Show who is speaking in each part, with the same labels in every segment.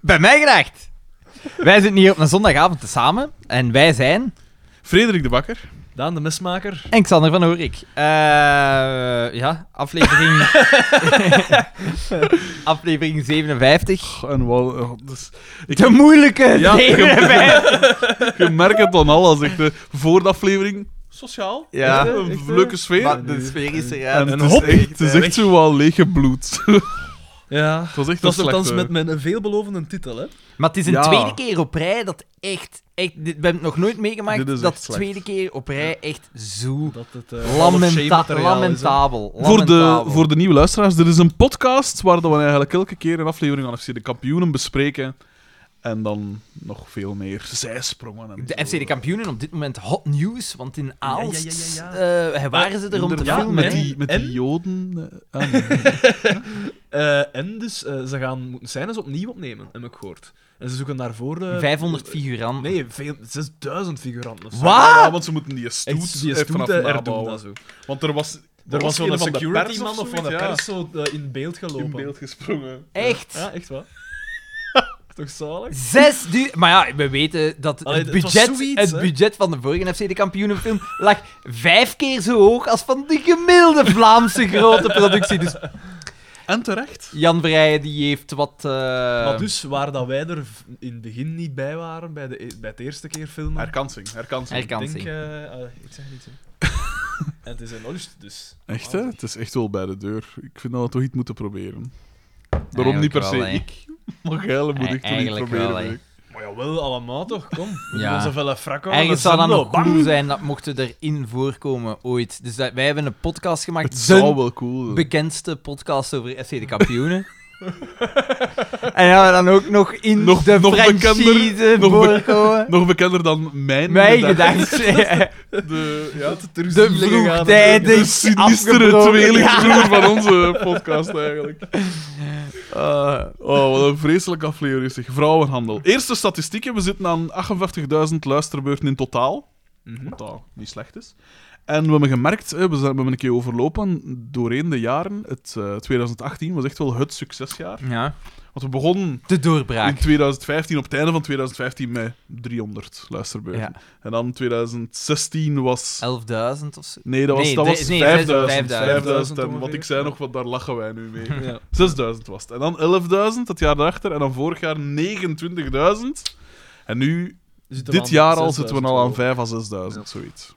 Speaker 1: bij mij gedacht. Wij zitten hier op een zondagavond te samen en wij zijn
Speaker 2: Frederik de Bakker.
Speaker 3: Daan de mismaker.
Speaker 1: en Xander van Horik. Eh, ja, aflevering... aflevering 57.
Speaker 2: En wel, eh, dus, ik,
Speaker 1: De moeilijke
Speaker 2: Ja,
Speaker 1: 57.
Speaker 2: je merkt het dan al als ik de voor de aflevering sociaal.
Speaker 1: Ja.
Speaker 2: echt, eh, een leuke sfeer.
Speaker 1: Maar de sfeer is er, ja.
Speaker 2: en
Speaker 3: een
Speaker 2: het is
Speaker 3: hop.
Speaker 2: echt, het is
Speaker 3: Eh,
Speaker 2: echt zo wel lege bloed.
Speaker 3: Ja.
Speaker 2: het was echt
Speaker 3: Dat is
Speaker 2: een
Speaker 3: althans
Speaker 2: slechte-
Speaker 3: met mijn veelbelovende titel, hè?
Speaker 1: Maar het is een
Speaker 2: Ja.
Speaker 1: tweede keer op rij dat echt... echt dit, we hebben het nog nooit meegemaakt
Speaker 2: Dit is
Speaker 1: dat
Speaker 2: echt
Speaker 1: de
Speaker 2: slecht.
Speaker 1: tweede keer op rij echt zo
Speaker 3: Dat het
Speaker 1: lamenta lamentabel,
Speaker 2: Voor de,
Speaker 1: lamentabel.
Speaker 2: voor de nieuwe luisteraars, er is een podcast waar dat we eigenlijk elke keer een aflevering van FC de Kampioenen bespreken. En dan nog veel meer zijsprongen. En
Speaker 1: De
Speaker 2: zo.
Speaker 1: FC de kampioenen op dit moment hot nieuws, want in Aalst
Speaker 3: ja,
Speaker 1: eh, waren ze er om te
Speaker 2: Inderdaad,
Speaker 1: filmen.
Speaker 2: met
Speaker 1: hè.
Speaker 2: die, met die
Speaker 3: En?
Speaker 2: joden. eh, ah, nee.
Speaker 3: en dus, eh, ze gaan moeten scènes opnieuw opnemen, heb ik gehoord. En ze zoeken daarvoor... eh,
Speaker 1: 500 figuranten.
Speaker 3: Nee, veel, 6000 figuranten of zo.
Speaker 1: Wat?
Speaker 2: Ja, want ze moeten die
Speaker 3: Echt,
Speaker 2: stoet,
Speaker 3: die
Speaker 2: even
Speaker 3: stoet
Speaker 2: vanaf
Speaker 3: eh, erdoen
Speaker 2: nabouwen.
Speaker 3: dat zo.
Speaker 2: Want er was,
Speaker 3: Er was zo'n
Speaker 2: van de pers
Speaker 3: security man of van de
Speaker 2: zoiets,
Speaker 3: pers zo eh, in beeld
Speaker 2: ja,
Speaker 3: gelopen.
Speaker 2: in beeld gesprongen.
Speaker 1: Echt?
Speaker 3: eh, Ja, echt wat. Is Toch zalig?
Speaker 1: Zes du Maar ja, we weten dat
Speaker 3: Allee,
Speaker 1: het,
Speaker 3: het was
Speaker 1: budget,
Speaker 3: zoiets,
Speaker 1: het
Speaker 3: hè?
Speaker 1: budget van de vorige FC de kampioenenfilm lag vijf keer zo hoog als van de gemiddelde Vlaamse grote productie. Dus
Speaker 2: En terecht.
Speaker 1: Jan Vrijen die heeft wat... eh,
Speaker 3: maar dus, waar dat wij er v- in het begin niet bij waren, bij, de, e- bij het eerste keer filmen...
Speaker 2: Herkansing, herkansing.
Speaker 1: Herk- Herkansing.
Speaker 3: Ik denk... eh, ah, ik zeg niet zo. en het is in Oost, dus...
Speaker 2: Echt, hè? Het is echt wel bij de deur. Ik vind dat we toch iets moeten proberen. Daarom
Speaker 1: Eigenlijk
Speaker 2: niet per se
Speaker 1: wel, hè.
Speaker 2: ik. Maar geil moet ik toch niet
Speaker 1: Eigenlijk
Speaker 2: proberen.
Speaker 1: wel, hè.
Speaker 2: hè.
Speaker 3: Maar jawel, allemaal toch? Kom. We
Speaker 1: Ja.
Speaker 3: ja. onze felle frakko.
Speaker 1: Ergens zou dat
Speaker 3: dan
Speaker 1: nog cool zijn, dat mochten erin voorkomen ooit. Dus dat- wij hebben een podcast gemaakt.
Speaker 2: Het
Speaker 1: de
Speaker 2: zou wel cool zijn.
Speaker 1: bekendste podcast over FC de kampioenen. en ja, we dan ook nog in
Speaker 2: Nog-
Speaker 1: de
Speaker 2: nog
Speaker 1: franchise
Speaker 2: bekender, nog be-
Speaker 1: voorkomen.
Speaker 2: Nog bekender dan mijn,
Speaker 1: Mijn
Speaker 2: gedachten.
Speaker 1: gedacht.
Speaker 2: De, ja,
Speaker 1: De
Speaker 2: de
Speaker 1: vroegtijdig
Speaker 2: sinistere
Speaker 1: afgebroken-
Speaker 2: tweelingbroer van onze podcast eigenlijk. Oh, wat een vreselijke aflevering zeg. Vrouwenhandel. Eerste statistieken. We zitten aan 58.000 luisterbeurten in totaal. Wat dat niet slecht is. En we hebben gemerkt, hè, we zijn- we hebben een keer overlopen, doorheen de jaren. Het, eh, 2018 was echt wel het succesjaar.
Speaker 1: Ja,
Speaker 2: Want we begonnen
Speaker 1: de
Speaker 2: in
Speaker 1: doorbraak.
Speaker 2: 2015, op het einde van 2015, met 300 luisterbeurten.
Speaker 1: Ja.
Speaker 2: En dan 2016 was...
Speaker 1: 11.000 of zo.
Speaker 2: Nee, dat was,
Speaker 1: Nee,
Speaker 2: dat
Speaker 1: de-
Speaker 2: was
Speaker 1: nee,
Speaker 2: 5000.
Speaker 1: 5000.
Speaker 2: 5000. En wat
Speaker 3: ongeveer.
Speaker 2: ik zei nog, wat daar lachen wij nu mee.
Speaker 3: Ja.
Speaker 2: 6000 was het. En dan 11.000 het jaar daarachter. En dan vorig jaar 29.000. En nu, dit jaar al, zitten we al aan 5 à 6.000, zoiets.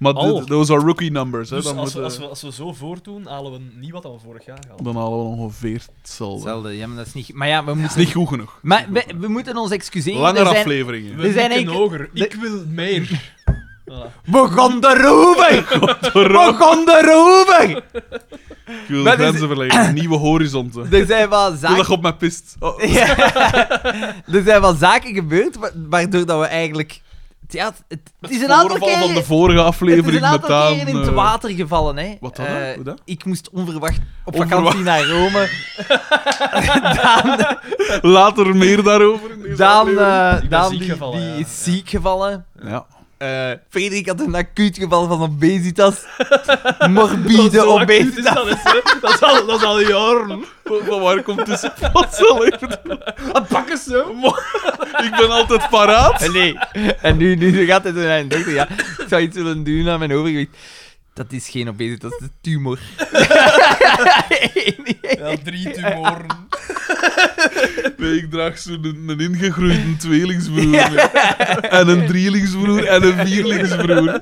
Speaker 2: Maar
Speaker 3: Al.
Speaker 2: dit- those are rookie numbers. Hè.
Speaker 3: Dus
Speaker 2: dan,
Speaker 3: als, we,
Speaker 2: moeten-
Speaker 3: als, we, als we zo voortdoen, halen we niet wat we vorig jaar hadden.
Speaker 2: dan halen we ongeveer hetzelfde. Het
Speaker 1: Hetzelfde, ja, maar dat is niet... Maar ja, we
Speaker 2: is
Speaker 1: moeten...
Speaker 2: Oh. niet goed genoeg.
Speaker 1: Maar we, we moeten ons excuseren.
Speaker 2: Lange
Speaker 1: er zijn...
Speaker 2: afleveringen.
Speaker 1: We zijn
Speaker 3: mikken
Speaker 1: eigenlijk-
Speaker 3: hoger. Ik wil meer. Voilà.
Speaker 1: Begon de roeven! Begon de roeven!
Speaker 2: Ik wil de
Speaker 1: Oh, Maar dit-
Speaker 2: grenzen verleggen. Nieuwe horizonten. Ik
Speaker 1: Er zijn wel
Speaker 2: wil dat
Speaker 1: zaken...
Speaker 2: je op mijn pist. Oh,
Speaker 1: Ja. er zijn wel zaken gebeurd, wa- waardoor dat we eigenlijk... Ja, het- het, is een aantal
Speaker 2: voorval van
Speaker 1: keer...
Speaker 2: de vorige
Speaker 1: Het is
Speaker 2: aflevering
Speaker 1: een aantal
Speaker 2: metaan,
Speaker 1: keren in het
Speaker 2: eh,
Speaker 1: water gevallen, hè.
Speaker 2: Wat dan?
Speaker 1: Eh,
Speaker 2: hè? Hoe dat?
Speaker 1: ik moest onverwacht op
Speaker 2: Onverwacht.
Speaker 1: vakantie naar Rome.
Speaker 2: Later meer daarover. in deze
Speaker 1: Daan, eh,
Speaker 2: aflevering.
Speaker 3: ben
Speaker 1: Daan
Speaker 3: ziek
Speaker 1: die,
Speaker 3: gevallen,
Speaker 1: die
Speaker 3: ja.
Speaker 1: is ziek gevallen.
Speaker 2: Ja.
Speaker 1: Eh, Frederik had een acuut geval van obesitas. Morbide
Speaker 3: Zo acuut is
Speaker 1: obesitas.
Speaker 3: dat, is, hè. dat is al, dat is al jaren.
Speaker 2: Van van waar komt deze plotsel even?
Speaker 3: Pakken zo.
Speaker 2: Ik ben altijd paraat.
Speaker 1: En Eh, nee. En nu, nu gaat het naar een dokter. Ja, ik zou iets willen doen aan mijn overgewicht. Dat is geen obesitas, dat is tumor.
Speaker 3: Ja, drie tumoren.
Speaker 2: Nee, ik draag zo'n een, een ingegroeide tweelingsbroer. mee. En een drielingsbroer en een vierlingsbroer.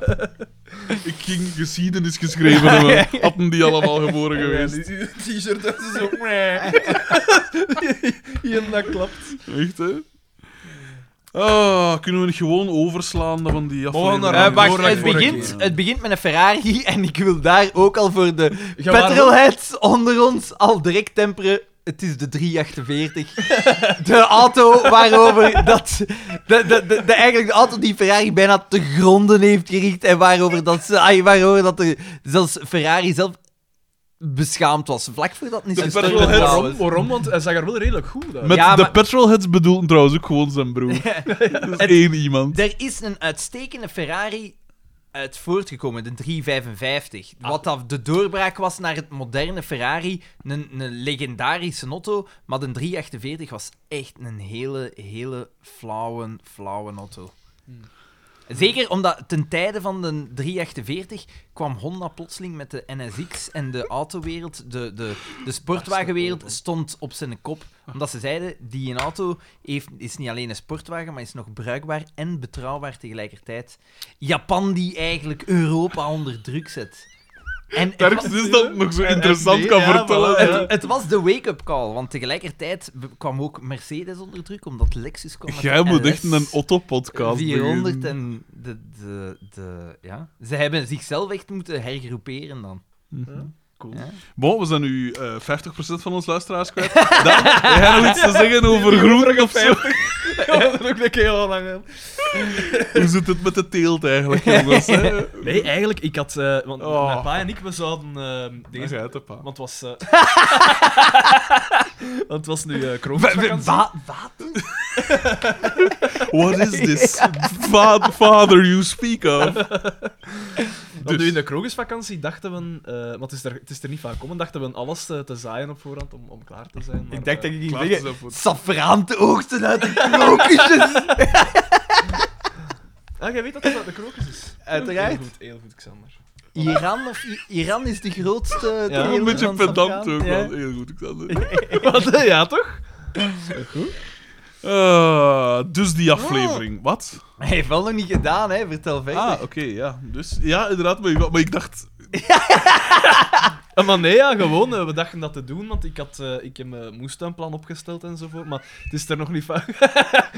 Speaker 2: Ik ging geschiedenis geschreven hebben. Hadden die allemaal geboren geweest.
Speaker 3: T-shirt dat is zo. Hier dat klopt.
Speaker 2: Echt, hè? Ah, kunnen we niet gewoon overslaan dat van die aflevering?
Speaker 3: naar-
Speaker 1: Eh,
Speaker 3: Eh,
Speaker 1: wacht,
Speaker 3: hoor dat
Speaker 1: het
Speaker 3: ik vorige
Speaker 1: begint,
Speaker 2: keer.
Speaker 1: het begint met een Ferrari en ik wil daar ook al voor de
Speaker 3: Ja, waarom?
Speaker 1: petrolheads onder ons al direct temperen. Het is de 348. De auto waarover dat... De, de, de, de- eigenlijk de auto die Ferrari bijna te gronden heeft gericht en waarover dat, ze- ai, waarover dat er zelfs Ferrari zelf beschaamd was. Vlak voor dat niet
Speaker 2: De
Speaker 1: gestorven
Speaker 2: petrolheads.
Speaker 1: trouwens.
Speaker 3: Waarom? Waarom? Want hij zag er wel redelijk goed uit.
Speaker 2: Met
Speaker 1: Ja,
Speaker 2: de
Speaker 1: maar-
Speaker 2: petrolheads bedoelden trouwens ook gewoon zijn broer. Dat is één iemand.
Speaker 1: Er is een uitstekende Ferrari uit voortgekomen, de 355. Wat dat de doorbraak was naar het moderne Ferrari, een, een legendarische auto, maar de 348 was echt een hele, hele flauwe, flauwe auto.
Speaker 3: Hmm.
Speaker 1: Zeker omdat ten tijde van de 348 kwam Honda plotseling met de NSX en de autowereld, de, de, de sportwagenwereld, stond op zijn kop. Omdat ze zeiden, die een auto heeft, is niet alleen een sportwagen, maar is nog bruikbaar en betrouwbaar tegelijkertijd. Japan die eigenlijk Europa onder druk zet. En het
Speaker 2: Terps
Speaker 1: was-
Speaker 2: is dat nog zo
Speaker 3: En- en
Speaker 2: interessant
Speaker 3: nee,
Speaker 2: kan
Speaker 3: ja,
Speaker 2: vertellen.
Speaker 3: voilà, ja.
Speaker 1: het, het was de wake-up call, want tegelijkertijd be- kwam ook Mercedes onder druk, omdat Lexus kwam met
Speaker 2: Jij
Speaker 1: de
Speaker 2: moet
Speaker 1: LS
Speaker 2: echt een Otto-podcast
Speaker 1: 400
Speaker 2: beginnen.
Speaker 1: en de, de, de, ja. Ze hebben zichzelf echt moeten hergroeperen dan.
Speaker 2: Mhm.
Speaker 3: Cool.
Speaker 1: Ja.
Speaker 2: Bon, we zijn nu eh 50% van ons luisteraars kwijt. Dan, jij nog iets te zeggen over groen of zo?
Speaker 3: Ik had er ook een keer al lang aan.
Speaker 2: Hoe zit het met de teelt eigenlijk, jongens? hè?
Speaker 3: Nee, eigenlijk, ik had... eh, want
Speaker 2: Oh.
Speaker 3: mijn pa en ik, we zouden eh,
Speaker 2: Deze
Speaker 3: deze...
Speaker 2: uit de pa.
Speaker 3: Want het was... eh, want het was nu eh
Speaker 1: Wa-
Speaker 3: kroonvakantie.
Speaker 1: wa- Wat?
Speaker 2: What is this? Va- Father you speak of.
Speaker 3: Want
Speaker 2: Dus.
Speaker 3: nu in de krokusvakantie dachten we, eh, want het is, er, het is er niet vaak komen, dachten we alles eh, te zaaien op voorhand om, om klaar te zijn. maar,
Speaker 1: Ik dacht
Speaker 3: eh,
Speaker 1: dat ik
Speaker 2: Klaar
Speaker 1: ging zeggen,
Speaker 2: te zijn voor-
Speaker 1: saffraan te oogsten uit de krokusjes.
Speaker 3: Ah, jij weet dat het uit de krokus is.
Speaker 1: Uiteraard.
Speaker 3: Heel goed, heel goed, Xander.
Speaker 1: Iran, of I- Iran is de grootste...
Speaker 3: Ja,
Speaker 2: Een
Speaker 1: teler
Speaker 2: beetje
Speaker 1: van
Speaker 2: pedant
Speaker 1: saffraan.
Speaker 2: ook
Speaker 1: Ja.
Speaker 2: wel. Heel goed, ik zal het doen.
Speaker 3: Wat, eh, ja toch?
Speaker 2: Ah, dus die aflevering. Wat?
Speaker 1: Hij heeft wel nog niet gedaan, hè. Vertel verder.
Speaker 2: Ah, oké, ja. Dus, ja, inderdaad. Maar, ik- maar ik dacht...
Speaker 3: Eh, Maar nee, ja, gewoon. eh, we dachten dat te doen, want ik, had, eh, ik heb mijn moestuinplan opgesteld enzovoort. Maar het is er nog niet van.
Speaker 1: Ik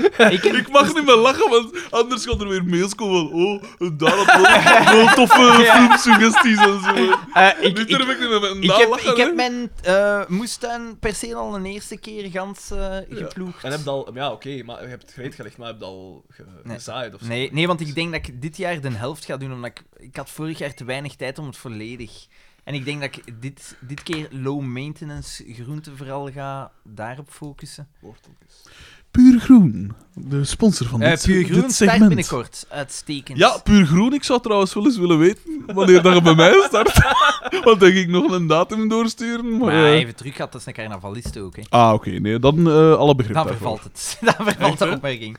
Speaker 1: heb-
Speaker 2: Ik mag niet meer lachen, want anders gaan er weer mails komen van... Oh, daar had wel, wel toffe filmsuggesties en zo.
Speaker 1: eh, ik-
Speaker 2: Nu
Speaker 1: ik-
Speaker 2: durf ik niet meer met een
Speaker 1: Ik
Speaker 2: daal
Speaker 1: heb,
Speaker 2: lachen,
Speaker 1: ik heb
Speaker 2: hè.
Speaker 1: mijn eh moestuin perceel al een eerste keer gans eh, geploegd.
Speaker 3: En heb je al... Ja, oké, maar je hebt het gereed gelegd, maar heb je al ge-
Speaker 1: Nee.
Speaker 3: gezaaid of zo?
Speaker 1: nee, nee, want ik denk dat ik dit jaar de helft ga doen, omdat ik, ik had vorig jaar te weinig tijd om het volledig. En ik denk dat ik dit, dit keer low maintenance groenten vooral ga daarop focussen.
Speaker 3: Worteltjes.
Speaker 2: Puur Groen, de sponsor van
Speaker 1: Eh
Speaker 2: dit,
Speaker 1: puur groen
Speaker 2: dit
Speaker 1: start
Speaker 2: segment.
Speaker 1: binnenkort. Uitstekend.
Speaker 2: Ja, Puur Groen, ik zou trouwens wel eens willen weten wanneer dat je bij mij start. Want dan ging ik nog een datum doorsturen. Maar,
Speaker 1: Maar
Speaker 2: eh,
Speaker 1: even terug gaat, dat is een carnavalist ook. Hè.
Speaker 2: Ah, oké, nee, dan eh, alle begrip
Speaker 1: Dan
Speaker 2: daarvoor.
Speaker 1: vervalt het. Dan vervalt de opmerking.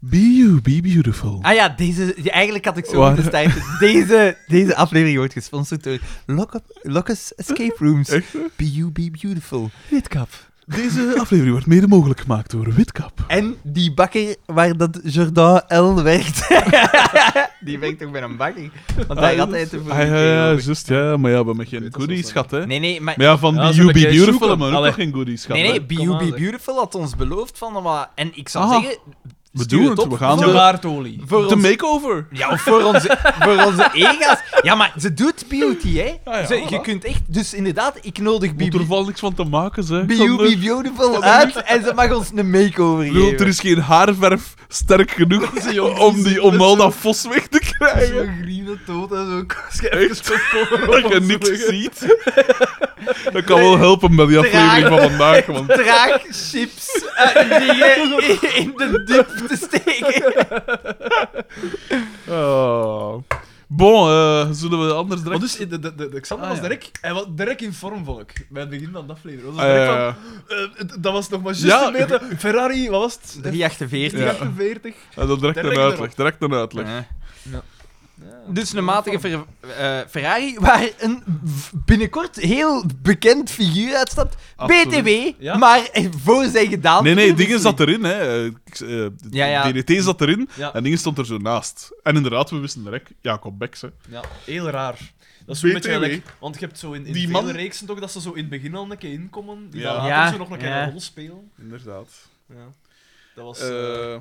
Speaker 2: Be you, be beautiful.
Speaker 1: Ah ja, deze, ja, eigenlijk had ik zo
Speaker 2: Waar-
Speaker 1: moeten starten. Deze, deze aflevering wordt gesponsord door Locus Escape Rooms. Be You Be Beautiful.
Speaker 3: Witkap.
Speaker 2: Deze aflevering wordt mede mogelijk gemaakt door Witkap.
Speaker 1: En die bakker waar dat Jordan L werkt. die werkt ook bij een bakker. Want hij had eten voor
Speaker 2: Ah,
Speaker 1: die
Speaker 2: ja,
Speaker 1: kerel.
Speaker 2: ja, juist, ja, maar ja, we hebben geen
Speaker 3: weet dat
Speaker 2: goodies
Speaker 3: zelfs
Speaker 2: gehad, hè.
Speaker 1: Nee, nee, maar...
Speaker 2: Maar ja, van
Speaker 3: Ja,
Speaker 2: Be
Speaker 3: ze
Speaker 2: You,
Speaker 3: hebben
Speaker 2: Be
Speaker 3: geen
Speaker 2: Beautiful
Speaker 3: zoeken.
Speaker 2: hebben we ook
Speaker 3: Allee.
Speaker 2: nog geen goodies gehad.
Speaker 1: Nee, nee,
Speaker 2: hè.
Speaker 1: Be
Speaker 3: Kom
Speaker 1: You
Speaker 3: aan,
Speaker 1: Be
Speaker 3: zeg.
Speaker 1: Beautiful had ons beloofd van... eh, Maar, en ik zou
Speaker 2: Aha.
Speaker 1: zeggen...
Speaker 2: Ah, We
Speaker 1: stuur
Speaker 2: doen het,
Speaker 1: op
Speaker 2: we gaan
Speaker 1: voor,
Speaker 2: de,
Speaker 3: Jaartolie.
Speaker 1: voor
Speaker 2: de
Speaker 1: ons-
Speaker 2: makeover.
Speaker 1: Ja, of voor onze, voor onze ega's. Ja, maar ze doet beauty, hè.
Speaker 2: Ah, ja,
Speaker 1: Ze- je
Speaker 2: voilà.
Speaker 1: kunt echt... Dus inderdaad, ik nodig Be
Speaker 2: Moet er val niks van te maken, zeg.
Speaker 1: Be You
Speaker 2: Xander.
Speaker 1: Be Beautiful uit en ze mag ons een makeover
Speaker 2: Lul,
Speaker 1: geven.
Speaker 2: er is geen haarverf sterk genoeg om, die, om al dat vos weg te krijgen.
Speaker 1: groene tot en zo.
Speaker 2: Echt, dat je niks ziet. Dat kan wel helpen bij die aflevering van vandaag. Want
Speaker 1: Traag chips eh, dingen in- in de diep te steken. Oh.
Speaker 2: Ah. Bon, eh, zullen we anders direct...
Speaker 3: Want dus, de, de, de, de Xander
Speaker 2: Ah,
Speaker 3: was
Speaker 2: ja.
Speaker 3: direct, hij was direct in vorm, vond ik. Bij het begin van de aflevering. Was
Speaker 2: Ah,
Speaker 3: het direct
Speaker 2: ja,
Speaker 3: van, eh, het- dat was nog maar juist
Speaker 2: Ja,
Speaker 3: een meter. Ferrari, wat was het?
Speaker 1: 348.
Speaker 2: Ja.
Speaker 3: 48.
Speaker 2: En dan eh, direct een
Speaker 3: Direct
Speaker 2: uitleg. Direct een uitleg.
Speaker 1: Dus een matige Fer- eh, Ferrari, waar een v- binnenkort heel bekend figuur uitstapt.
Speaker 2: Absoluut.
Speaker 1: BTW,
Speaker 3: Ja.
Speaker 1: maar voor zijn gedaan.
Speaker 2: Nee, nee, dingen zat erin. Hè. Eh, ik- eh,
Speaker 1: Ja, ja.
Speaker 2: DDT zat erin
Speaker 3: Ja.
Speaker 2: en dingen stond er zo naast. En inderdaad, we wisten direct, Jacob Beks. Hè.
Speaker 3: Ja, heel raar. Dat is zo'n beetje
Speaker 2: BTW.
Speaker 3: gelijk- want je hebt zo in, in
Speaker 2: Die
Speaker 3: vele
Speaker 2: man-
Speaker 3: reeksen toch dat ze zo in het begin al een keer inkomen, die
Speaker 2: Ja.
Speaker 3: dan later
Speaker 1: Ja,
Speaker 3: zo nog een keer
Speaker 1: ja.
Speaker 3: een rol spelen.
Speaker 2: Inderdaad.
Speaker 3: Ja. Dat was eh,
Speaker 2: Eh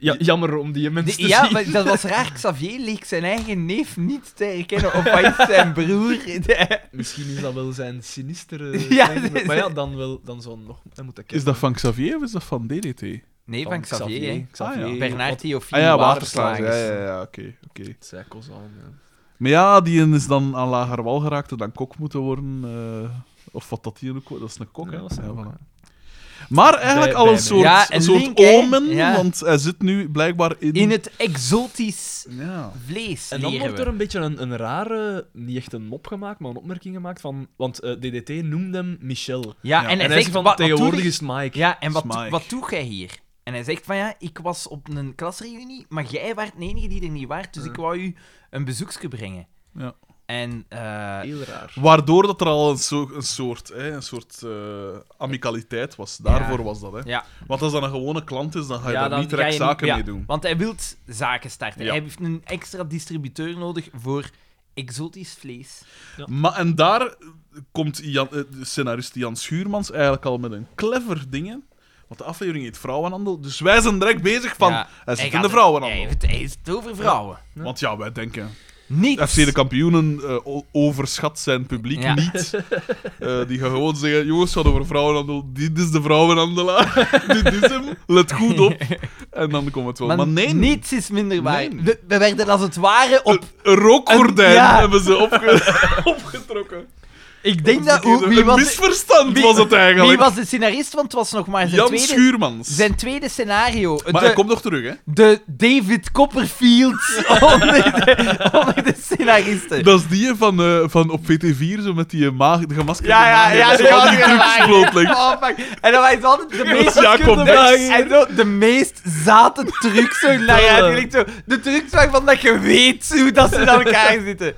Speaker 3: ja, jammer om die
Speaker 2: dus
Speaker 3: mensen
Speaker 1: Die-
Speaker 3: te
Speaker 1: ja,
Speaker 3: zien.
Speaker 1: maar dat was raar. Xavier leek zijn eigen neef niet te herkennen. Of hij is zijn broer.
Speaker 3: Misschien is dat wel zijn sinistere...
Speaker 1: Ja,
Speaker 3: eigen-
Speaker 1: dit is-
Speaker 3: maar ja, dan wel, dan zou hij nog hij moeten
Speaker 2: is
Speaker 3: kennen.
Speaker 2: dat van Xavier of is dat van DDT?
Speaker 1: Nee, van Xavier. hè.
Speaker 3: Xavier.
Speaker 2: Ah, ja.
Speaker 1: Bernard Theophile.
Speaker 2: Oh, Ah ja,
Speaker 1: Waterslager.
Speaker 2: waterslaag. Ja, ja, ja, oké. oké.
Speaker 3: Wat zei Kozaan, ja.
Speaker 2: Maar ja, die is dan aan lager wal geraakt en dan kok moeten worden. eh, of wat dat hier ook wordt. Dat is een kok,
Speaker 3: Ja,
Speaker 2: hè?
Speaker 3: dat is een
Speaker 2: Ja,
Speaker 3: kok,
Speaker 2: voilà. Maar eigenlijk
Speaker 4: Bij-
Speaker 2: al
Speaker 4: bij
Speaker 2: een
Speaker 4: mij.
Speaker 2: soort,
Speaker 1: Ja,
Speaker 2: een
Speaker 1: een
Speaker 2: soort
Speaker 1: link, hè?
Speaker 2: omen,
Speaker 1: Ja.
Speaker 2: want hij zit nu blijkbaar in...
Speaker 1: In het exotisch
Speaker 2: Ja.
Speaker 1: vlees.
Speaker 4: En dan
Speaker 1: leren
Speaker 4: wordt
Speaker 1: we.
Speaker 4: er een beetje een, een rare, niet echt een mop gemaakt, maar een opmerking gemaakt van... Want eh, DDT noemde hem Michel.
Speaker 1: Ja,
Speaker 2: Ja.
Speaker 1: en
Speaker 4: En
Speaker 1: hij
Speaker 4: hij
Speaker 1: zegt
Speaker 4: zegt van,
Speaker 1: wat- wat doe
Speaker 4: tegenwoordig
Speaker 1: je-
Speaker 4: is het Mike.
Speaker 1: Ja, en wat,
Speaker 2: Smike.
Speaker 1: wat doe jij hier? En hij zegt van ja, ik was op een klasreunie, maar jij waart de enige die er niet waart, dus ik wou u een bezoekje brengen.
Speaker 2: Ja.
Speaker 1: En eh,
Speaker 4: Heel raar.
Speaker 2: Waardoor dat er al een, zo, een soort, hè, een soort eh, amicaliteit was. Daarvoor was dat. Hè.
Speaker 1: Ja.
Speaker 2: Want als dat een gewone klant is, dan ga je
Speaker 1: Ja,
Speaker 2: daar
Speaker 1: dan
Speaker 2: niet
Speaker 1: ga
Speaker 2: direct
Speaker 1: je niet-
Speaker 2: zaken
Speaker 1: ja.
Speaker 2: mee doen.
Speaker 1: Want hij wil zaken starten.
Speaker 2: Ja.
Speaker 1: Hij heeft een extra distributeur nodig voor exotisch vlees.
Speaker 2: Maar, en daar komt Jan, eh, de scenarist Jan Schuurmans eigenlijk al met een clever dingen. Want de aflevering heet Vrouwenhandel. Dus wij zijn direct bezig van.
Speaker 1: Ja,
Speaker 2: hij zit
Speaker 1: gaat
Speaker 2: in de
Speaker 1: het-
Speaker 2: vrouwenhandel.
Speaker 1: Hij, heeft- hij heeft het over vrouwen.
Speaker 2: Want ja, wij denken.
Speaker 1: Niet.
Speaker 2: FC de kampioenen eh, o- overschat zijn publiek
Speaker 1: Ja.
Speaker 2: niet. Eh, die gaan gewoon zeggen: jongens, het gaat over vrouwenhandel. Dit is de vrouwenhandelaar. Dit is hem. Let goed op. En dan komt het wel. Maar,
Speaker 1: maar
Speaker 2: nee,
Speaker 1: Niets is minder waar.
Speaker 2: Nee.
Speaker 1: We, we werden als het ware op.
Speaker 2: Een rookgordijn
Speaker 1: Een- ja.
Speaker 2: hebben ze opge- opgetrokken.
Speaker 1: Ik denk dat. hoe- wie
Speaker 2: een
Speaker 1: was,
Speaker 2: misverstand
Speaker 1: wie-
Speaker 2: was het eigenlijk.
Speaker 1: wie was de scenarist? Want het was nog maar zijn
Speaker 2: Jan
Speaker 1: tweede.
Speaker 2: Schuurmans.
Speaker 1: Zijn tweede scenario.
Speaker 2: Maar
Speaker 1: de,
Speaker 2: hij komt nog terug, hè?
Speaker 1: de David Copperfield onder, de, onder de scenaristen.
Speaker 2: Dat is die van, eh, van op VT4, zo met die maag, de gemaskerde
Speaker 1: Ja, ja, ja,
Speaker 2: zo
Speaker 1: die
Speaker 2: al die
Speaker 1: maag-
Speaker 2: trucs bloot ligt.
Speaker 1: Oh, fuck. En dan was altijd de
Speaker 2: was
Speaker 1: meest...
Speaker 2: Jacob
Speaker 1: de,
Speaker 2: Dax.
Speaker 1: en zo de meest zate trucs zo naar eigenlijk zo. De trucs waarvan dat je weet hoe dat ze naar elkaar zitten.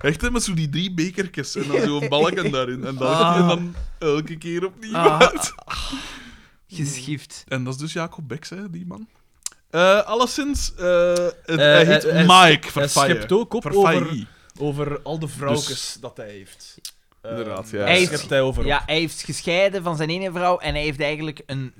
Speaker 2: Echt, hè, met zo die drie bekertjes en dan zo'n balken daarin. En dan,
Speaker 4: Ah.
Speaker 2: en dan elke keer opnieuw.
Speaker 1: Ah. Geschift.
Speaker 2: En dat is dus Jacob Beks, hè, die man. Eh alleszins, eh, het, hij
Speaker 4: Eh,
Speaker 2: heet
Speaker 4: hij- hij-
Speaker 2: Mike
Speaker 4: Hij
Speaker 2: Verfaye.
Speaker 4: schept ook op
Speaker 2: Verfaye.
Speaker 4: over, over al de vrouwkes dat hij heeft. Eh,
Speaker 2: Dus- Inderdaad, ja.
Speaker 4: daar
Speaker 1: Hij is-
Speaker 4: schept hij over op.
Speaker 1: Ja, hij heeft gescheiden van zijn ene vrouw en hij heeft eigenlijk een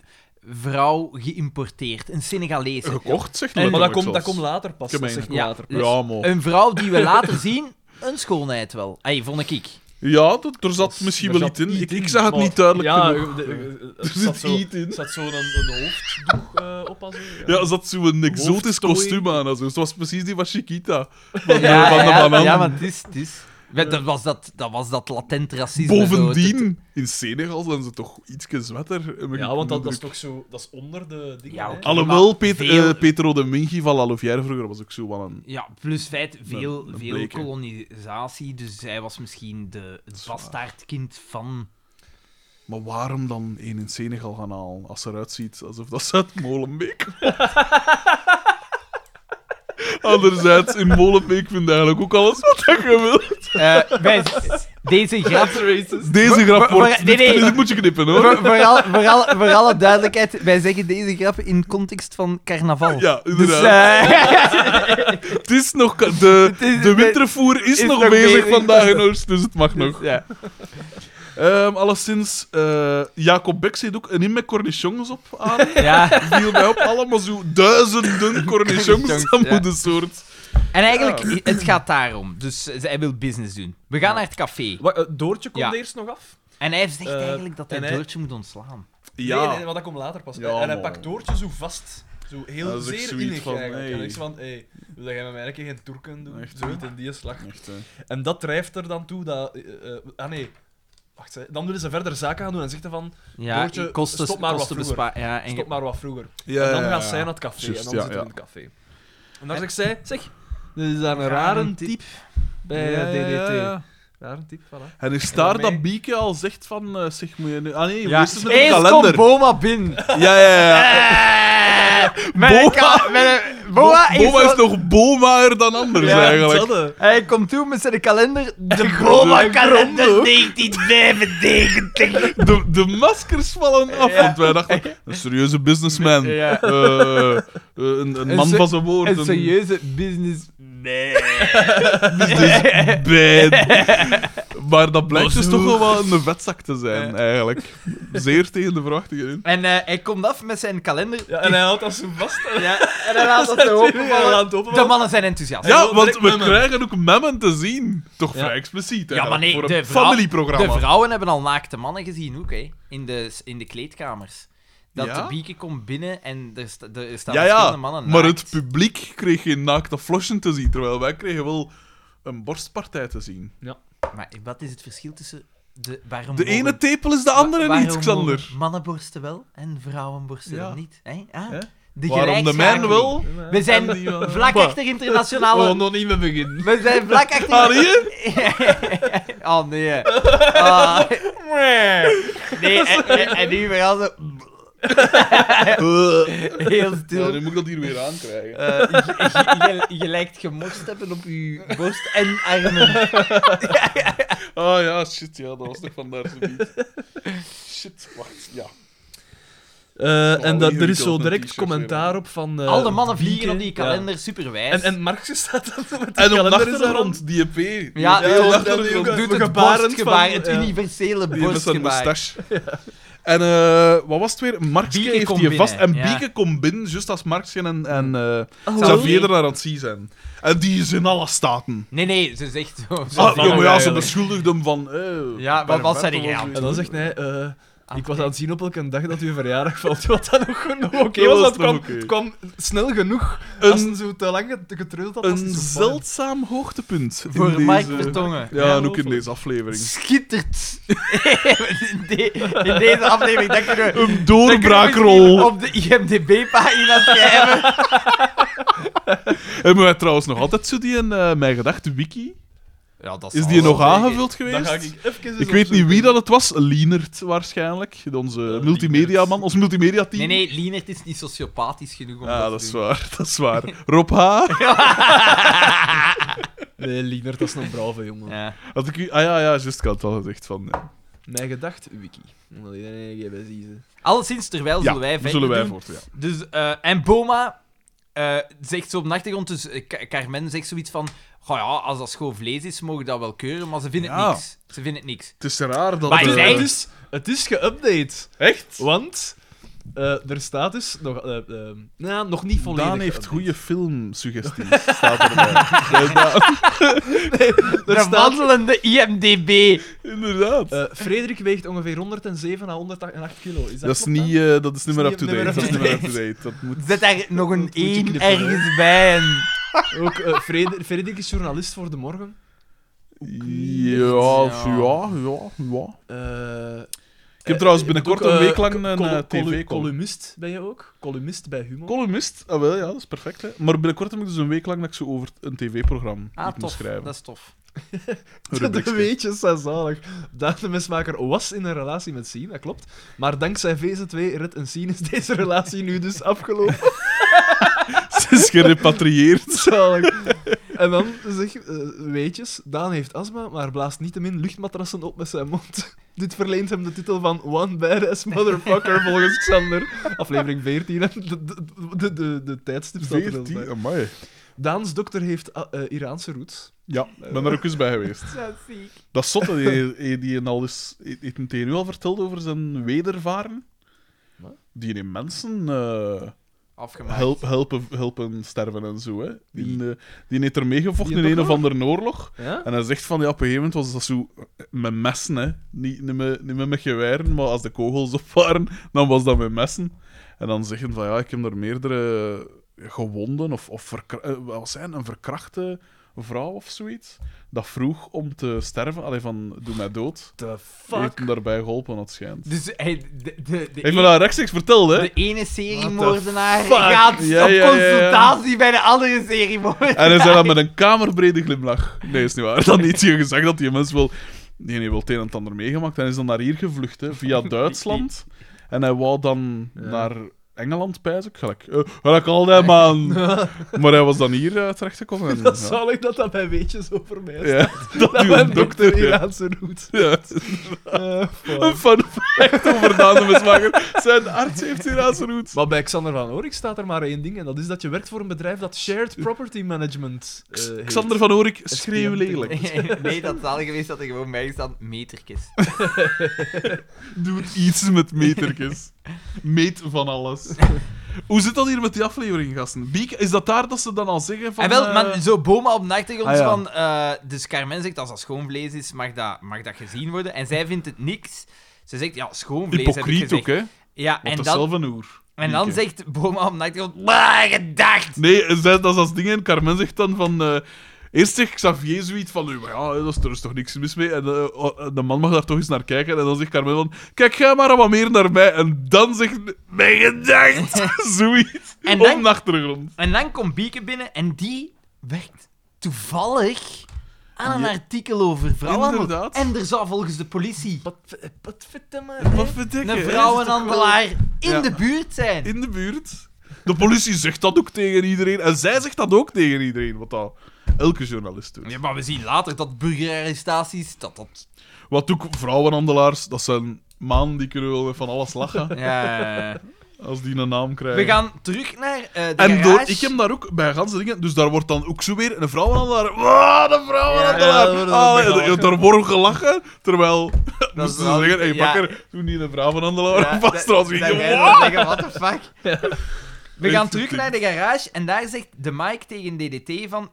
Speaker 1: vrouw geïmporteerd. Een Senegalese.
Speaker 2: Gekocht, zegt
Speaker 4: maar dat
Speaker 2: letterlijk
Speaker 4: komt, dat
Speaker 2: zelfs.
Speaker 4: komt later pas.
Speaker 2: Ik
Speaker 4: Dat
Speaker 2: meen
Speaker 4: zegt
Speaker 1: het. Ja.
Speaker 4: later.
Speaker 1: Dus-
Speaker 2: Ja, man.
Speaker 1: Een vrouw die we later zien, een schoonheid wel. Ay, vond ik.
Speaker 2: Ja, dat, er zat misschien
Speaker 4: Er
Speaker 2: wel
Speaker 4: zat
Speaker 2: iets in. Ik,
Speaker 4: in,
Speaker 2: ik zag het
Speaker 4: maar-
Speaker 2: niet duidelijk
Speaker 4: ja,
Speaker 2: genoeg.
Speaker 4: de- de-
Speaker 2: Er
Speaker 4: Er
Speaker 2: zit
Speaker 4: zat zo,
Speaker 2: iets in.
Speaker 4: er zat zo een, een hoofddoek eh, op. Als, een-
Speaker 2: Ja, er zat zo'n exotisch
Speaker 4: Hoofdtooi.
Speaker 2: kostuum aan. en zo. Het was precies die van Chiquita. Van, eh,
Speaker 1: ja,
Speaker 2: van de
Speaker 1: ja,
Speaker 2: banaan.
Speaker 1: ja, want het is... Het is. Weet, Dat was dat, dat was dat latent racisme. zo.
Speaker 2: Bovendien, in Senegal zijn ze toch iets wetter. heb ik
Speaker 4: Ja, want dat, dat is
Speaker 2: de indruk.
Speaker 4: toch zo... Dat is onder de dingen,
Speaker 1: Ja,
Speaker 4: hè?
Speaker 1: oké.
Speaker 2: Alhoewel,
Speaker 1: maar
Speaker 2: Pet-
Speaker 1: veel-
Speaker 2: eh, Petro de Mingi van La Louvière vroeger was ook zo wel een...
Speaker 1: Ja, plus feit, veel,
Speaker 2: Een- een
Speaker 1: veel
Speaker 2: bleke.
Speaker 1: kolonisatie. Dus hij was misschien de, het
Speaker 2: Zwaar.
Speaker 1: bastaardkind van.
Speaker 2: Maar waarom dan één in Senegal gaan halen, als ze eruit ziet alsof dat ze uit Molenbeek komt? Anderzijds, in Molenbeek vind je eigenlijk ook alles wat je wilt.
Speaker 1: wij, deze grap.
Speaker 2: Deze grap
Speaker 1: maar-
Speaker 2: wordt...
Speaker 1: nee, nee.
Speaker 2: dit- Dit moet je knippen, hoor.
Speaker 1: Voor, voor, al- voor, al- voor alle duidelijkheid, wij zeggen deze grap in context van carnaval.
Speaker 2: Ja,
Speaker 1: Dus,
Speaker 2: inderdaad.
Speaker 1: eh,
Speaker 2: Het is nog... ka- De,
Speaker 1: Het is-
Speaker 2: de wintervoer is,
Speaker 1: is
Speaker 2: nog,
Speaker 1: nog
Speaker 2: bezig,
Speaker 1: bezig.
Speaker 2: vandaag in Oost, dus het mag nog.
Speaker 1: ja.
Speaker 2: Ehm alleszins, eh, Jacob Beck zit ook een in met cornichons op aan.
Speaker 1: ja.
Speaker 2: Viel mij op, allemaal zo duizenden cornichons.
Speaker 1: Cornichons,
Speaker 2: Dat
Speaker 1: ja.
Speaker 2: moet een soort...
Speaker 1: En eigenlijk, het gaat daarom. Dus hij wil business doen. We gaan naar het café.
Speaker 4: Wa- eh, Doortje komt
Speaker 1: Ja.
Speaker 4: eerst nog af.
Speaker 1: En hij zegt
Speaker 4: Eh,
Speaker 1: eigenlijk dat hij
Speaker 4: en hij-
Speaker 1: Doortje moet ontslaan.
Speaker 2: Ja.
Speaker 4: Nee, nee, maar dat komt later pas.
Speaker 2: Ja,
Speaker 4: en hij
Speaker 2: man.
Speaker 4: pakt Doortje zo vast. Zo heel
Speaker 2: Dat is ook
Speaker 4: zeer
Speaker 2: zoiets
Speaker 4: innig
Speaker 2: van,
Speaker 4: eigenlijk.
Speaker 2: hey.
Speaker 4: En ik zeg van, hé, hey, wil jij met mij een keer geen tour kunnen doen?
Speaker 2: Echt,
Speaker 4: Zoiets in die slag.
Speaker 2: Echt, hè.
Speaker 4: En dat drijft er dan toe dat... eh, eh, ah nee, wacht. hè. Dan willen ze verder zaken gaan doen en zegt hij van,
Speaker 1: Ja,
Speaker 4: Doortje,
Speaker 1: kosten,
Speaker 4: stop maar wat
Speaker 1: kosten
Speaker 4: vroeger.
Speaker 1: besparen. Ja, en
Speaker 4: stop maar wat vroeger.
Speaker 2: Ja,
Speaker 4: en dan
Speaker 2: ja,
Speaker 4: gaat
Speaker 2: ja.
Speaker 4: zij naar het café
Speaker 2: Juist,
Speaker 4: en dan
Speaker 2: ja,
Speaker 4: zitten
Speaker 2: ja.
Speaker 4: we in het café. En dan zegt zij, zeg, dit is daar een
Speaker 1: Rare
Speaker 4: rare
Speaker 1: type.
Speaker 4: type bij
Speaker 2: Ja,
Speaker 4: eh,
Speaker 2: ja, ja,
Speaker 4: DDT.
Speaker 2: ja.
Speaker 4: Rare type, voilà.
Speaker 2: En is daar
Speaker 4: daarmee-
Speaker 2: dat Bieke al zegt van... eh zeg, moet je nu... Ah nee,
Speaker 1: Ja.
Speaker 2: eerst eens met de
Speaker 1: Eerst komt
Speaker 2: kalender.
Speaker 1: Boma binnen.
Speaker 2: Ja, ja, ja.
Speaker 1: Eh, met een ka- met een- Boma
Speaker 2: Bo- Boma
Speaker 1: eh, is
Speaker 2: is
Speaker 1: zo-
Speaker 2: nog bomaer dan anders,
Speaker 1: Ja,
Speaker 2: Dus eigenlijk.
Speaker 4: Dat, eh.
Speaker 1: Hij komt toe met zijn kalender. De Boma-kalender 1995.
Speaker 2: De, de maskers vallen af, want wij dachten... Een serieuze businessman.
Speaker 1: Ja.
Speaker 2: Eh, een, een
Speaker 1: Een
Speaker 2: man
Speaker 1: se-
Speaker 2: van zijn woord.
Speaker 1: Een serieuze business. Nee.
Speaker 2: bad. Maar dat blijkt dus
Speaker 1: Bonjour.
Speaker 2: toch wel wat een vetzak te zijn, eigenlijk. Zeer tegen de verwachtingen in.
Speaker 1: En eh, hij komt af met zijn kalender.
Speaker 4: Ja, en hij houdt dat zo vast. hè.
Speaker 1: Ja, en hij laat dat zo
Speaker 4: Ja, hij
Speaker 1: openvallen.
Speaker 4: laat het open,
Speaker 1: De mannen zijn enthousiast.
Speaker 2: Ja,
Speaker 4: wil
Speaker 2: want we
Speaker 4: direct memmen.
Speaker 2: krijgen ook memmen te zien. Toch
Speaker 4: Ja.
Speaker 2: vrij expliciet,
Speaker 1: Ja, maar
Speaker 2: eigenlijk,
Speaker 1: nee,
Speaker 2: voor
Speaker 1: de
Speaker 2: een
Speaker 1: vrouw-
Speaker 2: familieprogramma.
Speaker 1: De vrouwen hebben al naakte mannen gezien ook, hè. In de, in de kleedkamers. Dat
Speaker 2: Ja?
Speaker 1: de bieken komt binnen en er, sta, er staan
Speaker 2: ja, ja,
Speaker 1: verschillende mannen
Speaker 2: maar
Speaker 1: naakt.
Speaker 2: het publiek kreeg geen naakte flossen te zien, terwijl wij kregen wel een borstpartij te zien.
Speaker 1: Maar wat is het verschil tussen De, waarom
Speaker 2: De
Speaker 1: mogen-
Speaker 2: ene tepel is de andere
Speaker 1: wa-
Speaker 2: niet,
Speaker 1: waarom
Speaker 2: Xander.
Speaker 1: mogen Mannenborsten wel en vrouwenborsten
Speaker 2: Ja.
Speaker 1: dan niet. Hè? Ah,
Speaker 2: Hè?
Speaker 1: de
Speaker 2: Waarom de man
Speaker 1: gelijkschakeling.
Speaker 2: wil...
Speaker 1: We zijn
Speaker 2: en die, eh,
Speaker 1: vlak
Speaker 2: bah.
Speaker 1: achter internationale...
Speaker 3: nog niet meer beginnen.
Speaker 1: We zijn vlak achter...
Speaker 2: Arjen?
Speaker 1: oh, nee. hè. Ah. nee, en, en, en nu vooral zo... Heel
Speaker 2: Ja,
Speaker 1: stil.
Speaker 2: nu moet ik dat hier weer aankrijgen.
Speaker 1: Eh, je, je, je, je lijkt gemorst hebben op je borst en armen.
Speaker 2: Ah ja, shit, ja, dat was nog vandaar zo niet. Shit, wacht, ja.
Speaker 4: Eh,
Speaker 3: en dat, er is zo
Speaker 2: Ingewikkeld, een
Speaker 3: direct
Speaker 2: t-shirt
Speaker 3: commentaar op van... eh,
Speaker 1: Al de mannen
Speaker 3: Bieke.
Speaker 1: vliegen op die kalender,
Speaker 3: Ja.
Speaker 1: superwijs.
Speaker 3: En, en Marx staat dan met die
Speaker 2: En op
Speaker 3: kalender in
Speaker 2: nachten
Speaker 3: zijn hand.
Speaker 2: rond, die EP. Die
Speaker 1: Ja,
Speaker 2: heel
Speaker 1: ja,
Speaker 2: nacht
Speaker 3: dat
Speaker 2: rond,
Speaker 3: doe ik ook.
Speaker 1: doet het
Speaker 3: gebarend van-
Speaker 1: borstgebaar, het
Speaker 3: ja.
Speaker 1: universele
Speaker 2: Die met
Speaker 1: borstgebaar.
Speaker 2: zijn moustache. En eh, wat was het weer? Marxje
Speaker 1: Bieke
Speaker 2: heeft
Speaker 1: komt
Speaker 2: die vast. En
Speaker 1: binnen, ja.
Speaker 2: Bieke komt binnen, juist als Marxje en, en eh,
Speaker 3: Oh.
Speaker 2: Xavier er naar aan het zien zijn. En die is in alle staten.
Speaker 1: Nee, nee, ze zegt zo. zo-
Speaker 2: Ah, ja,
Speaker 3: vallen
Speaker 2: maar ja, ze
Speaker 3: eigenlijk.
Speaker 2: beschuldigt hem van... eh,
Speaker 1: Ja, maar wat zei
Speaker 2: pervert
Speaker 1: jij
Speaker 2: of
Speaker 1: aan?
Speaker 3: En dan zegt hij... eh,
Speaker 1: Ah,
Speaker 3: ik was aan het zien op elke dag dat uw verjaardag valt, wat dan nog genoeg oké
Speaker 2: Dat
Speaker 3: was.
Speaker 2: was
Speaker 3: want Het
Speaker 2: nog
Speaker 3: kwam,
Speaker 2: oké.
Speaker 3: het kwam snel genoeg.
Speaker 2: Een-
Speaker 3: Als het zo te lang get- getreuld had, was
Speaker 2: Een
Speaker 3: het zo fijn.
Speaker 2: zeldzaam hoogtepunt. in
Speaker 1: Voor
Speaker 2: deze...
Speaker 1: Mike Vertongen.
Speaker 2: Ja, en ook in deze aflevering.
Speaker 1: Schittert. in, de- in deze aflevering, dat kunnen we... dat
Speaker 2: Een
Speaker 1: kunnen we
Speaker 2: doorbraakrol.
Speaker 1: misschien Op de IMDb-pagina schrijven.
Speaker 2: Hebben wij trouwens nog altijd zo die in eh, mijn gedachte wiki?
Speaker 1: Ja, Oh, dat
Speaker 2: Is
Speaker 1: zal
Speaker 2: die
Speaker 1: wel
Speaker 2: nog
Speaker 1: zeker.
Speaker 2: aangevuld geweest?
Speaker 3: Dan ga ik even eens
Speaker 2: Ik weet niet
Speaker 3: opzoeken.
Speaker 2: wie dat het was. Lienert waarschijnlijk. Onze multimediaman, ons multimedia-team.
Speaker 1: Nee, nee, Lienert is niet sociopathisch genoeg om
Speaker 2: Ja,
Speaker 1: dat
Speaker 2: dat
Speaker 1: te
Speaker 2: is
Speaker 1: doen.
Speaker 2: waar. Dat is waar. Rob H.
Speaker 3: Nee, Lienert, dat is een brave jongen.
Speaker 1: Ja.
Speaker 2: Had ik u... Ah ja, ja, juist. Ik had het al gezegd van... eh, ja.
Speaker 3: Mijn gedacht, Wiki. Omdat iedereen een GBS is.
Speaker 1: Alleszins, terwijl zullen wij verder
Speaker 2: zullen wij
Speaker 1: doen.
Speaker 2: voort, ja.
Speaker 1: Dus, eh, en Boma eh, zegt zo op de achtergrond, dus eh, Ka- Carmen zegt zoiets van, "Goh ja, als dat schoon vlees is, mogen we dat wel keuren, maar ze vinden
Speaker 2: Ja.
Speaker 1: het niks. Ze vinden het niks.
Speaker 2: Het is raar dat...
Speaker 1: Maar
Speaker 2: eh,
Speaker 1: is
Speaker 3: het,
Speaker 1: eigenlijk-
Speaker 3: is, het is geüpdate.
Speaker 2: Echt?
Speaker 3: Want eh, er staat dus nog, eh, eh, nou, nog niet volledig.
Speaker 2: Daan heeft
Speaker 3: geüpdate.
Speaker 2: goede filmsuggesties, staat erbij. Ja,
Speaker 1: De
Speaker 3: Er staat,
Speaker 1: wandelende IMDB.
Speaker 2: inderdaad.
Speaker 3: eh, Frederik weegt ongeveer 107 à 108 kilo. Is dat,
Speaker 2: dat, is
Speaker 3: klopt,
Speaker 2: niet, eh, dat is niet meer
Speaker 3: niet
Speaker 2: up-to-date.
Speaker 3: meer
Speaker 2: Dat is niet meer
Speaker 1: up-to-date.
Speaker 2: up-to-date. Dat moet...
Speaker 1: Zet daar nog een
Speaker 2: moet je
Speaker 1: 1
Speaker 2: knippen, hè?
Speaker 1: ergens bij. En...
Speaker 3: hè? Ook eh, Freder- Frederik is journalist voor de morgen.
Speaker 2: Ja,
Speaker 1: Ja.
Speaker 2: ja, ja, ja.
Speaker 3: Eh,
Speaker 2: Ik heb
Speaker 3: eh,
Speaker 2: trouwens
Speaker 3: je bent
Speaker 2: binnenkort
Speaker 3: ook,
Speaker 2: een
Speaker 3: eh,
Speaker 2: week lang
Speaker 3: co-
Speaker 2: een,
Speaker 3: col-
Speaker 2: eh,
Speaker 3: colu-
Speaker 2: TV -column.
Speaker 3: Columnist ben je ook? Columnist bij Humo.
Speaker 2: Columnist? Ah wel, ja, dat is perfect. Hè. Maar binnenkort heb ik dus een week lang dat ik zo over een tv-programma
Speaker 1: Ah,
Speaker 2: moet
Speaker 1: tof.
Speaker 2: schrijven.
Speaker 1: Dat is tof.
Speaker 2: Een
Speaker 3: Dat
Speaker 2: rubriekje.
Speaker 3: weet je, zijn zalig. Daan de Mesmaker was in een relatie met Sien, dat klopt. Maar dankzij VZ2, Red en Sien is deze relatie nu dus afgelopen.
Speaker 2: Ze is gerepatrieerd.
Speaker 3: Zalig. En dan zeg je, eh, weetjes, Daan heeft astma, maar blaast niettemin luchtmatrassen op met zijn mond. Dit verleent hem de titel van One Badass Motherfucker volgens Xander. Aflevering 14. En De, de, de, de, de tijdstip staat er wel bij.
Speaker 2: 14, amai.
Speaker 3: Daans dokter heeft ah, eh, Iraanse roots.
Speaker 2: Ja, ik ben er ook eens bij geweest.
Speaker 1: Dat zie ik.
Speaker 2: Dat is zotte, die, die een al is, heeft hem tegen u al verteld over zijn wedervaren.
Speaker 3: Wat?
Speaker 2: Die in mensen eh,
Speaker 1: Afgemaakt.
Speaker 2: help, helpen, helpen sterven en zo. Hè. Die,
Speaker 3: Wie?
Speaker 2: eh, die heeft er meegevochten in
Speaker 3: Die in
Speaker 2: een
Speaker 3: de
Speaker 2: of andere oorlog.
Speaker 3: Ja?
Speaker 2: En hij zegt van, ja, op een gegeven moment was dat zo eh, met messen, hè. Niet, niet, met, niet met mijn geweren, maar als de kogels op waren, dan was dat met messen. En dan zeggen van, ja, ik heb er meerdere eh, gewonden of, of verkra- eh, wat zijn, een verkrachte vrouw of zoiets, dat vroeg om te sterven. Allee, van, doe mij dood.
Speaker 3: The
Speaker 2: Heeft
Speaker 3: fuck?
Speaker 2: hem daarbij geholpen, dat schijnt.
Speaker 1: Dus hij, de, de, de,
Speaker 2: Heeft me dat rechtstreeks verteld, hè?
Speaker 1: de ene seriemoordenaar
Speaker 3: What the fuck?
Speaker 1: gaat
Speaker 2: Ja,
Speaker 1: op
Speaker 2: ja, ja, ja.
Speaker 1: consultatie bij de andere seriemoordenaar.
Speaker 2: En hij zei dat met een kamerbrede glimlach. Nee, is niet waar. Dan heeft hij gezegd dat die mens wel... Die heeft wel het een en het ander meegemaakt. En hij is dan naar hier gevlucht, hè, via Duitsland. En hij wou dan
Speaker 3: Ja.
Speaker 2: naar Engeland, pijs ik. Gelijk, eh, gelijk al die man. Maar hij was dan hier eh, terechtgekomen. En,
Speaker 3: Dat is
Speaker 2: ja.
Speaker 3: zalig dat dat bij weetjes over mij is.
Speaker 2: Ja, dat doet
Speaker 3: mijn
Speaker 2: een dokter. Ja.
Speaker 3: Iraanse roet.
Speaker 2: Ja.
Speaker 3: Eh,
Speaker 2: Een
Speaker 3: fuck.
Speaker 2: fun fact over Daan de Mesmaker. Zijn arts heeft hier aan zijn roet.
Speaker 3: maar bij Xander van Oorik staat er maar één ding, en dat is dat je werkt voor een bedrijf dat Shared Property Management eh,
Speaker 2: X-
Speaker 3: heet.
Speaker 2: Xander van Oorik, schreeuw lelijk.
Speaker 1: nee, dat zal geweest dat er gewoon bij staat metertjes.
Speaker 2: Doe iets met metertjes. Meet van alles. Hoe zit dat hier met die aflevering, gasten? Biek, is dat daar dat ze dan al zeggen van...
Speaker 1: En wel,
Speaker 2: eh,
Speaker 1: maar zo Boma op de achtergrond
Speaker 2: Ah, ja.
Speaker 1: van... eh, dus Carmen zegt, als dat schoon vlees is, mag dat, mag dat gezien worden. En zij vindt het niks. Ze zegt, ja, schoon vlees heb ik
Speaker 2: Hypocriet ook,
Speaker 1: gezegd.
Speaker 2: hè?
Speaker 1: Ja,
Speaker 2: Want
Speaker 1: en
Speaker 2: dat is
Speaker 1: dan,
Speaker 2: zelf een oer.
Speaker 1: en dan
Speaker 2: Bieke.
Speaker 1: zegt Boma op de achtergrond... "Bah, gedacht!
Speaker 2: Nee, zij- dat is als dingen. Carmen zegt dan van... eh, Eerst zegt Xavier zoiets van, "Nee, maar ja, dat is, er is toch niks mis mee. En eh, oh, de man mag daar toch eens naar kijken. En dan zegt Carmen van, kijk jij maar wat meer naar mij. En dan zegt, mijn gedacht, zoiets.
Speaker 1: En
Speaker 2: En
Speaker 1: dan-
Speaker 2: Op de achtergrond.
Speaker 1: En dan komt Bieke binnen en die werkt toevallig aan een
Speaker 2: Ja.
Speaker 1: artikel over vrouwenhandel.
Speaker 2: Inderdaad.
Speaker 1: En er zou volgens de politie
Speaker 3: Wat verdomme.
Speaker 2: Wat verdikken,
Speaker 1: een
Speaker 2: hè?
Speaker 1: vrouwenhandelaar in
Speaker 2: Ja.
Speaker 1: de buurt zijn.
Speaker 2: In de buurt. De politie zegt dat ook tegen iedereen. En zij zegt dat ook tegen iedereen. Wat dat elke journalist doet.
Speaker 1: Ja, maar we zien later dat burgerarrestaties... Dat, dat...
Speaker 2: Wat ook vrouwenhandelaars, dat zijn mannen die kunnen wel met van alles lachen.
Speaker 1: Ja.
Speaker 2: als die een naam krijgen.
Speaker 1: We gaan terug naar eh, de
Speaker 2: En door,
Speaker 1: garage.
Speaker 2: ik heb daar ook bij ganse dingen, dus daar wordt dan ook zo weer een vrouwenhandelaar. Wow, de vrouwenhandelaar!
Speaker 3: Ja, ja, dat wordt
Speaker 2: Ah,
Speaker 3: ook bij
Speaker 2: en- en
Speaker 3: gelachen.
Speaker 2: daar wordt gelachen, terwijl moesten ze
Speaker 1: wel-
Speaker 2: zeggen: hey,
Speaker 1: ja.
Speaker 2: bakker, doe niet een vrouwenhandelaar
Speaker 1: Ja,
Speaker 2: vast.
Speaker 1: da-
Speaker 2: Trouwens,
Speaker 1: daar
Speaker 2: ik-
Speaker 1: wij
Speaker 2: wow!
Speaker 1: dan zeggen, what the fuck. We gaan
Speaker 2: Echt
Speaker 1: terug
Speaker 2: goed.
Speaker 1: naar de garage en daar zegt de Mike tegen DDT van...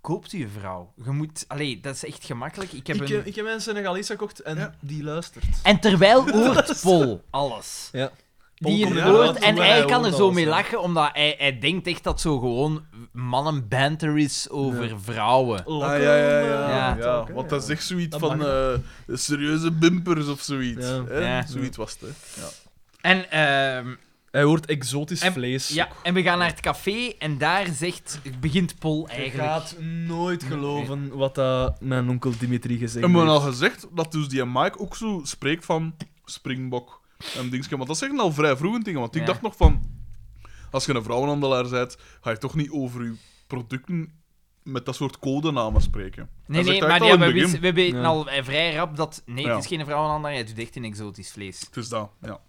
Speaker 1: Koopt u een vrouw. Je moet... Allee, dat is echt gemakkelijk. Ik heb
Speaker 3: Ik,
Speaker 1: een...
Speaker 2: eh,
Speaker 3: heb- ik heb mensen een Galisa gekocht en
Speaker 2: Ja.
Speaker 3: die luistert.
Speaker 1: En terwijl hoort Pol alles.
Speaker 3: Ja.
Speaker 1: Die
Speaker 2: komt
Speaker 1: het
Speaker 2: eruit,
Speaker 1: hoort en
Speaker 3: maar
Speaker 1: hij
Speaker 3: hij
Speaker 1: kan er
Speaker 3: hoort
Speaker 1: zo
Speaker 3: alles,
Speaker 1: mee
Speaker 3: hè.
Speaker 1: lachen, omdat hij, hij denkt echt dat zo gewoon mannenbanter is over vrouwen.
Speaker 2: Ah, ja, ja, ja.
Speaker 1: Ja.
Speaker 2: ja.
Speaker 3: Oké,
Speaker 2: want
Speaker 3: ja.
Speaker 2: dat is echt zoiets
Speaker 3: Dat
Speaker 2: van
Speaker 3: mag.
Speaker 2: eh, serieuze bimpers of zoiets.
Speaker 3: Ja.
Speaker 2: Hè?
Speaker 1: Ja.
Speaker 2: Zoiets was het. Hè? Ja.
Speaker 1: En, ehm,
Speaker 3: Hij hoort exotisch
Speaker 1: En-
Speaker 3: vlees.
Speaker 1: ja, en we gaan naar het café en daar zegt, begint Pol
Speaker 3: Je
Speaker 1: eigenlijk.
Speaker 3: gaat nooit geloven wat dat mijn onkel Dimitri gezegd
Speaker 2: En we
Speaker 3: heeft.
Speaker 2: hebben al gezegd dat dus die Mike ook zo spreekt van springbok en dingetje. Want dat zeggen al vrij vroeg een ding. Want ik
Speaker 1: Ja.
Speaker 2: dacht nog van... Als je een vrouwenhandelaar bent, ga je toch niet over je producten met dat soort codenamen spreken.
Speaker 1: Nee,
Speaker 2: Hij zegt
Speaker 1: nee,
Speaker 2: dat
Speaker 1: maar
Speaker 2: echt al
Speaker 1: ja,
Speaker 2: in
Speaker 1: we,
Speaker 2: het begin.
Speaker 1: wisten- we weten
Speaker 3: Ja.
Speaker 1: al eh, vrij rap dat... Nee,
Speaker 2: Ja.
Speaker 1: het is geen vrouwenhandel, hij doet echt in exotisch vlees.
Speaker 2: Het is dat, ja.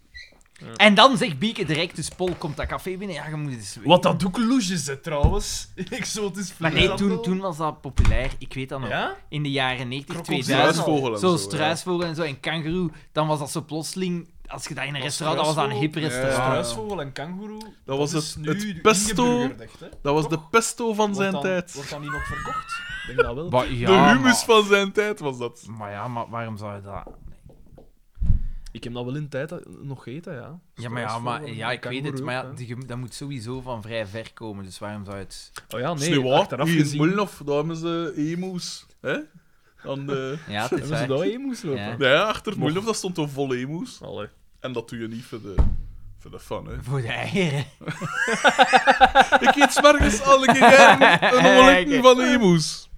Speaker 1: En dan zegt Bieke direct, dus Pol komt dat café binnen. Ja, je moet eens...
Speaker 3: Wat dat ook loesje is, hè, trouwens. Exotisch vlees.
Speaker 1: Maar nee, toen, toen was dat populair. Ik weet dat nog.
Speaker 3: Ja?
Speaker 1: In de jaren 90,
Speaker 3: Krokodil.
Speaker 1: 2000.
Speaker 2: Struisvogel en
Speaker 1: Zo,
Speaker 2: zo, ja.
Speaker 1: struisvogel en zo, en kangeroe. Dan was dat zo plotseling... Als je dat in een
Speaker 3: Was
Speaker 1: restaurant... Dat was dat een hip
Speaker 3: struisvogel?
Speaker 1: restaurant.
Speaker 3: Struisvogel en kangoeroe.
Speaker 2: Dat was
Speaker 3: is
Speaker 2: het,
Speaker 3: nu
Speaker 2: het pesto.
Speaker 3: ingeburgerd, hè.
Speaker 2: Dat was de pesto van
Speaker 3: Wordt
Speaker 2: zijn
Speaker 3: dan-
Speaker 2: tijd.
Speaker 3: Wordt dan niet nog verkocht? Ik denk dat wel.
Speaker 1: Wa-
Speaker 2: De
Speaker 1: ja,
Speaker 2: humus
Speaker 1: maar-
Speaker 2: van zijn tijd was dat.
Speaker 1: Maar ja, maar waarom zou je dat...
Speaker 3: Ik heb dat wel in tijd eh, nog gegeten, ja.
Speaker 1: Ja, maar ja, maar, ja ik weet het.
Speaker 3: Kangoeroe
Speaker 1: Maar ja,
Speaker 3: ook, hè.
Speaker 1: die gem- dat moet sowieso van vrij ver komen. Dus waarom zou je het...
Speaker 3: Oh ja, nee,
Speaker 2: Sneeuw,
Speaker 3: achteraf
Speaker 2: hier in
Speaker 3: gezien...
Speaker 2: Moelenhof, daar hebben ze emus. Hè? Aan de...
Speaker 1: Ja, het is
Speaker 3: Hebben
Speaker 1: waar.
Speaker 3: ze daar heen moest lopen?
Speaker 1: Ja.
Speaker 2: Ja, achter Moelenhof, dat stond een vol emus.
Speaker 3: Allee.
Speaker 2: En dat doe je niet voor de, voor de fun, hè.
Speaker 1: Voor de eieren.
Speaker 2: Ik eet s'morgens al een keer een omeletje van emus.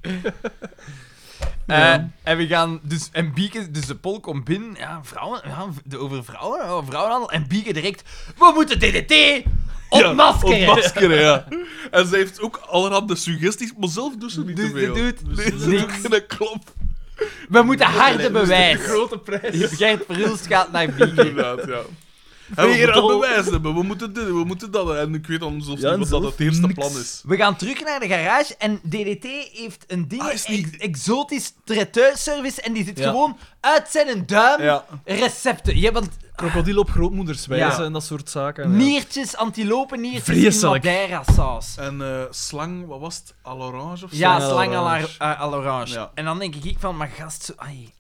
Speaker 1: Eh, en we gaan, dus, en Bieke, dus de pol komt binnen, ja, vrouwen, ja, de, over vrouwen, ja, vrouwenhandel, en Bieke direct, we moeten DDT ontmaskeren!
Speaker 2: Ja, ontmaskeren, ja. En ze heeft ook allerhande suggesties, maar zelf doet ze niet
Speaker 1: Dus
Speaker 2: te veel.
Speaker 1: ze doet
Speaker 2: nee, ze
Speaker 1: niks.
Speaker 2: doet geen klop.
Speaker 1: we moeten harde
Speaker 3: dus De
Speaker 1: bewijs!
Speaker 3: grote prijs.
Speaker 1: Gert Verhulst gaat naar Bieke.
Speaker 2: Inderdaad, ja. En we
Speaker 3: Weer
Speaker 2: moeten
Speaker 3: al.
Speaker 2: bewijs hebben, we moeten dit, we moeten dat. En ik weet dan zelfs
Speaker 3: Ja, en
Speaker 2: niet wat dat
Speaker 3: zelf
Speaker 2: het eerste
Speaker 3: niks.
Speaker 2: plan is.
Speaker 1: We gaan terug naar de garage en DDT heeft een ding,
Speaker 2: Ah, is
Speaker 1: ex-
Speaker 2: niet-
Speaker 1: exotisch traiteurservice, en die zit
Speaker 3: Ja.
Speaker 1: gewoon uit zijn duim
Speaker 2: Ja.
Speaker 1: recepten. Je hebt
Speaker 3: Krokodil op grootmoederswijze
Speaker 1: Ja.
Speaker 3: en dat soort zaken. ja.
Speaker 1: niertjes, antilopen, niertjes in
Speaker 3: Vreselijk.
Speaker 1: madeira-saus.
Speaker 2: En eh, slang, wat was het? Al orange of zo?
Speaker 1: Ja,
Speaker 3: Slang à
Speaker 1: slang à la-
Speaker 3: l'orange.
Speaker 1: à- à l'orange.
Speaker 2: Ja.
Speaker 1: En dan denk ik van, maar gast, zo... ai.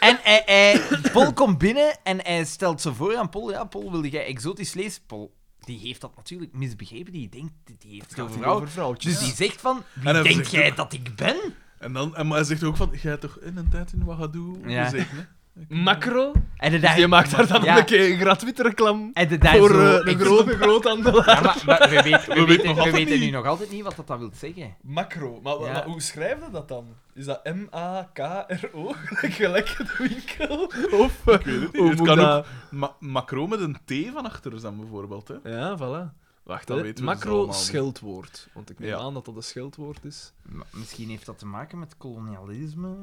Speaker 1: En hij, hij, Paul komt binnen en hij stelt ze voor aan Paul. Ja, Paul, wilde jij exotisch vlees? Paul, die heeft dat natuurlijk misbegrepen. Die denkt, die heeft het
Speaker 3: Het
Speaker 1: over
Speaker 3: gaat hier
Speaker 1: vrouwen.
Speaker 3: over vrouwtjes.
Speaker 1: Dus die zegt van,
Speaker 2: En
Speaker 1: wie
Speaker 2: hij
Speaker 1: denk
Speaker 2: zegt
Speaker 1: jij
Speaker 2: ook-
Speaker 1: dat ik ben?
Speaker 2: En, dan, en maar hij zegt ook van, jij hebt toch in een tijd in Ouagadour
Speaker 1: Ja.
Speaker 2: gezeten, hè?
Speaker 3: Macro.
Speaker 1: En hij
Speaker 3: Dus
Speaker 1: daar-
Speaker 3: je maakt daar dan
Speaker 1: ja,
Speaker 3: een keer een gratuite reclame
Speaker 1: en hij daar
Speaker 3: voor
Speaker 1: zo
Speaker 3: eh, de
Speaker 1: exo-
Speaker 3: grote groothandelaar.
Speaker 1: Ja, maar, maar we, weten- we
Speaker 2: nog
Speaker 1: weten, we
Speaker 2: altijd
Speaker 1: weten nu
Speaker 2: niet.
Speaker 1: nog altijd niet wat dat, dat wil zeggen.
Speaker 3: Macro. Maar,
Speaker 1: Ja.
Speaker 3: maar hoe schrijf je dat dan? Is dat M-A-K-R-O? Gelijk de winkel? Of...
Speaker 2: Ik weet het niet.
Speaker 3: Hoe
Speaker 2: het
Speaker 3: moet
Speaker 2: kan
Speaker 3: dat-
Speaker 2: ook ma macro met een T van achter zijn, bijvoorbeeld. Hè?
Speaker 3: Ja, voilà. Wacht,
Speaker 2: Dat
Speaker 3: hè.
Speaker 2: weten we dus
Speaker 3: Eh, Macro
Speaker 2: allemaal niet.
Speaker 3: scheldwoord. Want ik neem
Speaker 2: Ja.
Speaker 3: aan dat dat een scheldwoord is.
Speaker 1: Maar misschien heeft dat te maken met kolonialisme.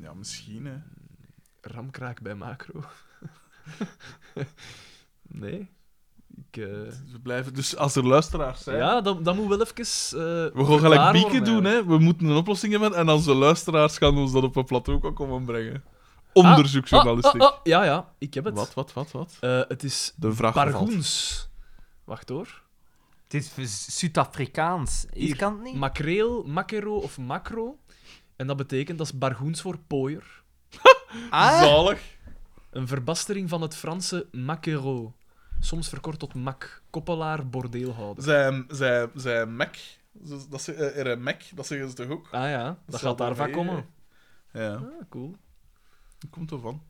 Speaker 2: Ja, misschien. Hè.
Speaker 3: Ramkraak bij macro. nee. Ik... eh,
Speaker 2: We blijven, dus als er luisteraars zijn.
Speaker 3: Ja, dat, dat moet wel even. eh,
Speaker 2: We gaan gelijk
Speaker 3: verklaar
Speaker 2: bieken
Speaker 3: worden,
Speaker 2: doen,
Speaker 3: eigenlijk.
Speaker 2: hè? We moeten een oplossing hebben en onze luisteraars gaan ons dat op een plateau ook komen brengen. Onderzoeksjournalistiek.
Speaker 3: Ah, ah, ah, ja, ja, ik heb het.
Speaker 2: Wat, wat, wat, wat?
Speaker 3: Eh, het is
Speaker 2: De vraag valt.
Speaker 3: bargoens. Wacht hoor.
Speaker 1: Het is voor Zuid-Afrikaans. Ik
Speaker 3: Hier,
Speaker 1: kan het niet.
Speaker 3: Makreel, makkero of macro. En dat betekent dat is bargoens voor pooier.
Speaker 1: Ah,
Speaker 2: Zalig.
Speaker 3: Een verbastering van het Franse maquereau. Soms verkort tot mak. Koppelaar, bordeelhouder.
Speaker 2: Zijn, zijn, zijn Mac Zo- Dat ze, eh, RMEC, dat zeggen ze toch ook?
Speaker 3: Ah ja, dat gaat daarvan
Speaker 2: mee,
Speaker 3: komen.
Speaker 2: Ja,
Speaker 3: Ah, cool.
Speaker 2: dat komt ervan.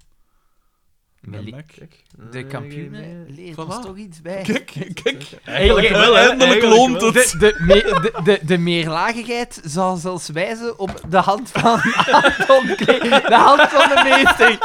Speaker 1: Melik-
Speaker 2: RMEC.
Speaker 3: Kijk. Eh,
Speaker 1: De kampioen leert ons
Speaker 2: Voilà.
Speaker 1: toch iets bij.
Speaker 2: Kijk, kijk.
Speaker 3: Eigenlijk
Speaker 2: Eh,
Speaker 3: wel, hè?
Speaker 2: eindelijk
Speaker 3: Eigenlijk
Speaker 2: loont
Speaker 3: wel.
Speaker 2: het.
Speaker 1: De, de, me- de, de, de meerlagigheid zal zelfs wijzen op de hand van Anton Klee, de hand van de meester.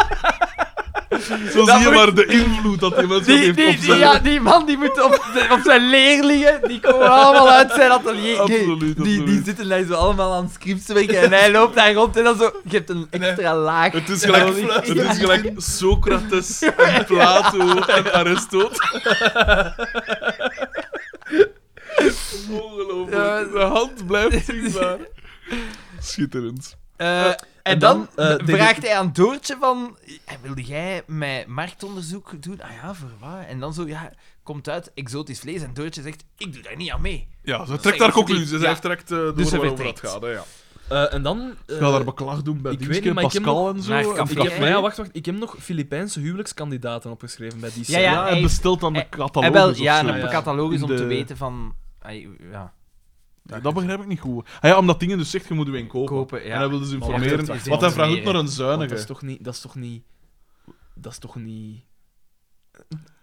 Speaker 2: Zo
Speaker 1: Dat
Speaker 2: zie je
Speaker 1: moet-
Speaker 2: maar de invloed dat die mensen
Speaker 1: Die,
Speaker 2: heeft
Speaker 1: die,
Speaker 2: op
Speaker 1: die,
Speaker 2: zijn...
Speaker 1: ja, die man die moet op, de- op zijn leerlingen, die komen allemaal uit zijn atelier. Nee,
Speaker 2: Absoluut,
Speaker 1: die, die
Speaker 2: absoluut.
Speaker 1: zitten daar zo allemaal aan het script te werken en hij loopt daar rond en dan zo... Je hebt een extra laag.
Speaker 2: Het is gelijk,
Speaker 1: nodig.
Speaker 2: het is gelijk Socrates en Plato en Aristoteles. Ongelooflijk. De hand blijft zichtbaar. Schitterend.
Speaker 1: Eh, en
Speaker 3: en
Speaker 1: dan,
Speaker 3: dan, eh,
Speaker 1: v-
Speaker 3: de-
Speaker 1: vraagt hij aan Doortje van... "Eh, Wilde jij mijn marktonderzoek doen? Ah ja, voor wat? En dan zo, ja, komt uit exotisch vlees. En Doortje zegt, ik doe daar niet aan mee.
Speaker 2: Ja, ze
Speaker 1: Zeg,
Speaker 2: trekt daar
Speaker 1: dat is
Speaker 2: conclusies.
Speaker 1: die-
Speaker 2: Zij
Speaker 1: ja.
Speaker 2: trekt eh, door
Speaker 1: Dus ze
Speaker 2: waarover het
Speaker 1: vertrekt.
Speaker 2: gaat. Hè, ja.
Speaker 3: Eh, en dan... eh,
Speaker 2: Ik ga daar beklag doen bij
Speaker 3: ik weet
Speaker 2: Dienstje,
Speaker 3: niet, maar ik heb
Speaker 2: Pascal
Speaker 3: nog-
Speaker 2: en zo.
Speaker 1: Naar
Speaker 2: En
Speaker 1: Kafka.
Speaker 3: ik
Speaker 2: Kafka.
Speaker 3: heb, nou ja, wacht, wacht. Ik heb nog Filipijnse huwelijkskandidaten opgeschreven bij die
Speaker 1: Ja,
Speaker 3: serie.
Speaker 1: ja,
Speaker 2: Ja,
Speaker 1: hij
Speaker 2: en
Speaker 1: is-
Speaker 2: bestelt dan de
Speaker 1: hij-
Speaker 2: catalogus
Speaker 1: Eh, wel,
Speaker 2: of
Speaker 1: ja,
Speaker 2: zo.
Speaker 1: een
Speaker 3: ja.
Speaker 1: catalogus
Speaker 2: In
Speaker 1: om
Speaker 2: de-
Speaker 1: te weten van... ai, ja,
Speaker 2: Ja, dat begrijp ik niet goed. Ah, ja, omdat dingen dus zegt, je moet je een kopen.
Speaker 1: kopen, ja.
Speaker 2: En hij wilde ze
Speaker 3: Maar
Speaker 2: informeren.
Speaker 1: wacht, wacht, wacht,
Speaker 2: want hij vraagt ook
Speaker 1: informeren.
Speaker 2: naar een
Speaker 3: Want dat
Speaker 2: zuinige.
Speaker 3: is toch niet... Dat is toch niet... Dat is toch niet...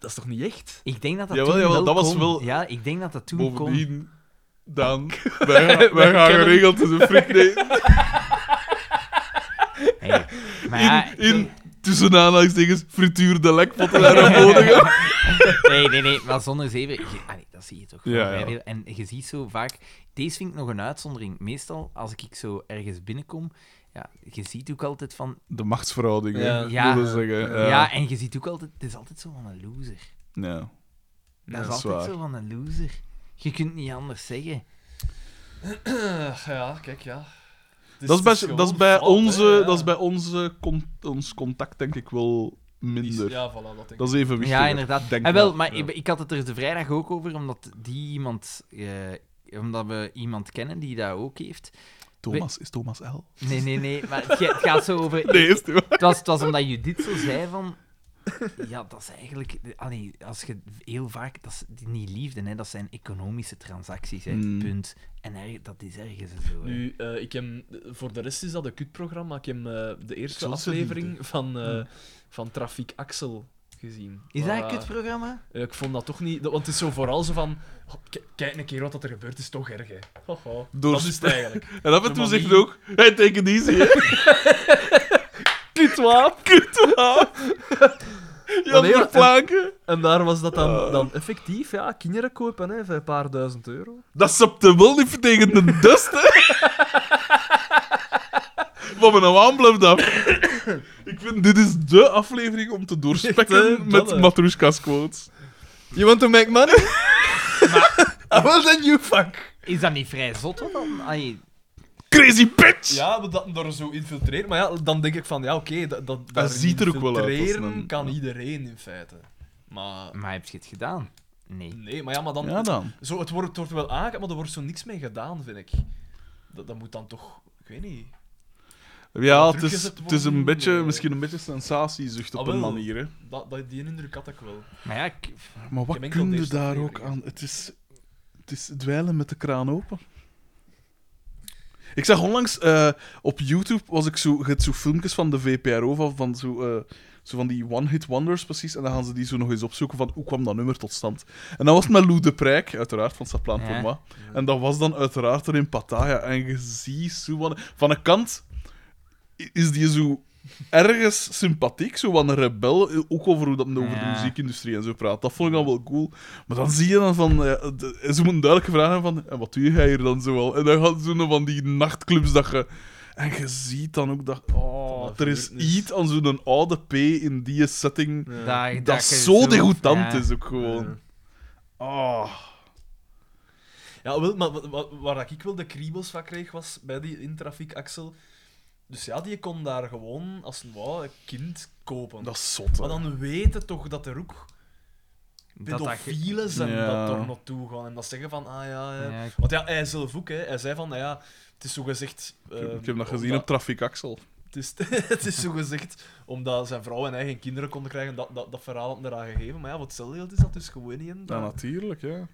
Speaker 3: Dat is toch niet echt?
Speaker 1: Ik denk dat dat
Speaker 2: Jawel,
Speaker 1: toen
Speaker 2: jawel,
Speaker 1: wel
Speaker 2: dat was
Speaker 1: kon.
Speaker 2: wel-
Speaker 1: Ja, ik denk dat dat toen kon.
Speaker 2: Bovendien, Daan, wij, gaan- wij
Speaker 3: Wij
Speaker 2: gaan
Speaker 3: kennen-
Speaker 2: geregeld eens een friet eten
Speaker 1: Hey, Maar ja,
Speaker 2: in, in tussen aanhalingstekens, frituur de lekpotten en een bodige.
Speaker 1: Nee, nee, nee, maar zonder zeven. je- allee, dat zie je toch. wel
Speaker 2: Ja,
Speaker 1: vrij
Speaker 2: ja.
Speaker 1: veel. En je ziet zo vaak. Deze vind ik nog een uitzondering. Meestal, als ik zo ergens binnenkom. Ja, je ziet ook altijd van.
Speaker 2: De machtsverhouding, hè,
Speaker 1: Ja.
Speaker 2: willen zeggen.
Speaker 1: Ja,
Speaker 2: Ja.
Speaker 1: en je ziet ook altijd. Het is altijd zo van een loser.
Speaker 2: Ja.
Speaker 1: Dat is
Speaker 2: dat is
Speaker 1: altijd
Speaker 2: waar.
Speaker 1: zo van een loser. Je kunt niet anders zeggen.
Speaker 3: Eh, ja, kijk, ja.
Speaker 1: Dus
Speaker 2: Dat is bij, dat is bij, onze, dat is bij onze con- ons contact, denk ik, wel minder.
Speaker 3: Ja, voilà, dat denk
Speaker 2: Dat is even wichtig.
Speaker 1: Ja, inderdaad.
Speaker 2: Denk
Speaker 1: En wel,
Speaker 2: ik.
Speaker 1: maar
Speaker 2: Ja.
Speaker 1: ik, ik had het er de vrijdag ook over, omdat die iemand. eh, omdat we iemand kennen die dat ook heeft.
Speaker 2: Thomas, is Thomas L?
Speaker 1: Nee, nee, nee. Maar het, ge- het gaat zo over.
Speaker 2: Nee, is het
Speaker 1: Het was, het was omdat Judith zo zei van... Ja, dat is eigenlijk... Allee, als je heel vaak... Dat is niet liefde, hè. Dat zijn economische transacties, hè.
Speaker 2: Mm.
Speaker 1: Punt. En er- dat is ergens zo, hè.
Speaker 3: Nu, eh, ik heb, voor de rest is dat een kutprogramma. Ik heb eh, de eerste
Speaker 2: zal ze
Speaker 3: aflevering van, eh,
Speaker 2: Ja.
Speaker 3: van Trafiek Axel gezien.
Speaker 1: Is dat een
Speaker 3: Waar-
Speaker 1: kutprogramma?
Speaker 3: eh, Ik vond dat toch niet... dat- Want het is zo vooral zo van... "Oh, k- kijk een keer wat dat er gebeurt, is toch erg, hè. Ho, ho.
Speaker 2: Door
Speaker 3: Dat is het eigenlijk.
Speaker 2: En af en toe
Speaker 3: Normaal
Speaker 2: zegt
Speaker 3: niet.
Speaker 2: hij ook, hey, take it easy, hè.
Speaker 3: Kutwaap!
Speaker 2: Jan
Speaker 3: nee,
Speaker 2: de
Speaker 3: maar-
Speaker 2: Plaken.
Speaker 3: En daar was dat
Speaker 2: Ah.
Speaker 3: dan, dan effectief, ja. Kinderen kopen, hè, voor een paar duizend euro.
Speaker 2: Dat sapte wel niet tegen de dust, hè. Wat me nou aanblijft af. Ik vind, dit is dé aflevering om te doorspekken
Speaker 3: Echt, hè, dat,
Speaker 2: met
Speaker 3: hè.
Speaker 2: Matrushka's quotes.
Speaker 3: You want to make money? I will let you fuck.
Speaker 1: Is dat niet vrij zot, hoor, dan? Allee,
Speaker 2: Crazy bitch!
Speaker 3: Ja, maar dat door zo infiltreren. Maar ja, dan denk ik van, ja, oké, dat, dat daarin
Speaker 2: ziet er ook wel uit als
Speaker 3: infiltreren
Speaker 2: een-
Speaker 3: kan iedereen in feite. Maar
Speaker 1: maar heb je het gedaan? Nee.
Speaker 3: nee, maar ja, maar dan...
Speaker 2: Ja, dan.
Speaker 3: Zo, het, wordt, het wordt wel aangekeken, maar er wordt zo niks mee gedaan, vind ik. Dat, dat moet dan toch... Ik weet niet.
Speaker 2: Ja, het is,
Speaker 3: Teruggezet
Speaker 2: het is een
Speaker 3: worden,
Speaker 2: beetje,
Speaker 3: eh.
Speaker 2: misschien een beetje sensatiezucht op
Speaker 3: Ah,
Speaker 2: een
Speaker 3: wel.
Speaker 2: manier, hè.
Speaker 3: Dat, dat, die indruk had ik wel.
Speaker 1: Maar ja, ik-
Speaker 2: Maar
Speaker 3: Ik
Speaker 2: wat
Speaker 3: heb enkel
Speaker 2: kun
Speaker 3: de
Speaker 2: je
Speaker 3: eerste
Speaker 2: daar ook
Speaker 3: aflevering
Speaker 2: aan? Het is, het is dweilen met de kraan open. Ik zag onlangs eh, op YouTube was ik zo, je hebt zo filmpjes van de VPRO van, van zo, eh, zo van die one hit wonders precies en dan gaan ze die zo nog eens opzoeken van hoe kwam dat nummer tot stand. En dan was het met Lou de Prijk uiteraard van Saplaan
Speaker 1: Ja.
Speaker 2: voor moi. En dat was dan uiteraard er in Pattaya en je ziet zo van, van een kant is die zo ergens sympathiek, zo van een rebel, ook over hoe dat over de
Speaker 1: Ja.
Speaker 2: muziekindustrie en zo praat. Dat vond ik dan wel cool. Maar dan zie je dan van, eh, de- ze moeten duidelijk vragen van, en wat doe jij hier dan zoal? En dan gaat zo'n van die nachtclubs dat je... En je ziet dan ook dat, oh,
Speaker 3: Dat
Speaker 2: er is
Speaker 3: vuurnis.
Speaker 2: iets aan zo'n oude P in die setting
Speaker 3: Ja.
Speaker 1: daar-
Speaker 2: dat,
Speaker 1: daar kun je
Speaker 2: zo degoutant
Speaker 1: ja.
Speaker 2: is ook gewoon. Ah.
Speaker 3: Ja, wel, maar wa- wa- waar ik wel de kriebels van kreeg was bij die intrafiek-axel. Dus ja, die kon daar gewoon als een wou, kind kopen.
Speaker 2: dat is zot, hè.
Speaker 3: Maar dan weten toch dat er ook
Speaker 1: Dat dat ge-
Speaker 3: pedofielen zijn
Speaker 2: Ja.
Speaker 3: dat er naartoe gaan. En dat zeggen van, ah ja... hè.
Speaker 1: Ja, ik-
Speaker 3: Want ja, hij zelf ook, hè. Hij zei van, nou ja, het is zo gezegd...
Speaker 2: Ik heb- ik heb dat gezien op Traffic Axel.
Speaker 3: Het is, het is zo gezegd omdat zijn vrouw en hij geen kinderen konden krijgen, dat, dat, dat verhaal had hij eraan gegeven. Maar ja, wat hetzelfde geld is dat dus gewoon niet in.
Speaker 2: Ja, natuurlijk, ja.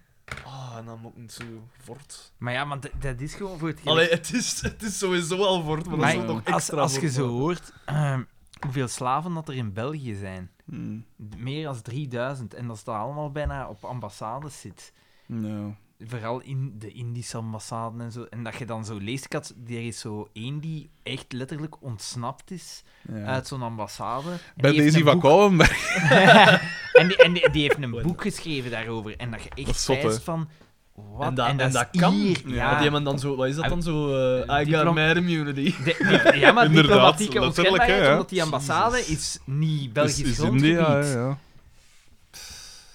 Speaker 3: Ah, en dan moet het zo fort.
Speaker 1: Maar ja, want d- dat is gewoon voor het geld.
Speaker 3: Allee, het is, het is sowieso al fort, maar dat
Speaker 1: Maar
Speaker 3: is nog
Speaker 1: als,
Speaker 3: extra
Speaker 1: als je
Speaker 3: fort
Speaker 1: zo
Speaker 3: worden.
Speaker 1: hoort ehm, hoeveel slaven dat er in België zijn.
Speaker 2: Hmm.
Speaker 1: Meer dan 3000. En dat staat allemaal bijna op ambassades zit.
Speaker 2: Nou.
Speaker 1: Vooral in de Indische ambassaden en zo. En dat je dan zo leest, ik had, er is zo één die echt letterlijk ontsnapt is
Speaker 2: Ja.
Speaker 1: uit zo'n ambassade. En
Speaker 2: Bij
Speaker 1: die heeft
Speaker 2: Daisy
Speaker 1: een
Speaker 2: van dus
Speaker 1: boek-
Speaker 2: Kouwenberg.
Speaker 1: en die, en die, die heeft een boek geschreven daarover. En dat je
Speaker 2: Dat
Speaker 1: echt
Speaker 2: is zot, hè?
Speaker 1: zwijst van... Wat?
Speaker 3: En dat- en
Speaker 1: is
Speaker 3: dat kan.
Speaker 1: hier,
Speaker 2: Ja,
Speaker 1: ja.
Speaker 3: Want die hebben dan zo... Wat is dat dan zo? eh, I got
Speaker 1: Diplom-
Speaker 3: mad immunity.
Speaker 1: De- die- ja, maar
Speaker 2: Inderdaad,
Speaker 1: diplomatieke
Speaker 2: letterlijk,
Speaker 1: onschendbaarheid,
Speaker 2: hè, ja.
Speaker 1: omdat die ambassade
Speaker 3: Jezus.
Speaker 1: is niet
Speaker 2: Is-
Speaker 1: Belgisch
Speaker 2: is
Speaker 1: grondgebied.
Speaker 2: India, ja, ah, ja.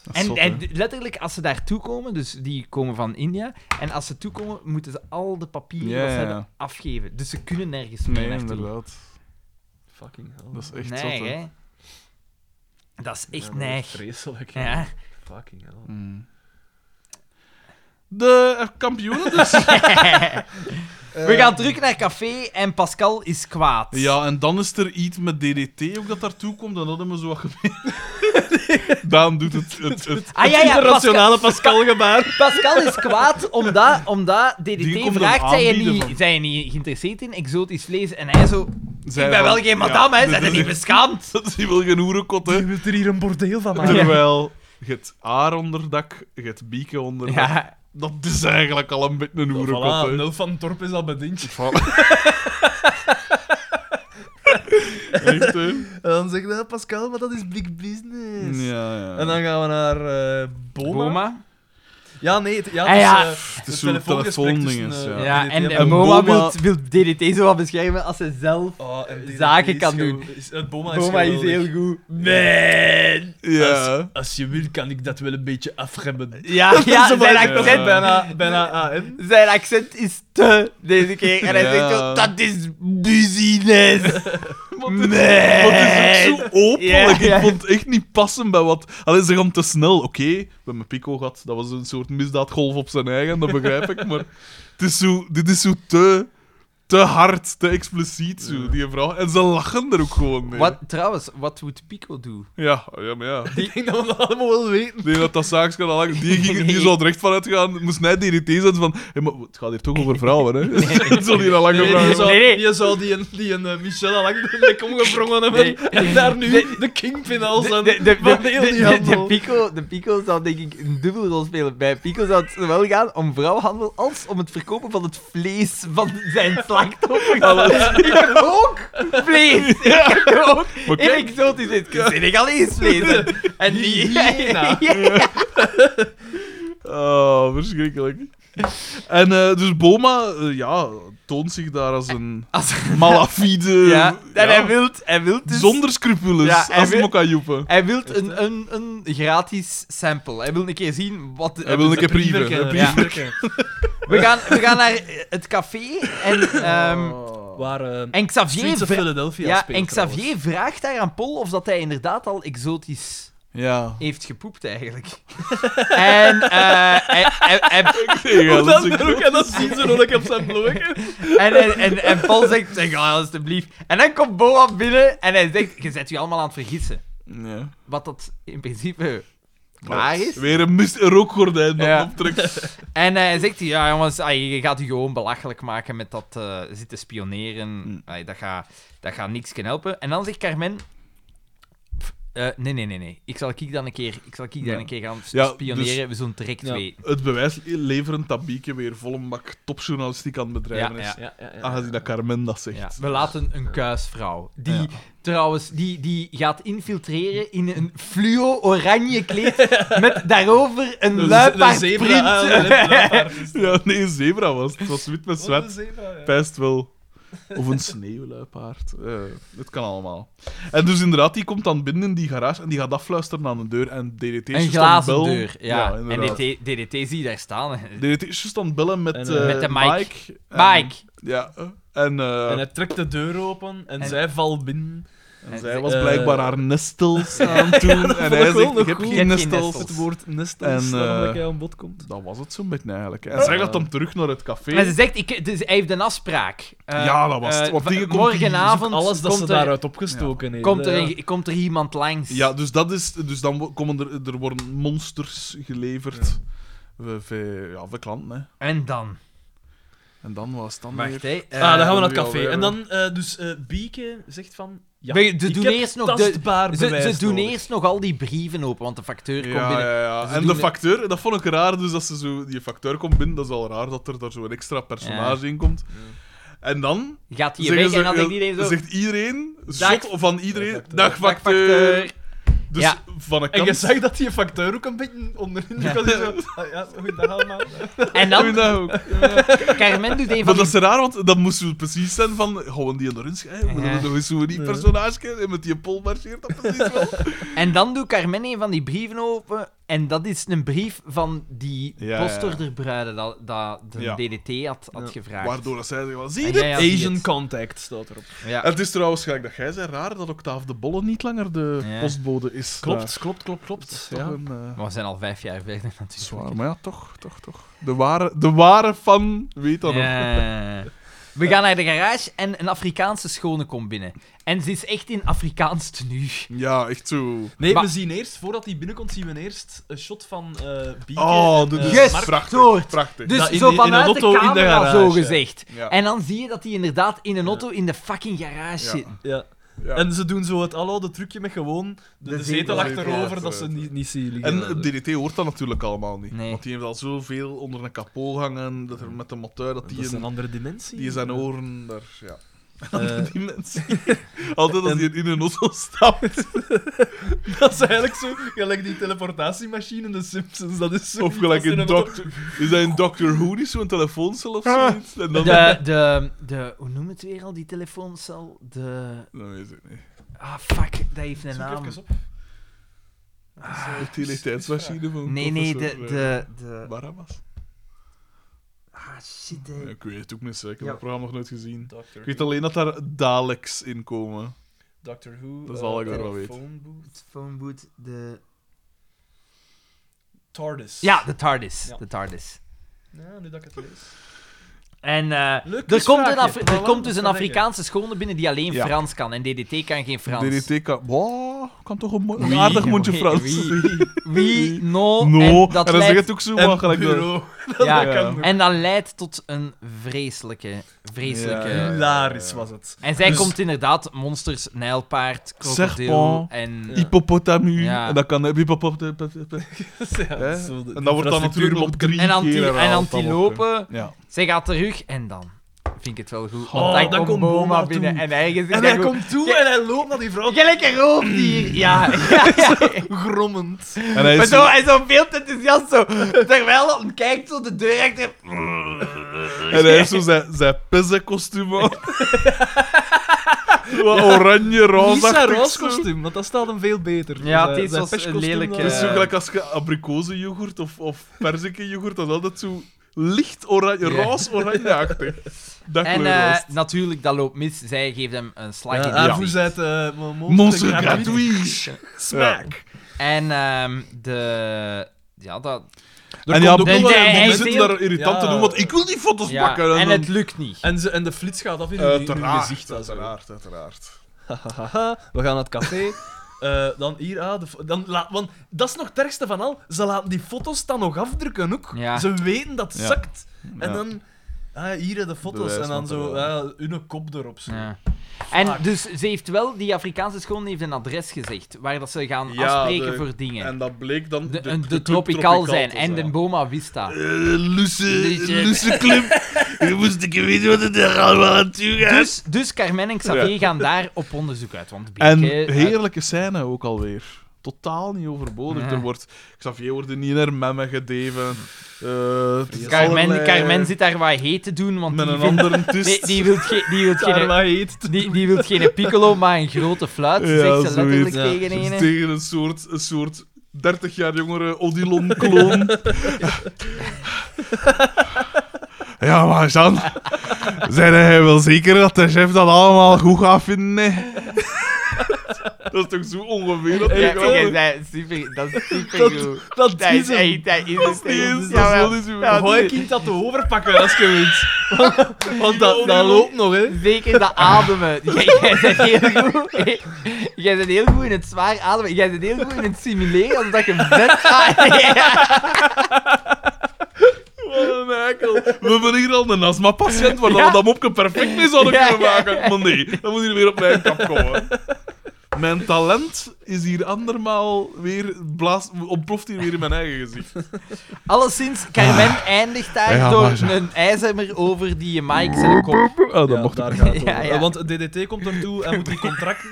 Speaker 2: Dat is
Speaker 1: En,
Speaker 2: zot,
Speaker 1: en
Speaker 2: hè.
Speaker 1: letterlijk, als ze daartoe komen, dus die komen van India, en als ze toekomen, moeten ze al de papieren
Speaker 2: Ja,
Speaker 1: die ze
Speaker 2: ja,
Speaker 1: hebben
Speaker 2: ja.
Speaker 1: afgeven. Dus ze kunnen nergens meer
Speaker 2: Nee,
Speaker 1: naartoe.
Speaker 2: inderdaad.
Speaker 3: Fucking hell.
Speaker 2: Dat is echt
Speaker 1: nee,
Speaker 2: zot, hè.
Speaker 1: hè. Dat is
Speaker 3: Ja,
Speaker 1: echt
Speaker 3: dat is
Speaker 1: neig.
Speaker 3: Vreselijk. hè.
Speaker 1: Ja.
Speaker 3: Fucking hell.
Speaker 2: Hmm. De eh, kampioenen dus.
Speaker 1: We gaan terug naar café en Pascal is kwaad.
Speaker 2: Eh, Ja, en dan is er iets met DDT ook dat daartoe komt. Dan hadden we zo wat gemeen. Daan doet het. het, het.
Speaker 1: Ah ja, ja, Pascal,
Speaker 3: Internationale Pascal gebaar.
Speaker 1: Pascal is kwaad omdat, omdat
Speaker 2: Die
Speaker 1: DDT
Speaker 2: komt hem
Speaker 1: vraagt, zijn je,
Speaker 2: aanbieden
Speaker 1: niet,
Speaker 2: van-
Speaker 1: zijn je niet geïnteresseerd in exotisch vlees? En hij zo,
Speaker 2: Zij
Speaker 1: ik ben
Speaker 2: van-
Speaker 1: wel geen
Speaker 2: Ja,
Speaker 1: madame, hè,
Speaker 2: dat
Speaker 1: zijn er
Speaker 2: is-
Speaker 1: niet beschaamd?
Speaker 2: Dat is hier wel geen hoerenkot, hè.
Speaker 3: Je wilt er hier een bordeel van maken.
Speaker 2: Terwijl je het haar onderdak, je het bieken onderdak.
Speaker 1: Ja,
Speaker 2: Dat is eigenlijk al een beetje een hoerenkot,
Speaker 3: Voilà,
Speaker 2: hè.
Speaker 3: Nul van Torp is al bediend.
Speaker 2: Echt, hè?
Speaker 3: En dan zegt hij, Pascal, maar dat is big business.
Speaker 2: Ja, ja.
Speaker 3: En dan gaan we naar eh Boma.
Speaker 1: Boma.
Speaker 3: Ja, nee, het, ja,
Speaker 1: Ah,
Speaker 3: het is,
Speaker 1: ja.
Speaker 3: eh,
Speaker 2: Het is
Speaker 3: het
Speaker 2: zo'n
Speaker 3: telefoongesprek
Speaker 2: telefoondinges,
Speaker 3: tussen,
Speaker 2: ja.
Speaker 3: eh,
Speaker 1: Ja,
Speaker 3: DDT
Speaker 1: en,
Speaker 2: en
Speaker 1: en Boma,
Speaker 2: Boma-
Speaker 1: Wil, wil DDT zo wat beschermen als ze zelf...
Speaker 3: Oh, en DDT
Speaker 1: zaken
Speaker 3: is
Speaker 1: kan
Speaker 3: gewoon-
Speaker 1: doen.
Speaker 3: is- het Boma is,
Speaker 1: Boma is
Speaker 3: geweldig.
Speaker 1: heel goed.
Speaker 3: Man!
Speaker 2: Ja.
Speaker 3: Als, als je wil, kan ik dat wel een beetje afremmen.
Speaker 1: Ja, ja zijn,
Speaker 3: Zo van,
Speaker 2: accent.
Speaker 3: dat is
Speaker 1: accent,
Speaker 3: Bijna, bijna AM.
Speaker 1: zijn accent is te deze keer. En hij
Speaker 2: Ja.
Speaker 1: zegt zo, dat is business.
Speaker 2: Maar het is
Speaker 1: Nee.
Speaker 2: ook zo
Speaker 1: Ja,
Speaker 2: openlijk.
Speaker 1: ja.
Speaker 2: Ik vond het echt niet passen bij wat... Alleen ze gaan te snel. Oké, we hebben Pico gehad. Dat was een soort misdaadgolf op zijn eigen, dat begrijp ik. Maar het is zo, dit is zo te, te hard, te expliciet, zo, die vrouw. En ze lachen er ook gewoon mee.
Speaker 1: Wat, trouwens, wat moet Pico doen?
Speaker 2: Ja, ja, maar ja.
Speaker 3: Ik denk dat we dat allemaal wel weten.
Speaker 2: Die dat dat zaakje al lang... Die, ging, die zou er echt vanuit gaan. Moest net die irriteer zijn van... hé, maar het gaat hier toch over vrouwen, hè? dat zal hier al lang
Speaker 3: Nee,
Speaker 2: over
Speaker 3: je,
Speaker 2: gaan.
Speaker 3: zou,
Speaker 1: Nee, nee.
Speaker 3: je zou die, een- die een eh, Michel al lang de nek omgevrongen hebben.
Speaker 1: Nee.
Speaker 3: En daar nu
Speaker 1: Nee.
Speaker 3: de kingpin al
Speaker 1: De,
Speaker 3: zijn.
Speaker 1: de, de,
Speaker 3: van
Speaker 1: de-
Speaker 3: heel
Speaker 1: de-
Speaker 3: die
Speaker 1: de- de
Speaker 3: handel.
Speaker 1: Pico, de Pico zou denk ik een dubbelrol spelen. Bij Pico zou het zowel gaan om vrouwenhandel als om het verkopen van het vlees van zijn slachtoffer. Ik heb ook vlees. Ik heb ook
Speaker 2: Maar
Speaker 1: En
Speaker 2: kijk,
Speaker 1: exotisch is het Senegalees vlees. En die...
Speaker 3: Hyena.
Speaker 2: Oh, verschrikkelijk. En eh, dus Boma, eh, ja, toont zich daar als een
Speaker 1: Als-
Speaker 2: malafide...
Speaker 1: ja, en
Speaker 2: ja,
Speaker 1: hij wil hij wilt dus...
Speaker 2: Zonder scrupules,
Speaker 1: Ja, hij
Speaker 2: als
Speaker 1: wil-
Speaker 2: mokkajoepen.
Speaker 1: Hij wil een, een, een gratis sample. Hij wil een keer zien wat...
Speaker 2: Hij wil een keer
Speaker 3: Priever
Speaker 2: prieven.
Speaker 1: Ja.
Speaker 3: kennen, priever kennen.
Speaker 1: We, gaan, we gaan naar eh, het café en... ehm,
Speaker 2: Ah.
Speaker 3: Waar eh,
Speaker 1: en Xavier...
Speaker 3: Streets of
Speaker 1: vra-
Speaker 3: Philadelphia
Speaker 1: Ja,
Speaker 3: speelt
Speaker 1: en
Speaker 3: trouwens.
Speaker 1: Xavier vraagt daar aan Paul of dat hij inderdaad al exotisch
Speaker 2: Ja.
Speaker 1: heeft gepoept, eigenlijk. en, eh, hij- hij- hij-
Speaker 2: Ja, dat is
Speaker 3: Dat
Speaker 2: ook-
Speaker 3: ook, en dat zien ze nog ik op zijn blokken.
Speaker 1: En, en, en, en Paul zegt, zeg oh, alstublieft. En dan komt Boa binnen en hij zegt, je zet je allemaal aan het vergissen.
Speaker 2: Ja.
Speaker 1: Wat dat in principe waar is.
Speaker 2: Weer een, mist, een rookgordijn dat
Speaker 1: Ja.
Speaker 2: optrekt.
Speaker 1: En eh, hij zegt, ja jongens, ah, je gaat je gewoon belachelijk maken met dat eh, zitten spioneren.
Speaker 2: Hm.
Speaker 1: Ah, dat gaat dat gaat niks kunnen helpen. En dan zegt Carmen... "Pff, eh, nee, nee, nee, nee. Ik zal ik dan een keer, ik zal ik dan
Speaker 2: Ja.
Speaker 1: een keer gaan s-
Speaker 2: Ja,
Speaker 1: spioneren. We zullen het direct
Speaker 3: Ja.
Speaker 1: weten.
Speaker 2: Het bewijs leveren Tabieke weer volle bak topjournalistiek aan het bedrijven
Speaker 1: Ja,
Speaker 2: is.
Speaker 1: ja.
Speaker 2: Aangezien Ah, dat Carmen dat zegt.
Speaker 1: Ja, we laten een kuisvrouw. Die
Speaker 2: Ja.
Speaker 1: trouwens, die, die gaat infiltreren in een fluo-oranje kleed. met daarover een luipaardprint.
Speaker 3: eh,
Speaker 2: Ja, nee, een zebra was het. Het was wit met zwart.
Speaker 3: Zebra,
Speaker 2: Pijst wel. Of een sneeuwluipaard. Eh, het kan allemaal. En dus inderdaad, die komt dan binnen in die garage en die gaat afluisteren aan de deur. En DDT is
Speaker 1: Een
Speaker 2: juist aan het
Speaker 1: glazen
Speaker 2: bellen.
Speaker 1: deur. Ja. en
Speaker 2: inderdaad.
Speaker 1: DDT, DDT zie je daar staan.
Speaker 2: DDT is juist aan het bellen met,
Speaker 3: En, eh,
Speaker 2: eh,
Speaker 1: met de
Speaker 2: Mike.
Speaker 1: Mike.
Speaker 2: En-
Speaker 1: Mike.
Speaker 2: ja. eh, En, eh,
Speaker 3: En hij trekt de deur open en,
Speaker 1: En-
Speaker 3: zij valt binnen.
Speaker 2: en
Speaker 1: en
Speaker 2: zij
Speaker 1: ze-
Speaker 2: was
Speaker 3: eh,
Speaker 2: blijkbaar haar nestels aan toe. en hij
Speaker 3: wel
Speaker 2: zegt,
Speaker 3: nog
Speaker 2: ik heb
Speaker 3: goed.
Speaker 1: Je
Speaker 2: geen
Speaker 1: hebt geen
Speaker 2: nestels.
Speaker 1: nestels.
Speaker 3: Het woord nestel
Speaker 2: En,
Speaker 3: is
Speaker 2: eh,
Speaker 3: dat hij aan bod komt.
Speaker 2: Dat was het zo'n beetje eigenlijk. hè. En zij gaat dan terug naar het café.
Speaker 1: En ze zegt, ik, dus hij heeft een afspraak. Eh,
Speaker 2: Ja, dat was het.
Speaker 1: eh,
Speaker 2: Want die
Speaker 1: va-
Speaker 2: komt-
Speaker 1: morgenavond
Speaker 3: Alles dat
Speaker 1: komt,
Speaker 3: ze
Speaker 1: er,
Speaker 3: daaruit opgestoken heeft.
Speaker 1: komt, er
Speaker 3: hè,
Speaker 1: een- komt er iemand langs.
Speaker 2: Ja, dus dat is... Dus dan wo- komen er... Er worden monsters geleverd. we, we- ja, we klanten. Hè.
Speaker 1: En dan?
Speaker 2: En dan was het dan
Speaker 1: Wacht,
Speaker 2: weer...
Speaker 1: hè. eh,
Speaker 3: ah, dan gaan we
Speaker 2: dan
Speaker 3: naar het
Speaker 2: wil je
Speaker 3: café.
Speaker 2: alweer-
Speaker 3: En dan, eh, dus eh Bieke zegt van... Ja,
Speaker 1: we- Ze
Speaker 3: ik
Speaker 1: doen
Speaker 3: heb
Speaker 1: eerst nog de...
Speaker 3: tastbaar
Speaker 1: Ze,
Speaker 3: bewijs
Speaker 1: ze doen
Speaker 3: nodig.
Speaker 1: eerst nog al die brieven open, want de facteur komt
Speaker 2: Ja,
Speaker 1: binnen.
Speaker 2: ja,
Speaker 1: Ze
Speaker 2: ja. En
Speaker 1: doen
Speaker 2: de
Speaker 1: de-
Speaker 2: facteur, dat vond ik raar, dus dat ze zo, die facteur komt binnen, dat is al raar dat er daar zo'n extra personage in komt. En dan
Speaker 1: Gaat die
Speaker 2: zeggen
Speaker 1: weg en
Speaker 2: ze-
Speaker 1: dan denkt iedereen zo...
Speaker 2: zegt iedereen,
Speaker 1: Dag.
Speaker 2: shot van iedereen,
Speaker 3: Dag,
Speaker 2: dag,
Speaker 3: facteur.
Speaker 1: "Dag,
Speaker 2: facteur.
Speaker 1: facteur."
Speaker 2: Dus
Speaker 1: Ja.
Speaker 2: van een
Speaker 3: En
Speaker 2: kant...
Speaker 3: je zag dat die facteur ook een beetje onderin was. die zo, ah, ja, goeiedag allemaal.
Speaker 1: En
Speaker 2: Doe
Speaker 1: dan,
Speaker 2: dat ook.
Speaker 1: Carmen doet een
Speaker 2: Maar
Speaker 1: van
Speaker 2: dat is
Speaker 1: die...
Speaker 2: raar, want dat moest zo precies zijn van... Gewoon die erin schrijven, moeten
Speaker 1: Ja.
Speaker 2: we nog eens zo'n die personage en met die pol marcheert dat precies wel.
Speaker 1: En dan doet Carmen een van die brieven open. En dat is een brief van die
Speaker 2: Ja, ja, ja.
Speaker 1: poster der bruiden dat, dat de
Speaker 2: Ja.
Speaker 1: DDT had, had
Speaker 3: Ja.
Speaker 1: gevraagd.
Speaker 2: Waardoor dat zij zeggen van, zie
Speaker 1: En
Speaker 2: je
Speaker 1: jij had die
Speaker 3: Asian
Speaker 1: het.
Speaker 3: contact staat erop.
Speaker 1: Ja.
Speaker 2: Het is trouwens gelijk dat jij zei, raar dat Octaaf de Bolle niet langer de
Speaker 1: Ja.
Speaker 2: postbode is. Daar.
Speaker 3: klopt, klopt,
Speaker 2: Dat
Speaker 3: klopt.
Speaker 2: is toch een, eh,
Speaker 1: Maar we zijn al vijf jaar verder natuurlijk.
Speaker 2: Zwaar, maar ja, toch, toch, toch. De ware, de ware fan weet dat nog.
Speaker 1: Ja. We gaan naar de garage en een Afrikaanse schone komt binnen. En ze is echt in Afrikaans tenue.
Speaker 2: Ja, echt zo.
Speaker 3: Nee,
Speaker 1: Maar-
Speaker 3: we zien eerst, voordat hij binnenkomt, zien we eerst een shot van eh Bieke.
Speaker 2: Oh,
Speaker 3: en,
Speaker 2: dat
Speaker 3: eh,
Speaker 2: is
Speaker 1: Yes,
Speaker 3: Mark.
Speaker 2: prachtig.
Speaker 1: Toort.
Speaker 2: prachtig.
Speaker 1: Dus
Speaker 3: Ja, in
Speaker 1: zo
Speaker 3: de- in een
Speaker 1: vanuit de,
Speaker 3: auto in de
Speaker 1: camera,
Speaker 3: garage,
Speaker 1: zo
Speaker 3: ja.
Speaker 1: gezegd.
Speaker 2: Ja.
Speaker 1: En dan zie je dat hij inderdaad in een
Speaker 3: Ja.
Speaker 1: auto in de fucking garage
Speaker 2: Ja.
Speaker 1: zit.
Speaker 3: Ja.
Speaker 2: Ja.
Speaker 3: En ze doen zo het aloude trucje met gewoon de,
Speaker 1: De
Speaker 3: de zetel
Speaker 1: zetel
Speaker 3: achterover
Speaker 2: achterover,
Speaker 3: dat ze
Speaker 2: ja.
Speaker 3: niet, niet zien liggen.
Speaker 2: En eh,
Speaker 3: Ja, zo.
Speaker 2: het DDT hoort dat natuurlijk allemaal niet.
Speaker 1: Nee.
Speaker 2: Want die heeft al zoveel onder een kapot hangen, dat er met de motor, dat
Speaker 3: dat
Speaker 2: die,
Speaker 3: is een
Speaker 2: in,
Speaker 3: andere dimensie.
Speaker 2: die zijn oren daar, ja.
Speaker 3: Eh,
Speaker 2: Die mensen. Altijd als
Speaker 3: En-
Speaker 2: die in een auto stapt.
Speaker 3: dat is eigenlijk zo, gelijk die teleportatiemachine in de Simpsons. Dat is zo.
Speaker 2: Of gelijk
Speaker 3: dat ze
Speaker 2: in
Speaker 3: een auto-
Speaker 2: Doctor... Is dat in Doctor Who die zo'n telefooncel of zoiets? En dan...
Speaker 1: De, de, de, hoe noem het weer al, die telefooncel? De...
Speaker 2: Dat weet ik niet.
Speaker 1: Ah, fuck, dat heeft een
Speaker 3: Zoek
Speaker 1: naam.
Speaker 3: even op.
Speaker 2: De teletijdsmachine van
Speaker 1: Nee, nee, de...
Speaker 2: professor, eh,
Speaker 1: de, de...
Speaker 2: Barabbas?
Speaker 1: Ah, shit, hè.
Speaker 2: Ik weet het ook niet zeker, ik heb
Speaker 1: Ja.
Speaker 2: het programma nog nooit gezien.
Speaker 3: Doctor
Speaker 2: Ik weet
Speaker 3: Who.
Speaker 2: alleen dat daar Daleks in komen.
Speaker 3: Doctor Who.
Speaker 2: Dat is
Speaker 3: eh,
Speaker 2: al wat ik er wel
Speaker 3: telephone booth.
Speaker 1: Het phoneboot, de...
Speaker 3: TARDIS.
Speaker 1: Ja, de TARDIS.
Speaker 3: Ja.
Speaker 1: De TARDIS.
Speaker 3: Ja, nu dat ik het lees.
Speaker 1: En eh,
Speaker 3: Leuk
Speaker 1: er, komt een
Speaker 3: quizvraagje.
Speaker 1: Af- er
Speaker 3: Voilà,
Speaker 1: komt dus
Speaker 3: dat
Speaker 1: een
Speaker 3: kan
Speaker 1: Afrikaanse schone binnen die alleen
Speaker 2: Ja.
Speaker 1: Frans kan. En DDT kan geen Frans.
Speaker 2: DDT kan... Wow, kan toch een, mo- een
Speaker 1: Wie?
Speaker 2: aardig mondje
Speaker 1: Wie?
Speaker 2: Frans.
Speaker 1: Wie? Wie? No. Oh,
Speaker 2: No,
Speaker 1: En
Speaker 2: en
Speaker 1: dat
Speaker 2: dan zeg je
Speaker 1: leidt...
Speaker 2: het ook zo wat gelijk dat-
Speaker 1: Ja.
Speaker 2: dat kan ook.
Speaker 1: En dat leidt tot een vreselijke, vreselijke...
Speaker 2: Ja.
Speaker 3: Hilarisch was het.
Speaker 1: En zij
Speaker 2: Dus-
Speaker 1: komt inderdaad monsters, nijlpaard, krokodil
Speaker 2: Serpent.
Speaker 1: en...
Speaker 3: Ja.
Speaker 2: Hippopotamu.
Speaker 1: Ja.
Speaker 2: En dat kan... Hippopotamu.
Speaker 3: Ja,
Speaker 2: Hè?
Speaker 3: zo de-
Speaker 2: En dat wordt dan natuurlijk nog
Speaker 3: infrastructuur-
Speaker 2: drie
Speaker 1: En, anti-
Speaker 2: keer herhaald,
Speaker 1: en
Speaker 2: dat wordt, hè.
Speaker 1: antilopen.
Speaker 2: Ja.
Speaker 1: Zij gaat terug en dan vind ik het wel goed. Want
Speaker 3: Oh,
Speaker 1: dan,
Speaker 3: dan
Speaker 1: komt
Speaker 3: komt Boma
Speaker 1: Boma
Speaker 3: toe.
Speaker 1: binnen en hij zegt...
Speaker 3: En hij komt toe en hij loopt naar die vrouw
Speaker 1: Gelijk een roofdier! Ja, ja, ja.
Speaker 3: grommend.
Speaker 2: En hij
Speaker 1: Maar
Speaker 2: is...
Speaker 1: zo, en zo veel te enthousiast zo. Terwijl hij kijkt zo de deur achter.
Speaker 2: En hij heeft zo zijn, zijn pisse-kostuum aan. Wat oranje,
Speaker 3: Niet
Speaker 2: roze.
Speaker 3: zijn roze kostuum, want dat staat hem veel beter.
Speaker 1: Ja,
Speaker 3: Zijn-
Speaker 1: dit
Speaker 3: zijn
Speaker 1: was een
Speaker 3: pechkostuum
Speaker 1: lelijke- eh,
Speaker 2: Het is zo
Speaker 1: Ja.
Speaker 2: gelijk als je abrikozenyoghurt of, of perzikenyoghurt, dat is altijd zo licht oranje,
Speaker 1: Ja.
Speaker 2: roze-oranje-achtig. Dat
Speaker 1: En
Speaker 2: kleur
Speaker 1: eh,
Speaker 2: was het.
Speaker 1: natuurlijk, dat loopt mis. Zij geeft hem een slag
Speaker 3: Ja,
Speaker 1: in
Speaker 3: ja.
Speaker 1: de
Speaker 3: Arvo
Speaker 1: gezicht.
Speaker 3: Ah, zei het, eh, mo-
Speaker 2: Monster
Speaker 3: gratuit.
Speaker 2: gratuit.
Speaker 3: Smaak.
Speaker 1: En ehm, de... Ja, dat...
Speaker 2: En ja,
Speaker 1: ook nog
Speaker 2: Bob-
Speaker 1: een-
Speaker 2: Bob
Speaker 1: hij
Speaker 2: zit
Speaker 1: deelt-
Speaker 2: daar irritant
Speaker 3: Ja.
Speaker 2: te doen, want ik wil die foto's
Speaker 1: Ja,
Speaker 2: pakken.
Speaker 1: en
Speaker 2: dan-
Speaker 1: het lukt niet.
Speaker 3: En, ze, en de flits gaat af in hun, in hun gezicht.
Speaker 2: Uiteraard,
Speaker 3: dat is wel.
Speaker 2: uiteraard, uiteraard.
Speaker 3: Hahaha, we gaan naar het café. Eh, dan hier, ah, de fo- dan laat, want dat is nog het ergste van al. Ze laten die foto's dan nog afdrukken ook.
Speaker 1: Ja.
Speaker 3: Ze weten dat het
Speaker 2: Ja.
Speaker 3: zakt. En
Speaker 2: Ja.
Speaker 3: dan, ah, hier de foto's. en dan zo, ah, hun kop erop. Zo. Ah,
Speaker 1: Ja. En dus ze heeft wel, die Afrikaanse schoon heeft een adres gezegd, waar dat ze gaan
Speaker 2: Ja,
Speaker 1: afspreken
Speaker 2: de-
Speaker 1: voor dingen.
Speaker 2: En dat bleek dan
Speaker 1: de,
Speaker 2: de,
Speaker 1: een- de
Speaker 2: club
Speaker 1: tropicaal zijn.
Speaker 2: te
Speaker 1: En de Boma Vista.
Speaker 2: Eh, Luce,
Speaker 1: Luce.
Speaker 2: Luce Club. Je moest ik weten wat het er allemaal aan toe gaat.
Speaker 1: Dus, dus Carmen en Xavier
Speaker 2: Ja.
Speaker 1: gaan daar op onderzoek uit. Want Bieke,
Speaker 2: En
Speaker 1: eh,
Speaker 2: heerlijke scène ook alweer. Totaal niet overbodig.
Speaker 1: Nee.
Speaker 2: Er wordt, Xavier wordt in haar memmen gedeven. Eh, het is
Speaker 1: Carmen,
Speaker 2: allerlei-
Speaker 1: Carmen zit daar wat heet te doen, want
Speaker 2: eh, Met
Speaker 1: die,
Speaker 2: een
Speaker 1: vindt-
Speaker 2: andere
Speaker 1: die,
Speaker 2: twist.
Speaker 1: die wil ge- die wil
Speaker 3: Daar
Speaker 1: geen...
Speaker 3: wat heet.
Speaker 1: Die, die wil geen piccolo, maar een grote fluit,
Speaker 2: Ja,
Speaker 1: zegt ze letterlijk
Speaker 2: zoiets.
Speaker 1: tegen
Speaker 3: Ja.
Speaker 2: Dus
Speaker 1: een.
Speaker 2: tegen een soort, een soort 30 jaar jongere Odilon-kloon. ja, maar Jean, zijn jij wel zeker dat de chef dat allemaal goed gaat vinden? hè? dat is toch zo ongeveer dat
Speaker 1: Ja,
Speaker 2: ik wel-
Speaker 1: jij zei, super, dat is super
Speaker 3: Dat-
Speaker 1: goed.
Speaker 3: Dat,
Speaker 1: Dat
Speaker 3: is
Speaker 1: is
Speaker 3: hem.
Speaker 1: echt, dat is
Speaker 2: Dat is niet eens, dat is wel niet zo.
Speaker 1: Ja,
Speaker 3: Gooi kind dat te overpakken als je wilt. Want dat, dat loopt nog, hè.
Speaker 1: Zeker dat ademen. Jij, jij bent heel goed. Jij bent heel goed in het zwaar ademen. Jij bent heel goed in het simuleren, alsof dat je vet gaat.
Speaker 2: Oh, Michael. We hebben hier al een astma-patiënt waar dat
Speaker 1: Ja.
Speaker 2: we dat mopje perfect mee zouden
Speaker 1: Ja,
Speaker 2: kunnen
Speaker 1: ja,
Speaker 2: maken. Maar nee, dan moet hier weer op mijn kap komen. Mijn talent is hier andermaal weer... Blaas, ontploft hier weer in mijn eigen gezicht.
Speaker 1: Alleszins, Carmen eindigt daar
Speaker 2: Ja,
Speaker 1: door
Speaker 2: Ah. maar zo.
Speaker 1: een ijzermer over die Mike zijn kop.
Speaker 2: Oh, dat
Speaker 3: Ja,
Speaker 2: mocht
Speaker 3: daar gaat
Speaker 1: Ja,
Speaker 3: het over.
Speaker 1: ja.
Speaker 3: Eh, Want het DDT komt ertoe en moet die contracten...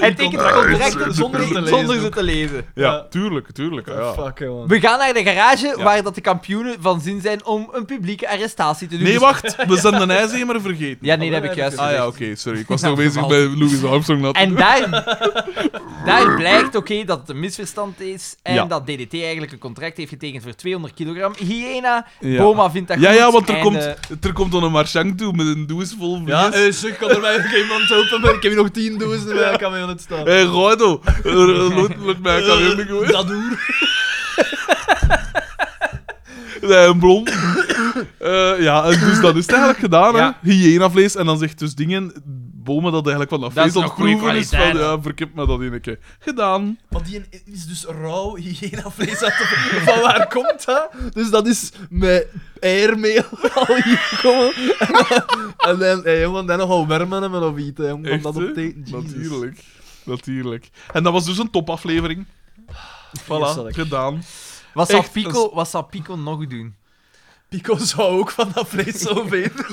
Speaker 1: Hij tekent het
Speaker 2: zonder-
Speaker 1: contract zonder,
Speaker 3: zonder te
Speaker 1: zonder
Speaker 3: lezen
Speaker 1: ze te lezen.
Speaker 2: Ja,
Speaker 3: Ja.
Speaker 2: tuurlijk, tuurlijk. Ja.
Speaker 3: Fuck, hè, man.
Speaker 1: We gaan naar de garage
Speaker 2: Ja.
Speaker 1: waar dat de kampioenen van zin zijn om een publieke arrestatie te doen.
Speaker 2: Nee,
Speaker 1: Dus-
Speaker 2: wacht. We zijn de ijzemer vergeten.
Speaker 1: Ja, nee, dat heb ik juist
Speaker 2: Ah ja,
Speaker 1: gezegd.
Speaker 2: oké, sorry. Ik was
Speaker 1: Nou,
Speaker 2: nog bezig bij
Speaker 1: vervalt.
Speaker 2: Louis Armstrong. Dat...
Speaker 1: En daar, daar blijkt oké dat het een misverstand is en
Speaker 2: Ja.
Speaker 1: dat DDT eigenlijk een contract heeft getekend voor 200 kilogram. Hyena,
Speaker 2: Ja.
Speaker 1: Boma vindt dat
Speaker 2: Ja,
Speaker 1: goed.
Speaker 2: ja, want er
Speaker 1: en,
Speaker 2: komt,
Speaker 1: eh,
Speaker 2: er komt dan een marchang toe met een doos vol vlees.
Speaker 3: Ja, eh, zeg, kan er mij nog iemand helpen? Ik heb hier nog tien dozen bij, ik kan mij aan het staan.
Speaker 2: Hé, Gordo, eh, laat mij kan je niet goed.
Speaker 3: dat uur.
Speaker 2: Nee, een blond. Eh, ja, en dus dat is het eigenlijk gedaan,
Speaker 1: Ja.
Speaker 2: hè. Hyena-vlees. En dan zegt dus dingen... Bomen dat eigenlijk van dat
Speaker 1: Dat is
Speaker 2: vlees aan
Speaker 1: nog
Speaker 2: het proeven
Speaker 1: goeie
Speaker 2: is. Van,
Speaker 1: kwaliteit.
Speaker 2: ja, verkip me dat in een keer. Gedaan.
Speaker 3: Want die is dus rauw hygiënavlees uit de... Van waar komt dat? Dus dat is met eiermeel al hier gekomen. En dan, hey, jongen, dan nogal wermen hebben of iets, hè, jongen.
Speaker 2: Echt,
Speaker 3: dat
Speaker 2: hè?
Speaker 3: op te... Jesus.
Speaker 2: Natuurlijk. Natuurlijk. En dat was dus een topaflevering.
Speaker 3: zal
Speaker 2: Voilà,
Speaker 3: ik.
Speaker 2: gedaan.
Speaker 1: wat, zou
Speaker 2: echt, dat
Speaker 1: Pico, wat zou Pico nog doen?
Speaker 3: Pico zou ook van dat vlees zo weten.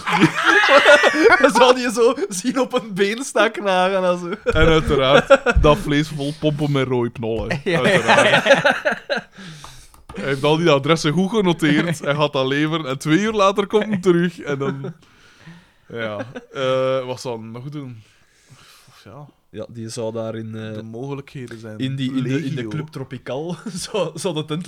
Speaker 3: Dan zou die zo zien op een been staan knagen en zo.
Speaker 2: En uiteraard dat vlees vol pompen met rooipnollen.
Speaker 1: Ja.
Speaker 2: Uiteraard. Hij heeft al die adressen goed genoteerd. Hij gaat dat leveren. En twee uur later komt hij terug. En dan... Ja. eh, wat zou hij nog doen? Of Ja,
Speaker 3: Ja, die zou daar in... eh,
Speaker 2: de mogelijkheden zijn
Speaker 3: In, die, in, de, in de
Speaker 2: legio.
Speaker 3: Club Tropical zou, zou de tent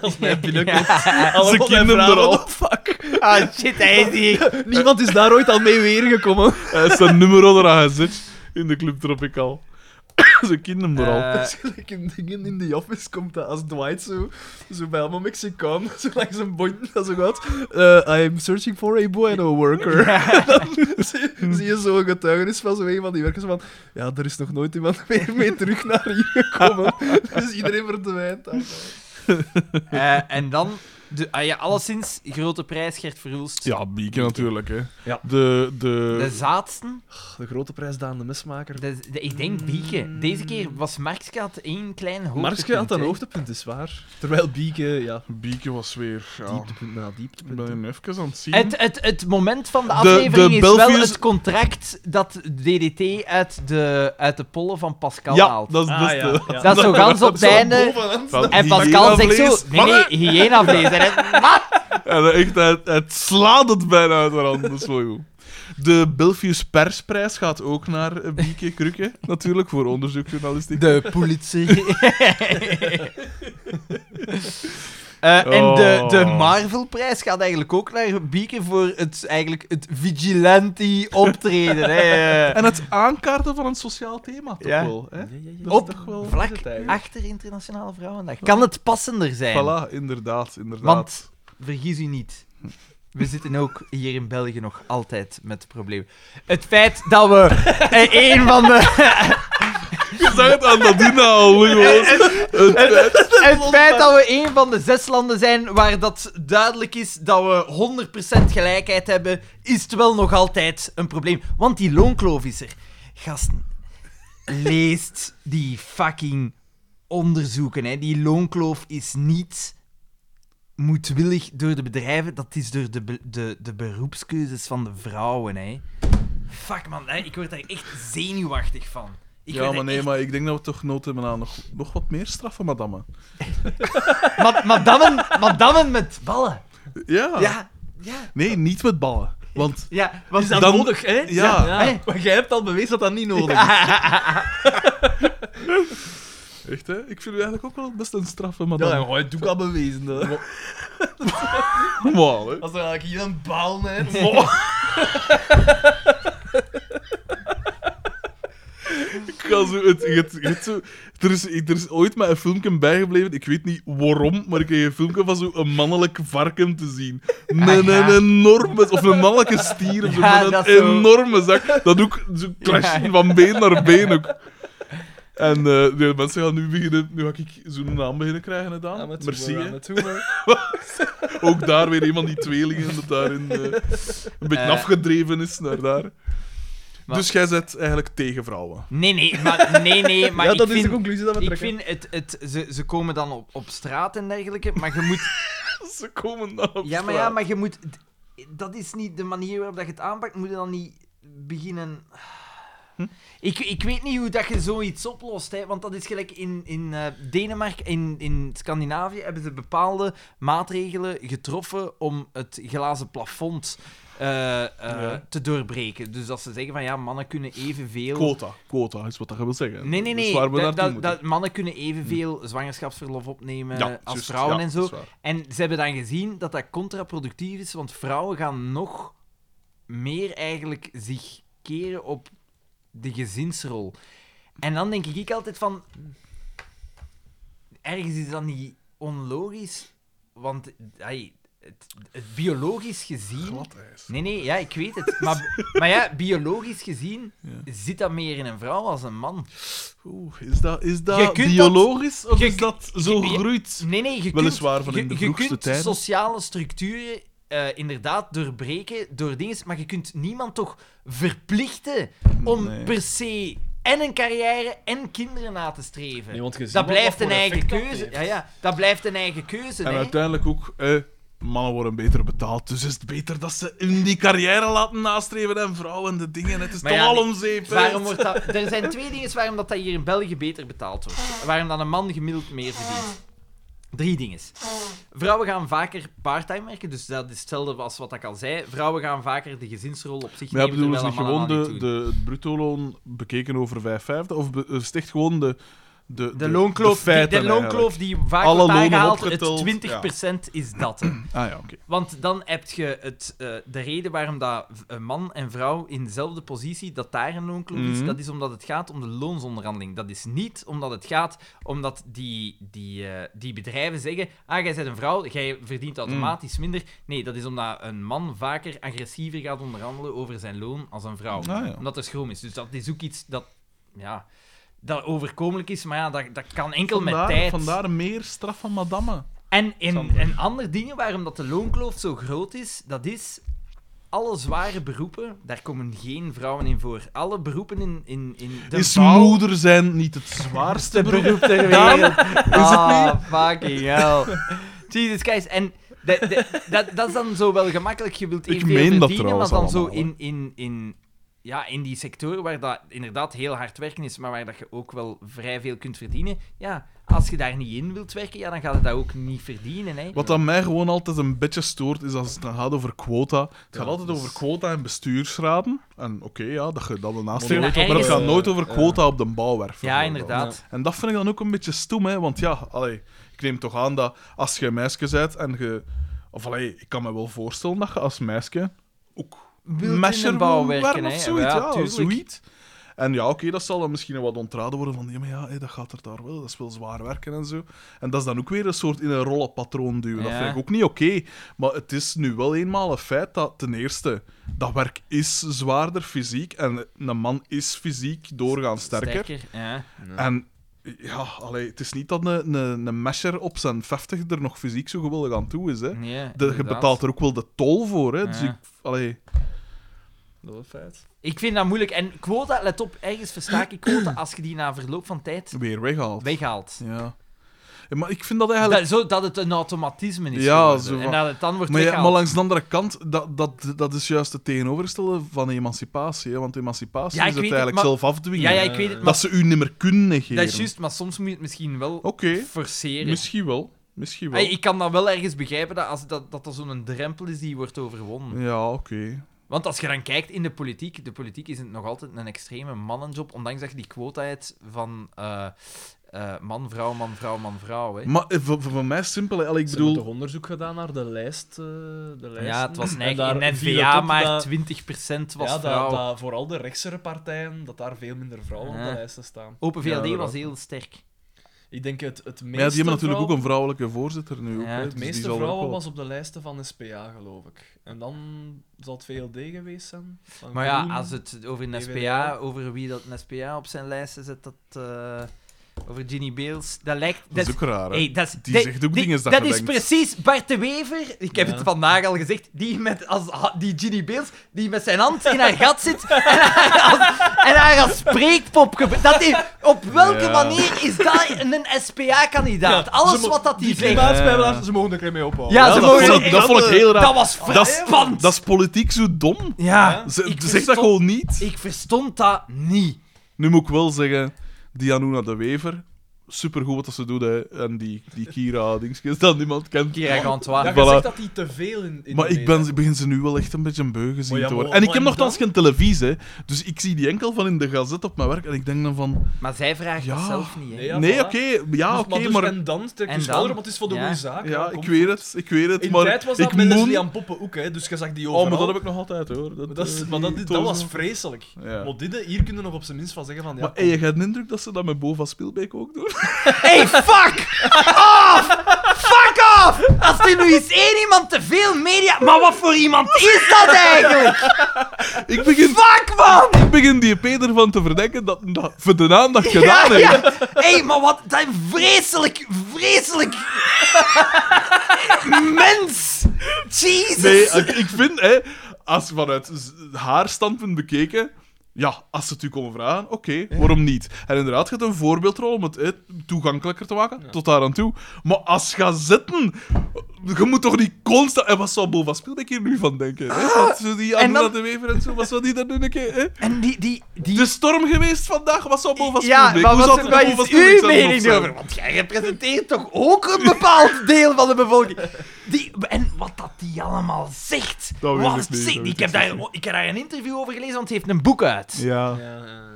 Speaker 3: als mij binnenkomt.
Speaker 1: Ja.
Speaker 3: Allemaal
Speaker 2: Ze
Speaker 3: mijn
Speaker 2: kennen hem er
Speaker 3: vragen,
Speaker 2: al.
Speaker 3: what the fuck?
Speaker 1: Ah, shit, hij is hier.
Speaker 3: Niemand is daar ooit al mee weergekomen.
Speaker 2: Hij is zijn nummer eraan gezet in de Club Tropical. Ze kennen hem er al.
Speaker 1: Eh,
Speaker 3: Dat is gelijk in dingen in The Office komt dat als Dwight zo, zo bij allemaal Mexicaan, zo langs een bond dat zo gaat. eh, I'm searching for a bueno worker. Dan zie, zie je zo'n getuigenis van zo een van die werkers van ja, er is nog nooit iemand meer mee terug naar hier gekomen. dus iedereen verdwijnt. daar.
Speaker 1: eh, en dan, de, ah ja, alleszins, grote prijs Gert Verhulst.
Speaker 2: Ja, Bieke natuurlijk, hè.
Speaker 3: Ja.
Speaker 2: De, de...
Speaker 1: De zaadsten?
Speaker 3: De grote prijs Daan de Mesmaker.
Speaker 1: De, de- ik denk Bieke. Deze keer was Markske had één klein hoofd.
Speaker 3: Marske had een hoogtepunt, is waar. Terwijl Bieke, ja,
Speaker 2: Bieke was weer... Ja.
Speaker 3: dieptepunt na
Speaker 2: Ik
Speaker 3: dieptepunt.
Speaker 2: ben hem even aan het zien.
Speaker 1: Het, het, het moment van de
Speaker 2: De-
Speaker 1: aflevering
Speaker 2: de
Speaker 1: is wel
Speaker 2: Belfius-
Speaker 1: het contract dat DDT uit de, uit de pollen van Pascal
Speaker 2: ja,
Speaker 1: haalt.
Speaker 2: dat is...
Speaker 3: Ah,
Speaker 2: dat is
Speaker 3: ja,
Speaker 2: de-
Speaker 3: ja.
Speaker 1: Dat is zo gans op het einde.
Speaker 2: Van
Speaker 1: En Pascal zegt
Speaker 2: hyena-vlees.
Speaker 1: zo... Nee, nee, hyena-vlees. En hij- Wat?
Speaker 2: En echt, het, het slaat het bijna uit de hand. Dat is wel goed. De Belfius Persprijs gaat ook naar eh, Bieke Krukke, natuurlijk, voor onderzoeksjournalistiek.
Speaker 1: De politie. Eh, En de, de
Speaker 2: Oh.
Speaker 1: Marvel-prijs gaat eigenlijk ook naar Bieke voor het, eigenlijk het vigilante-optreden. hè.
Speaker 2: En het aankaarten van een sociaal thema, toch
Speaker 1: Ja.
Speaker 2: wel. Hè? Dat
Speaker 1: Op
Speaker 2: is toch wel...
Speaker 1: vlak
Speaker 3: het eigenlijk?
Speaker 1: achter Internationale Vrouwendag. Kan het passender zijn?
Speaker 2: Voilà, inderdaad, inderdaad.
Speaker 1: Want, vergis u niet, we zitten ook hier in België nog altijd met problemen. Het feit dat we eh, een van de...
Speaker 2: Je zag het aan dat inhouden, gewoon. Het-
Speaker 1: Het feit dat we een van de zes landen zijn waar dat duidelijk is dat we 100% gelijkheid hebben, is het wel nog altijd een probleem. Want die loonkloof is er. Gasten, leest die fucking onderzoeken. Hè. Die loonkloof is niet moedwillig door de bedrijven, dat is door de, be- de, de beroepskeuzes van de vrouwen. Hè. Fuck man, hè, ik word daar echt zenuwachtig van. Ik word
Speaker 2: Ja,
Speaker 1: daar
Speaker 2: maar nee, maar ik denk dat we toch nood hebben aan nog, nog wat meer straffen, madame.
Speaker 1: Ma- madammen, madammen met ballen.
Speaker 2: Ja.
Speaker 1: Ja, ja.
Speaker 2: Nee, niet met ballen. Want
Speaker 1: Oh. Ja,
Speaker 3: Wat is dat
Speaker 2: Dan-
Speaker 3: nodig, hè?
Speaker 2: ja.
Speaker 1: Hè?
Speaker 3: Maar jij hebt al bewezen dat dat niet nodig is.
Speaker 2: Echt, hè? Ik vind u eigenlijk ook wel best een straffe
Speaker 3: Ja,
Speaker 2: madame.
Speaker 3: en gooi, doe ik al bewezen. hè.
Speaker 2: Normaal, hè?
Speaker 3: Als er eigenlijk hier een baal net.
Speaker 2: Ik ga zo... Het, het, het zo er, is, er is ooit maar een filmpje bijgebleven, ik weet niet waarom, maar ik kreeg een filmpje van zo'n mannelijk varken te zien. Met
Speaker 1: Ah, ja.
Speaker 2: een enorme... Of een mannelijke stier, of zo,
Speaker 1: Ja,
Speaker 2: met
Speaker 1: dat
Speaker 2: een
Speaker 1: zo.
Speaker 2: enorme zak. Dat ook zo clashen
Speaker 1: Ja.
Speaker 2: van been naar been ook. En eh, de mensen gaan nu beginnen... Nu ga ik zo'n naam beginnen krijgen, hè, Daan. Merci, hè. Ook daar weer een van die tweelingen dat daarin eh, een beetje
Speaker 1: Eh.
Speaker 2: afgedreven is naar daar.
Speaker 1: Maar-
Speaker 2: Dus jij zet eigenlijk tegen vrouwen.
Speaker 1: Nee, nee, maar, nee, nee, maar
Speaker 4: ja,
Speaker 1: ik
Speaker 4: dat is
Speaker 1: vind...
Speaker 4: de conclusie dat we
Speaker 1: ik
Speaker 4: trekken.
Speaker 1: vind het, het ze, ze komen dan op, op straat en dergelijke, maar je moet
Speaker 2: Ze komen dan op
Speaker 1: Ja, maar ja,
Speaker 2: straat.
Speaker 1: maar je moet... d- Dat is niet de manier waarop dat je het aanpakt. Moet je dan niet beginnen... Hm? Ik, ik weet niet hoe dat je zoiets oplost, hè, want dat is gelijk in, in eh, Denemarken, in, in Scandinavië, hebben ze bepaalde maatregelen getroffen om het glazen plafond eh, eh,
Speaker 2: Ja.
Speaker 1: te doorbreken. Dus dat ze zeggen van ja, mannen kunnen evenveel...
Speaker 2: Quota. Quota is wat dat je wil zeggen.
Speaker 1: Nee, nee,
Speaker 2: Dat
Speaker 1: nee.
Speaker 2: is Eh, dus waar we
Speaker 1: dat-
Speaker 2: naartoe
Speaker 1: dat-
Speaker 2: moeten.
Speaker 1: dat mannen kunnen evenveel zwangerschapsverlof opnemen
Speaker 2: Ja,
Speaker 1: eh, als
Speaker 2: juist.
Speaker 1: vrouwen
Speaker 2: Ja,
Speaker 1: en
Speaker 2: dat
Speaker 1: zo.
Speaker 2: is waar.
Speaker 1: En ze hebben dan gezien dat dat contraproductief is, want vrouwen gaan nog meer eigenlijk zich keren op de gezinsrol. En dan denk ik altijd van... Ergens is dat niet onlogisch, want ai, het, het biologisch gezien...
Speaker 2: Gladijs.
Speaker 1: Nee, nee, ja, ik weet het. Maar, maar ja, biologisch gezien
Speaker 2: Ja.
Speaker 1: zit dat meer in een vrouw als een man.
Speaker 2: Oeh, is dat, is
Speaker 1: Je
Speaker 2: dat
Speaker 1: kunt
Speaker 2: biologisch of
Speaker 1: je
Speaker 2: is
Speaker 1: k-
Speaker 2: dat zo
Speaker 1: je-
Speaker 2: groeit?
Speaker 1: Nee, nee, je
Speaker 2: Weliswaar
Speaker 1: kunt,
Speaker 2: van
Speaker 1: je-
Speaker 2: in de
Speaker 1: je
Speaker 2: vroegste
Speaker 1: kunt
Speaker 2: tijden.
Speaker 1: sociale structuren eh, inderdaad doorbreken door dingen, maar je kunt niemand toch verplichten om
Speaker 2: Nee.
Speaker 1: per se en een carrière en kinderen na te streven.
Speaker 3: Nee, want je ziet
Speaker 1: dat
Speaker 3: wel
Speaker 1: blijft
Speaker 3: wat
Speaker 1: een
Speaker 3: voor
Speaker 1: eigen
Speaker 3: effect dat
Speaker 1: keuze.
Speaker 3: heeft.
Speaker 1: Ja, ja, dat blijft een eigen keuze.
Speaker 2: En
Speaker 1: hè.
Speaker 2: uiteindelijk ook, eh, mannen worden beter betaald, dus is het beter dat ze in die carrière laten nastreven en vrouwen de dingen. Het is
Speaker 1: Maar
Speaker 2: toch
Speaker 1: ja,
Speaker 2: al om zeep. hè?
Speaker 1: Waarom wordt dat... Er zijn twee dingen waarom dat, dat hier in België beter betaald wordt. Waarom dan een man gemiddeld meer verdient. Drie dingen. Vrouwen gaan vaker part-time werken, dus dat is hetzelfde als wat ik al zei. Vrouwen gaan vaker de gezinsrol op zich
Speaker 2: Maar ja,
Speaker 1: nemen,
Speaker 2: bedoelen ze
Speaker 1: terwijl
Speaker 2: niet
Speaker 1: dat
Speaker 2: gewoon
Speaker 1: mannen dat
Speaker 2: de,
Speaker 1: niet doen.
Speaker 2: de, het bruto-loon bekeken over vijf vijfde? Of be- eh, sticht gewoon de... De,
Speaker 1: De, loonkloof, die,
Speaker 2: feiten
Speaker 1: de loonkloof
Speaker 2: eigenlijk?
Speaker 1: die vaak
Speaker 2: Alle
Speaker 1: wordt
Speaker 2: lonen
Speaker 1: aangehaald,
Speaker 2: opgeteld, ja.
Speaker 1: het 20% is dat. hè.
Speaker 2: Ah ja, oké.
Speaker 1: Want dan heb je het, eh, de reden waarom dat v- een man en vrouw in dezelfde positie, dat daar een loonkloof is,
Speaker 2: Mhm.
Speaker 1: dat is omdat het gaat om de loonsonderhandeling. Dat is niet omdat het gaat omdat die, die, eh, die bedrijven zeggen, ah, jij bent een vrouw, jij verdient
Speaker 2: Mhm.
Speaker 1: automatisch minder. Nee, dat is omdat een man vaker agressiever gaat onderhandelen over zijn loon als een vrouw.
Speaker 2: Ah, ja.
Speaker 1: Omdat er schroom is. Dus dat is ook iets dat, ja, dat overkomelijk is, maar ja, dat, dat kan enkel met tijd.
Speaker 2: vandaar meer straf van madame.
Speaker 1: En een,
Speaker 2: Sander.
Speaker 1: een ander ding waarom dat de loonkloof zo groot is, dat is... Alle zware beroepen, daar komen geen vrouwen in voor. Alle beroepen in, in, in de
Speaker 2: is
Speaker 1: bouw-
Speaker 2: moeder zijn niet het zwaarste beroep?
Speaker 1: ter wereld. Ah, fucking hell. Jesus Christ. En de- de- dat, dat is dan zo wel gemakkelijk. Je wilt
Speaker 2: Ik
Speaker 1: even
Speaker 2: meen dat
Speaker 1: verdienen, maar
Speaker 2: trouwens
Speaker 1: dan zo
Speaker 2: allemaal,
Speaker 1: in, in, in, ja, in die sectoren waar dat inderdaad heel hard werken is, maar waar dat je ook wel vrij veel kunt verdienen. Ja, als je daar niet in wilt werken, ja, dan gaat het dat ook niet verdienen. Hè.
Speaker 2: Wat aan mij gewoon altijd een beetje stoort, is als het dan gaat over quota. Het gaat altijd
Speaker 3: dus-
Speaker 2: over quota en bestuursraden. En oké, ja, dat je dat een nastreven.
Speaker 1: Maar
Speaker 2: Maar, het
Speaker 1: ergens-
Speaker 2: gaat nooit over
Speaker 3: Ja.
Speaker 2: quota op de bouwwerf.
Speaker 1: Ja,
Speaker 2: bijvoorbeeld.
Speaker 1: inderdaad.
Speaker 2: En dat vind ik dan ook een beetje stoem, hè. Want ja, allee, ik neem toch aan dat als je een meisje bent en je... Of allee, ik kan me wel voorstellen dat je als meisje ook
Speaker 1: Wilt in
Speaker 2: messer
Speaker 1: de bouw
Speaker 2: wil
Speaker 1: werken,
Speaker 2: of
Speaker 1: hè.
Speaker 2: zoiets.
Speaker 1: Ja,
Speaker 2: Ja,
Speaker 1: tuurlijk.
Speaker 2: zoiets. En ja, oké, dat zal dan misschien wat ontraden worden van... Ja, maar ja, hé, dat gaat er daar wel. Dat is wel zwaar werken en zo. En dat is dan ook weer een soort in een rollenpatroon duwen. Dat
Speaker 1: Ja.
Speaker 2: vind ik ook niet oké. Maar het is nu wel eenmaal een feit dat ten eerste... Dat werk is zwaarder fysiek. En een man is fysiek doorgaans sterker.
Speaker 1: ja.
Speaker 2: En ja, allee, het is niet dat een, een, een mesher op zijn 50 er nog fysiek zo geweldig aan toe is. Hè.
Speaker 1: Ja,
Speaker 2: De, je
Speaker 1: inderdaad.
Speaker 2: betaalt er ook wel de tol voor. Hè. Dus
Speaker 1: Ja.
Speaker 2: ik, allee,
Speaker 3: Dat is een feit.
Speaker 1: Ik vind dat moeilijk. En quota, let op, ergens versta ik quota als je die na verloop van tijd
Speaker 2: weer weghaalt.
Speaker 1: weghaalt.
Speaker 2: Ja. Ja, Maar ik vind dat eigenlijk...
Speaker 1: Dat, zo dat het een automatisme is.
Speaker 2: Ja,
Speaker 1: geworden.
Speaker 2: zo van-
Speaker 1: En dat het dan wordt
Speaker 2: Maar, ja,
Speaker 1: weggehaald.
Speaker 2: maar langs de andere kant, dat, dat, dat is juist het tegenovergestelde van emancipatie. Hè? Want emancipatie
Speaker 1: Ja, ik
Speaker 2: is het
Speaker 1: weet het,
Speaker 2: eigenlijk
Speaker 1: maar-
Speaker 2: zelf afdwingen.
Speaker 1: ja, ja, ik weet het.
Speaker 3: Dat
Speaker 1: Maar
Speaker 2: Dat ze u niet meer kunnen negeren.
Speaker 1: dat is juist, maar soms moet je het misschien wel
Speaker 2: Oké,
Speaker 1: forceren.
Speaker 2: misschien wel. Misschien wel.
Speaker 1: Ey, ik kan dat wel ergens begrijpen dat als dat, dat, dat zo'n drempel is die wordt overwonnen.
Speaker 2: Ja, oké.
Speaker 1: Want als je dan kijkt in de politiek, de politiek is het nog altijd een extreme mannenjob, ondanks dat je die quota hebt van eh, eh, man, vrouw, man, vrouw, man, vrouw. Hè.
Speaker 2: Maar eh, voor, voor- voor mij is het simpel. hè. Allee, ik
Speaker 3: Ik bedoel...
Speaker 2: bedoel,
Speaker 3: toch onderzoek gedaan naar de lijst. eh, de lijsten.
Speaker 1: Ja, het was een
Speaker 3: En
Speaker 1: eigen
Speaker 3: daar
Speaker 1: in
Speaker 3: viel
Speaker 1: N-VA,
Speaker 3: het op
Speaker 1: maar
Speaker 3: dat-
Speaker 1: 20% was
Speaker 3: ja,
Speaker 1: vrouw.
Speaker 3: Dat, dat vooral de rechtsere partijen, dat daar veel minder vrouwen op
Speaker 1: Ja.
Speaker 3: de lijsten staan.
Speaker 1: Open
Speaker 2: Ja,
Speaker 1: VLD
Speaker 2: dat
Speaker 1: was
Speaker 2: ook.
Speaker 1: heel sterk.
Speaker 3: Ik denk het, het meeste.
Speaker 2: Maar ja, die hebben natuurlijk
Speaker 3: vrouw-
Speaker 2: ook een vrouwelijke voorzitter nu. ook,
Speaker 1: Ja,
Speaker 2: hè,
Speaker 1: het
Speaker 2: dus
Speaker 3: Het
Speaker 2: die
Speaker 3: meeste
Speaker 2: zal er ook
Speaker 3: vrouwen
Speaker 2: wel-
Speaker 3: was op de lijsten van SPA, geloof ik. En dan zal het VLD geweest zijn. van
Speaker 1: Maar ja,
Speaker 3: Groen.
Speaker 1: als het over een
Speaker 3: PvdA.
Speaker 1: SPA, over wie dat een SPA op zijn lijsten zet, dat... eh, over Ginny Beels, dat lijkt...
Speaker 2: Dat is ook raar, hè?
Speaker 1: Hey, dat is,
Speaker 2: Die
Speaker 1: dat-
Speaker 2: zegt ook
Speaker 1: die-
Speaker 2: dingen dat
Speaker 1: dat
Speaker 2: je
Speaker 1: is
Speaker 2: denkt.
Speaker 1: precies Bart de Wever, ik heb
Speaker 3: Ja.
Speaker 1: het vandaag al gezegd, die, met, als, ha- die Ginny Beels, die met zijn hand in haar gat zit en haar als, en haar als spreekpop gebruikt. Dat is- Op welke
Speaker 2: Ja.
Speaker 1: manier is dat een SPA-kandidaat?
Speaker 4: Ja,
Speaker 1: Alles
Speaker 4: ze mo-
Speaker 1: wat dat die
Speaker 4: Die
Speaker 1: zegt,
Speaker 4: klimaatspijbelaars, ze mogen er mee ophouden.
Speaker 1: Ja,
Speaker 2: Ja,
Speaker 1: ze
Speaker 2: dat,
Speaker 1: mogen-
Speaker 2: vond ik, dat vond ik heel raar.
Speaker 1: dat was
Speaker 2: Dat is-
Speaker 1: verspant.
Speaker 2: Dat is politiek zo dom.
Speaker 1: Ja,
Speaker 2: Ze,
Speaker 1: ik
Speaker 2: zeg dat
Speaker 1: verstond-
Speaker 2: gewoon niet.
Speaker 1: Ik verstond dat niet.
Speaker 2: Nu moet ik wel zeggen, die Anuna de Wever, supergoed wat dat ze doet. Hè. En die, die Kira dingetjes dat niemand kent.
Speaker 1: Kira
Speaker 3: Ja,
Speaker 1: Gantois.
Speaker 3: je
Speaker 2: Voilà.
Speaker 3: zegt dat die te veel in. in
Speaker 2: Maar
Speaker 3: de
Speaker 2: ik ben,
Speaker 3: media-
Speaker 2: ik begin ze nu wel echt een beetje beu gezien
Speaker 3: Maar Oh ja,
Speaker 2: te worden.
Speaker 3: maar-
Speaker 2: En ik
Speaker 3: maar
Speaker 2: heb nogthans
Speaker 3: dan?
Speaker 2: geen televisie, hè. dus ik zie die enkel van in de gazet op mijn werk. En ik denk dan van,
Speaker 1: Maar zij vraagt
Speaker 2: Ja.
Speaker 1: dat zelf niet. Hè.
Speaker 3: Nee, Ja,
Speaker 2: nee,
Speaker 3: voilà.
Speaker 2: oké, ja,
Speaker 3: Dus-
Speaker 2: oké,
Speaker 3: dus
Speaker 2: maar...
Speaker 3: En dan trek
Speaker 1: En
Speaker 3: je
Speaker 1: dan?
Speaker 3: sneller, want het is voor de
Speaker 1: Ja.
Speaker 3: goede zaak.
Speaker 2: ja, ik
Speaker 3: kom.
Speaker 2: weet het, ik weet het,
Speaker 3: In
Speaker 2: maar...
Speaker 3: tijd was
Speaker 2: ik
Speaker 3: dat met
Speaker 2: moet-
Speaker 3: Leslie aan Poppen ook, hè, dus je zag die overal.
Speaker 2: Oh, maar dat heb ik nog altijd, hoor.
Speaker 3: Maar dat, is-
Speaker 2: eh,
Speaker 3: maar dat,
Speaker 2: die
Speaker 3: dat was
Speaker 2: toren-
Speaker 3: vreselijk.
Speaker 2: Ja.
Speaker 3: Maar dit, hier kunnen we nog op zijn minst van zeggen van... Ja,
Speaker 2: Maar hey, je hebt de indruk dat ze dat met Bova Spielbeek ook doen?
Speaker 1: Hey, fuck! Off! Fuck off! Als er nu eens één iemand te veel media... Maar wat voor iemand is dat eigenlijk?
Speaker 2: ik, begin,
Speaker 1: Fuck, man!
Speaker 2: ik begin die Peter van te verdenken dat hij dat voor de aandacht
Speaker 1: Ja,
Speaker 2: gedaan heeft.
Speaker 1: ja. hey, maar wat een vreselijk, vreselijk... Mens! Jesus!
Speaker 2: Nee, ik, ik vind, hè, als vanuit z- haar standpunt bekeken. Ja, als ze het u komen vragen, oké, waarom niet? En inderdaad, gaat een voorbeeldrol om het hè, toegankelijker te maken, tot daar aan toe. Maar als je gaat zitten, je moet toch niet constant... En wat zou Bova Spielbeek hier nu van denken? Hè?
Speaker 3: Ah!
Speaker 2: Wat zou die
Speaker 1: En
Speaker 2: Anna
Speaker 1: dan-
Speaker 2: de Wever en zo, wat zou die daar nu een keer... Hè?
Speaker 1: En die... die, die...
Speaker 2: De storm geweest vandaag, wat zou Bova
Speaker 1: ja,
Speaker 2: Spielbeek...
Speaker 1: maar
Speaker 2: Hoe
Speaker 1: wat,
Speaker 2: zou
Speaker 1: is- wat
Speaker 2: het Bova
Speaker 1: is uw
Speaker 2: Spielbeek zelf nog
Speaker 1: mening
Speaker 2: zijn?
Speaker 1: over? Want jij representeert toch ook een bepaald deel van de bevolking. Die, en wat dat die allemaal zegt.
Speaker 2: Dat weet
Speaker 1: wat
Speaker 2: ik niet,
Speaker 1: ze-
Speaker 2: dat weet
Speaker 1: ik,
Speaker 2: ik
Speaker 1: heb
Speaker 2: niet.
Speaker 1: daar, ik heb daar een interview over gelezen, want hij heeft een boek uit.
Speaker 2: Ja.
Speaker 3: ja, ja.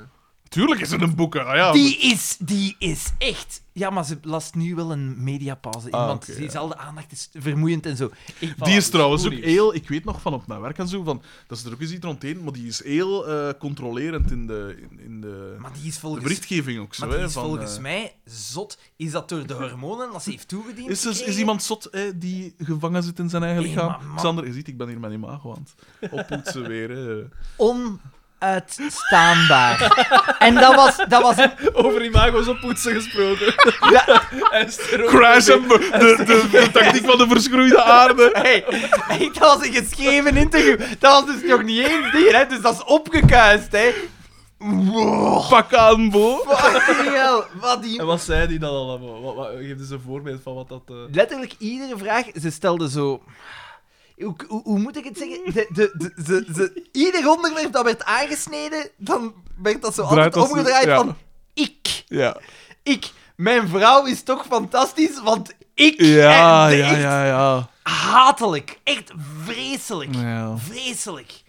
Speaker 2: Tuurlijk is het een boek, hè. Ah, ja,
Speaker 1: Die is, die is echt. Ja, maar ze las nu wel een mediapauze in,
Speaker 2: Ah,
Speaker 1: want
Speaker 2: oké,
Speaker 1: die
Speaker 2: ja.
Speaker 1: zal de aandacht is vermoeiend en zo. Ik,
Speaker 2: Die is
Speaker 3: dus
Speaker 2: trouwens
Speaker 3: goed
Speaker 2: ook
Speaker 3: nieuws.
Speaker 2: heel, ik weet nog van op mijn werk en zo, van, dat ze er ook eens iets rondheen, maar die is heel eh, controlerend in de, in, in de,
Speaker 1: maar die is
Speaker 2: de
Speaker 1: volgens,
Speaker 2: berichtgeving ook zo.
Speaker 1: maar die
Speaker 2: hè,
Speaker 1: is
Speaker 2: van,
Speaker 1: volgens
Speaker 2: eh,
Speaker 1: mij zot. Is dat door de hormonen dat ze heeft toegediend?
Speaker 2: is, is, is
Speaker 1: gekregen?
Speaker 2: iemand zot hè, die gevangen zit in zijn eigen
Speaker 1: Hey,
Speaker 2: lichaam?
Speaker 1: maar man.
Speaker 2: Xander, je ziet, ik ben hier mijn imago aan het oppoetsen weer. Hè.
Speaker 1: Onuitstaanbaar. en dat was, dat was
Speaker 3: Over imago's op poetsen gesproken. en stero-
Speaker 2: Crash en bu- de, de, de tactiek van de verschroeide aarde.
Speaker 1: Hey, hey, dat was een geschreven interview. Dat was dus nog niet eens ding, hè? dus dat is opgekuist. Hè? Wow,
Speaker 2: Pak aan, bo.
Speaker 1: fucking hell. Wat die...
Speaker 3: En wat zei die dan allemaal? Wat, wat, geef eens een voorbeeld van wat dat... eh,
Speaker 1: Letterlijk iedere vraag, ze stelde zo... Hoe, hoe, hoe moet ik het zeggen? De, de, de- ze, ze, ieder onderwerp dat werd aangesneden, dan werd dat zo
Speaker 2: Draait
Speaker 1: altijd
Speaker 2: als-
Speaker 1: omgedraaid
Speaker 2: ja.
Speaker 1: van... Ik,
Speaker 2: Ja,
Speaker 1: ik, mijn vrouw is toch fantastisch, want ik...
Speaker 2: ja,
Speaker 1: en de-
Speaker 2: ja,
Speaker 1: echt
Speaker 2: ja. ja.
Speaker 1: Hatelijk. Echt vreselijk.
Speaker 2: ja.
Speaker 1: Vreselijk.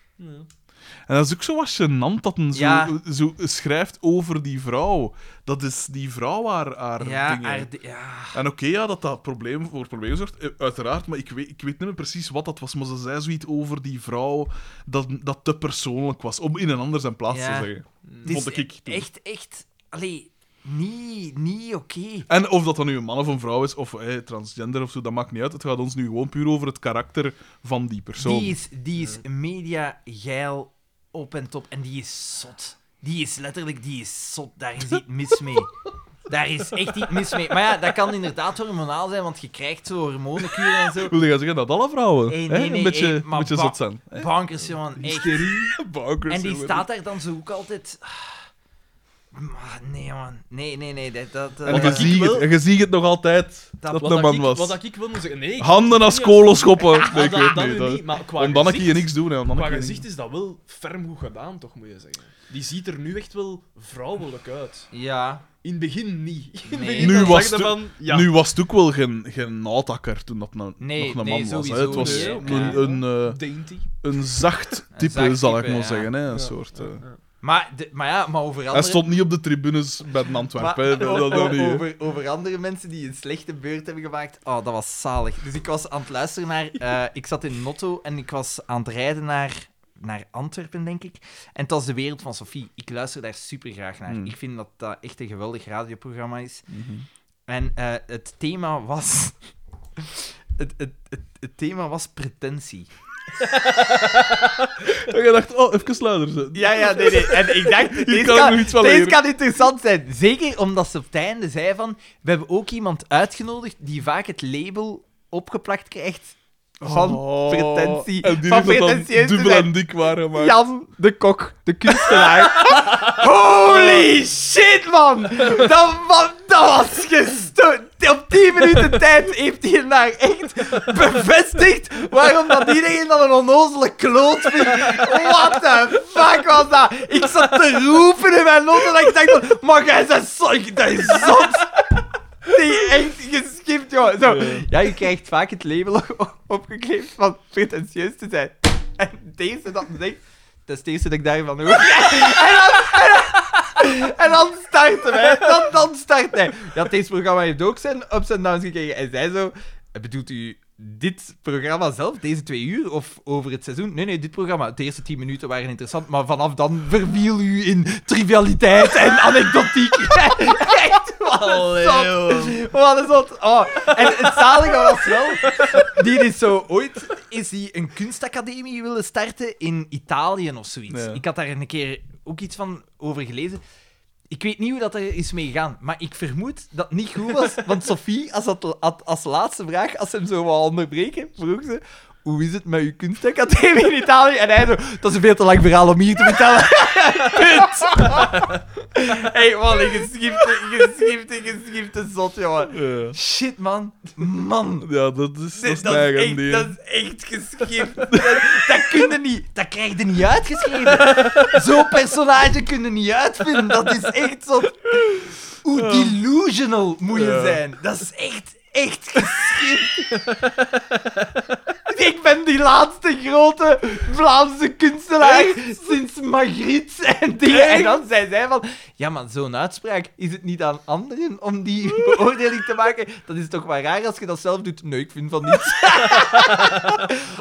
Speaker 2: En dat is ook zo wat gênant dat een zo,
Speaker 1: Ja.
Speaker 2: zo schrijft over die vrouw. Dat is die vrouw haar, haar
Speaker 1: Ja,
Speaker 2: dingen.
Speaker 1: aard- ja.
Speaker 2: En oké, ja, dat dat probleem voor problemen zorgt, eh, uiteraard. Maar ik weet, ik weet niet meer precies wat dat was. Maar ze zei zoiets over die vrouw dat, dat te persoonlijk was. Om in een ander zijn plaats
Speaker 1: Ja.
Speaker 2: te zeggen.
Speaker 1: Het is
Speaker 2: Vond ik toen.
Speaker 1: Echt, echt... Allee, niet niet oké.
Speaker 2: En of dat dan nu een man of een vrouw is, of eh, transgender of zo, dat maakt niet uit. Het gaat ons nu gewoon puur over het karakter van die persoon.
Speaker 1: Die is, die is media geil op en top. En die is zot. Die is letterlijk, die is zot. Daar is iets mis mee. Daar is echt iets mis mee. Maar ja, dat kan inderdaad hormonaal zijn, want je krijgt zo hormonenkuren en zo.
Speaker 2: Wil je zeggen dat alle vrouwen
Speaker 1: Hey, nee,
Speaker 2: hè,
Speaker 1: nee,
Speaker 2: een beetje,
Speaker 1: hey,
Speaker 2: een
Speaker 1: maar
Speaker 2: beetje
Speaker 1: ba-
Speaker 2: zot zijn? hè?
Speaker 1: Bankers, jongen. Echt.
Speaker 2: Bonkers,
Speaker 1: En die
Speaker 2: jongen.
Speaker 1: staat daar dan zo ook altijd... Ah, Maar Nee, man. Nee, nee, nee. Dat, dat, eh,
Speaker 2: En je,
Speaker 3: Wat ik
Speaker 2: ziet het,
Speaker 3: wil-
Speaker 2: en je ziet het nog altijd
Speaker 1: Dat-
Speaker 2: dat
Speaker 1: wat
Speaker 2: het
Speaker 3: wat
Speaker 2: een
Speaker 3: dat
Speaker 2: man
Speaker 3: ik,
Speaker 2: was.
Speaker 3: Wat dat ik wil moet zeggen... Nee, ik-
Speaker 2: Handen als
Speaker 3: niet als-
Speaker 2: kolen schoppen.
Speaker 3: Ah,
Speaker 2: Nee, ik
Speaker 3: dat-
Speaker 2: weet
Speaker 3: dat
Speaker 2: niet.
Speaker 3: nu
Speaker 2: dat-
Speaker 3: niet, maar qua
Speaker 2: Want dan kan
Speaker 3: gezicht-
Speaker 2: je niks doen. Hè. want dan
Speaker 3: Qua
Speaker 2: kan je
Speaker 3: gezicht
Speaker 2: niks-
Speaker 3: is dat wel ferm goed gedaan, toch, moet je zeggen. Die ziet er nu echt wel vrouwelijk uit.
Speaker 1: Ja.
Speaker 3: In het begin niet. In
Speaker 1: Nee.
Speaker 3: het begin
Speaker 2: Nu
Speaker 3: dan
Speaker 2: was
Speaker 3: zag je
Speaker 2: het-
Speaker 3: van... Ja,
Speaker 2: Nu was het ook wel geen, geen nautakker toen dat nou-
Speaker 1: Nee,
Speaker 2: nog een
Speaker 1: nee,
Speaker 2: man was. Hè.
Speaker 1: sowieso
Speaker 2: Het was
Speaker 3: niet, hè.
Speaker 2: een,
Speaker 3: Ja.
Speaker 2: een, eh,
Speaker 3: dainty.
Speaker 2: een zacht
Speaker 1: Een
Speaker 2: type,
Speaker 1: zacht
Speaker 2: zal ik
Speaker 1: type,
Speaker 2: maar
Speaker 1: ja.
Speaker 2: zeggen. Hè. Een
Speaker 3: Ja,
Speaker 2: soort, eh.
Speaker 3: ja, ja.
Speaker 1: Maar, de- maar ja, maar over
Speaker 2: Hij
Speaker 1: andere-
Speaker 2: stond niet op de tribunes bij de Antwerpen.
Speaker 1: Maar Oh,
Speaker 2: hè. Dat- dat nog niet, hè.
Speaker 1: over, over andere mensen die een slechte beurt hebben gemaakt. Oh, dat was zalig. Dus ik was aan het luisteren naar. eh, ik zat in Notto en ik was aan het rijden naar, naar Antwerpen, denk ik. En het was de wereld van Sophie. Ik luister daar super graag naar.
Speaker 2: Mm.
Speaker 1: Ik vind dat dat echt een geweldig radioprogramma is.
Speaker 2: Mhm.
Speaker 1: En eh, het thema was... Het, het, het, het thema was pretentie.
Speaker 2: En je dacht, oh, even luider.
Speaker 1: Ja, ja, nee, nee. En ik dacht, deze
Speaker 2: kan ik nog
Speaker 1: kan,
Speaker 2: iets van
Speaker 1: deze
Speaker 2: leren.
Speaker 1: kan interessant zijn. Zeker omdat ze op het einde zei van... We hebben ook iemand uitgenodigd die vaak het label opgeplakt krijgt van pretentie.
Speaker 2: Oh. En die
Speaker 1: van
Speaker 2: heeft dat dan
Speaker 1: pretentieus te
Speaker 2: dubbel
Speaker 1: zijn.
Speaker 2: en dik waren gemaakt.
Speaker 1: Jan de Kok, de kunstenaar. Holy shit, man! Dat, wa- dat was gestoord. Op 10 minuten tijd heeft hij daar echt bevestigd waarom dat iedereen dat een onnozele kloot vindt. What the fuck was dat? Ik zat te roepen in mijn noten en ik dacht van, maar jij bent zo... Dat is zot! Die echt geskipt, joh. Zo. Ja, je krijgt vaak het label op- opgekleefd van pretentieus te zijn. En deze dat me denkt, dat is het eerste dat ik daarvan hoor. En dan, en dan, en dan starten wij. Dan, dan start hij. Ja, deze programma heeft ook zijn ups en downs gekregen. En zij zo, eh, bedoelt u dit programma zelf, deze twee uur, of over het seizoen? Nee, nee, dit programma. De eerste tien minuten waren interessant, maar vanaf dan verviel u in trivialiteit en anekdotiek. Echt, wat een zot. Wat is dat? Oh, en het zalige was wel, die is zo ooit is die een kunstacademie willen starten in Italië of zoiets.
Speaker 2: Ja.
Speaker 1: Ik had daar een keer ook iets van over gelezen. Ik weet niet hoe dat er is mee gegaan, maar ik vermoed dat het niet goed was. Want Sophie, als, dat, had als laatste vraag, als ze hem zo wou onderbreken, vroeg ze... Hoe is het met uw kunstacademie in Italië? En hij zo... Dat is een veel te lang verhaal om hier te vertellen. Punt. hey, man, een geschifte, geschifte, geschifte zot, jongen.
Speaker 2: Ja.
Speaker 1: Shit, man. Man.
Speaker 2: Ja, dat is, dat
Speaker 1: Dat,
Speaker 2: is
Speaker 1: dat,
Speaker 2: mijn
Speaker 1: is
Speaker 2: eigen
Speaker 1: echt,
Speaker 2: ding.
Speaker 1: dat is echt geschikt. Dat, dat kun je niet... Dat krijg je niet uitgeschreven. Zo'n personage kun je niet uitvinden. Dat is echt zo... Hoe delusional moet je
Speaker 2: Ja.
Speaker 1: zijn. Dat is echt, echt geschikt. Ik ben die laatste grote Vlaamse kunstenaar sinds Magritte en dingen. En dan zei zij van... Ja, maar zo'n uitspraak, is het niet aan anderen om die beoordeling te maken? Dat is toch maar raar als je dat zelf doet? Nee, ik vind van niet.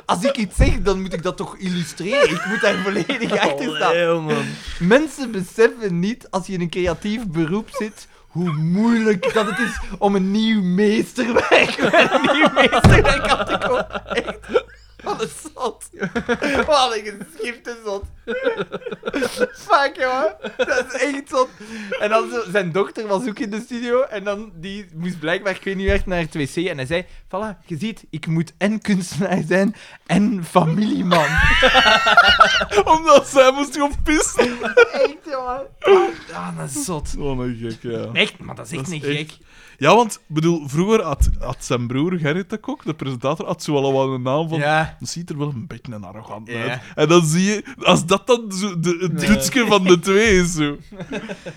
Speaker 1: Als ik iets zeg, dan moet ik dat toch illustreren. Ik moet daar volledig achter staan. Mensen beseffen niet, als je in een creatief beroep zit, hoe moeilijk dat het is om een nieuw meesterwerk, met een nieuw meesterwerk aan te komen. Echt. Wat een zot. Wat een geschifte zot. Fuck, jongen. Dat is echt zot. En dan zo, zijn dochter was ook in de studio. En dan die moest blijkbaar, ik weet niet echt, naar het wc. En hij zei, voilà, je ziet, ik moet en kunstenaar zijn en familieman.
Speaker 2: Omdat zij moest gaan pissen.
Speaker 1: echt, jongen. Ah, ah, dat is zot.
Speaker 2: Oh, een gek, ja.
Speaker 1: Echt, maar dat is echt
Speaker 2: Dat is
Speaker 1: niet
Speaker 2: echt-
Speaker 1: gek.
Speaker 2: Ja, want bedoel, vroeger had, had zijn broer Gerrit de Kok, de presentator, had zo al wel een naam van.
Speaker 1: Ja.
Speaker 2: Dat ziet er wel een beetje een arrogant
Speaker 1: Ja.
Speaker 2: uit. En dan zie je, als dat dan zo de, het dutske van de twee is, zo.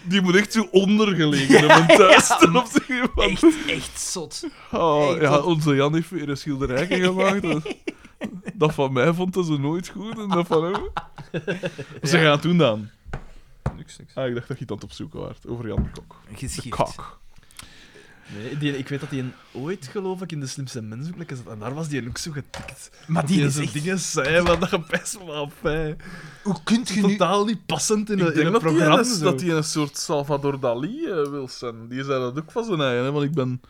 Speaker 2: die moet echt zo ondergelegen hebben thuis ten opzichte van...
Speaker 1: Echt, echt zot.
Speaker 2: Oh,
Speaker 1: echt
Speaker 2: ja,
Speaker 1: wat-
Speaker 2: onze Jan heeft weer een schilderij gemaakt. Dat, dat van mij vond dat ze nooit goed en dat van hem... Wat ze gaan doen dan?
Speaker 4: Niks, niks.
Speaker 2: Ah, ik dacht dat je het aan het opzoeken waard over Jan de Kok. De
Speaker 1: Geschikt.
Speaker 2: Kok.
Speaker 4: Nee, die, ik weet dat die een, ooit, geloof ik, in de slimste mens ook lekker zat. En daar was die ook zo getikt.
Speaker 1: Maar
Speaker 4: Die, die
Speaker 1: die is
Speaker 4: zijn
Speaker 1: echt...
Speaker 4: dingen zei, wat dat gepest me af. hè.
Speaker 1: Hoe kunt je nu...
Speaker 4: Totaal niet passend in,
Speaker 2: Ik
Speaker 4: een, in
Speaker 2: denk
Speaker 4: een
Speaker 2: dat die,
Speaker 4: programma.
Speaker 2: een,
Speaker 4: zo.
Speaker 2: dat die een soort Salvador Dali eh, wil zijn. Die zei dat ook van zijn eigen, hè, want ik ben...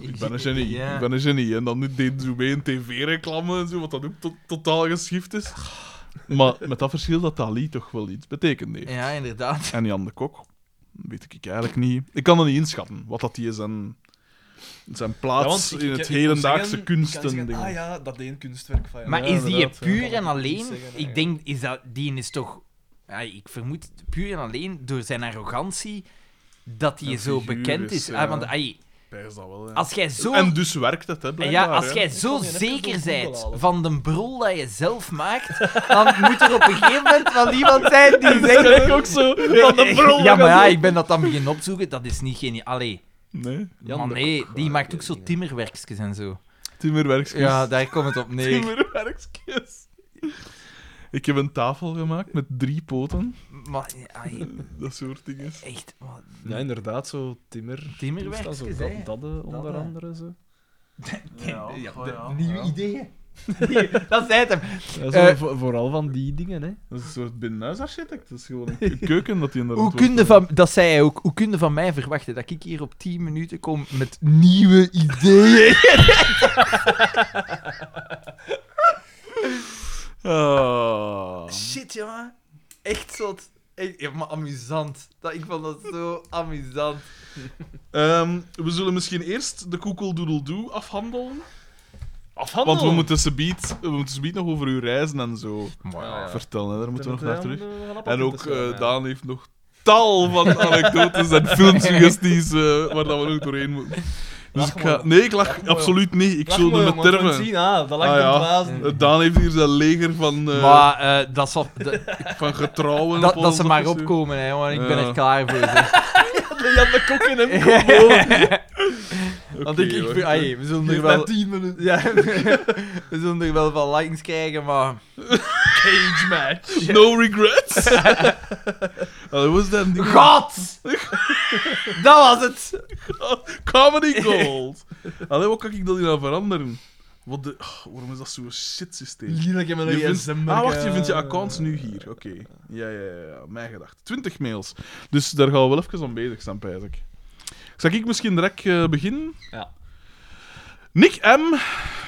Speaker 2: Ik ben een genie.
Speaker 1: Ja.
Speaker 2: Ik ben een genie. En dan deed ze mee in tv-reclame en zo, wat dat ook to- totaal geschift is. Maar met dat verschil dat Dali toch wel iets betekend heeft.
Speaker 1: Ja, inderdaad.
Speaker 2: En Jan de Kok, weet ik eigenlijk niet. Ik kan dat niet inschatten, wat dat die is en zijn
Speaker 3: Ja,
Speaker 2: plaats
Speaker 3: want ik-
Speaker 2: in
Speaker 3: ik-
Speaker 2: het
Speaker 3: ik- ik moet
Speaker 2: hedendaagse
Speaker 3: zeggen, ik kan
Speaker 2: kunsten.
Speaker 3: zeggen,
Speaker 2: ding.
Speaker 3: Ah ja, dat deed een kunstwerk van ja.
Speaker 1: Maar
Speaker 3: ja,
Speaker 1: is die
Speaker 3: inderdaad, ja,
Speaker 1: puur
Speaker 3: kan
Speaker 1: en
Speaker 3: ik niet
Speaker 1: alleen...
Speaker 3: zeggen,
Speaker 1: ik
Speaker 3: eigenlijk.
Speaker 1: denk, is dat, die is toch... Ja, ik vermoed puur en alleen door zijn arrogantie dat hij
Speaker 2: Een
Speaker 1: zo
Speaker 2: figuur
Speaker 1: bekend
Speaker 2: is,
Speaker 1: is.
Speaker 2: ja.
Speaker 1: Ah, want ai,
Speaker 2: Pijs dat wel, ja.
Speaker 1: als jij zo...
Speaker 2: En dus werkt het, hè,
Speaker 1: ja,
Speaker 2: blijkbaar.
Speaker 1: als
Speaker 2: hè.
Speaker 1: jij zo
Speaker 3: kon je net even
Speaker 1: zeker
Speaker 3: door Google
Speaker 1: bent
Speaker 3: halen.
Speaker 1: van de brol dat je zelf maakt, dan moet er op een gegeven moment wel iemand zijn die zegt...
Speaker 4: ook zo van de bron.
Speaker 1: Ja, maar ja, ik ben dat dan beginnen opzoeken, dat is niet geniaal. Allee,
Speaker 2: Nee,
Speaker 1: Ja, maar nee, die maakt ook zo timmerwerkjes en zo.
Speaker 2: timmerwerkjes.
Speaker 1: Ja, daar komt het op neer.
Speaker 2: Timmerwerkjes. Ik heb een tafel gemaakt met drie poten.
Speaker 1: Maar, ai,
Speaker 2: Dat soort dingen.
Speaker 1: echt, wat,
Speaker 4: Ja, inderdaad, zo timmer.
Speaker 1: timmerwerkjes,
Speaker 4: zo,
Speaker 1: hè.
Speaker 4: dat, dat, eh, onder
Speaker 1: Dat, eh.
Speaker 4: andere zo.
Speaker 1: Ja, de- nieuwe ideeën. dat zei het hem.
Speaker 4: Dat
Speaker 1: Eh,
Speaker 4: vooral van die dingen, hè.
Speaker 2: Dat is een soort binnenhuisarchitect. Dat is gewoon een ke- keuken dat hij in de
Speaker 1: Hoe kun je van, dat zei hij ook, hoe kun je van mij verwachten dat ik hier op 10 minuten kom met nieuwe ideeën?
Speaker 2: Ah.
Speaker 1: Shit, jongen. Echt zot. Echt, ja, maar amusant. Dat, ik vond dat zo amusant.
Speaker 2: Ehm, we zullen misschien eerst de koekeldoedeldoe afhandelen.
Speaker 3: Afhandelen.
Speaker 2: Want
Speaker 3: Oh.
Speaker 2: we moeten subiet, we moeten subiet nog over uw reizen en
Speaker 1: Ah,
Speaker 2: zo
Speaker 3: Ah,
Speaker 2: vertellen. Hè? Daar moeten we nog naar terug. En ook eh, Daan heeft nog tal van anekdotes en filmsuggesties eh, waar dat we nog doorheen moeten. Dus
Speaker 3: Lach
Speaker 2: ik ga...
Speaker 3: maar.
Speaker 2: Nee, ik lach,
Speaker 3: maar,
Speaker 2: absoluut niet. Ik zul er met termen.
Speaker 3: zien, ah, dat
Speaker 2: Ah,
Speaker 3: lijkt
Speaker 2: ja.
Speaker 3: me blazen.
Speaker 2: Eh, Daan heeft hier zijn leger van, eh,
Speaker 1: maar eh, dat, zal, dat,
Speaker 2: van getrouwen.
Speaker 1: dat,
Speaker 2: op
Speaker 1: dat
Speaker 2: ons
Speaker 1: ze maar
Speaker 2: afgestuurd.
Speaker 1: opkomen, hè, want ik ben
Speaker 2: Ja.
Speaker 1: er klaar voor. zeg.
Speaker 3: De Jan de Kok in hem.
Speaker 1: Want ik, ik,
Speaker 2: Oké,
Speaker 1: vind-
Speaker 2: hoor.
Speaker 1: ai, we zullen
Speaker 3: Geef
Speaker 1: er
Speaker 3: mij
Speaker 1: wel... 10 minuten. Ja, we zullen er wel van likes krijgen, maar...
Speaker 3: Cage match.
Speaker 2: No regrets. Allee, wat is dat ding?
Speaker 1: God! dat was het!
Speaker 2: Comedy gold. Allee, wat kan ik dat hier aan veranderen? Wat de... oh, waarom is dat zo'n shit systeem?
Speaker 3: Lina, ik heb
Speaker 2: Je vindt- ah, wacht, je vindt
Speaker 1: eh,
Speaker 2: je accounts nu hier. Oké. Ja, ja, ja, ja, mijn gedacht. 20 mails. Dus daar gaan we wel even aan bezig zijn, pijs ik. Zal ik misschien direct eh, beginnen?
Speaker 3: Ja.
Speaker 2: Nick M.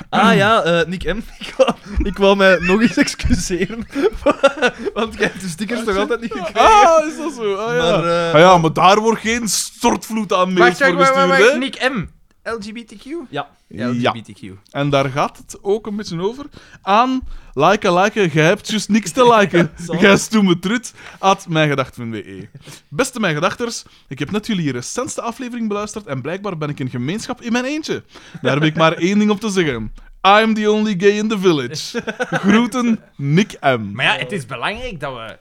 Speaker 4: Ah ja, eh, Nick M. Ik wou, ik wou mij nog eens excuseren. Want ik heb de stickers toch altijd niet gekregen.
Speaker 2: Ah, is dat zo? Ah, ja.
Speaker 4: Maar, eh,
Speaker 2: ah, ja, maar daar wordt geen stortvloed aan mails
Speaker 1: Wacht,
Speaker 2: voor
Speaker 1: wacht, wacht, wacht,
Speaker 2: gestuurd,
Speaker 1: wacht.
Speaker 2: hè?
Speaker 1: Nick M. LGBTQ?
Speaker 3: Ja.
Speaker 2: Ja.
Speaker 1: LGBTQ.
Speaker 2: En daar gaat het ook een beetje over. Aan liken, liken, jij hebt juist niks te liken. Jij stoeme trut. At mijngedacht.be. Beste mijngedachters, ik heb net jullie recentste aflevering beluisterd en blijkbaar ben ik een gemeenschap in mijn eentje. Daar heb ik maar één ding op te zeggen. I'm the only gay in the village. Groeten, Nick M.
Speaker 1: Maar ja, het is belangrijk dat we,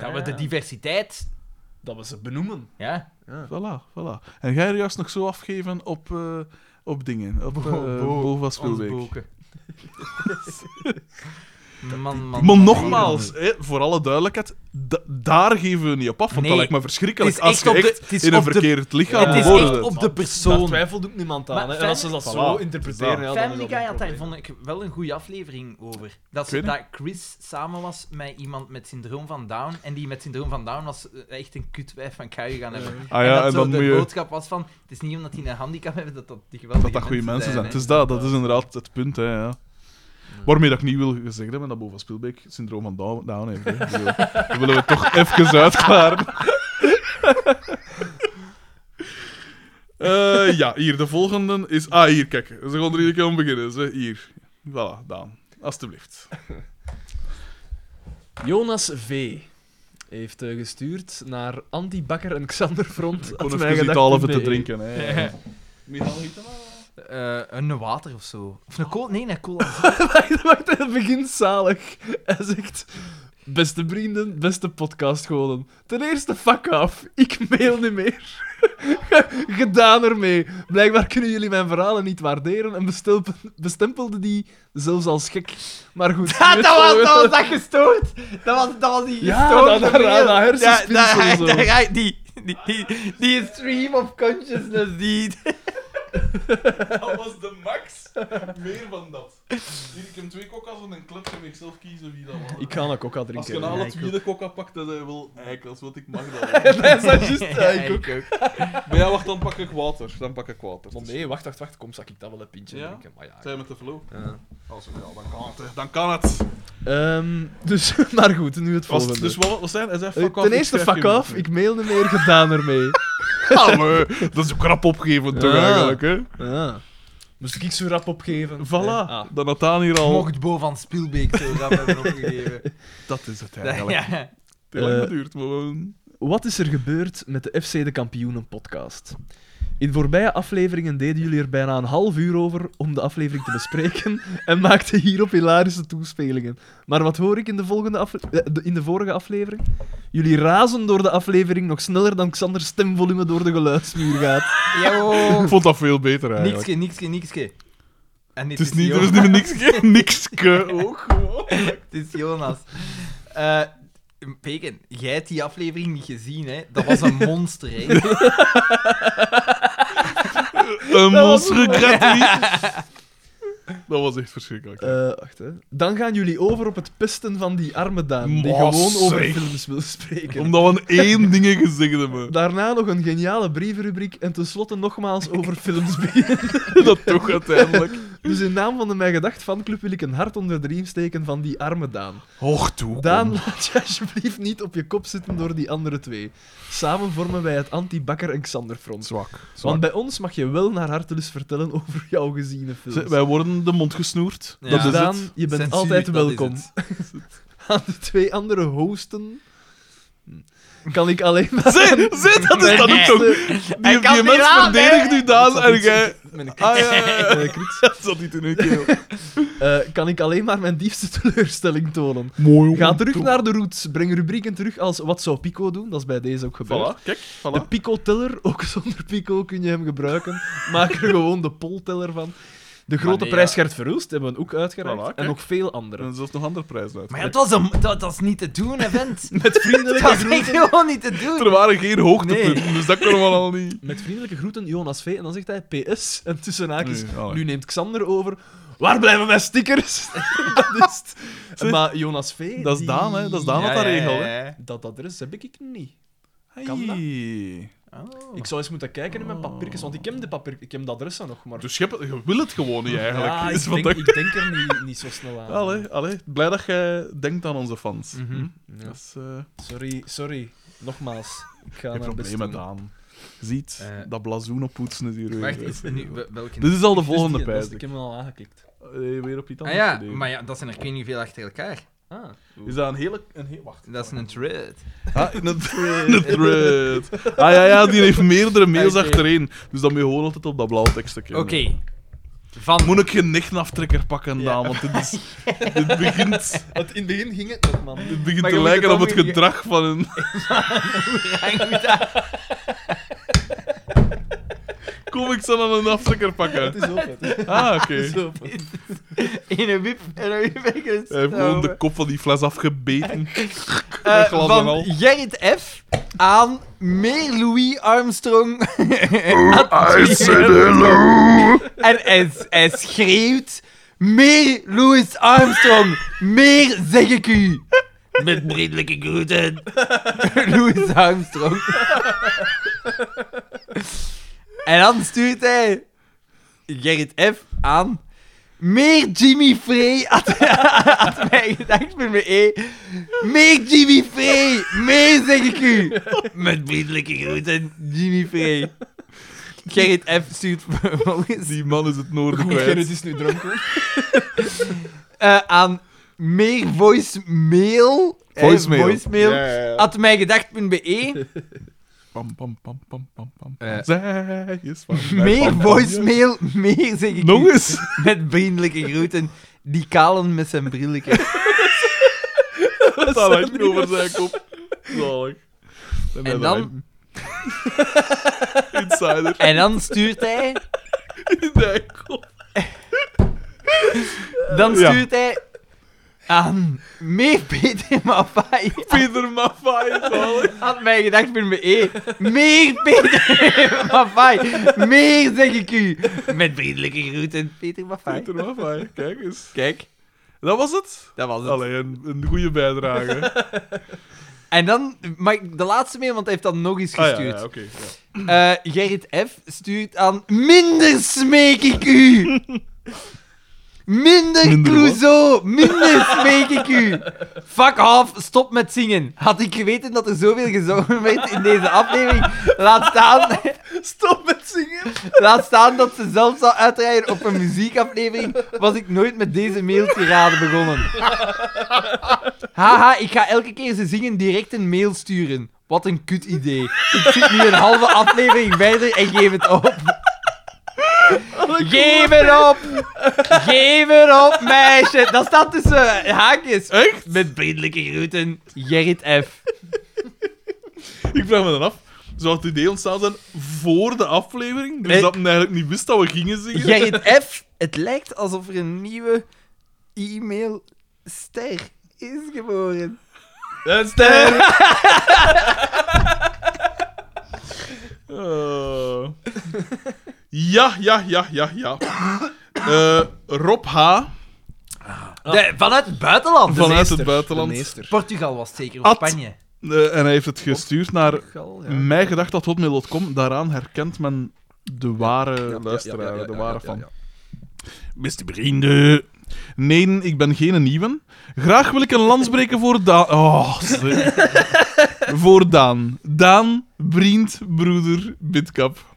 Speaker 1: dat we de
Speaker 3: Ja.
Speaker 1: diversiteit...
Speaker 3: Dat we ze benoemen.
Speaker 1: Ja.
Speaker 2: Voilà, voilà. En ga je er juist nog zo afgeven op, eh, op dingen. Op eh
Speaker 1: Bo- bo-
Speaker 2: Bo van Spielbeek.
Speaker 1: boeken. man, man,
Speaker 2: Maar
Speaker 1: man,
Speaker 2: nogmaals, hè, voor alle duidelijkheid, da- daar geven we niet op af, want
Speaker 1: Nee.
Speaker 2: dat lijkt me verschrikkelijk
Speaker 1: Het is
Speaker 2: als je
Speaker 1: echt op de-
Speaker 2: echt
Speaker 1: het is
Speaker 2: in een
Speaker 1: op de-
Speaker 2: verkeerd lichaam
Speaker 1: Het is
Speaker 2: geboren
Speaker 1: echt
Speaker 2: bent.
Speaker 1: op de
Speaker 3: Daar
Speaker 1: persoon.
Speaker 3: twijfelt ook niemand
Speaker 1: Maar
Speaker 3: aan. hè. En als ze dat
Speaker 2: Family-
Speaker 3: zo
Speaker 2: Voilà.
Speaker 3: interpreteren, ja, dan is
Speaker 1: Family
Speaker 3: dat
Speaker 1: Guy
Speaker 3: een
Speaker 1: had daar,
Speaker 3: probleem.
Speaker 1: vond ik, wel een goede aflevering over. Dat,
Speaker 2: weet
Speaker 1: ze, dat Chris samen was met iemand met syndroom van Down. En die met syndroom van Down was eh, echt een kutwijf van KU gaan hebben.
Speaker 2: Ah ja, en,
Speaker 1: dat zo
Speaker 2: dan
Speaker 1: de
Speaker 2: moet je...
Speaker 1: boodschap was van... Het is niet omdat die een handicap hebben dat dat die geweldige
Speaker 2: Dat dat goede mensen zijn. Het
Speaker 1: hè.
Speaker 2: is dat, dat is inderdaad het punt, hè, ja. Waarmee dat ik niet wil gezegd hebben dat Bo van Spielbeek het syndroom van Down, Down heeft. hè. Ik bedoel, Dat willen we toch even uitklaren. Eh, ja, hier, de volgende is... Ah, hier, kijk. Ze gaan er hier keer aan beginnen. Ze, hier. Voilà, Daan. Alsjeblieft.
Speaker 3: Jonas V. heeft eh, gestuurd naar Andy Bakker en Xander Front.
Speaker 2: Ik kon even niet al even te drinken. Hè.
Speaker 1: Eh, een water of zo. Of een cola. Nee, een cola.
Speaker 3: Wacht, wacht, het begint zalig. Hij zegt... Beste vrienden, beste podcastgoden. Ten eerste, fuck off. Ik mail niet meer. Gedaan ermee. Blijkbaar kunnen jullie mijn verhalen niet waarderen en bestelpen- bestempelde die zelfs als gek. Maar goed.
Speaker 1: Ja, dat was, dat was dat gestoord. Dat was, dat was die
Speaker 3: Ja,
Speaker 1: gestoorde
Speaker 3: dat- dat-
Speaker 1: mail.
Speaker 3: dat- dat hersenspinsel
Speaker 1: Ja, daar-
Speaker 3: en zo.
Speaker 1: daar ga- die, die, die, die stream of consciousness, die...
Speaker 2: Dat was de max. Meer van dat. Hier, ik heb twee kokka's en een klep. Kan ik zelf kiezen wie dat was.
Speaker 3: Ik ga een coca
Speaker 2: Als
Speaker 3: drinken.
Speaker 2: je
Speaker 3: Ja,
Speaker 2: alle
Speaker 3: ik
Speaker 2: twee
Speaker 3: ook.
Speaker 2: de kokka pakt, dan zijn wel eikels, want ik mag dat.
Speaker 3: Dat is dat juist. Ja, ik ook.
Speaker 2: maar ja, wacht, dan pak ik water. Dan pak ik water.
Speaker 3: Maar nee, wacht, wacht, wacht. Kom, zak ik dat wel een pintje
Speaker 2: Ja?
Speaker 3: drinken. Maar ja,
Speaker 2: Zijn we met de flow?
Speaker 3: Ja.
Speaker 2: Als ja, dan kan het. hè. Dan kan het.
Speaker 3: Ehm, dus, maar goed, nu het
Speaker 2: Als-
Speaker 3: volgende.
Speaker 2: dus wat was zijn? Hij zei
Speaker 3: Eh,
Speaker 2: fuck off.
Speaker 3: Ten
Speaker 2: ik
Speaker 3: eerste,
Speaker 2: schrijf
Speaker 3: fuck
Speaker 2: je
Speaker 3: off.
Speaker 2: mail.
Speaker 3: Ik mail niet meer, gedaan ermee.
Speaker 2: Ja, maar, dat is een krap opgeven toch
Speaker 3: Ja.
Speaker 2: eigenlijk, hè?
Speaker 3: Ah. Moest ik zo rap opgeven?
Speaker 2: Voilà.
Speaker 3: Ah.
Speaker 2: Dan had Daan hier al...
Speaker 1: Mocht Bo van Spielbeek zo dat hebben opgegeven.
Speaker 2: Dat is het
Speaker 1: Dat-
Speaker 2: eigenlijk.
Speaker 1: ja.
Speaker 2: Het heeft lang
Speaker 3: Eh.
Speaker 2: geduurd, maar... we-
Speaker 3: Wat is er gebeurd met de FC de Kampioenen podcast? In voorbije afleveringen deden jullie er bijna een half uur over om de aflevering te bespreken en maakten hierop hilarische toespelingen. Maar wat hoor ik in de, volgende afle- eh, de- in de vorige aflevering? Jullie razen door de aflevering nog sneller dan Xander's stemvolume door de geluidsmuur gaat.
Speaker 1: Yo.
Speaker 2: Ik vond dat veel beter eigenlijk.
Speaker 1: Nikske, nikske, nikske. En dit
Speaker 2: Het is
Speaker 1: is
Speaker 2: niet, er is
Speaker 1: Jonas.
Speaker 2: niet meer nikske, nikske ook gewoon.
Speaker 1: Het is Jonas. Eh, Peken, jij hebt die aflevering niet gezien, hè? Dat was een monster, hè?
Speaker 2: Een monster gratis. Dat was echt verschrikkelijk.
Speaker 3: Eh, wacht, hè. Dan gaan jullie over op het pesten van die arme dame, die
Speaker 2: Maar
Speaker 3: gewoon over
Speaker 2: zeg.
Speaker 3: films wil spreken.
Speaker 2: Omdat we één ding gezegd hebben.
Speaker 3: Daarna nog een geniale brievenrubriek en tenslotte nogmaals over films beginnen.
Speaker 2: Dat toch uiteindelijk.
Speaker 3: Dus in naam van de Mijn Gedacht fanclub wil ik een hart onder de riem steken van die arme Daan.
Speaker 2: Hoog toe.
Speaker 3: Daan, laat je alsjeblieft niet op je kop zitten door die andere twee. Samen vormen wij het anti-Bakker en Xander front.
Speaker 2: Zwak.
Speaker 3: Want bij ons mag je wel naar hartelust vertellen over jouw geziene films.
Speaker 2: Ze- Wij worden de mond gesnoerd.
Speaker 1: Ja.
Speaker 2: Dat is
Speaker 3: Dus
Speaker 2: het.
Speaker 3: Daan, je bent
Speaker 1: Censuur,
Speaker 3: altijd
Speaker 1: dat is
Speaker 3: welkom.
Speaker 1: het.
Speaker 3: Aan de twee andere hosten hm, kan ik alleen maar...
Speaker 2: Zee, zee, dat is dan ook toch.
Speaker 1: kan
Speaker 2: Die, die
Speaker 1: niet
Speaker 2: mens
Speaker 1: aan,
Speaker 2: verdedigt
Speaker 1: hè.
Speaker 2: u Daan en jij...
Speaker 3: Met een
Speaker 2: Ah, ja, ja, ja.
Speaker 3: eh, kritiek.
Speaker 2: Dat zat niet in uw keel.
Speaker 3: Eh, kan ik alleen maar mijn diepste teleurstelling tonen.
Speaker 2: Mooi.
Speaker 3: Ga terug naar de roots. Breng rubrieken terug als Wat zou Pico doen? Dat is bij deze ook gebeurd.
Speaker 2: Voilà, kijk.
Speaker 3: De
Speaker 2: Voilà.
Speaker 3: Pico-teller, ook zonder Pico kun je hem gebruiken. Maak er gewoon de polteller van. De grote
Speaker 1: nee,
Speaker 3: prijs
Speaker 1: ja.
Speaker 3: Gert Verhulst hebben we ook uitgeraakt.
Speaker 2: Voilà, kijk.
Speaker 3: en nog veel andere.
Speaker 2: En zelfs nog andere prijzen uit.
Speaker 1: Maar ja, het was een, dat, dat is niet te doen, hè, vent.
Speaker 3: Met vriendelijke,
Speaker 1: Dat is
Speaker 3: groeten,
Speaker 1: echt gewoon niet te doen.
Speaker 2: Er waren geen hoogtepunten, dus dat kunnen we al niet.
Speaker 3: met vriendelijke groeten, Jonas V. En dan zegt hij PS. En tussen haakjes,
Speaker 2: Nee, allee.
Speaker 3: nu neemt Xander over. Waar blijven mijn stickers? dat is het.
Speaker 2: Zeg,
Speaker 3: Maar Jonas V.
Speaker 2: Dat is
Speaker 3: die-
Speaker 2: Daan, hè. Dat is Daan
Speaker 1: Ja,
Speaker 2: wat dat
Speaker 1: ja,
Speaker 2: regel,
Speaker 1: ja,
Speaker 2: hè.
Speaker 1: ja.
Speaker 3: Dat adres heb ik niet. Kan dat?
Speaker 2: Hey. Oh.
Speaker 3: Ik zou eens moeten kijken in mijn papiertjes, want ik heb de papier, ik heb de adressen nog, maar...
Speaker 2: Dus je, hebt, je wil het gewoon niet eigenlijk.
Speaker 3: ja,
Speaker 2: is
Speaker 3: ik,
Speaker 2: wat
Speaker 3: denk,
Speaker 2: ik-
Speaker 3: ik denk er niet, niet zo snel aan.
Speaker 2: Allee, allee, blij dat jij denkt aan onze fans.
Speaker 1: Mhm.
Speaker 3: Ja.
Speaker 2: Dat is eh
Speaker 3: Sorry, sorry. Nogmaals. Ik ga
Speaker 2: geen
Speaker 3: naar
Speaker 2: probleem met Daan. Ziet,
Speaker 1: Eh.
Speaker 2: dat blazoen oppoetsen is hier
Speaker 1: Wacht,
Speaker 2: weer.
Speaker 1: is nu, wel- welke...
Speaker 2: Dit is al de volgende
Speaker 3: pijs.
Speaker 2: pijs.
Speaker 3: Ik heb hem al aangeklikt.
Speaker 2: Eh, weer op iets
Speaker 1: ah
Speaker 2: anders
Speaker 1: ja,
Speaker 2: gedaan.
Speaker 1: maar ja, dat zijn er ik weet niet hoeveel achter elkaar.
Speaker 3: Ah.
Speaker 2: Is dat een hele... Een heel, wacht.
Speaker 1: Dat is een thread.
Speaker 2: Ah, in een thread. een thread. Ah ja, ja, die heeft meerdere mails
Speaker 1: Oké.
Speaker 2: achtereen. Dus dan moet je gewoon altijd op dat blauwe tekstje.
Speaker 1: Oké. Van...
Speaker 2: Moet ik geen nichtnaftrekker pakken,
Speaker 3: Ja.
Speaker 2: Daan, want dit, is, dit begint,
Speaker 3: Want in het begin ging het nog, man.
Speaker 2: dit begint
Speaker 1: Maar je
Speaker 2: te
Speaker 1: moet
Speaker 2: lijken
Speaker 1: het
Speaker 2: op het
Speaker 1: ook niet-
Speaker 2: gedrag van een... Kom, ik zal aan een naftrekker
Speaker 3: Het
Speaker 2: pakken.
Speaker 3: is open. Het is
Speaker 2: Ah, oké.
Speaker 3: open.
Speaker 1: In een wip en een wip en een
Speaker 2: Hij heeft gewoon
Speaker 1: stouw.
Speaker 2: de kop van die fles afgebeten.
Speaker 1: Eh,
Speaker 2: Met glas en
Speaker 1: van
Speaker 2: al.
Speaker 1: Gerrit F. aan meer Louis Armstrong.
Speaker 2: Oh, I said hello!
Speaker 1: en hij, hij schreeuwt: Meer Louis Armstrong! Meer zeg ik u! Met vriendelijke groeten. Louis Armstrong. en dan stuurt hij Gerrit F. aan. Meer Jimmy Frey had, had mij gedacht met mijn E. Meer Jimmy Frey, meer zeg ik u. Met vriendelijke groeten, Jimmy Frey. Gerrit F. stuurt vervolgens
Speaker 2: Die man is het noorden
Speaker 3: Goed, Gerrit
Speaker 2: kwijt.
Speaker 3: is nu dronken.
Speaker 1: eh, aan meer voicemail. eh,
Speaker 2: Voicemail.
Speaker 1: voicemail
Speaker 2: Ja.
Speaker 1: At mijgedacht.be.
Speaker 2: Pam, pam, pam, pam, pam, pam.
Speaker 1: Eh.
Speaker 2: Zij is van mij.
Speaker 1: Meer
Speaker 2: Pam, pam.
Speaker 1: voicemail, meer zeg ik.
Speaker 2: Nog
Speaker 1: u.
Speaker 2: eens.
Speaker 1: Met vriendelijke groeten. Die kalen met zijn brilletje.
Speaker 2: Dat hangt over zijn kop. Zalig.
Speaker 1: En dan,
Speaker 2: Insider.
Speaker 1: en dan stuurt hij.
Speaker 2: In zijn kop.
Speaker 1: Dan
Speaker 2: Ja.
Speaker 1: stuurt hij aan meer Peter Maffay.
Speaker 2: Peter Maffay is zalig.
Speaker 1: Had mij gedacht met mijn E. Meer Peter Maffay. Meer zeg ik u. Met vriendelijke groeten, Peter Maffay.
Speaker 2: Peter Maffay, kijk eens.
Speaker 1: Kijk,
Speaker 2: Dat was het?
Speaker 1: dat was het.
Speaker 2: Allee, een, een goede bijdrage.
Speaker 1: En dan, maar ik- de laatste mee, want hij heeft dat nog eens
Speaker 2: Ah ja,
Speaker 1: gestuurd.
Speaker 2: ja oké. ja.
Speaker 1: Eh, Gerrit F. stuurt aan Minder smeek ik u! Minder,
Speaker 2: Minder
Speaker 1: Clouseau! Minder smeek ik u! Fuck off, stop met zingen. Had ik geweten dat er zoveel gezongen werd in deze aflevering, laat staan,
Speaker 3: Stop met zingen.
Speaker 1: laat staan dat ze zelf zou uitrijden op een muziekaflevering, was ik nooit met deze mailtirade begonnen. Haha, ik ga elke keer ze zingen direct een mail sturen. Wat een kut idee. Ik zit nu een halve aflevering verder en geef het op. Geef het op! Geef het op, meisje! Dat staat tussen haakjes.
Speaker 2: Echt?
Speaker 1: Met vriendelijke groeten, Gerrit F.
Speaker 2: Ik vraag me dan af. Zou het idee ontstaan zijn voor de aflevering? Dus
Speaker 1: Nee.
Speaker 2: dat men eigenlijk niet wist dat we gingen zingen?
Speaker 1: Gerrit F. Het lijkt alsof er een nieuwe e-mailster is geboren.
Speaker 3: Een ster.
Speaker 2: Oh. Eh. Ja, ja, ja, ja, ja. Eh, Rob H.
Speaker 1: De- Ah. vanuit het buitenland.
Speaker 2: Vanuit
Speaker 1: Dus
Speaker 2: het buitenland.
Speaker 3: De meester.
Speaker 1: Portugal was het zeker, of
Speaker 2: At-
Speaker 1: Spanje.
Speaker 2: eh, en hij heeft het gestuurd naar
Speaker 3: Gal, ja.
Speaker 2: mijgedacht.hotmail.com. Daaraan herkent men de ware luisteraar,
Speaker 3: ja, ja,
Speaker 2: de
Speaker 3: ja,
Speaker 2: ware
Speaker 3: ja,
Speaker 2: fan.
Speaker 3: ja,
Speaker 2: Beste vrienden. Nee, ik ben geen nieuwe. Graag wil ik een lans breken voor Daan. Oh, sorry. voor Daan. Daan, vriend, broeder, Bitkap.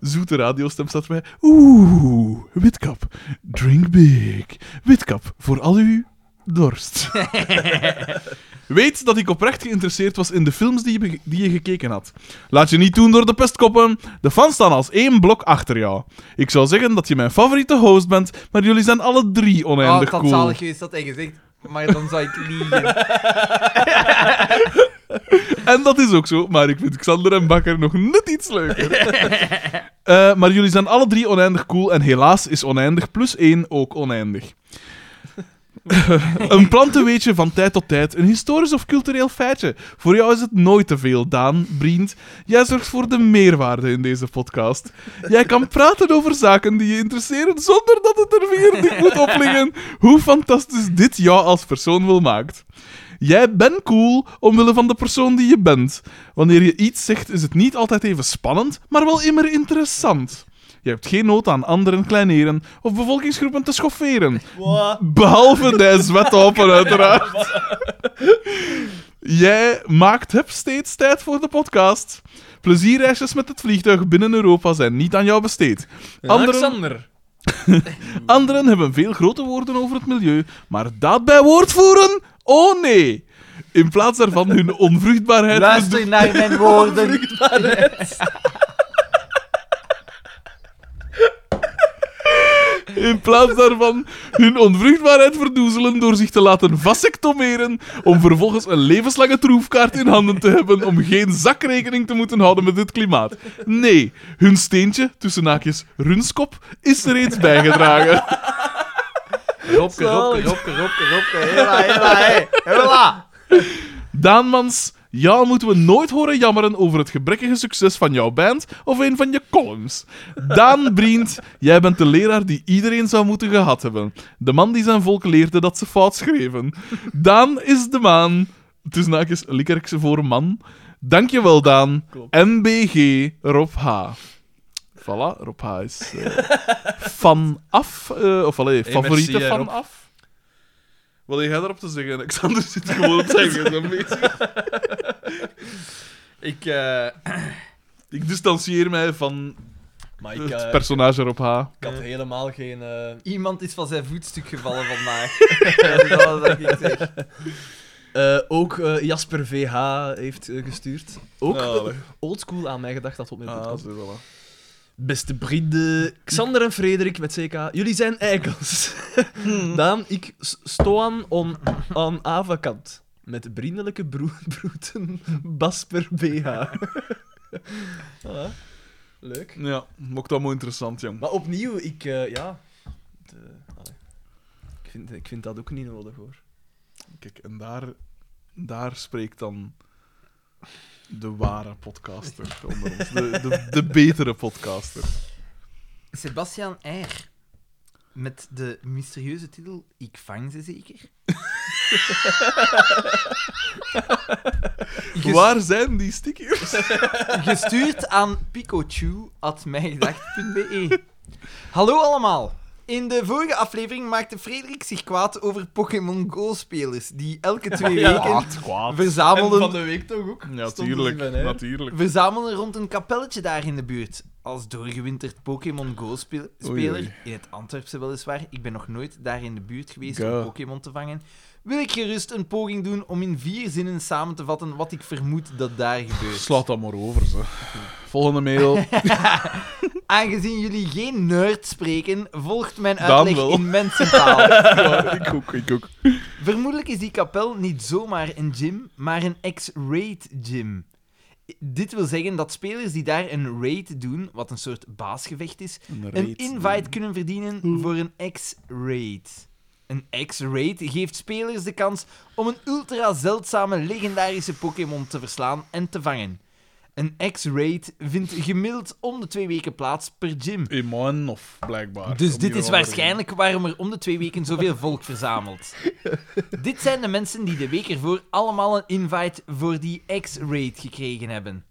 Speaker 2: Zoete radiostem staat bij. Oeh, Bitkap. Drink big. Bitkap, voor al uw dorst. Weet dat ik oprecht geïnteresseerd was in de films die je, be- die je gekeken had. Laat je niet doen door de pestkoppen. De fans staan als één blok achter jou. Ik zou zeggen dat je mijn favoriete host bent, maar jullie zijn alle drie
Speaker 1: Oh, het
Speaker 2: oneindig
Speaker 1: had
Speaker 2: cool.
Speaker 1: zalig geweest dat hij gezegd maar dan zou ik liegen.
Speaker 2: En dat is ook zo, maar ik vind Xander en Bakker nog net iets leuker. Eh, maar jullie zijn alle drie oneindig cool en helaas is oneindig plus één ook oneindig. een plantenweetje van tijd tot tijd, een historisch of cultureel feitje. Voor jou is het nooit te veel, Daan, vriend. Jij zorgt voor de meerwaarde in deze podcast. Jij kan praten over zaken die je interesseren zonder dat het er weer niet moet oplingen hoe fantastisch dit jou als persoon wil maakt. Jij bent cool omwille van de persoon die je bent. Wanneer je iets zegt, is het niet altijd even spannend, maar wel immer interessant. Je hebt geen nood aan anderen kleineren of bevolkingsgroepen te schofferen. Behalve de zwetopen, uiteraard. Jij maakt heb steeds tijd voor de podcast. Plezierreisjes met het vliegtuig binnen Europa zijn niet aan jou besteed.
Speaker 3: Alexander.
Speaker 2: Anderen hebben veel grote woorden over het milieu, maar daad bij woord voeren? Oh nee! In plaats daarvan hun onvruchtbaarheid.
Speaker 1: Luister naar mijn woorden.
Speaker 2: In plaats daarvan hun onvruchtbaarheid verdoezelen door zich te laten vasectomeren, om vervolgens een levenslange troefkaart in handen te hebben om geen zakrekening te moeten houden met dit klimaat. Nee, hun steentje, tussen haakjes runskop, is reeds bijgedragen.
Speaker 1: Robke, Robke, Robke, Robke, Robke. Hela, hela, hé. Hela.
Speaker 2: Daanmans, jou moeten we nooit horen jammeren over het gebrekkige succes van jouw band of een van je columns. Daan Brient, jij bent de leraar die iedereen zou moeten gehad hebben. De man die zijn volk leerde dat ze fout schreven. Daan is de maan. Tussen haakjes Likkerkse voor man. Dankjewel, Daan. MBG Rob H. Voilà, Rob H. is eh, fan af. eh, of allee, favoriete
Speaker 3: merci, hè,
Speaker 2: fan
Speaker 3: Rob.
Speaker 2: af. Wat heb jij daarop te zeggen? Alexander zit gewoon op zijn gsm bezig.
Speaker 1: Ik, eh,
Speaker 2: Ik distancieer mij van
Speaker 3: Maar ik,
Speaker 2: het
Speaker 3: eh,
Speaker 2: personage Rob H.
Speaker 3: ik had helemaal geen... eh,
Speaker 1: iemand is van zijn voetstuk gevallen vandaag. Dat is alles wat ik zeg.
Speaker 3: Eh, ook eh, Jasper VH heeft eh, gestuurd. Ook
Speaker 2: Ah,
Speaker 3: eh,
Speaker 2: leuk.
Speaker 3: oldschool aan mij gedacht dat op mijn
Speaker 2: Ah,
Speaker 3: podcast.
Speaker 2: zo, voilà.
Speaker 3: Beste vrienden, Xander en Frederik met CK, jullie zijn eikels. Daan, ik s- stoan on, aan avakant. Met vriendelijke broe broeten, Basper BH. Voilà. Leuk.
Speaker 2: Ja, ook dat mooi interessant, jong.
Speaker 3: Maar opnieuw, ik, eh, ja... de- allee. ik, vind, ik vind dat ook niet nodig, hoor.
Speaker 2: Kijk, en daar, daar spreekt dan de ware podcaster onder ons. De, de, de betere podcaster.
Speaker 1: Sebastian R. Met de mysterieuze titel Ik vang ze zeker. Ges-
Speaker 2: Waar zijn die stickers?
Speaker 1: Gestuurd aan pikachu.mijgedacht.be E. Hallo allemaal. In de vorige aflevering maakte Frederik zich kwaad over Pokémon Go-spelers, die elke twee weken
Speaker 2: kwaad.
Speaker 1: verzamelden...
Speaker 3: van de week toch ook?
Speaker 2: Ja,
Speaker 3: Stond er
Speaker 2: tuurlijk,
Speaker 3: niet bij, hè?
Speaker 2: natuurlijk.
Speaker 1: verzamelen rond een kapelletje daar in de buurt. Als doorgewinterd Pokémon
Speaker 2: Oei,
Speaker 1: Go-speler,
Speaker 2: oei.
Speaker 1: in het Antwerpse weliswaar, ik ben nog nooit daar in de buurt geweest
Speaker 2: Ga.
Speaker 1: om Pokémon te vangen, wil ik gerust een poging doen om in vier zinnen samen te vatten wat ik vermoed dat daar gebeurt.
Speaker 2: Slaat dat maar over, ze. Volgende mail.
Speaker 1: Aangezien jullie geen nerd spreken, volgt mijn
Speaker 2: Daan
Speaker 1: uitleg
Speaker 2: wel.
Speaker 1: in mensentaal.
Speaker 2: Ja, ik ook, ik ook.
Speaker 1: Vermoedelijk is die kapel niet zomaar een gym, maar een X-raid gym. Dit wil zeggen dat spelers die daar een raid doen, wat een soort baasgevecht is, een invite kunnen verdienen voor een X-raid. Een X-raid geeft spelers de kans om een ultra zeldzame legendarische Pokémon te verslaan en te vangen. Een X-raid vindt gemiddeld om de twee weken plaats per gym.
Speaker 2: In man of blijkbaar.
Speaker 1: Dus
Speaker 2: Om
Speaker 1: dit
Speaker 2: die
Speaker 1: is
Speaker 2: rare
Speaker 1: waarschijnlijk waarom er om de twee weken zoveel volk verzamelt. dit zijn de mensen die de week ervoor allemaal een invite voor die X-raid gekregen hebben.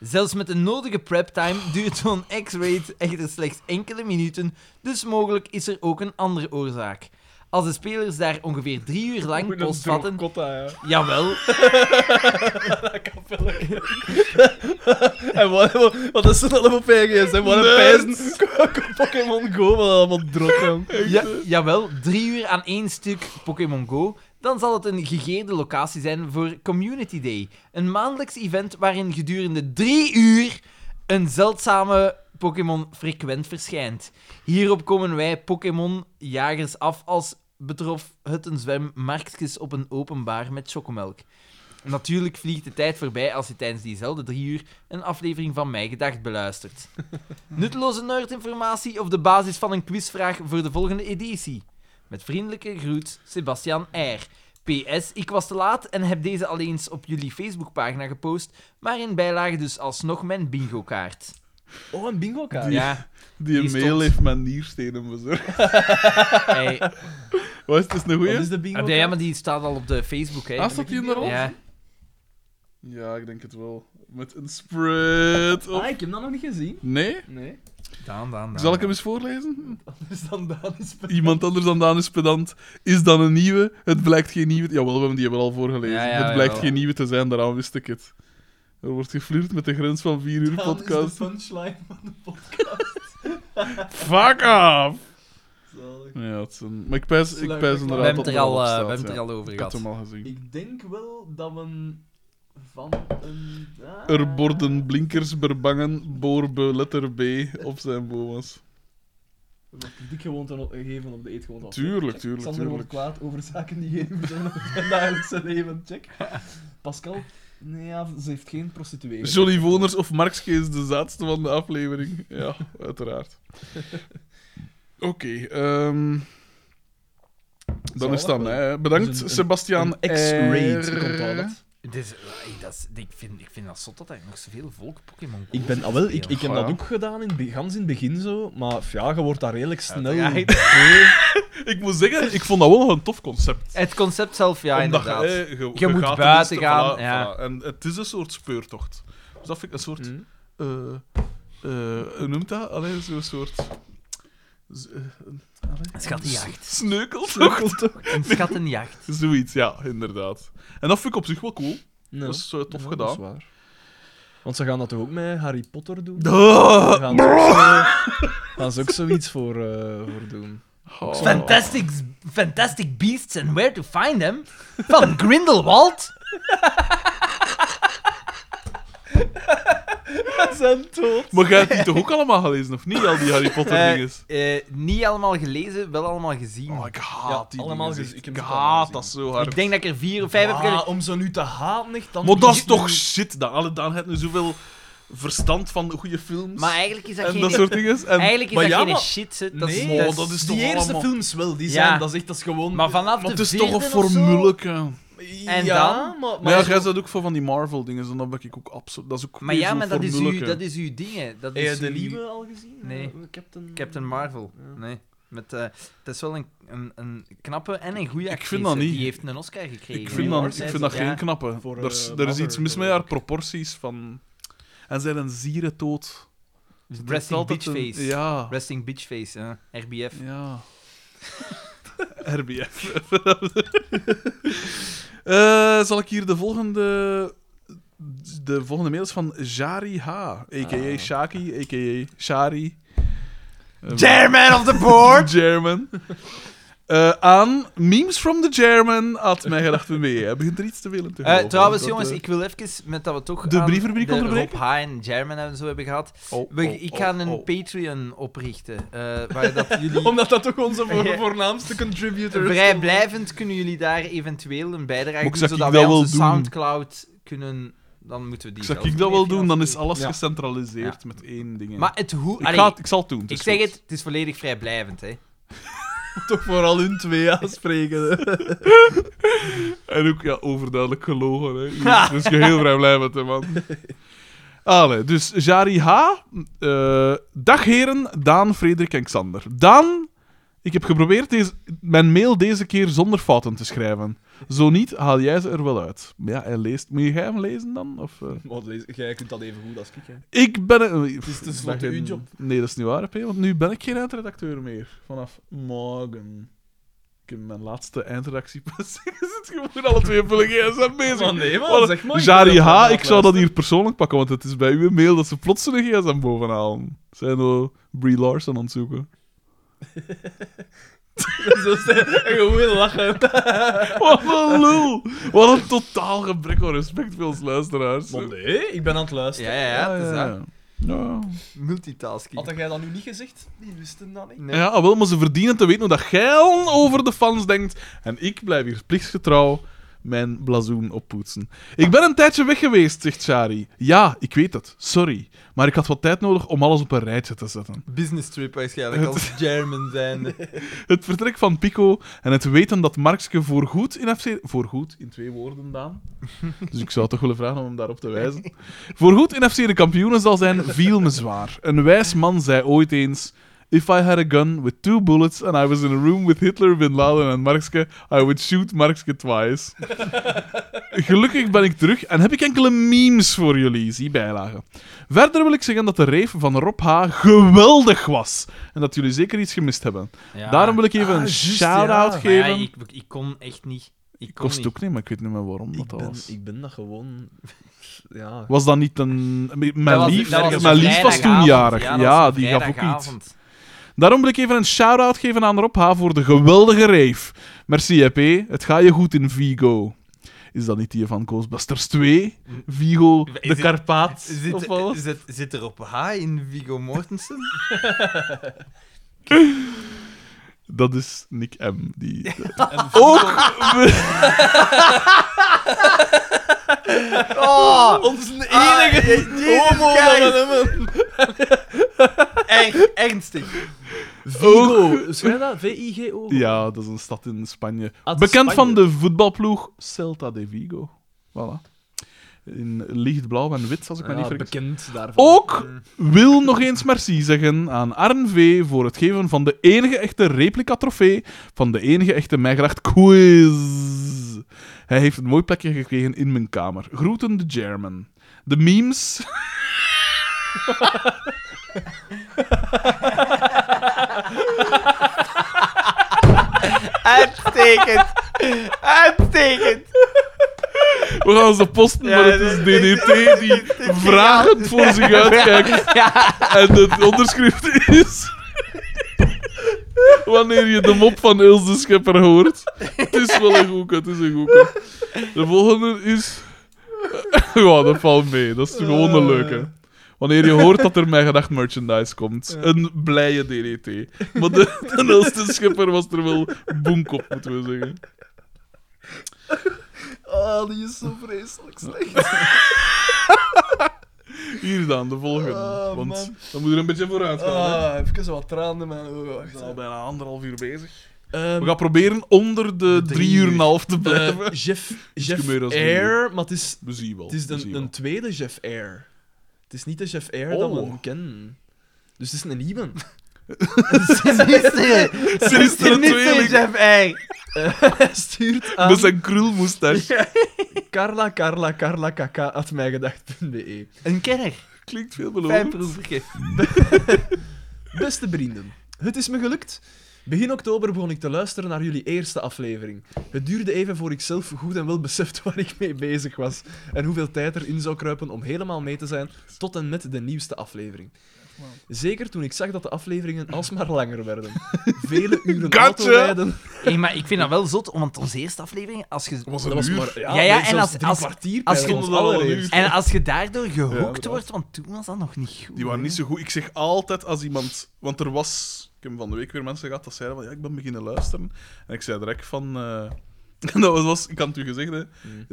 Speaker 1: Zelfs met de nodige prep-time duurt zo'n X-raid echter slechts enkele minuten, dus mogelijk is er ook een andere oorzaak. Als de spelers daar ongeveer drie uur lang post vatten... Jawel,
Speaker 3: En wat, wat, wat is dat allemaal op je gsm? Wat een pijzen. Pokémon Go, wat allemaal drop, man.
Speaker 1: Ja, jawel, drie uur aan één stuk Pokémon Go. Dan zal het een gegeerde locatie zijn voor Community Day. Een maandelijks event waarin gedurende drie uur een zeldzame Pokémon frequent verschijnt. Hierop komen wij Pokémon-jagers af als betrof het een zwem marktjes op een openbaar met chocomelk. Natuurlijk vliegt de tijd voorbij als je tijdens diezelfde drie uur een aflevering van Mij Gedacht beluistert. Nutteloze nerdinformatie op de basis van een quizvraag voor de volgende editie. Met vriendelijke groet, Sebastian R. PS, ik was te laat en heb deze al eens op jullie Facebookpagina gepost, maar in bijlage dus alsnog mijn bingo-kaart.
Speaker 3: Oh, een bingo kaart.
Speaker 1: Ja,
Speaker 2: Die,
Speaker 1: Die
Speaker 2: mail
Speaker 1: stond-
Speaker 2: heeft mijn nierstenen bezorgd.
Speaker 1: hey.
Speaker 2: Wat is het, is het een
Speaker 3: Wat
Speaker 2: goeie?
Speaker 3: is de bingo
Speaker 1: Ah,
Speaker 3: kaart?
Speaker 1: ja, maar die staat al op de Facebook, hè.
Speaker 2: Ah, staat die in de rol?
Speaker 1: Ja.
Speaker 2: Ja, ik denk het wel. Met een spread. of-
Speaker 3: Ah, ik heb dat nog niet
Speaker 1: Nou.
Speaker 3: gezien.
Speaker 2: Nee?
Speaker 3: Nee.
Speaker 1: Daan, Daan, Daan.
Speaker 2: Zal ik hem eens voorlezen?
Speaker 3: Anders dan Daan is...
Speaker 2: Iemand anders dan Daan is pedant. Is dan een nieuwe? Het blijkt geen nieuwe... Jawel, we hebben die hebben al voorgelezen.
Speaker 1: Ja, ja,
Speaker 2: het blijkt
Speaker 1: jawel.
Speaker 2: geen nieuwe te zijn, daaraan wist ik het. Er wordt geflirt met de grens van 4 uur
Speaker 3: Daan is de
Speaker 2: podcast.
Speaker 3: punchline van de podcast.
Speaker 2: Fuck off!
Speaker 3: Zalig.
Speaker 2: Ja, het is een... Maar ik pijs, ik
Speaker 3: Sluit
Speaker 1: We
Speaker 2: pijs
Speaker 3: reclame.
Speaker 2: inderdaad
Speaker 1: hebben het
Speaker 2: dat
Speaker 1: er
Speaker 2: er
Speaker 1: al,
Speaker 2: op
Speaker 1: eh,
Speaker 2: staat,
Speaker 1: we hebben het er
Speaker 2: ja.
Speaker 1: al over
Speaker 2: Ik had
Speaker 1: gehad.
Speaker 2: hem al gezien.
Speaker 3: Ik denk wel dat we van een... ah.
Speaker 2: Er borden blinkers berbangen, boorbe letter B op zijn boma's.
Speaker 3: Wat dik gewoonte op- geven op de eetgewoonte. af.
Speaker 2: Tuurlijk,
Speaker 3: Check.
Speaker 2: tuurlijk,
Speaker 3: Sander wordt
Speaker 2: tuurlijk.
Speaker 3: kwaad over zaken die geen zijn op zijn dagelijkse leven. Check. Pascal? Nee, ja, ze heeft geen prostituee.
Speaker 2: Johnny Voners of Markske is de zaadste van de aflevering. Ja, uiteraard. Oké, ehm, dan is het dan. Hè. Bedankt,
Speaker 3: Dus een- een-
Speaker 2: Sebastiaan.
Speaker 3: Een X-raid,
Speaker 2: R.
Speaker 3: ik onthoud dat.
Speaker 1: Dus, eh, dat is- ik, vind, ik vind dat zot dat er nog zoveel volk Pokémon Go
Speaker 3: Ik ben,
Speaker 1: zit
Speaker 3: ah
Speaker 1: te
Speaker 3: wel, ik,
Speaker 1: spelen.
Speaker 3: ik heb
Speaker 2: Ja.
Speaker 3: dat ook gedaan, in, het be- gans in het begin zo, maar f- ja, je wordt daar redelijk snel...
Speaker 1: Ja,
Speaker 3: Ja,
Speaker 2: Ik moet zeggen, ik vond dat wel nog een tof concept.
Speaker 1: Het concept zelf, ja,
Speaker 2: Omdat Eh,
Speaker 1: inderdaad.
Speaker 2: hè, je,
Speaker 1: Je moet
Speaker 2: gaat
Speaker 1: buiten
Speaker 2: tenminste,
Speaker 1: gaan,
Speaker 2: voilà,
Speaker 1: ja. Mm.
Speaker 2: voilà. En het is een soort speurtocht. Dus dat vind ik een soort...
Speaker 3: Hm?
Speaker 2: eh eh, hoe noemt dat? Allee, zo'n soort... z- eh, allee.
Speaker 1: Schattenjacht.
Speaker 2: Sneukeltocht.
Speaker 1: Een schattenjacht.
Speaker 2: Zoiets, ja, inderdaad. En dat vind ik op zich wel cool. Dat is eh, tof
Speaker 3: Dat is
Speaker 2: gedaan.
Speaker 3: waar. Want ze gaan dat toch ook met Harry Potter doen?
Speaker 2: Duh.
Speaker 3: Daar gaan, ze ook zo- gaan ze ook zoiets voor, eh, voor doen.
Speaker 2: Oh.
Speaker 1: Fantastic, fantastic Beasts and Where to Find Them van Grindelwald.
Speaker 3: Ze zijn dood.
Speaker 2: Maar jij hebt die toch ook allemaal gelezen, of niet? Al die Harry Potter dinges.
Speaker 1: Eh, niet allemaal gelezen, wel allemaal gezien.
Speaker 2: Oh, ik haat
Speaker 3: Ja,
Speaker 2: die
Speaker 3: allemaal
Speaker 2: dingen,
Speaker 3: gez-
Speaker 2: zeg.
Speaker 3: ik heb
Speaker 2: Ik
Speaker 3: ze allemaal
Speaker 2: haat
Speaker 3: gezien.
Speaker 2: dat zo hard.
Speaker 1: ik denk dat ik er vier of vijf heb
Speaker 3: Ah,
Speaker 1: gelezen.
Speaker 3: om ze nu te haten, echt, dan...
Speaker 2: Maar dat is toch shit, dat alle Daan heeft nu zoveel verstand van goede films
Speaker 1: Maar eigenlijk is dat
Speaker 2: en
Speaker 1: geen,
Speaker 2: dat soort dingen. En
Speaker 1: eigenlijk is
Speaker 3: Maar
Speaker 1: dat
Speaker 3: ja,
Speaker 1: geen
Speaker 3: maar-
Speaker 1: shit. hè. Dat
Speaker 3: Nee.
Speaker 1: is,
Speaker 2: Oh,
Speaker 1: dat is-
Speaker 2: dat is-
Speaker 3: Die
Speaker 2: toch
Speaker 3: eerste
Speaker 2: allemaal-
Speaker 3: films wel, die
Speaker 1: Ja.
Speaker 3: zijn, dat is echt, dat is gewoon...
Speaker 1: Maar vanaf
Speaker 2: Maar het
Speaker 1: de
Speaker 2: is toch een
Speaker 1: vierde of zo-
Speaker 2: formuleke. Maar
Speaker 3: ja,
Speaker 1: dan?
Speaker 3: maar...
Speaker 2: ja,
Speaker 3: maar
Speaker 2: jij zat ook voor van die Marvel-dingen, en dat ben ik ook absoluut. Dat is ook
Speaker 1: Maar
Speaker 2: weer
Speaker 1: ja,
Speaker 2: zo'n
Speaker 1: maar dat is, uw,
Speaker 2: formuleke. Eh,
Speaker 1: dat is uw ding. hè. Dat
Speaker 3: Heb
Speaker 1: is
Speaker 3: je de
Speaker 1: uw-
Speaker 3: nieuwe al gezien?
Speaker 1: Nee.
Speaker 3: Eh, Captain...
Speaker 1: Captain Marvel. Nee. Met, eh, het is wel een, een, een knappe en een goede
Speaker 2: Ik
Speaker 1: actrice.
Speaker 2: vind dat niet.
Speaker 1: Die heeft een Oscar gekregen.
Speaker 2: Ik
Speaker 1: hè.
Speaker 2: vind
Speaker 3: New
Speaker 2: dat,
Speaker 3: York
Speaker 2: ik
Speaker 3: zijn
Speaker 2: vind
Speaker 3: ze-
Speaker 2: dat geen
Speaker 1: ja.
Speaker 2: knappe.
Speaker 3: Voor,
Speaker 2: Er
Speaker 3: eh,
Speaker 2: is- er is
Speaker 3: Mother
Speaker 2: iets mis met
Speaker 3: ook.
Speaker 2: haar proporties van... En zij een zieren dood.
Speaker 1: Resting
Speaker 2: Dat is altijd een-
Speaker 1: bitchface.
Speaker 2: Ja.
Speaker 1: Resting Bitchface, hè. RBF.
Speaker 2: Ja. RBF. Eh, zal ik hier de volgende... De volgende mail is van Jari H. A.k.a.
Speaker 1: Ah.
Speaker 2: Shaki, a.k.a. Shari. Eh,
Speaker 1: Chairman of the board!
Speaker 2: German. Eh, aan memes from the German had mij gedacht mee. Hij begint er iets te willen te
Speaker 1: Eh,
Speaker 2: geloven.
Speaker 1: trouwens,
Speaker 2: Dat,
Speaker 1: jongens,
Speaker 2: eh,
Speaker 1: ik wil even, met dat we toch
Speaker 2: de
Speaker 1: aan
Speaker 2: brievenrubriek
Speaker 1: de
Speaker 2: onderbreken?
Speaker 1: Rob H. en German en zo hebben gehad.
Speaker 2: oh,
Speaker 1: We,
Speaker 2: oh,
Speaker 1: ik
Speaker 2: oh,
Speaker 1: ga een
Speaker 2: oh.
Speaker 1: Patreon oprichten, eh, waar dat jullie...
Speaker 3: Omdat dat toch onze
Speaker 1: Ja.
Speaker 3: voor, voornaamste contributor is.
Speaker 1: Vrijblijvend kunnen jullie daar eventueel een bijdrage
Speaker 2: Maar ik
Speaker 1: doen,
Speaker 2: zeg,
Speaker 1: zodat
Speaker 2: ik
Speaker 1: wij
Speaker 2: dat wel
Speaker 1: onze
Speaker 2: doen.
Speaker 1: Soundcloud kunnen... Dan moeten we die
Speaker 2: Zou
Speaker 1: zelf
Speaker 2: ik dat wel
Speaker 1: even
Speaker 2: doen, dan is
Speaker 1: afdoen.
Speaker 2: alles
Speaker 3: Ja.
Speaker 2: gecentraliseerd met één ding.
Speaker 1: Maar het hoe...
Speaker 2: ik,
Speaker 1: allee,
Speaker 2: ga, het- ik zal het doen. het
Speaker 1: ik
Speaker 2: is
Speaker 1: zeg
Speaker 2: goed.
Speaker 1: het, het is volledig vrijblijvend, hè.
Speaker 3: toch vooral hun twee aanspreken. hè.
Speaker 2: En ook ja, overduidelijk gelogen. Hè. Dus je heel vrij blij met hem, man. Allee, dus Jari H. eh, dag heren, Daan, Frederik en Xander. Daan, ik heb geprobeerd deze, mijn mail deze keer zonder fouten te schrijven. Zo niet, haal jij ze er wel uit. Maar Ja, hij leest. Moet jij hem lezen dan? Of, eh?
Speaker 3: Want lees- jij kunt dat even goed als ik. Hè.
Speaker 2: Ik ben... een-
Speaker 3: Het is tenslotte
Speaker 2: Dat je-
Speaker 3: uw job.
Speaker 2: Nee, dat is niet waar, hè, P, want nu ben ik geen eindredacteur meer. Vanaf morgen. Ik heb mijn laatste eindredactie pas. Je zit gewoon alle twee vullen gsm bezig.
Speaker 3: Maar nee, man,
Speaker 2: Alle-
Speaker 3: zeg maar, ik wil
Speaker 2: Jari
Speaker 3: dat
Speaker 2: H,
Speaker 3: vanaf
Speaker 2: ik zou dat
Speaker 3: luisteren.
Speaker 2: hier persoonlijk pakken, want het is bij uw mail dat ze plots een gsm bovenhalen. Zijn we Brie Larson aan het zoeken?
Speaker 3: Zo stel- en gewoon lachen.
Speaker 2: Wat een lul! Wat een totaal gebrek aan respect voor ons luisteraars.
Speaker 3: Maar nee, ik ben aan het luisteren.
Speaker 1: Ja, ja, ja. het is
Speaker 2: ja.
Speaker 1: dat.
Speaker 2: ja.
Speaker 1: Multitasking.
Speaker 3: Had jij dat nu niet gezegd? Die wisten dat niet.
Speaker 1: Nee.
Speaker 2: Ja, ah, wel, maar ze verdienen te weten hoe dat jij al over de fans denkt. En ik blijf hier plichtsgetrouw mijn blazoen oppoetsen. Ik ben een tijdje weg geweest, zegt Shari. Ja, ik weet het. Sorry. Maar ik had wat tijd nodig om alles op een rijtje te zetten.
Speaker 1: Business trip waarschijnlijk, als German zijn.
Speaker 2: Het vertrek van Pico en het weten dat Markske voorgoed in FC... Voorgoed, in twee woorden, Daan. Dus ik zou toch willen vragen om hem daarop te wijzen. Voorgoed in FC de kampioenen zal zijn, viel me zwaar. Een wijs man zei ooit eens... If I had a gun with two bullets and I was in a room with Hitler, Bin Laden en Markske, I would shoot Markske twice. Gelukkig ben ik terug en heb ik enkele memes voor jullie, zie bijlagen. Verder wil ik zeggen dat de reef van Rob H. geweldig was en dat jullie zeker iets gemist hebben. Daarom wil ik even
Speaker 3: Ah,
Speaker 2: een
Speaker 3: juist,
Speaker 2: shout-out
Speaker 3: ja.
Speaker 1: Maar
Speaker 2: geven.
Speaker 1: ja,
Speaker 2: ik
Speaker 1: ik, ik kon echt niet. Ik kon
Speaker 2: kost
Speaker 1: niet.
Speaker 2: ook niet, maar ik weet niet meer waarom dat
Speaker 3: Ik ben,
Speaker 2: was.
Speaker 3: ik ben dat gewoon. Ja.
Speaker 2: Was dat niet een...
Speaker 1: Dat
Speaker 2: Mijn
Speaker 1: was-
Speaker 2: lief
Speaker 1: dat
Speaker 2: mijn lief was,
Speaker 1: een
Speaker 2: toen
Speaker 1: vrijdagavond.
Speaker 2: jarig. Ja,
Speaker 1: dat was een
Speaker 2: die gaf ook iets.
Speaker 1: vrijdagavond.
Speaker 2: Daarom wil ik even een shout-out geven aan Rob H. voor de geweldige rave. Merci, EP. Het gaat je goed in Vigo. Is dat niet die van Ghostbusters 2? Vigo,
Speaker 1: Is
Speaker 2: de
Speaker 1: het-
Speaker 2: Karpaat, of wat?
Speaker 1: Zit, zit, zit er op H in Viggo Mortensen?
Speaker 2: Dat is Nick M. Die...
Speaker 1: Oh,
Speaker 3: Onze
Speaker 1: Ah,
Speaker 3: enige
Speaker 1: Jezus
Speaker 3: homo
Speaker 1: Christ.
Speaker 3: dat we hebben.
Speaker 1: erg ernstig.
Speaker 3: Vigo. Schrijf dat? V-I-G-O?
Speaker 2: Ja, dat is een stad in Spanje.
Speaker 3: Ah, het is
Speaker 2: Bekend
Speaker 3: Spanje.
Speaker 2: van de voetbalploeg Celta de Vigo. Voilà. In lichtblauw en wit, als ik me niet
Speaker 3: Ja,
Speaker 2: vergis.
Speaker 3: Ah, bekend Mm. daarvan.
Speaker 2: Ook wil nog eens merci zeggen aan Arn V voor het geven van de enige echte replica trofee van de enige echte Mijgracht quiz. Hij heeft een mooi plekje gekregen in mijn kamer. Groeten de German. De memes.
Speaker 1: Uitstekend. Uitstekend.
Speaker 2: We gaan ze posten,
Speaker 1: Ja,
Speaker 2: maar het is DDT die vragend voor zich uitkijkt.
Speaker 1: Ja.
Speaker 2: En het onderschrift is. Wanneer je de mop van Ilse de Schepper hoort. Het is wel een goeke, het is een goeke. De volgende is. Ja, dat valt mee. Dat is gewoon een leuke. Wanneer je hoort dat er mijn gedacht merchandise komt. Een blije DDT. Maar de, de Ilse de Schepper was er wel boenk op, moeten we zeggen.
Speaker 4: Ah, die is zo vreselijk slecht.
Speaker 2: Hier dan, de volgende.
Speaker 4: Ah,
Speaker 2: Want
Speaker 4: man.
Speaker 2: we moeten er een beetje vooruit gaan. hè.
Speaker 4: Ah, even zo wat tranen in mijn ogen.
Speaker 2: We
Speaker 4: Wacht,
Speaker 2: zijn
Speaker 4: hè.
Speaker 2: al bijna anderhalf uur bezig.
Speaker 3: Ehm,
Speaker 2: We gaan proberen onder de
Speaker 1: drie
Speaker 2: drie uur en een
Speaker 1: uur.
Speaker 2: half te blijven.
Speaker 3: eh, Jeff,
Speaker 2: Iets
Speaker 3: Jeff
Speaker 2: gebeurt als het
Speaker 3: Air, maar het is,
Speaker 2: We zien wel.
Speaker 3: het is
Speaker 2: we zien
Speaker 3: een,
Speaker 2: wel.
Speaker 3: een tweede Jeff Air. Het is niet de Jeff Air dat we
Speaker 2: Oh.
Speaker 3: hem kennen. Dus het is een nieuwe.
Speaker 1: Sinisteren.
Speaker 2: Sinisteren tweeling.
Speaker 1: Jeff R.
Speaker 3: Hij stuurt aan
Speaker 2: Met zijn krulmoestache.
Speaker 3: Carla, Carla, Carla, kaka, at mijgedacht.be.
Speaker 1: Een kenner.
Speaker 2: Klinkt veelbelovend.
Speaker 1: Fijnproeverke.
Speaker 3: Beste vrienden, het is me gelukt. Begin oktober begon ik te luisteren naar jullie eerste aflevering. Het duurde even voor ik zelf goed en wel besefte waar ik mee bezig was en hoeveel tijd erin zou kruipen om helemaal mee te zijn tot en met de nieuwste aflevering. Zeker toen ik zag dat de afleveringen alsmaar langer werden. Vele uren
Speaker 2: Gotcha.
Speaker 3: autorijden.
Speaker 1: Hé, maar ik vind dat wel zot, want onze eerste aflevering, als je...
Speaker 2: was
Speaker 3: Dat was maar ja,
Speaker 1: Ja, ja,
Speaker 3: nee,
Speaker 1: en als-
Speaker 3: zelfs drie
Speaker 1: als-
Speaker 3: kwartier
Speaker 1: als
Speaker 3: bij
Speaker 1: je-
Speaker 3: ons
Speaker 2: Stonden we al een
Speaker 3: allereerste.
Speaker 2: uur.
Speaker 1: En als je daardoor gehokt
Speaker 2: inderdaad.
Speaker 1: wordt, want toen was dat nog niet goed.
Speaker 2: Die waren
Speaker 1: hè.
Speaker 2: niet zo goed. Ik zeg altijd als iemand... Want er was... Ik heb van de week weer mensen gehad dat zeiden van... Ja, ik ben beginnen luisteren. En ik zei direct van... eh, dat was- was, ik had het u gezegd, hè.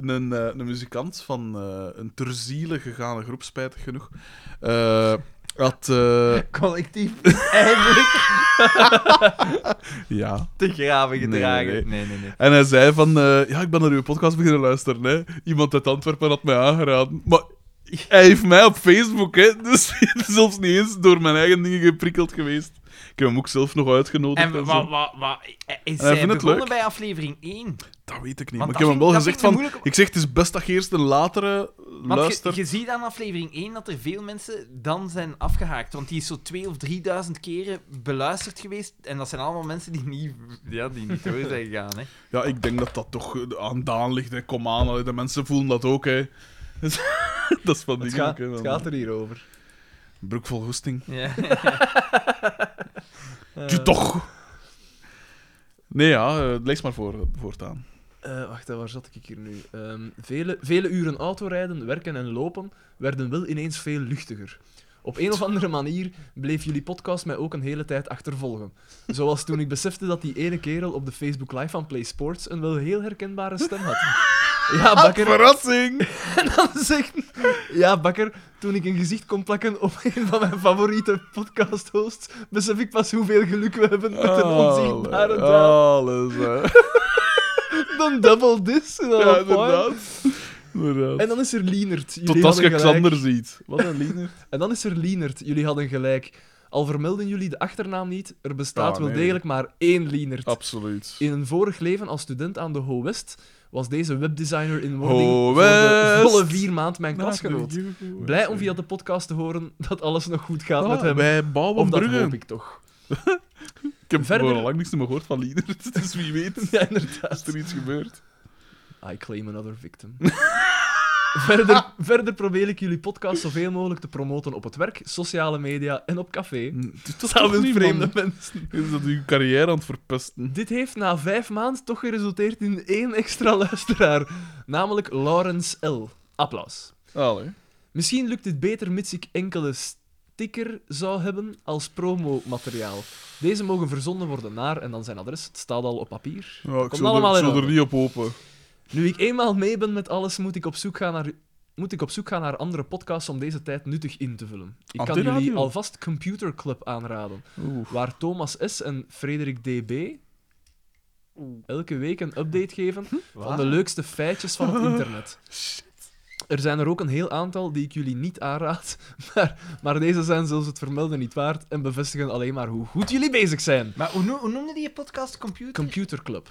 Speaker 2: Een, eh, een muzikant van eh, een ter ziele gegane groep, spijtig genoeg. eh, had... eh,
Speaker 1: Collectief is eigenlijk
Speaker 2: ja,
Speaker 1: te graven
Speaker 2: Nee,
Speaker 1: gedragen.
Speaker 2: nee,
Speaker 1: nee, nee.
Speaker 2: En hij zei van, eh, ja, ik ben naar uw podcast beginnen luisteren. Hè. Iemand uit Antwerpen had mij aangeraden. Maar Hij heeft mij op Facebook, hè, dus het is zelfs niet eens door mijn eigen dingen geprikkeld geweest. Ik heb hem ook zelf nog uitgenodigd.
Speaker 1: En
Speaker 2: En,
Speaker 1: wa-
Speaker 2: zo.
Speaker 1: wa- wa- wa- eh, is
Speaker 2: hij
Speaker 1: hij
Speaker 2: vindt het
Speaker 1: begonnen
Speaker 2: leuk.
Speaker 1: bij aflevering 1?
Speaker 2: Dat weet
Speaker 1: Want
Speaker 2: ik niet. Maar ik
Speaker 1: dat
Speaker 2: heb hem
Speaker 1: vind-
Speaker 2: wel
Speaker 1: dat vind
Speaker 2: gezegd van...
Speaker 1: ik moeilijk-
Speaker 2: Ik zeg, het is best dat je eerst een latere
Speaker 1: Want je,
Speaker 2: luister...
Speaker 1: je ziet aan aflevering 1 dat er veel mensen dan zijn afgehaakt. Want die is zo 2.000 of 3.000 keren beluisterd geweest. En dat zijn allemaal mensen die niet, ja, die niet door zijn gegaan. Hè.
Speaker 2: Ja, ik denk dat dat toch eh, aan Daan ligt. Hè. Kom aan, allee, de mensen voelen dat ook. Hè. dat is van die
Speaker 4: Het, gaat-
Speaker 2: dingen ook,
Speaker 4: het
Speaker 2: hè,
Speaker 4: gaat
Speaker 2: man.
Speaker 4: er hier over.
Speaker 2: Broek vol goesting.
Speaker 1: Ja.
Speaker 3: Eh,
Speaker 1: Eh.
Speaker 2: Doe toch! Nee, ja, eh, lees maar voor, voortaan.
Speaker 3: Eh, wacht, hè, waar zat ik hier nu? Ehm, vele, vele uren autorijden, werken en lopen werden wel ineens veel luchtiger. Op een of andere manier bleef jullie podcast mij ook een hele tijd achtervolgen. Zoals toen ik besefte dat die ene kerel op de Facebook Live van Play Sports een wel heel herkenbare stem had. Ja, Bakker,
Speaker 2: Verrassing!
Speaker 3: dan zegt... Ja, Bakker, toen ik een gezicht kon plakken op een van mijn favoriete podcast-hosts, besef ik pas hoeveel geluk we hebben met een
Speaker 2: Oh,
Speaker 3: onzichtbare draad.
Speaker 2: Alles, hè.
Speaker 3: Dan double dis. en dan
Speaker 2: Ja,
Speaker 3: op wire.
Speaker 2: inderdaad. inderdaad.
Speaker 3: En dan is er Lienert. Jullie
Speaker 2: Tot als je
Speaker 3: hadden gelijk.
Speaker 2: Xander ziet. Wat een liener.
Speaker 3: En dan is er Lienert. Jullie hadden gelijk. Al vermelden jullie de achternaam niet, er bestaat
Speaker 2: Ah,
Speaker 3: wel
Speaker 2: nee. Ah.
Speaker 3: degelijk maar één Lienert.
Speaker 2: Absoluut.
Speaker 3: In een vorig leven als student aan de Ho West was deze webdesigner in wording
Speaker 2: Ho
Speaker 3: voor de
Speaker 2: West.
Speaker 3: volle vier maand mijn klasgenoot. Blij om via de podcast te horen dat alles nog goed
Speaker 2: Ah,
Speaker 3: gaat met hem.
Speaker 2: Wij bouwen
Speaker 3: Of dat
Speaker 2: bruggen.
Speaker 3: hoop
Speaker 2: Ik
Speaker 3: ik toch.
Speaker 2: heb
Speaker 3: Verder-
Speaker 2: verder... lang niks meer gehoord van Lienert, dus wie weet
Speaker 3: Ja, inderdaad.
Speaker 2: is er iets gebeurd.
Speaker 3: I claim another victim. verder, verder probeer ik jullie podcast zoveel mogelijk te promoten op het werk, sociale media en op café.
Speaker 2: Dat
Speaker 3: Samen met vreemde mensen.
Speaker 2: Is dat uw carrière aan het verpesten?
Speaker 3: Dit heeft na vijf maanden toch geresulteerd in één extra luisteraar, namelijk Lawrence L. Applaus.
Speaker 2: Allee.
Speaker 3: Misschien lukt dit beter mits ik enkele sticker zou hebben als promomateriaal. Deze mogen verzonden worden naar, en dan zijn adres, het staat al op papier.
Speaker 2: Ja, ik
Speaker 3: Komt
Speaker 2: zou,
Speaker 3: allemaal
Speaker 2: er, ik
Speaker 3: in
Speaker 2: zou er
Speaker 3: orde.
Speaker 2: niet op open.
Speaker 3: Nu ik eenmaal mee ben met alles, moet ik op zoek gaan naar, moet ik op zoek gaan naar andere podcasts om deze tijd nuttig in te vullen. Ik
Speaker 2: Op
Speaker 3: kan
Speaker 2: de
Speaker 3: jullie
Speaker 2: radio?
Speaker 3: alvast Computer Club aanraden, waar Thomas S. en Frederik DB elke week een update geven van de leukste feitjes van het internet. Er zijn er ook een heel aantal die ik jullie niet aanraad, maar, maar deze zijn zelfs het vermelden niet waard en bevestigen alleen maar hoe goed jullie bezig zijn.
Speaker 1: Maar hoe, noem- hoe noemde die je podcast? Computer?
Speaker 3: Computer Club.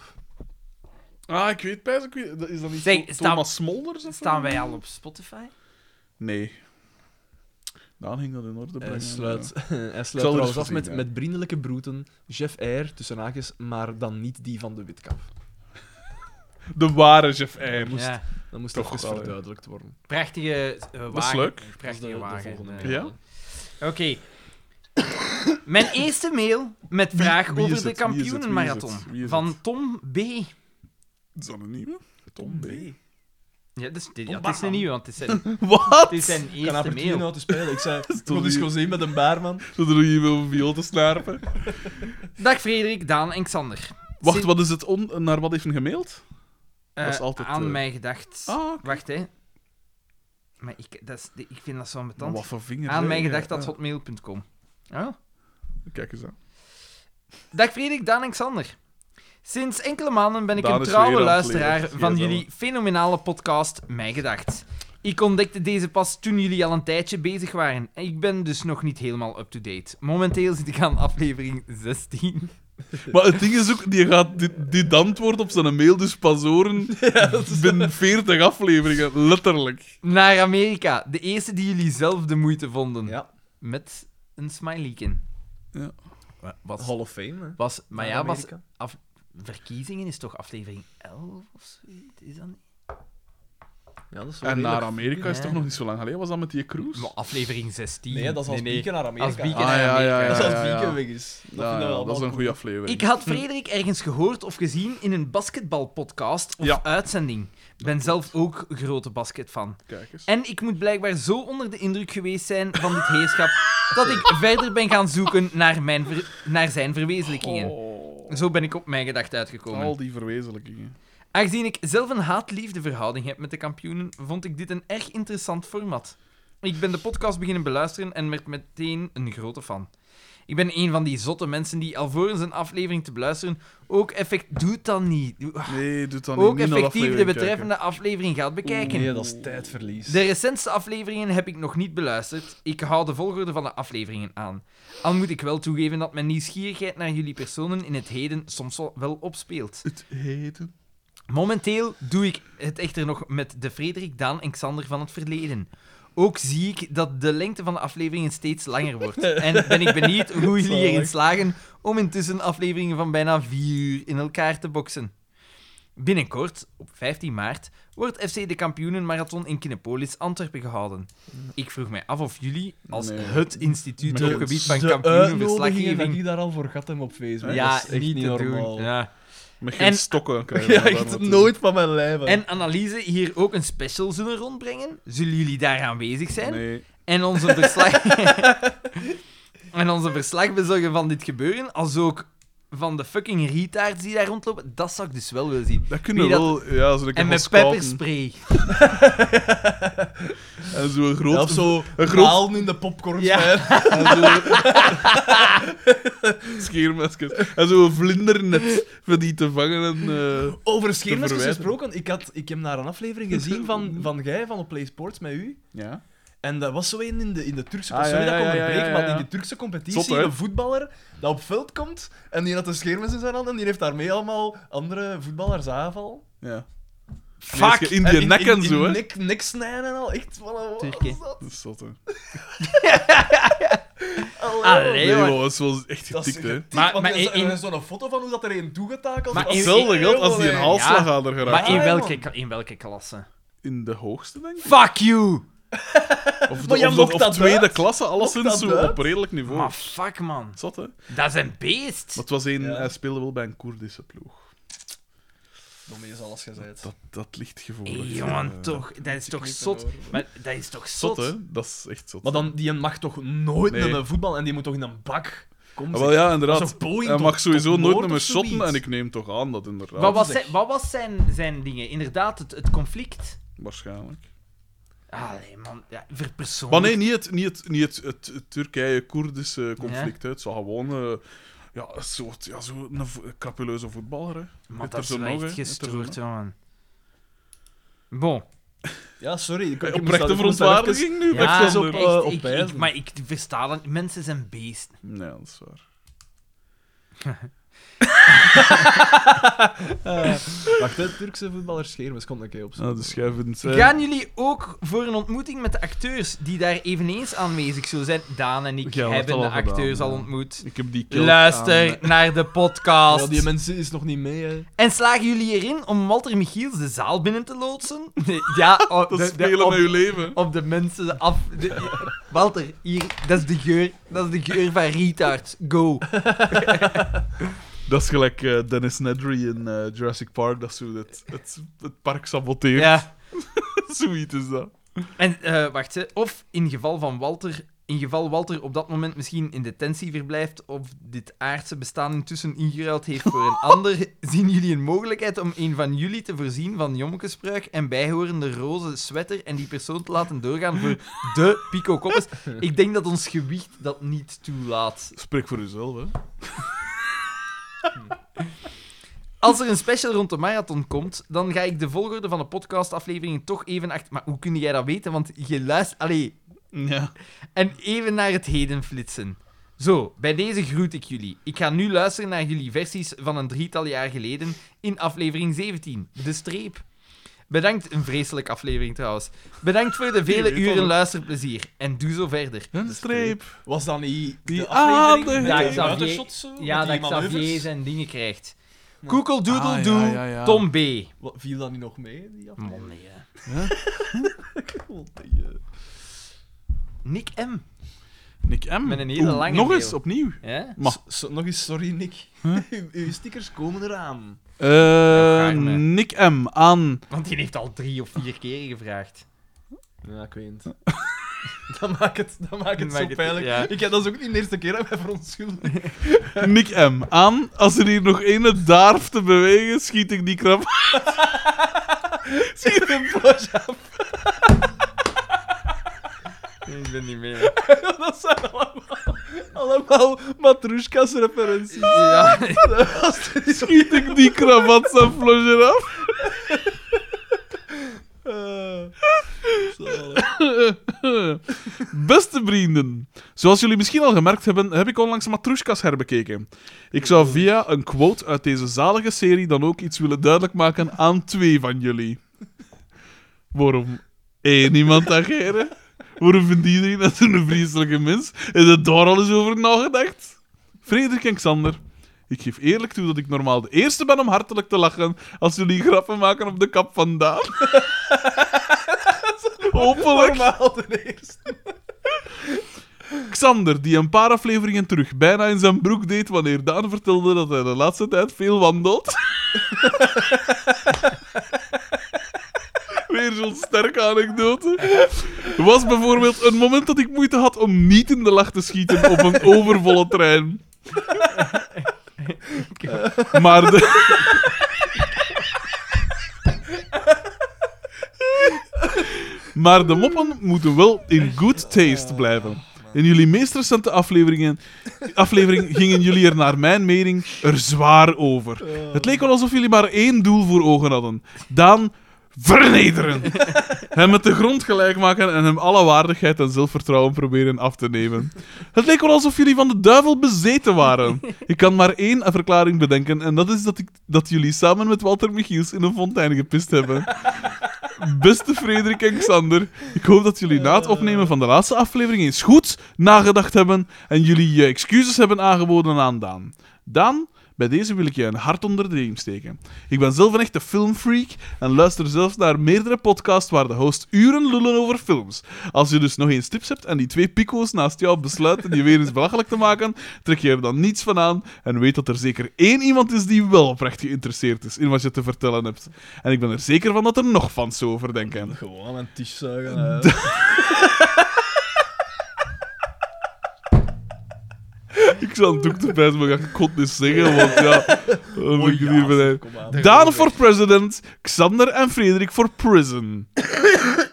Speaker 2: Ah, ik weet pas. Ik weet, is dat niet
Speaker 1: Zeg,
Speaker 2: Tho-
Speaker 1: staan-
Speaker 2: Thomas Smolders? Of
Speaker 1: Staan
Speaker 2: zo?
Speaker 1: wij al op Spotify?
Speaker 2: Nee. Daan ging dat in orde brengen.
Speaker 3: Hij sluit, hij
Speaker 2: er
Speaker 3: sluit trouwens
Speaker 2: eens
Speaker 3: af
Speaker 2: voorzien,
Speaker 3: met,
Speaker 2: ja.
Speaker 3: met vriendelijke broeten. Jeff Eyre, tussen haakjes, maar dan niet die van de Witkap.
Speaker 2: ja. De ware Jeff Eyre. moest-
Speaker 1: Ja.
Speaker 3: Dat moest
Speaker 2: Toch
Speaker 3: even
Speaker 2: wel, ja.
Speaker 3: verduidelijkt worden.
Speaker 1: Prachtige eh, wagen.
Speaker 2: leuk.
Speaker 3: Dat is de-
Speaker 1: Prachtige
Speaker 3: de
Speaker 1: wagen.
Speaker 3: volgende
Speaker 1: eh.
Speaker 3: keer.
Speaker 2: Ja?
Speaker 1: Oké. Mijn eerste mail met vraag
Speaker 2: wie is
Speaker 1: over de
Speaker 2: het? Wie is het? Wie is het?
Speaker 1: kampioenenmarathon.
Speaker 2: Wie is
Speaker 1: Van
Speaker 2: het?
Speaker 1: Tom B.
Speaker 2: Is dat een nieuwe? Tom B.
Speaker 1: Ja, dat is, dit, ja, het is een nieuwe, want het is zijn,
Speaker 2: Wat?
Speaker 1: het is zijn
Speaker 4: Kan
Speaker 1: eerste
Speaker 4: apertuur
Speaker 1: mail.
Speaker 4: nou te spelen? Ik zei, ik
Speaker 2: toch
Speaker 4: wil eens
Speaker 2: niet-
Speaker 4: gaan zien met een baarman.
Speaker 2: Zullen we hier wel viool te snarpen?
Speaker 1: Dag Frederik, Daan en Xander.
Speaker 2: Wacht,
Speaker 1: Sinds-
Speaker 2: wat is het on... Naar wat heeft hij gemaild?
Speaker 1: eh,
Speaker 2: dat is altijd,
Speaker 1: aan
Speaker 2: eh,
Speaker 1: mij gedacht.
Speaker 2: Ah, oké.
Speaker 1: Wacht, hè. Maar ik, dat is, de- ik vind dat zo
Speaker 2: Maar
Speaker 1: ambetant.
Speaker 2: wat voor vinger.
Speaker 1: Aan
Speaker 2: hè?
Speaker 1: mij
Speaker 2: Ja,
Speaker 1: gedacht
Speaker 2: ja.
Speaker 1: dat hotmail.com. Oh.
Speaker 2: Kijk eens aan.
Speaker 1: Dag Frederik, Daan en Xander. Sinds enkele maanden ben ik
Speaker 2: Daan
Speaker 1: een
Speaker 2: is
Speaker 1: trouwe
Speaker 2: weer aan het
Speaker 1: luisteraar
Speaker 2: leren.
Speaker 1: van
Speaker 2: Ja,
Speaker 1: jullie fenomenale podcast Mij Gedacht. Ik ontdekte deze pas toen jullie al een tijdje bezig waren. Ik ben dus nog niet helemaal up-to-date. Momenteel zit ik aan aflevering 16.
Speaker 2: Maar het ding is ook, die gaat dit, dit antwoord op zijn mail dus pas horen binnen 40 afleveringen, letterlijk.
Speaker 1: Naar Amerika, de eerste die jullie zelf de moeite vonden.
Speaker 3: Ja.
Speaker 1: Met een smileyken.
Speaker 2: Ja.
Speaker 1: Was,
Speaker 3: Hall of Fame, hè?
Speaker 1: was, maar ja,
Speaker 3: Van
Speaker 1: was,
Speaker 3: Amerika.
Speaker 1: af, verkiezingen is toch aflevering 11 of zoiets? Is dat niet?
Speaker 3: Ja, dat is wel
Speaker 2: En
Speaker 3: redelijk-
Speaker 2: naar Amerika is
Speaker 1: Ja.
Speaker 2: toch nog niet zo lang geleden? Was dat met die cruise?
Speaker 1: Maar aflevering 16.
Speaker 4: Nee, dat is als pieken naar Amerika.
Speaker 1: Als Bieke
Speaker 2: Ah,
Speaker 1: naar
Speaker 2: ja, ja,
Speaker 1: Amerika.
Speaker 2: ja,
Speaker 4: Dat
Speaker 2: ja.
Speaker 4: is als Bieke weg is. Dat
Speaker 2: Ja,
Speaker 4: vinden we
Speaker 2: ja,
Speaker 4: allemaal
Speaker 2: dat is een
Speaker 4: goed.
Speaker 2: goede aflevering.
Speaker 1: Ik had Frederik ergens gehoord of gezien in een basketbalpodcast of
Speaker 2: Ja.
Speaker 1: uitzending. Ik ben zelf ook grote basketfan.
Speaker 2: Kijk eens.
Speaker 1: En ik moet blijkbaar zo onder de indruk geweest zijn van dit heerschap dat ik verder ben gaan zoeken naar, mijn ver- naar zijn verwezenlijkingen.
Speaker 2: Oh,
Speaker 1: Zo ben ik op mijn gedacht uitgekomen.
Speaker 2: al die verwezenlijkingen.
Speaker 1: Aangezien ik zelf een haat-liefde verhouding heb met de kampioenen, vond ik dit een erg interessant format. Ik ben de podcast beginnen beluisteren en werd meteen een grote fan. Ik ben een van die zotte mensen die alvorens een aflevering te beluisteren ook effect... doet dat niet. Doe-
Speaker 2: Nee, doet dan
Speaker 1: ook
Speaker 2: niet.
Speaker 1: effectief de betreffende aflevering gaat bekijken.
Speaker 3: Nee, dat is tijdverlies.
Speaker 1: De recentste afleveringen heb ik nog niet beluisterd. Ik hou de volgorde van de afleveringen aan. Al moet ik wel toegeven dat mijn nieuwsgierigheid naar jullie personen in het heden soms wel- wel opspeelt.
Speaker 2: Het heden.
Speaker 1: Momenteel doe ik het echter nog met de Frederik, Daan en Xander van het verleden. Ook zie ik dat de lengte van de afleveringen steeds langer wordt. En ben ik benieuwd hoe jullie erin slagen om intussen afleveringen van bijna vier uur in elkaar te boksen. Binnenkort, op 15 maart, wordt FC de Kampioenenmarathon in Kinepolis, Antwerpen gehouden. Ik vroeg mij af of jullie, als
Speaker 2: Nee.
Speaker 1: het instituut
Speaker 2: Maar
Speaker 1: op gebied van
Speaker 3: De uitnodigingen dat
Speaker 1: kampioenenverslaggeving...
Speaker 3: die daar al voor gat hebben op Facebook.
Speaker 1: Ja,
Speaker 3: dat is echt
Speaker 1: niet te
Speaker 3: normaal.
Speaker 1: doen. Ja.
Speaker 2: Met geen
Speaker 1: En-
Speaker 2: stokken. Kan je
Speaker 3: Ja,
Speaker 2: daar
Speaker 3: echt
Speaker 2: wat
Speaker 3: nooit van mijn lijf. af.
Speaker 1: En Analyse hier ook een special zullen rondbrengen. Zullen jullie daar aanwezig
Speaker 2: doen.
Speaker 1: zijn?
Speaker 2: Nee.
Speaker 1: En onze verslag... en onze verslag bezorgen van dit gebeuren, als ook van de fucking retards die daar rondlopen, dat zou ik dus wel willen zien.
Speaker 2: Dat kunnen we
Speaker 1: Wie
Speaker 2: wel. Ja, zo
Speaker 1: En met pepperspray.
Speaker 2: En zo'n
Speaker 3: Ja,
Speaker 2: groot.
Speaker 3: of zo
Speaker 2: een groot-
Speaker 3: halen in de popcorn
Speaker 1: Ja.
Speaker 3: smijten.
Speaker 2: Scheermaskers. En zo'n vlindernet van die te vangen. En, eh,
Speaker 3: Over
Speaker 2: Te
Speaker 3: scheermesjes
Speaker 2: verwijten.
Speaker 3: gesproken, ik, had, ik heb naar een aflevering gezien van, van jij, van op Play Sports, met u.
Speaker 2: Ja.
Speaker 3: En dat was zo een in de, in de Turkse
Speaker 2: Ah, ja,
Speaker 3: sorry dat ik
Speaker 2: ja, ja,
Speaker 3: onderbreek,
Speaker 2: ja, ja,
Speaker 3: maar
Speaker 2: ja.
Speaker 3: in de Turkse competitie,
Speaker 2: Zot, hè?
Speaker 3: een voetballer dat op veld komt en die had een scheermes in zijn hand en die heeft daarmee allemaal andere voetballers aanval.
Speaker 2: ja.
Speaker 1: Fuck!
Speaker 2: Nee, In
Speaker 3: En
Speaker 2: die nek en
Speaker 3: in
Speaker 2: zo, hè?
Speaker 3: Nek, nek snijden en al, echt. Voilà, wat
Speaker 1: Turkije.
Speaker 3: is dat?
Speaker 2: Dat is zot, hè.
Speaker 1: Ah,
Speaker 3: Allee.
Speaker 1: Allee,
Speaker 2: Nee,
Speaker 1: hoor.
Speaker 2: joh, dat is wel echt
Speaker 3: Oh, Dat is
Speaker 2: getikt, hè.
Speaker 1: Maar-
Speaker 3: maar,
Speaker 1: maar
Speaker 3: er is,
Speaker 1: in-
Speaker 3: er is zo'n foto van hoe dat er een toegetakeld
Speaker 1: Maar
Speaker 3: was.
Speaker 1: in-
Speaker 2: Hetzelfde geldt als die een
Speaker 3: Jongen,
Speaker 2: halsslagader geraakt.
Speaker 1: Maar in
Speaker 3: Ah,
Speaker 1: welke,
Speaker 3: man.
Speaker 1: kla- in welke klasse?
Speaker 2: In de hoogste, denk ik.
Speaker 1: Fuck you!
Speaker 2: Of,
Speaker 3: Maar
Speaker 2: de,
Speaker 3: jij
Speaker 2: of, de-
Speaker 3: mocht
Speaker 2: of
Speaker 3: dat
Speaker 2: tweede
Speaker 3: uit?
Speaker 2: klasse, alleszins
Speaker 3: Mocht dat
Speaker 2: zo
Speaker 3: uit?
Speaker 2: op redelijk niveau.
Speaker 1: Maar fuck, man.
Speaker 2: Zat, hè? Maar
Speaker 1: Dat is een beest.
Speaker 2: het was één,
Speaker 3: Ja.
Speaker 2: hij speelde wel bij een Koerdische ploeg.
Speaker 3: Domme is alles gezegd.
Speaker 2: Dat, dat ligt
Speaker 1: Hey,
Speaker 2: gevoelig.
Speaker 1: jongen,
Speaker 2: Eh,
Speaker 1: toch. Dat is toch
Speaker 3: knippen,
Speaker 1: zot.
Speaker 3: hoor.
Speaker 1: Maar dat is toch
Speaker 2: Zot,
Speaker 1: zot.
Speaker 2: hè? Dat is echt zot.
Speaker 3: Maar dan, die mag toch nooit
Speaker 2: Nee.
Speaker 3: naar de voetbal en die moet toch in een bak komen.
Speaker 2: Ah, wel, ja,
Speaker 3: Dat is
Speaker 2: inderdaad.
Speaker 3: een poging
Speaker 2: Hij
Speaker 3: tot-
Speaker 2: mag sowieso
Speaker 3: tot
Speaker 2: nooit
Speaker 3: moord
Speaker 2: naar me
Speaker 3: of
Speaker 2: shotten
Speaker 3: zoiets.
Speaker 2: en ik neem toch aan Oh, dat inderdaad.
Speaker 1: Wat was,
Speaker 3: zeg.
Speaker 1: zijn, wat was zijn, zijn dingen? Inderdaad, het, het conflict.
Speaker 2: Waarschijnlijk.
Speaker 1: Allee, man. Ja, verpersoonlijk.
Speaker 2: Maar nee, niet het, niet het, niet het, het, het Turkije-Koerdische conflict. Hè. Het zou gewoon eh, ja, een soort ja, zo een vo- krapuleuze voetballer. Hè.
Speaker 1: Maar
Speaker 2: Heeft
Speaker 1: dat
Speaker 2: er
Speaker 1: is
Speaker 2: zo
Speaker 1: wel
Speaker 2: nog,
Speaker 1: echt
Speaker 2: hè? Heeft er zo
Speaker 1: gestoord, jongen. Bon.
Speaker 3: Ja, sorry. Ik, ik moest dat-
Speaker 2: Oprechte
Speaker 3: ik moest daar even-
Speaker 2: verontwaardiging nu.
Speaker 3: Ja,
Speaker 2: met
Speaker 3: zo
Speaker 2: zo'n-
Speaker 3: op,
Speaker 1: echt,
Speaker 3: eh, op
Speaker 1: ik- ik,
Speaker 3: ijzer.
Speaker 1: Maar ik versta dat. Mensen zijn beesten.
Speaker 2: Nee, dat is waar.
Speaker 3: Eh, wacht, hè, Turkse voetballer Scheermes komt een keer op.
Speaker 2: Nou, de schuivend.
Speaker 1: Gaan jullie ook voor een ontmoeting met de acteurs die daar eveneens aanwezig zullen zijn? Daan en ik
Speaker 2: Jij hebt
Speaker 1: hebben
Speaker 2: al
Speaker 1: de
Speaker 2: gedaan,
Speaker 1: acteurs al
Speaker 2: ja.
Speaker 1: ontmoet.
Speaker 2: Ik heb die kilt
Speaker 1: Luister
Speaker 2: aan.
Speaker 1: naar de
Speaker 3: Ja,
Speaker 1: podcast.
Speaker 3: die mensen is nog niet mee, hè.
Speaker 1: en slagen jullie erin om Walter Michiels de zaal binnen te loodsen? Nee, ja, oh,
Speaker 2: Dat
Speaker 1: de-
Speaker 2: is
Speaker 1: de-
Speaker 2: spelen
Speaker 1: op,
Speaker 2: met uw leven.
Speaker 1: op de mensen af. de- Walter, hier, dat is de geur, dat is de geur van retards. Go.
Speaker 2: Dat is gelijk eh, Dennis Nedry in eh, Jurassic Park, dat zo het, het, het park saboteert.
Speaker 1: Ja.
Speaker 2: Zoiets is dat.
Speaker 1: En eh, wacht, hè. of in geval van Walter, in geval Walter op dat moment misschien in detentie verblijft of dit aardse bestaan intussen ingeruild heeft voor een ander, zien jullie een mogelijkheid om een van jullie te voorzien van jommekespruik en bijhorende roze sweater en die persoon te laten doorgaan voor de Pico Koppes? Ik denk dat ons gewicht dat niet toelaat.
Speaker 2: Spreek voor uzelf, hè.
Speaker 1: Als er een special rond de marathon komt, dan ga ik de volgorde van de podcastafleveringen toch even achter... Maar hoe kun jij dat weten? Want je luistert... Allee,
Speaker 2: Ja.
Speaker 1: En even naar het heden flitsen. Zo, bij deze groet ik jullie. Ik ga nu luisteren naar jullie versies van een drietal jaar geleden in aflevering 17, De Streep. Bedankt, een vreselijke aflevering trouwens. Bedankt voor de vele
Speaker 2: weet dat,
Speaker 1: uren
Speaker 2: hè.
Speaker 1: luisterplezier en doe zo verder.
Speaker 2: Een streep.
Speaker 3: Was dat niet
Speaker 2: Die
Speaker 3: de aflevering
Speaker 2: aardige-
Speaker 3: met
Speaker 1: Ja,
Speaker 3: die
Speaker 1: Xavier-
Speaker 3: buitenshots zo?
Speaker 1: Ja,
Speaker 3: Met
Speaker 1: dat
Speaker 3: die
Speaker 1: Xavier
Speaker 3: manoeuvres?
Speaker 1: zijn dingen krijgt.
Speaker 3: Ja.
Speaker 1: Koekeldoedeldoe,
Speaker 2: Ah, ja, ja, ja.
Speaker 1: Tom B.
Speaker 3: Wat, viel dat niet nog mee, die
Speaker 1: Man,
Speaker 3: aflevering?
Speaker 1: nee, hè.
Speaker 3: God, die, eh.
Speaker 1: Nick M.
Speaker 2: Nick M.
Speaker 1: Met een hele
Speaker 2: Oeh,
Speaker 1: lange
Speaker 2: Nog
Speaker 1: mail.
Speaker 2: eens, opnieuw.
Speaker 1: Ja?
Speaker 2: Maar,
Speaker 3: So- so- nog eens, sorry, Nick. Uw- Uw stickers komen eraan.
Speaker 2: eh,
Speaker 1: Ja, gaar, nee.
Speaker 2: Nick M. aan...
Speaker 1: Want die heeft al drie of vier keer gevraagd.
Speaker 3: Ja, ik weet het. dat maakt het, dat maakt het
Speaker 1: Maakt
Speaker 3: zo
Speaker 1: het-
Speaker 3: pijnlijk.
Speaker 1: ja.
Speaker 3: Ik heb dat is ook niet de eerste keer dat ik mij verontschuldig.
Speaker 2: Nick M. Aan, als er hier nog ene darf te bewegen, schiet ik die krap.
Speaker 3: Zie je een blowjob?
Speaker 1: Ik ben niet meer.
Speaker 3: Dat zijn allemaal Allemaal Matrushkas-referenties.
Speaker 1: Ja.
Speaker 2: Schiet ik die kravat zijn flosje af?
Speaker 3: Eh,
Speaker 2: Beste vrienden, zoals jullie misschien al gemerkt hebben, heb ik onlangs Matrushkas herbekeken. Ik zou via een quote uit deze zalige serie dan ook iets willen duidelijk maken aan twee van jullie. Waarom één iemand ageren? Waarom vindt iedereen dat ze een vreselijke mens? Is er daar al eens over nagedacht? Frederik en Xander, ik geef eerlijk toe dat ik normaal de eerste ben om hartelijk te lachen als jullie grappen maken op de kap vandaan. Hopelijk.
Speaker 3: Normaal de eerste.
Speaker 2: Xander, die een paar afleveringen terug bijna in zijn broek deed wanneer Daan vertelde dat hij de laatste tijd veel wandelt. Weer zo'n sterke anekdote. Was bijvoorbeeld een moment dat ik moeite had om niet in de lach te schieten op een overvolle trein. Maar de... Maar de moppen moeten wel in good taste blijven. In jullie meest recente afleveringen aflevering gingen jullie er naar mijn mening er zwaar over. Het leek wel alsof jullie maar één doel voor ogen hadden. Daan vernederen. Hem met de grond gelijk maken en hem alle waardigheid en zelfvertrouwen proberen af te nemen. Het leek wel alsof jullie van de duivel bezeten waren. Ik kan maar één verklaring bedenken en dat is dat, ik, dat jullie samen met Walter Michiels in een fontein gepist hebben. Beste Frederik en Xander, ik hoop dat jullie na het opnemen van de laatste aflevering eens goed nagedacht hebben en jullie je excuses hebben aangeboden aan Daan. Daan, bij deze wil ik je een hart onder de riem steken. Ik ben zelf een echte filmfreak en luister zelfs naar meerdere podcasts waar de host uren lullen over films. Als je dus nog eens tips hebt en die twee pico's naast jou besluiten je weer eens belachelijk te maken, trek je er dan niets van aan en weet dat er zeker één iemand is die wel oprecht geïnteresseerd is in wat je te vertellen hebt. En ik ben er zeker van dat er nog fans zo over denken.
Speaker 3: Gewoon een tisch zuigen.
Speaker 2: Ik zal een doek erbij doen, maar ik ga god niet zeggen, want ja... dan moet ik het hier beneden. Daan voor president, Xander en Frederik voor prison.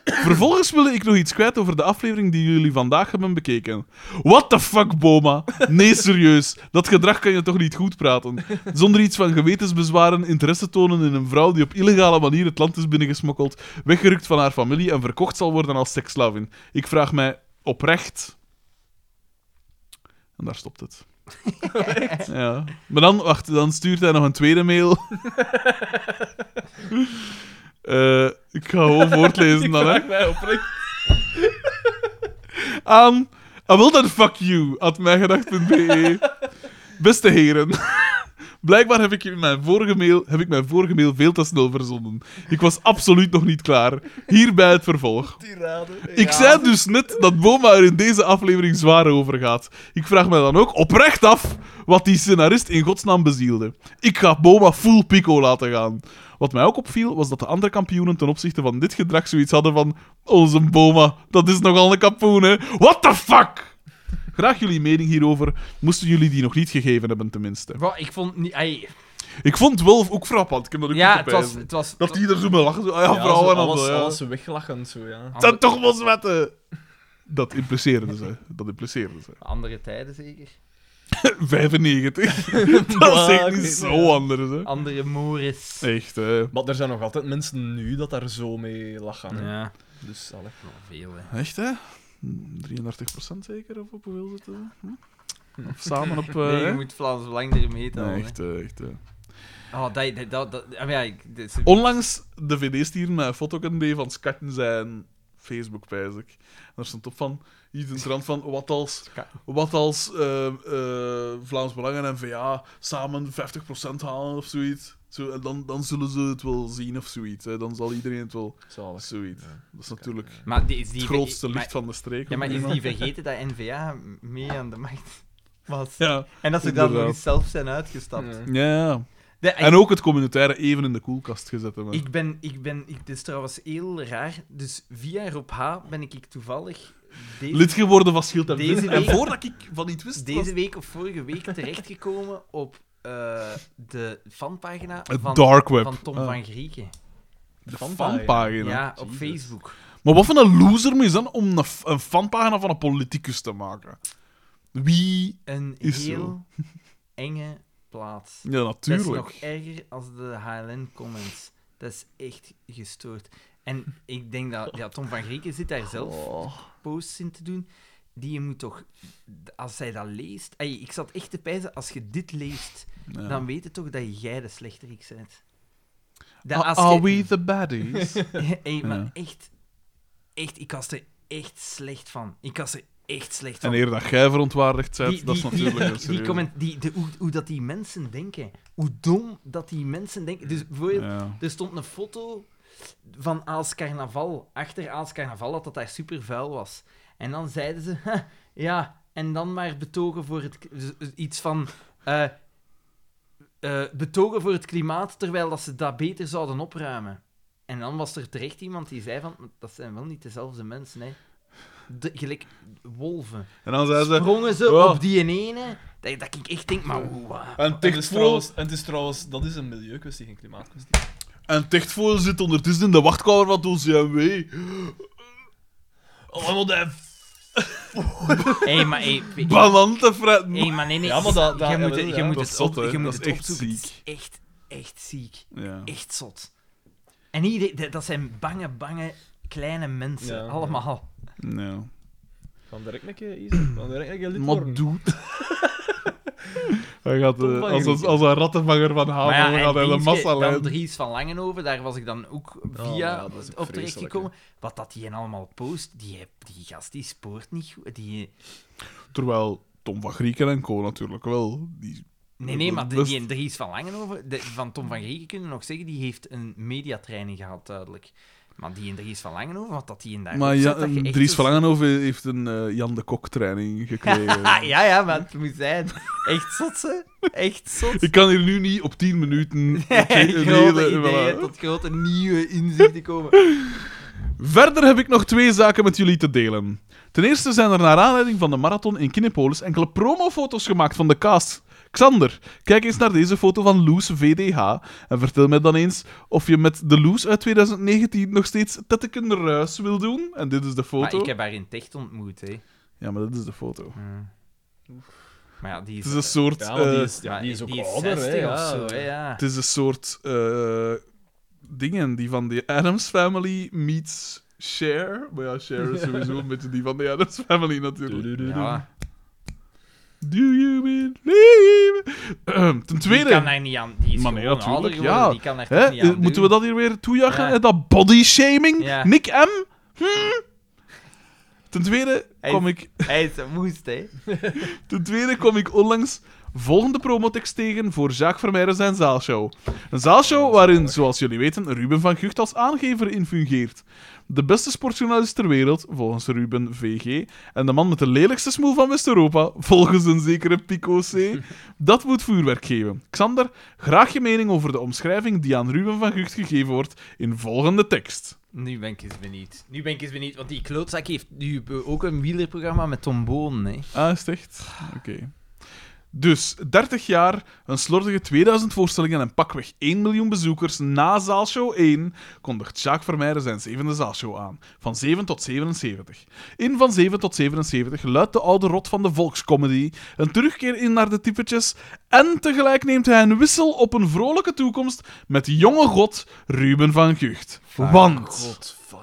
Speaker 2: Vervolgens wilde ik nog iets kwijt over de aflevering die jullie vandaag hebben bekeken. What the fuck, Boma? Nee, serieus. Dat gedrag kan je toch niet goed praten? Zonder iets van gewetensbezwaren, interesse tonen in een vrouw die op illegale manier het land is binnengesmokkeld, weggerukt van haar familie en verkocht zal worden als sekslavin. Ik vraag mij oprecht... En daar stopt het. Ja. Maar dan, wacht, dan stuurt hij nog een tweede mail. Eh, ik ga gewoon voortlezen dan, hè. Aan... I will then fuck you, at mijgedacht.be. Beste heren. Blijkbaar heb ik, in mijn vorige mail, heb ik mijn vorige mail veel te snel verzonden. Ik was absoluut nog niet klaar. Hierbij het vervolg. Ik zei dus net dat Boma er in deze aflevering zwaar over gaat. Ik vraag me dan ook oprecht af wat die scenarist in godsnaam bezielde. Ik ga Boma full pico laten gaan. Wat mij ook opviel, was dat de andere kampioenen ten opzichte van dit gedrag zoiets hadden van... Onze Boma, dat is nogal een kapoen, hè? What the fuck? Graag jullie mening hierover, moesten jullie die nog niet gegeven hebben, tenminste.
Speaker 1: Bro, ik vond niet... ai,
Speaker 2: Ik vond het wel ook frappant, ik heb dat ook
Speaker 1: ja,
Speaker 2: moeten
Speaker 1: het was...
Speaker 2: pijzen.
Speaker 1: Het was
Speaker 2: Dat die er zo mee lachen, zo, ah ja, vrouwen en
Speaker 3: alles,
Speaker 2: al, ja.
Speaker 3: alles weglachend zo, ja.
Speaker 2: Dat toch wel zwetten! Dat impliceerden ze. Dat impliceerden ze.
Speaker 1: Andere tijden zeker.
Speaker 2: 95. dat is echt niet zo anders, hè.
Speaker 1: Andere moeres.
Speaker 2: Echt, hè.
Speaker 3: Maar er zijn nog altijd mensen nu dat daar zo mee lachen. hè.
Speaker 1: Ja,
Speaker 3: Dus, allee.
Speaker 1: nog veel, hè.
Speaker 2: Echt, hè? 33% zeker, of op hoeveel zitten we? Hm? Of samen op... eh,
Speaker 1: Nee, je
Speaker 2: hè?
Speaker 1: moet Vlaams Belang er mee
Speaker 2: Nee,
Speaker 1: halen.
Speaker 2: echt, hè, echt, eh. hè.
Speaker 1: Oh, dat... dat, dat, dat ah, maar ja, ik, dit is-
Speaker 2: Onlangs de VD sturen met een foto deed van Skatten zijn Facebook, pijs ik. En daar stond op van, iets in de trant van, wat als, wat als eh, eh, Vlaams Belang en N-VA samen 50% halen of zoiets. Zo, en dan, dan zullen ze het wel zien of zoiets. Hè. Dan zal iedereen het wel...
Speaker 3: Zalig.
Speaker 2: Zoiets. Dat is natuurlijk
Speaker 1: Maar die, is die
Speaker 2: het grootste
Speaker 1: maar-
Speaker 2: licht van de streek.
Speaker 1: Ja, maar
Speaker 2: hoor.
Speaker 1: is die vergeten dat N-VA mee aan de macht was?
Speaker 2: ja.
Speaker 1: En dat ze dan nog
Speaker 2: Inderdaad.
Speaker 1: eens zelf zijn uitgestapt.
Speaker 3: Ja.
Speaker 2: ja.
Speaker 1: De-
Speaker 2: En ook het communautaire even in de koelkast gezet hebben.
Speaker 1: Ik ben, ik ben, ik, dit is trouwens heel raar. Dus via Rob H. ben ik, ik toevallig deze,
Speaker 2: Lid geworden van Schild en
Speaker 1: Deze
Speaker 2: Vlinder. En
Speaker 1: week-
Speaker 2: voordat ik van iets wist... was-
Speaker 1: deze week of vorige week terechtgekomen op eh, de fanpagina
Speaker 2: Het
Speaker 1: van,
Speaker 2: dark web.
Speaker 1: van Tom
Speaker 2: Ah.
Speaker 1: van Grieken.
Speaker 2: De
Speaker 3: fanpagina.
Speaker 2: fanpagina.
Speaker 1: Ja, op
Speaker 3: Jezus.
Speaker 1: Facebook.
Speaker 2: Maar wat voor een loser moet je zijn om een, f- een fanpagina van een politicus te maken? Wie?
Speaker 1: Een
Speaker 2: Is
Speaker 1: heel
Speaker 2: zo.
Speaker 1: enge plaats.
Speaker 2: Ja, natuurlijk.
Speaker 1: Dat is nog erger als de HLN-comments. Dat is echt gestoord. En ik denk dat ja, Tom van Grieken zit daar zelf
Speaker 3: Oh.
Speaker 1: posts in te doen. Die je moet toch, als zij dat leest. Ey, ik zat echt te pijzen, als je dit leest,
Speaker 2: Ja.
Speaker 1: dan weet je toch dat jij de slechterik bent. Dat
Speaker 2: Are,
Speaker 1: als
Speaker 2: are
Speaker 1: je-
Speaker 2: we the baddies?
Speaker 1: Ey, maar
Speaker 2: Ah, Ja.
Speaker 1: echt, echt, ik was er echt slecht van. Ik was er echt slecht van.
Speaker 2: en eer dat jij verontwaardigd bent,
Speaker 1: Die-
Speaker 2: dat is
Speaker 1: die-
Speaker 2: natuurlijk een
Speaker 1: Die
Speaker 2: serieus.
Speaker 1: comment, die, de, hoe, hoe dat die mensen denken. Hoe dom dat die mensen denken. Dus bijvoorbeeld,
Speaker 2: Ja.
Speaker 1: er stond een foto van Aals Carnaval. Achter Aals Carnaval dat dat daar super vuil was. En dan zeiden ze, "Ha, ja, en dan maar betogen voor het... dus Iets van... eh, eh, betogen voor het klimaat, terwijl dat ze dat beter zouden opruimen. En dan was er terecht iemand die zei van, dat zijn wel niet dezelfde mensen, hè. De, gelijk wolven
Speaker 2: En dan zei ze...
Speaker 1: sprongen ze
Speaker 2: "Oh."
Speaker 1: op die ene, dat, dat ik echt denk, maar hoe... ah.
Speaker 2: En
Speaker 3: En het, is
Speaker 2: Tichtvoel,
Speaker 3: trouwens, en het is trouwens, dat is een milieukwestie, geen klimaatkwestie.
Speaker 2: en Tichtvoel zit ondertussen in de wachtkamer van het OCMW.
Speaker 3: Oh,
Speaker 1: Hé, maar, hé, hé,
Speaker 2: Banan te fretten.
Speaker 1: hé, maar nee, nee,
Speaker 3: Ja, maar dat- dat-
Speaker 1: je moet,
Speaker 3: ja,
Speaker 1: het- je
Speaker 3: ja,
Speaker 1: moet
Speaker 2: dat
Speaker 1: het,
Speaker 2: is zot,
Speaker 1: op,
Speaker 2: hè.
Speaker 1: je moet
Speaker 2: Dat is
Speaker 1: het
Speaker 2: echt
Speaker 1: opzoeken. Het is
Speaker 2: ziek.
Speaker 1: echt, echt ziek.
Speaker 2: Ja.
Speaker 1: Echt zot. En hier, dat- dat zijn bange, bange kleine mensen,
Speaker 3: Ja.
Speaker 1: allemaal.
Speaker 2: Ja.
Speaker 3: Van direct een keer, Isaac. Van direct een keer lid
Speaker 2: Maar
Speaker 3: worden.
Speaker 2: doet. Hij gaat, eh,
Speaker 3: Tom van
Speaker 2: als, als,
Speaker 3: Grieken.
Speaker 2: als een rattenvanger van Havel
Speaker 1: maar ja,
Speaker 2: gaat hij de
Speaker 1: en Drieske,
Speaker 2: massa
Speaker 1: dan
Speaker 2: leiden.
Speaker 1: Dries van Langenhoven, daar was ik dan ook
Speaker 3: Oh,
Speaker 1: via
Speaker 3: ja, dat is ook
Speaker 1: op
Speaker 3: vreselijk,
Speaker 1: terechtgekomen. Wat dat die en allemaal post, die, die gast die spoort niet goed. Die,
Speaker 2: Terwijl Tom van Grieken en Co. natuurlijk wel. Die...
Speaker 1: Nee, nee, maar de,
Speaker 2: Best-
Speaker 1: die en Dries van Langenhoven, de- van Tom van Grieken kunnen we nog zeggen, die heeft een mediatraining gehad, duidelijk. Maar die en Dries van Langenhoven, wat dat die in daar
Speaker 2: Maar
Speaker 1: opzet,
Speaker 2: ja,
Speaker 1: dat je echt
Speaker 2: Dries
Speaker 1: zo-
Speaker 2: van Langenhoven heeft een eh, Jan de Kok training gekregen.
Speaker 1: Ah, ja, ja, maar het moet zijn. Echt zot, ze. Echt zot.
Speaker 2: Ik kan hier nu niet op 10 minuten.
Speaker 1: Ja,
Speaker 2: een
Speaker 1: grote
Speaker 2: hele-
Speaker 1: ideeën,
Speaker 2: voilà.
Speaker 1: tot grote nieuwe inzichten komen.
Speaker 2: Verder heb ik nog twee zaken met jullie te delen. Ten eerste zijn er naar aanleiding van de marathon in Kinepolis enkele promofoto's gemaakt van de cast. Xander, kijk eens naar deze foto van Loes VDH en vertel mij dan eens of je met de Loes uit 2019 nog steeds Tetteken Ruis wil doen. En dit is de
Speaker 1: Maar
Speaker 2: foto.
Speaker 1: ik heb haar in Techt ontmoet, hè.
Speaker 2: Ja, maar dat is de foto.
Speaker 1: Hm. Maar ja, die
Speaker 2: Het
Speaker 1: is...
Speaker 2: is een soort...
Speaker 3: Ja, maar die
Speaker 2: eh,
Speaker 3: is, ja, die is ook ouder,
Speaker 1: 60
Speaker 3: hè. Ja.
Speaker 1: of zo, hè, ja.
Speaker 2: Het is een soort... eh, dingen die van de Adams Family meets Share. Maar ja, Share is sowieso een beetje die van de Adams Family natuurlijk.
Speaker 1: Ja.
Speaker 2: Do you believe? Ehm, ten
Speaker 1: Die kan
Speaker 2: tweede,
Speaker 1: daar niet aan... Die is
Speaker 2: Maar nee,
Speaker 1: gewoon ouder
Speaker 2: natuurlijk,
Speaker 1: geworden,
Speaker 2: ja.
Speaker 1: die kan daar
Speaker 2: hè, Eh,
Speaker 1: toch niet aan
Speaker 2: moeten we
Speaker 1: doen.
Speaker 2: dat hier weer toejagen?
Speaker 1: Ja.
Speaker 2: hè, Dat body shaming?
Speaker 1: Ja.
Speaker 2: Nick M? Hm? Ten tweede
Speaker 1: Hij-
Speaker 2: kwam ik,
Speaker 1: Hij is een woest, hè.
Speaker 2: ten tweede kwam ik onlangs volgende promotext tegen voor Jacques Vermeijden zijn zaalshow. Een zaalshow waarin, zoals jullie weten, Ruben van Gucht als aangever in fungeert. De beste sportjournalist ter wereld, volgens Ruben VG. En de man met de lelijkste smoel van West-Europa, volgens een zekere Pico C. Dat moet vuurwerk geven. Xander, graag je mening over de omschrijving die aan Ruben van Gucht gegeven wordt in volgende tekst.
Speaker 1: Nu ben ik eens benieuwd. Nu ben ik eens benieuwd, want die klootzak heeft nu ook een wielerprogramma met Tom Boon, hè.
Speaker 2: Ah, is het echt? Oké. Dus, 30 jaar, een slordige 2000 voorstellingen en pakweg 1 miljoen bezoekers na zaalshow 1 kondigt Jacques Vermeijden zijn zevende zaalshow aan. Van 7 tot 77. In van 7 tot 77 luidt de oude rot van de volkscomedy een terugkeer in naar de typetjes en tegelijk neemt hij een wissel op een vrolijke toekomst met jonge god Ruben van Gucht. Ah, Want...
Speaker 3: God, fuck.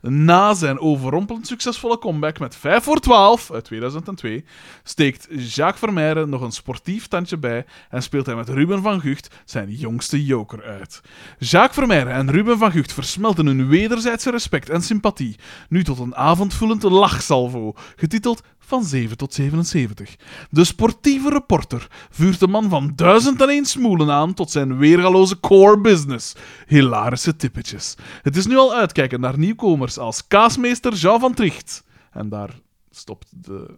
Speaker 2: Na zijn overrompelend succesvolle comeback met 5 voor 12 uit 2002 steekt Jacques Vermeijden nog een sportief tandje bij en speelt hij met Ruben van Gucht zijn jongste joker uit. Jacques Vermeijden en Ruben van Gucht versmelten hun wederzijdse respect en sympathie nu tot een avondvullend lachsalvo, getiteld Van 7 tot 77. De sportieve reporter vuurt de man van 1001 smoelen aan tot zijn weergaloze core business. Hilarische tippetjes. Het is nu al uitkijken naar nieuwkomers als kaasmeester Jean van Tricht. En daar stopt de,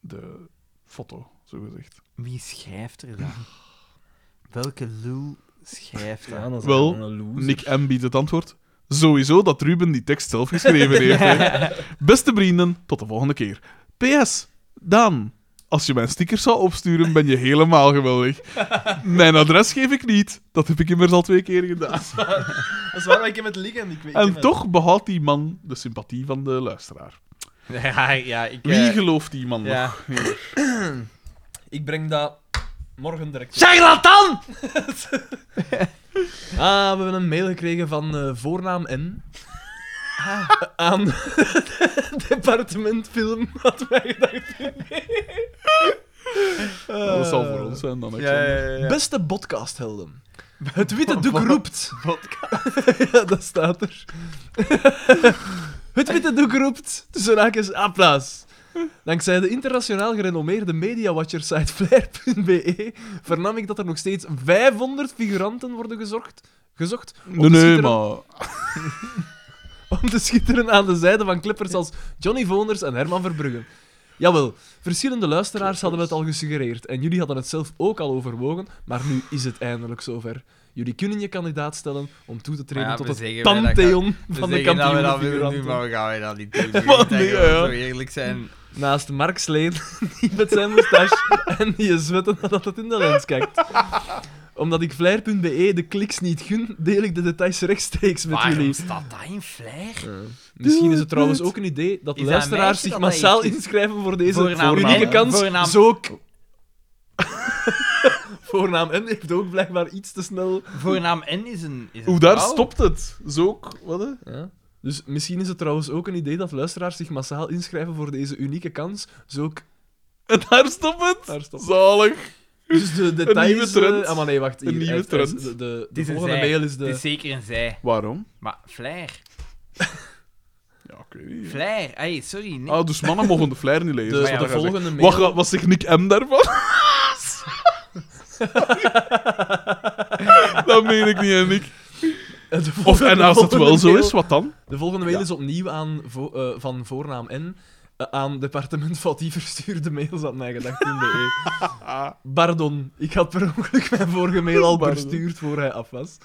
Speaker 2: de foto, zogezegd.
Speaker 1: Wie schrijft er dan? Welke lul schrijft dat?
Speaker 3: Ja, dat is
Speaker 2: Wel,
Speaker 3: gewoon een loser.
Speaker 2: Nick M. biedt het antwoord. Sowieso dat Ruben die tekst zelf geschreven heeft. hè. Beste vrienden, tot de volgende keer. PS, Daan, als je mijn stickers zou opsturen, ben je helemaal geweldig. Mijn adres geef ik niet. Dat heb ik immers al twee keer gedaan.
Speaker 3: Dat is waar, maar ik heb het liggen. Ik weet ik heb
Speaker 2: En
Speaker 3: het.
Speaker 2: toch behoudt die man de sympathie van de luisteraar.
Speaker 5: Ja, ja ik... eh,
Speaker 2: Wie gelooft die man
Speaker 5: ja.
Speaker 2: nog? Hier.
Speaker 5: Ik breng dat morgen direct.
Speaker 1: Charlatan!
Speaker 3: Ah, we hebben een mail gekregen van eh, voornaam N.
Speaker 2: Ah.
Speaker 3: Aan departement film had mij gedacht.
Speaker 2: Dat zal voor ons zijn dan, Alexander.
Speaker 3: Beste podcasthelden. Het witte doek roept. ja, dat staat er. Het witte doek roept. Tussen haakjes applaus. Dankzij de internationaal gerenommeerde mediawatchersite flair.be vernam ik dat er nog steeds 500 figuranten worden gezocht. Gezocht om
Speaker 2: Nee,
Speaker 3: te
Speaker 2: nee,
Speaker 3: schitteren-
Speaker 2: maar...
Speaker 3: om te schitteren aan de zijde van klippers als Johnny Voners en Herman Verbruggen. Jawel, verschillende luisteraars hadden het al gesuggereerd en jullie hadden het zelf ook al overwogen, maar nu is het eindelijk zover. Jullie kunnen je kandidaat stellen om toe te treden
Speaker 1: Maar ja,
Speaker 3: tot
Speaker 1: we
Speaker 3: het
Speaker 1: zeggen wij dat
Speaker 3: pantheon
Speaker 1: We
Speaker 3: van de
Speaker 1: zeggen Dus dat we dat willen doen,
Speaker 3: kampioenen
Speaker 1: maar we gaan wij dat niet doen. We
Speaker 3: Maar
Speaker 1: moeten
Speaker 3: nee,
Speaker 1: gewoon
Speaker 3: ja.
Speaker 1: zo eerlijk zijn.
Speaker 3: Naast Mark Sleen, die met zijn moustache en die zwetten nadat het in de lens kijkt. Omdat ik flair.be E de kliks niet gun, deel ik de details rechtstreeks met jullie.
Speaker 1: Waarom staat dat in flair?
Speaker 3: Misschien is het trouwens ook een idee dat
Speaker 1: Is dat een meisje
Speaker 3: luisteraars zich
Speaker 1: dat dat
Speaker 3: massaal
Speaker 1: heeft?
Speaker 3: inschrijven voor deze
Speaker 1: Voornaam
Speaker 3: unieke
Speaker 1: en-
Speaker 3: kans.
Speaker 1: voornaam-
Speaker 3: Zo k- Voornaam N heeft ook blijkbaar iets te snel.
Speaker 1: Voornaam N is een. Is een
Speaker 2: Oeh, daar
Speaker 1: vrouw.
Speaker 2: stopt het. Zo ook... Wat, hè?
Speaker 3: Dus misschien is het trouwens ook een idee dat luisteraars zich massaal inschrijven voor deze unieke kans. Zo k-
Speaker 2: En daar stopt het.
Speaker 3: Daar stopt het.
Speaker 2: Zalig.
Speaker 3: Dus de details...
Speaker 2: nieuwe trend.
Speaker 3: eh, ah, maar nee, wacht.
Speaker 2: Een
Speaker 3: hier,
Speaker 2: nieuwe
Speaker 3: hij- hij-
Speaker 2: trend.
Speaker 3: De, de,
Speaker 1: Het
Speaker 3: de
Speaker 1: is een
Speaker 3: volgende
Speaker 1: zij.
Speaker 3: mail is de...
Speaker 1: Het is zeker een zij.
Speaker 2: Waarom?
Speaker 1: Maar flair.
Speaker 2: Ja, ik weet niet.
Speaker 1: Flair. Hey, sorry. Nee.
Speaker 2: Ah, dus mannen mogen de flair niet lezen.
Speaker 3: de,
Speaker 2: is
Speaker 1: ja,
Speaker 2: wat Ah
Speaker 3: de
Speaker 2: dat jij zegt.
Speaker 3: volgende mail...
Speaker 2: Wacht, wat, wat zegt Nick M daarvan? dat meen ik niet, hè, Nick.
Speaker 3: eh,
Speaker 2: Of,
Speaker 3: de volgende-
Speaker 2: en
Speaker 3: de
Speaker 2: als het wel
Speaker 3: volgende
Speaker 2: zo
Speaker 3: mail-
Speaker 2: is, wat dan?
Speaker 3: De volgende mail is opnieuw aan vo- eh, van voornaam N eh, aan departement van die verstuurde mails aan mij gedacht in de
Speaker 1: Ah,
Speaker 2: Eh,
Speaker 3: E. Pardon, ik had per ongeluk mijn vorige mail al
Speaker 2: Pardon.
Speaker 3: verstuurd voor hij af was.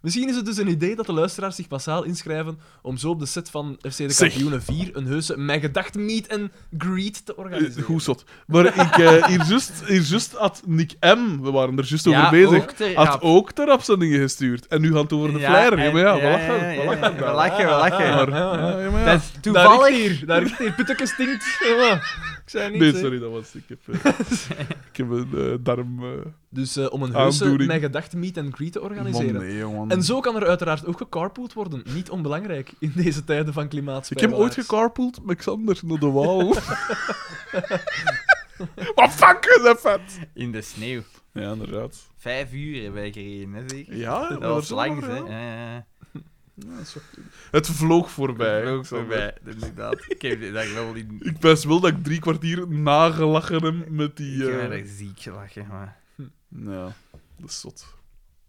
Speaker 3: Misschien is het dus een idee dat de luisteraars zich massaal inschrijven om zo op de set van FC de
Speaker 2: Zeg.
Speaker 3: Kampioenen 4 een heuse Mijn Gedacht Meet en Greet te
Speaker 2: Eh,
Speaker 3: organiseren.
Speaker 2: Goed zot. Maar ik, eh, hier juist- hier juist had Nick M, we waren er juist over bezig,
Speaker 1: ook ter-
Speaker 2: had
Speaker 1: ja,
Speaker 2: ook ter rap zijn dingen gestuurd. En nu gaat het over de
Speaker 1: Ja,
Speaker 2: flyer. Ja,
Speaker 1: en-
Speaker 2: maar ja, we
Speaker 1: ja,
Speaker 2: lachen.
Speaker 1: ja,
Speaker 2: we
Speaker 1: ja,
Speaker 2: lachen
Speaker 1: ja,
Speaker 2: daar.
Speaker 1: We lachen, we lachen.
Speaker 2: Maar,
Speaker 3: ja,
Speaker 2: ja, ja, maar ja.
Speaker 1: Dat is
Speaker 3: Daar
Speaker 1: toevallig.
Speaker 3: richt hier, daar richt hier. Putteke stinkt. Ja, ik zei niks,
Speaker 2: Nee,
Speaker 3: hè.
Speaker 2: sorry, dat was... Ik heb, eh, ik heb een eh, darm... eh,
Speaker 3: Dus eh, om een heuse
Speaker 2: Aandoening.
Speaker 3: Mijn Gedacht Meet en Greet te organiseren.
Speaker 2: man, nee, jongen.
Speaker 3: En zo kan er uiteraard ook gecarpoold worden. Niet onbelangrijk in deze tijden van klimaatspijl.
Speaker 2: Ik heb ooit gecarpooled met Xander naar de wauw. Wat fuck is dat vet?
Speaker 1: In de sneeuw.
Speaker 2: Ja, inderdaad.
Speaker 1: Vijf uur hebben wij gereden, hè, zeker?
Speaker 2: Ja,
Speaker 1: Dat
Speaker 2: maar
Speaker 1: was
Speaker 2: dat is
Speaker 1: langs,
Speaker 2: wel
Speaker 1: hè?
Speaker 2: raar.
Speaker 1: Ja, ja.
Speaker 2: Ja, dat is wel- Het vloog voorbij.
Speaker 1: Ook
Speaker 2: Xander.
Speaker 1: voorbij, inderdaad. Ik heb dit dag wel in.
Speaker 2: Ik best wel dat ik drie kwartier nagelachen heb met die...
Speaker 1: Ik
Speaker 2: eh,
Speaker 1: heb me daar ziek gelachen, maar...
Speaker 2: Ja, dat is zot.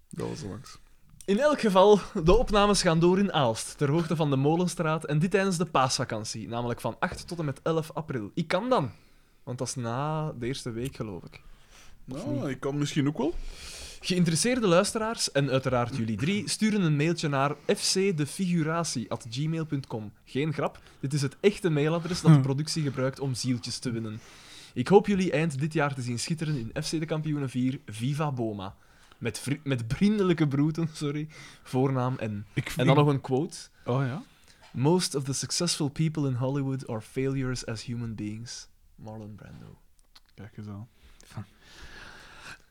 Speaker 2: Dat was langs.
Speaker 3: In elk geval, de opnames gaan door in Aalst, ter hoogte van de Molenstraat. En dit tijdens de paasvakantie, namelijk van 8 tot en met 11 april. Ik kan dan, want dat is na de eerste week, geloof ik.
Speaker 2: Nou, ik kan misschien ook wel.
Speaker 3: Geïnteresseerde luisteraars, en uiteraard jullie drie, sturen een mailtje naar fcdefiguratie.gmail.com. Geen grap, dit is het echte mailadres dat de productie gebruikt om zieltjes te winnen. Ik hoop jullie eind dit jaar te zien schitteren in FC de Kampioenen 4 Viva Boma. Met, vri- met vriendelijke broeten, sorry, voornaam en... En dan nog een quote.
Speaker 2: Oh ja?
Speaker 3: Most of the successful people in Hollywood are failures as human beings. Marlon Brando.
Speaker 2: Kijk eens aan.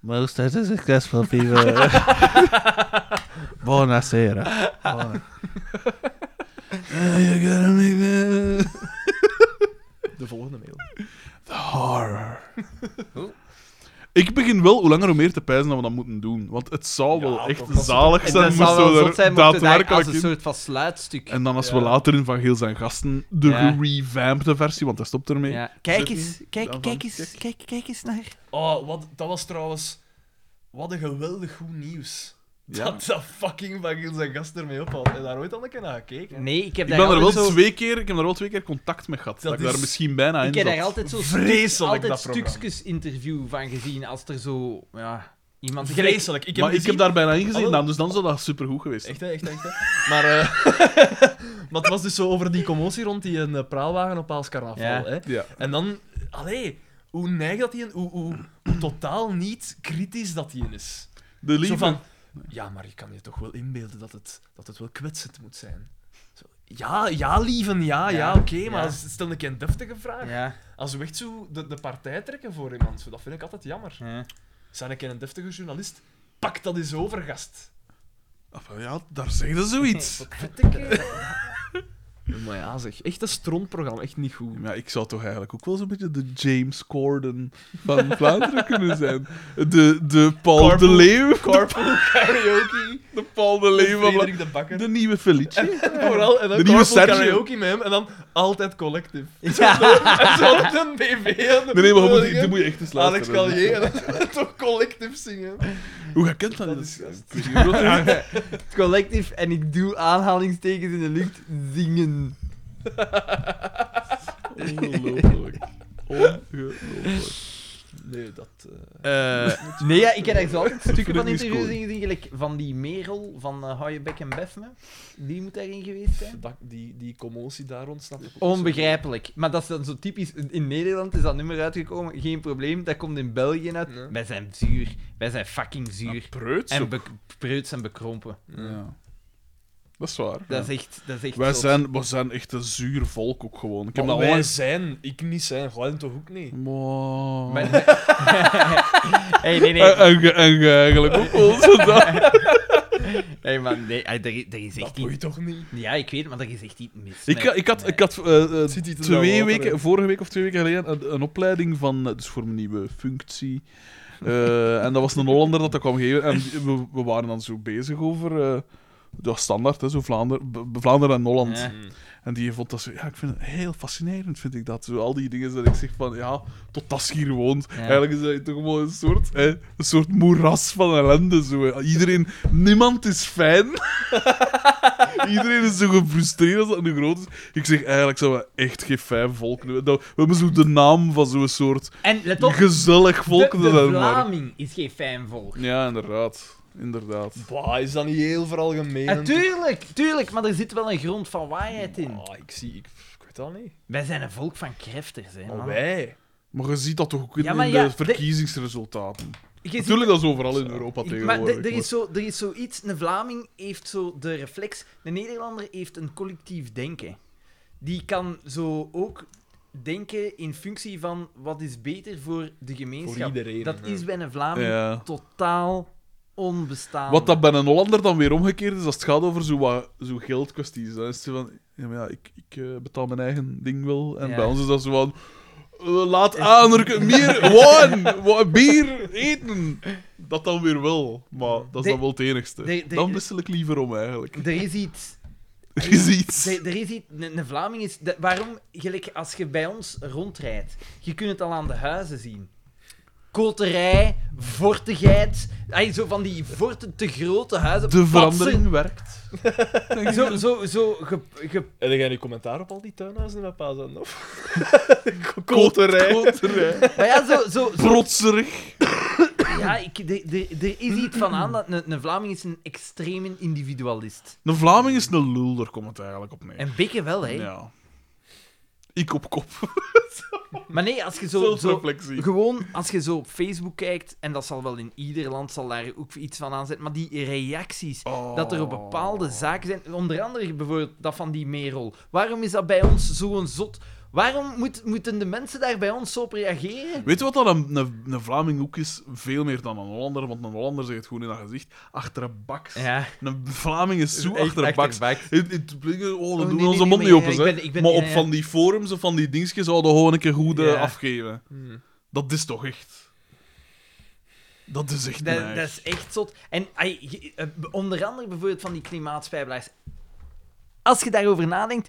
Speaker 5: Most of the successful people. Buonasera.
Speaker 3: De volgende mail.
Speaker 2: Horror. Ik begin wel hoe langer hoe meer te pijzen dat we dat moeten doen. Want het zou wel echt zalig
Speaker 1: Het
Speaker 2: zijn
Speaker 1: zou
Speaker 2: moesten
Speaker 1: wel
Speaker 2: we
Speaker 1: zot zijn,
Speaker 2: er
Speaker 1: maar te denken
Speaker 2: daadwerkelijk
Speaker 1: als een
Speaker 2: in...
Speaker 1: soort van sluitstuk.
Speaker 2: En dan als we
Speaker 3: Ja.
Speaker 2: later in Van Geel zijn gasten de
Speaker 1: Ja.
Speaker 2: revampte versie, want hij stopt ermee.
Speaker 1: Ja. Kijk
Speaker 2: Zet
Speaker 1: eens,
Speaker 2: die
Speaker 1: kijk,
Speaker 2: daarvan.
Speaker 1: kijk eens, kijk, kijk eens naar...
Speaker 3: Oh, wat, dat was trouwens... Wat een geweldig goed nieuws. Dat dat fucking van Gils en Gast ermee ophoudt. En daar ooit al een keer naar gekeken.
Speaker 1: Nee, ik heb
Speaker 2: Ik, ben
Speaker 1: daar
Speaker 2: er wel
Speaker 1: altijd zo...
Speaker 2: twee keer, ik heb daar wel twee keer contact mee gehad. Dat, ik
Speaker 3: is-
Speaker 2: daar misschien bijna in
Speaker 1: Ik heb
Speaker 2: zat.
Speaker 1: daar altijd zo
Speaker 3: Vreselijk,
Speaker 1: altijd
Speaker 3: dat programma.
Speaker 1: stukjes interview van gezien als er zo ja, iemand
Speaker 3: Vreselijk. Ik heb
Speaker 2: maar ik
Speaker 3: gezien-
Speaker 2: heb daar bijna in gezien,
Speaker 3: Hallo?
Speaker 2: dan, dus dan zou dat supergoed geweest zijn.
Speaker 3: Echt, hè, echt, hè, echt. hè. Maar, eh, maar het was dus zo over die commotie rond die een eh, praalwagen op Aals Carnaval.
Speaker 1: Ja.
Speaker 3: Hè?
Speaker 2: Ja.
Speaker 3: En dan, allee, hoe neig dat hij een, hoe, hoe, hoe totaal niet kritisch dat hij is.
Speaker 2: De lieve...
Speaker 3: Zo van, ja, maar je kan je toch wel inbeelden dat het, dat het wel kwetsend moet zijn. Zo, Ja, ja, lieven, ja, ja,
Speaker 6: Ja,
Speaker 3: oké, maar
Speaker 6: ja.
Speaker 3: stel een keer een deftige vraag.
Speaker 6: Ja,
Speaker 3: Als we echt zo de, de partij trekken voor iemand, zo, dat vind ik altijd jammer.
Speaker 6: ja.
Speaker 3: Zijn een keer een deftige journalist, pak dat eens over, gast.
Speaker 2: Ah, wel, Ja, daar zeggen ze zoiets.
Speaker 7: Maar ja, zeg. Echt een strontprogramma. Echt niet goed.
Speaker 2: Ja, ik zou toch eigenlijk ook wel zo'n beetje de James Corden van Vlaanderen kunnen zijn. De, de Paul
Speaker 3: Corporal-
Speaker 2: de Leeuw.
Speaker 3: Carpool karaoke,
Speaker 2: De Paul de Leeuw van Vla-
Speaker 3: Frederik de Bakker.
Speaker 2: De nieuwe Felice.
Speaker 3: En vooral, en dan
Speaker 2: De nieuwe
Speaker 3: carpool
Speaker 2: Sergio.
Speaker 3: karaoke met hem, en dan altijd collectief. en zo met een BV.
Speaker 2: Nee,
Speaker 3: en
Speaker 2: nee, maar goed,
Speaker 3: dan-
Speaker 2: die, die moet je echt eens luisteren.
Speaker 3: Alex Callier, en dan toch collectief zingen.
Speaker 2: Hoe gekend dat,
Speaker 3: Dat
Speaker 2: dat
Speaker 3: is
Speaker 2: is.
Speaker 3: juist.
Speaker 2: Ik weet niet hoe dat is.
Speaker 1: Het collectief en ik doe aanhalingstekens in de lucht zingen.
Speaker 2: Ongelooflijk. Ongelooflijk.
Speaker 3: Nee, dat...
Speaker 2: Eh,
Speaker 1: Nee, ja, ik heb daar zo altijd stukken
Speaker 2: Frederik
Speaker 1: van
Speaker 2: is
Speaker 1: interviews
Speaker 2: cool.
Speaker 1: in gezien, gelijk van die Merel van eh, Hou je bek en bef me. Die moet daarin geweest zijn.
Speaker 3: die, die commotie daar ontsnapt.
Speaker 1: Onbegrijpelijk. Maar dat is dan zo typisch. In Nederland is dat nummer uitgekomen, geen probleem. Dat komt in België uit.
Speaker 3: Ja.
Speaker 1: Wij zijn zuur. Wij zijn fucking zuur.
Speaker 2: preuts.
Speaker 1: en be preuts en bekrompen.
Speaker 2: Ja. Dat is waar.
Speaker 1: Dat is echt. Dat is echt
Speaker 2: Wij
Speaker 1: zot.
Speaker 2: zijn, we zijn echt een zuur volk ook gewoon. Ik heb
Speaker 3: Maar
Speaker 2: dat
Speaker 3: wij
Speaker 2: onlangs...
Speaker 3: zijn, ik niet zijn, gewoon toch ook niet.
Speaker 2: Wow.
Speaker 1: Maar- hey, nee, nee.
Speaker 2: En, en, ge- en ge eigenlijk ook wel zo dat.
Speaker 1: Nee, man, nee, ah, er, is- er is
Speaker 3: Dat
Speaker 1: echt
Speaker 3: moet je
Speaker 1: iets.
Speaker 3: toch niet?
Speaker 1: Ja, ik weet, maar er is echt iets mis.
Speaker 2: Ik,
Speaker 1: met-
Speaker 2: ik had,
Speaker 1: met-
Speaker 2: ik had eh, eh,
Speaker 3: Zit iets in dat
Speaker 2: twee
Speaker 3: water, hè?
Speaker 2: weken, vorige week of twee weken geleden een, een opleiding van, eh, dus voor mijn nieuwe functie. Eh, en dat was een Hollander dat dat kwam geven. En we, we waren dan zo bezig over, eh dat standaard, hè, zo Vlaanderen, Vlaanderen en Holland.
Speaker 6: Ja.
Speaker 2: En die vond dat zo, ja, ik vind het heel fascinerend, vind ik dat. Zo, al die dingen dat ik zeg van, ja, tot als je hier woont. Eigenlijk is dat toch wel een soort, hè, een soort moeras van ellende. Zo, hè. Iedereen, niemand is fijn. Iedereen is zo gefrustreerd als dat nu groot is. Ik zeg, eigenlijk zijn we echt geen fijn volk. nu. Dat- We hebben zo de naam van zo'n soort
Speaker 1: En let op,
Speaker 2: gezellig volk.
Speaker 1: de,
Speaker 2: dat
Speaker 1: de
Speaker 2: dan maar-
Speaker 1: Vlaming is geen fijn volk.
Speaker 2: Ja, inderdaad. Inderdaad.
Speaker 3: Bah, is dat niet heel veralgemeen?
Speaker 1: Natuurlijk, Eh, tuurlijk, maar er zit wel een grond van waarheid in.
Speaker 3: Ah, ik zie, ik, ik weet dat niet.
Speaker 1: Wij zijn een volk van krefters, hè,
Speaker 3: Maar
Speaker 1: man.
Speaker 3: Oh, wij.
Speaker 2: Maar je ziet dat toch ook in,
Speaker 1: Ja, maar
Speaker 2: in
Speaker 1: ja,
Speaker 2: de
Speaker 1: de-
Speaker 2: verkiezingsresultaten.
Speaker 1: Je ziet-
Speaker 2: Natuurlijk, dat is overal in Europa
Speaker 1: Ik- Maar
Speaker 2: tegenwoordig.
Speaker 1: d- er is, zo, er is zoiets, een Vlaming heeft zo de reflex, een Nederlander heeft een collectief denken. Die kan zo ook denken in functie van wat is beter voor de gemeenschap.
Speaker 3: iedereen,
Speaker 1: dat
Speaker 3: ja.
Speaker 1: is bij een Vlaming
Speaker 2: Ja.
Speaker 1: totaal onbestaan.
Speaker 2: Wat dat bij een Hollander dan weer omgekeerd is, als het gaat over zo wat- zo geldkwesties. Dan is het van, ja, maar ja, ik, ik eh, betaal mijn eigen ding wel. En
Speaker 1: Ja.
Speaker 2: bij ons is dat zo van, eh, laat aanrukken, meer wijn, wa- bier, eten. Dat dan weer wel, maar dat is
Speaker 1: De-
Speaker 2: dan wel het enigste.
Speaker 1: de- de-
Speaker 2: dan wissel ik liever om, eigenlijk.
Speaker 1: Er is iets...
Speaker 2: Er is iets.
Speaker 1: Er, er is iets... Een, een Vlaming is... de- waarom, gelijk als je bij ons rondrijdt, je kunt het al aan de huizen zien. Koterij, vortigheid, ay, zo van die vorten, te grote huizen.
Speaker 2: De
Speaker 1: patsen.
Speaker 2: verandering werkt.
Speaker 1: Zo, zo, zo, ge, ge-
Speaker 3: Heb jij nu commentaar op al die tuinhuizen bij Paas en of?
Speaker 2: Koterij. Koterij.
Speaker 1: maar ja, zo, zo, zo-
Speaker 2: Protserig.
Speaker 1: ja, ik, er- er- er is iets van aan dat een, een Vlaming is een extreme individualist.
Speaker 2: Een Vlaming is een lul, daar komt het eigenlijk op neer.
Speaker 1: En Bikke wel, hè.
Speaker 2: Ja. Ik op kop.
Speaker 1: Maar nee, als je zo, zo,
Speaker 2: Zelfreflectie.
Speaker 1: gewoon, als je zo op Facebook kijkt, en dat zal wel in ieder land, zal daar ook iets van aan zijn, maar die reacties,
Speaker 2: Oh.
Speaker 1: dat er op bepaalde zaken zijn, onder andere bijvoorbeeld dat van die Merel. Waarom is dat bij ons zo'n zot? Waarom moet, moeten de mensen daar bij ons zo op reageren?
Speaker 2: Weet je wat dan een, een, een Vlaming ook is? Veel meer dan een Hollander, want een Hollander zegt het gewoon in haar gezicht. Achterbaks.
Speaker 1: Ja,
Speaker 2: Een Vlaming is zo achterbaks. Het- het- Oh,
Speaker 1: nee,
Speaker 2: dan doen we
Speaker 1: nee,
Speaker 2: onze
Speaker 1: nee,
Speaker 2: mond
Speaker 1: nee,
Speaker 2: niet open,
Speaker 1: ik
Speaker 2: hè.
Speaker 1: ben- ik ben-
Speaker 2: Maar
Speaker 1: ja,
Speaker 2: op
Speaker 1: ja.
Speaker 2: van die forums of van die dingetjes zouden we gewoon een keer goed eh,
Speaker 1: Ja. Hmm.
Speaker 2: afgeven. Dat is toch echt... Dat is echt
Speaker 1: Dat,
Speaker 2: neig.
Speaker 1: dat is echt zot. En ai, je- eh, b- onder andere bijvoorbeeld van die klimaatspijbelaars. Als je daarover nadenkt,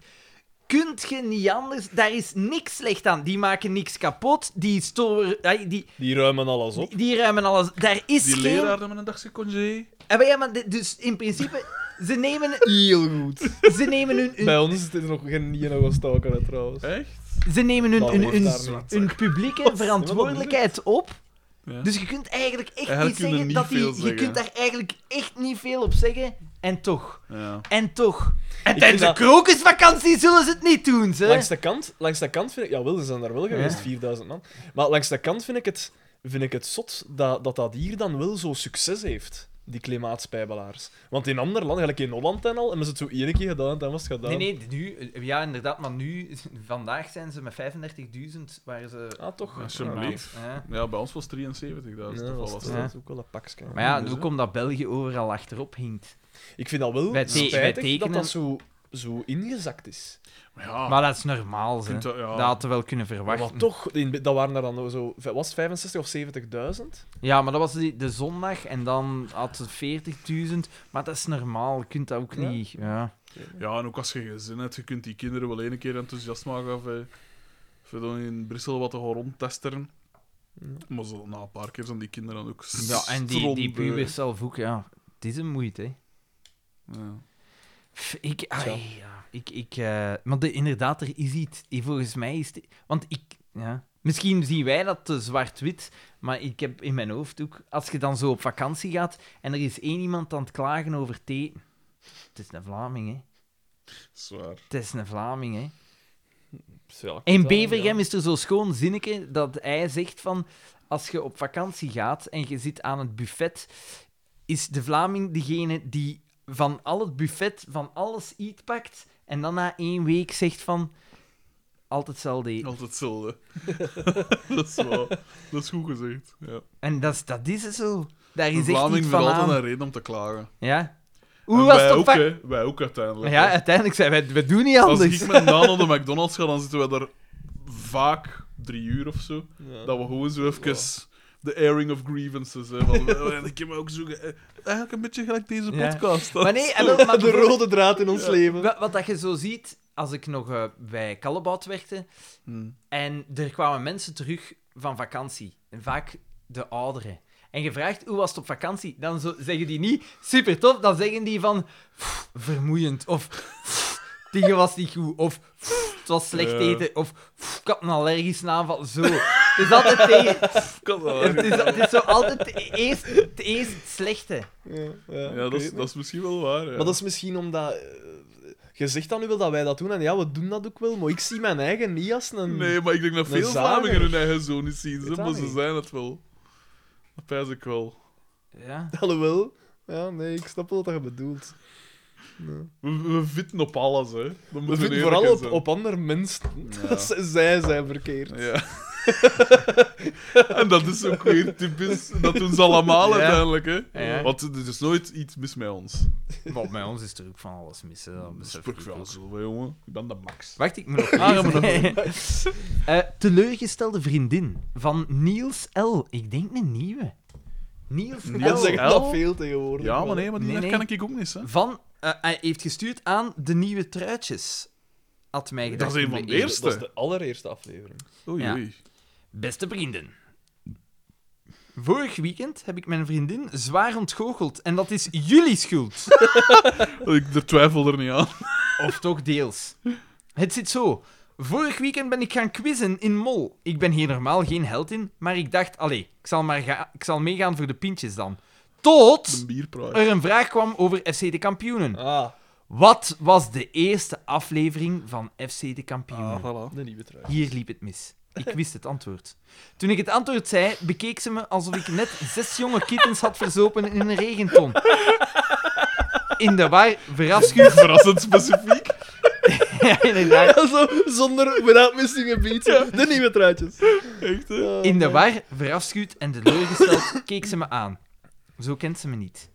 Speaker 1: kunt je niet anders. Daar is niks slecht aan. Die maken niks kapot. Die storen. ai, die,
Speaker 3: Die ruimen alles op.
Speaker 1: die, die ruimen alles. Daar is
Speaker 2: Oh. Die
Speaker 1: geen.
Speaker 2: leraar dan met een dagse congé.
Speaker 1: Eh, maar ja, maar dit- dus in principe. Ze nemen. Heel goed. Ze nemen hun, hun-
Speaker 3: Bij ons is er nog geen Nino Gostoker hè, trouwens.
Speaker 2: Echt?
Speaker 1: ze nemen hun,
Speaker 3: Dat
Speaker 1: hun,
Speaker 3: hoort
Speaker 1: hun,
Speaker 3: daar niet.
Speaker 1: hun publieke verantwoordelijkheid op.
Speaker 2: Ja.
Speaker 1: Dus je kunt eigenlijk echt niet
Speaker 2: Eigenlijk kun je
Speaker 1: zeggen
Speaker 2: niet
Speaker 1: dat die.
Speaker 2: veel
Speaker 1: Je
Speaker 2: zeggen.
Speaker 1: kunt daar eigenlijk echt niet veel op zeggen. En toch.
Speaker 2: Ja.
Speaker 1: En toch. En
Speaker 3: Ik
Speaker 1: tijdens de
Speaker 3: vind
Speaker 1: krokusvakantie zullen ze het niet doen, ze.
Speaker 3: Langs de kant, langs de kant vind ik... Jawel, ze zijn daar wel geweest, 4000 man. Maar langs de kant vind ik het, vind ik het zot dat, dat dat hier dan wel zo'n succes heeft. die klimaatspijbelaars. Want in andere landen, gelijk in Holland en al, hebben ze het zo één keer gedaan en dan was het gedaan.
Speaker 1: Nee, nee, nu, ja, inderdaad, maar nu, vandaag zijn ze met 35.000, waar ze...
Speaker 3: Ah, toch?
Speaker 2: Alsjeblieft.
Speaker 1: Ja.
Speaker 2: Ja, bij ons was 73.000. Ja,
Speaker 3: Ja, dat was,
Speaker 2: was
Speaker 3: dat
Speaker 2: dat.
Speaker 3: is ook wel een pakske.
Speaker 1: Maar ja, hoe komt dat België overal achterop hinkt?
Speaker 3: Ik vind dat wel
Speaker 1: Wij te- wij
Speaker 3: spijtig dat
Speaker 1: tekenen-
Speaker 3: dat zo, zo ingezakt is.
Speaker 2: Maar ja,
Speaker 1: Maar dat is normaal,
Speaker 2: je
Speaker 1: ze.
Speaker 2: kunt
Speaker 1: Dat
Speaker 2: dat- ja.
Speaker 1: hadden we Ah. wel kunnen verwachten.
Speaker 3: Maar toch, in, dat waren er dan zo... Was het 65.000 of 70.000?
Speaker 1: Ja, maar dat was die- de zondag en dan had ze 40.000. Maar dat is normaal, je kunt dat ook
Speaker 3: Ja.
Speaker 1: niet. Ja.
Speaker 2: Ja, en ook als je gezin hebt, je kunt die kinderen wel één keer enthousiast maken. Of, eh, of dan in Brussel wat te gaan rondtesteren. Maar zo, na een paar keer zijn die kinderen dan ook
Speaker 1: ja en die, die
Speaker 2: stront, eh.
Speaker 1: pubers zelf ook, ja. Het is een moeite, hè.
Speaker 2: Ja.
Speaker 1: Pff, Ik, ai, ja. ik, ik, eh, maar de, inderdaad, er is iets. Eh, Volgens mij is het... Want ik... Ja. Misschien zien wij dat te zwart-wit, maar ik heb in mijn hoofd ook... Als je dan zo op vakantie gaat en er is één iemand aan het klagen over thee... Het is een Vlaming, hè.
Speaker 2: Zwaar.
Speaker 1: Het is een Vlaming, hè.
Speaker 3: Ja,
Speaker 1: In Bevergem is er zo'n schoon zinnetje dat hij zegt van... Als je op vakantie gaat en je zit aan het buffet, is de Vlaming degene die van al het buffet, van alles iets pakt en dan na één week zegt van... Altijd hetzelfde eten.
Speaker 2: Altijd hetzelfde. dat, is wel, dat is goed gezegd. Ja.
Speaker 1: En dat is, dat is het zo. Daar
Speaker 2: Een
Speaker 1: is echt
Speaker 2: Vlaming
Speaker 1: iets
Speaker 2: vindt
Speaker 1: van
Speaker 2: altijd
Speaker 1: aan.
Speaker 2: een reden om te klagen.
Speaker 1: Ja. Hoe
Speaker 2: En
Speaker 1: was
Speaker 2: wij
Speaker 1: het op
Speaker 2: ook,
Speaker 1: vak-
Speaker 2: hè. Wij ook uiteindelijk.
Speaker 1: Ja,
Speaker 2: hè.
Speaker 1: uiteindelijk zijn wij... We doen niet
Speaker 2: Als
Speaker 1: anders.
Speaker 2: ik met Daan naar de McDonald's ga, dan zitten we daar vaak drie uur of zo. Dat we gewoon zo even de airing of grievances hè, van, eh, Ik heb me ook zo... ge- eh, Eigenlijk een beetje gelijk deze
Speaker 1: Ja.
Speaker 2: podcast.
Speaker 1: Maar nee, en wel, maar
Speaker 3: De rode draad in ons leven.
Speaker 1: Wa- Wat dat je zo ziet, als ik nog eh, bij Callebout werkte, en er kwamen mensen terug van vakantie. En vaak de ouderen. En je vraagt, hoe was het op vakantie? Dan zo, zeggen die niet, super tof. Dan zeggen die van, "Pff, vermoeiend. Of, "Pff, dingen was niet goed. Of, "Pff, het was slecht
Speaker 2: Ja.
Speaker 1: eten. Of, "Pff, ik had een allergische aanval. Zo. Het is altijd tegen...
Speaker 2: Oh,
Speaker 1: Het is, het is zo altijd eerst, het eerst het slechte.
Speaker 3: Ja,
Speaker 2: Ja, dat is, dat is misschien wel waar. Ja.
Speaker 3: Maar dat is misschien omdat... eh, je zegt dan nu wel dat wij dat doen, en ja, we doen dat ook wel, maar ik zie mijn eigen niet als een...
Speaker 2: Nee, maar ik denk dat
Speaker 3: Een
Speaker 2: veel
Speaker 3: zager.
Speaker 2: Vlamingen hun eigen zoon niet zien,
Speaker 3: Weet
Speaker 2: ze,
Speaker 3: dat
Speaker 2: maar ze
Speaker 3: niet.
Speaker 2: zijn het wel. Dat pijs ik wel.
Speaker 1: Ja.
Speaker 3: Alhoewel... Ja, nee, ik snap wel wat je bedoelt.
Speaker 2: We, we vitten op alles, hè. Dat
Speaker 3: We
Speaker 2: moet
Speaker 3: vinden
Speaker 2: een
Speaker 3: vooral
Speaker 2: eerlijke
Speaker 3: op, op andere mensen
Speaker 2: Ja.
Speaker 3: dat ze- zij zijn verkeerd.
Speaker 2: zijn. Ja. en dat is ook weer typisch. Dat doen ze allemaal
Speaker 1: Ja.
Speaker 2: uiteindelijk, hè.
Speaker 1: Ja.
Speaker 2: Want er is nooit iets mis met ons.
Speaker 1: Maar bij ons is er ook van alles mis. hè. Dat besef
Speaker 2: Spuk
Speaker 1: ik
Speaker 2: wel
Speaker 1: ook.
Speaker 2: zo, hè, jongen. Ik ben de max.
Speaker 1: Wacht, ik moet nog lezen. Eh, teleurgestelde vriendin van Niels L. Ik denk een nieuwe. Niels L.
Speaker 3: Dat zeggen dat
Speaker 2: L?
Speaker 3: veel tegenwoordig.
Speaker 2: Ja, maar
Speaker 3: wel.
Speaker 2: nee, maar die
Speaker 1: Nee,
Speaker 2: herken
Speaker 1: nee.
Speaker 2: ik ook niet, hè.
Speaker 1: Van, eh, hij heeft gestuurd aan de nieuwe truitjes. Had mij gedacht.
Speaker 2: Dat is een van de
Speaker 1: beëerd.
Speaker 2: eerste.
Speaker 3: Dat is de allereerste aflevering.
Speaker 2: Oei,
Speaker 1: Ja.
Speaker 2: oei.
Speaker 1: Beste vrienden. Vorig weekend heb ik mijn vriendin zwaar ontgoocheld. En dat is jullie schuld.
Speaker 2: Ik er twijfel er niet aan.
Speaker 1: Of toch deels. Het zit zo. Vorig weekend ben ik gaan quizzen in Mol. Ik ben hier normaal geen held in, maar ik dacht, allee, ik zal, maar ga- ik zal meegaan voor de pintjes dan. Tot
Speaker 2: Een bierpraat.
Speaker 1: er een vraag kwam over FC de Kampioenen.
Speaker 3: Ah,
Speaker 1: Wat was de eerste aflevering van FC de Kampioenen?
Speaker 2: voilà.
Speaker 3: de nieuwe trui.
Speaker 1: Hier liep het mis. Ik wist het antwoord. Toen ik het antwoord zei, bekeek ze me alsof ik net zes jonge kittens had verzopen in een regenton. In de war, verafschuwd.
Speaker 2: Verrassend specifiek.
Speaker 1: Ja, inderdaad.
Speaker 3: Zo, zonder, without missing a beat. De nieuwe truitjes.
Speaker 2: Echt, hè.
Speaker 3: Ah,
Speaker 1: In de war, verafschuwd en teleurgesteld, keek ze me aan. Zo kent ze me niet.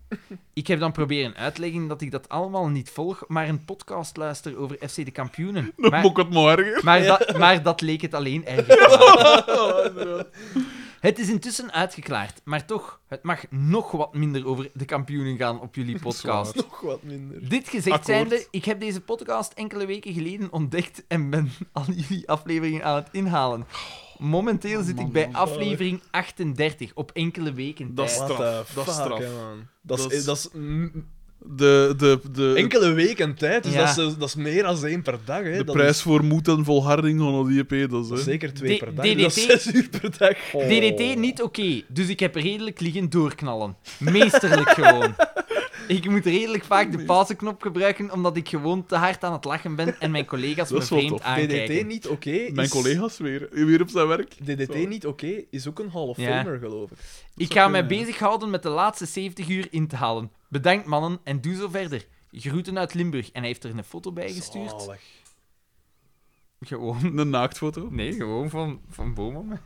Speaker 1: Ik heb dan proberen uitleggen dat ik dat allemaal niet volg, maar een podcast luister over FC de kampioenen.
Speaker 2: Dan
Speaker 1: Maar,
Speaker 2: mok het maar erger.
Speaker 1: maar, dat, maar dat leek het alleen erger. te
Speaker 2: Oh,
Speaker 1: maken. Het is intussen uitgeklaard, maar toch, het mag nog wat minder over de kampioenen gaan op jullie podcast.
Speaker 3: Nog wat minder.
Speaker 1: Dit gezegd
Speaker 2: Akkoord.
Speaker 1: zijnde, ik heb deze podcast enkele weken geleden ontdekt en ben al jullie afleveringen aan het inhalen. Momenteel zit
Speaker 2: Oh,
Speaker 1: ik bij aflevering 38 op enkele weken
Speaker 2: Dat is
Speaker 1: tijd.
Speaker 2: straf,
Speaker 3: What the
Speaker 2: dat is
Speaker 3: fuck,
Speaker 2: straf.
Speaker 3: hè, man. Dat is,
Speaker 2: Dat
Speaker 3: dat
Speaker 2: is-
Speaker 3: is, mm,
Speaker 2: De, de, de,
Speaker 3: enkele weken tijd, dus
Speaker 1: Ja.
Speaker 3: dat, is, dat is meer dan één per dag. Hè.
Speaker 2: de
Speaker 3: dat
Speaker 2: prijs
Speaker 3: is,
Speaker 2: voor moed en volharding van die EP, dat is...
Speaker 3: dat
Speaker 2: hè.
Speaker 3: is zeker twee
Speaker 1: D-
Speaker 3: per dag.
Speaker 1: DDT?
Speaker 3: Dat is zes uur per dag.
Speaker 2: Oh.
Speaker 1: DDT niet oké, dus ik heb redelijk liggen doorknallen. Meesterlijk gewoon. Ik moet redelijk vaak de pauzeknop gebruiken, omdat ik gewoon te hard aan het lachen ben en mijn collega's
Speaker 2: Dat
Speaker 1: me
Speaker 2: is wel
Speaker 1: vreemd
Speaker 2: tof.
Speaker 1: aankijken.
Speaker 3: DDT niet oké is...
Speaker 2: Mijn collega's weer. Weer op zijn werk. Zo.
Speaker 3: DDT niet oké is ook een Hall of
Speaker 1: Ja.
Speaker 3: Famer, geloof ik.
Speaker 1: Ik ga mij
Speaker 2: kunnen, ja.
Speaker 1: bezighouden met de laatste 70 uur in te halen. Bedankt mannen en doe zo verder. Groeten uit Limburg. En hij heeft er een foto bij gestuurd.
Speaker 3: Zalig.
Speaker 1: Gewoon.
Speaker 2: Een naaktfoto?
Speaker 1: Nee, gewoon van, van bomen.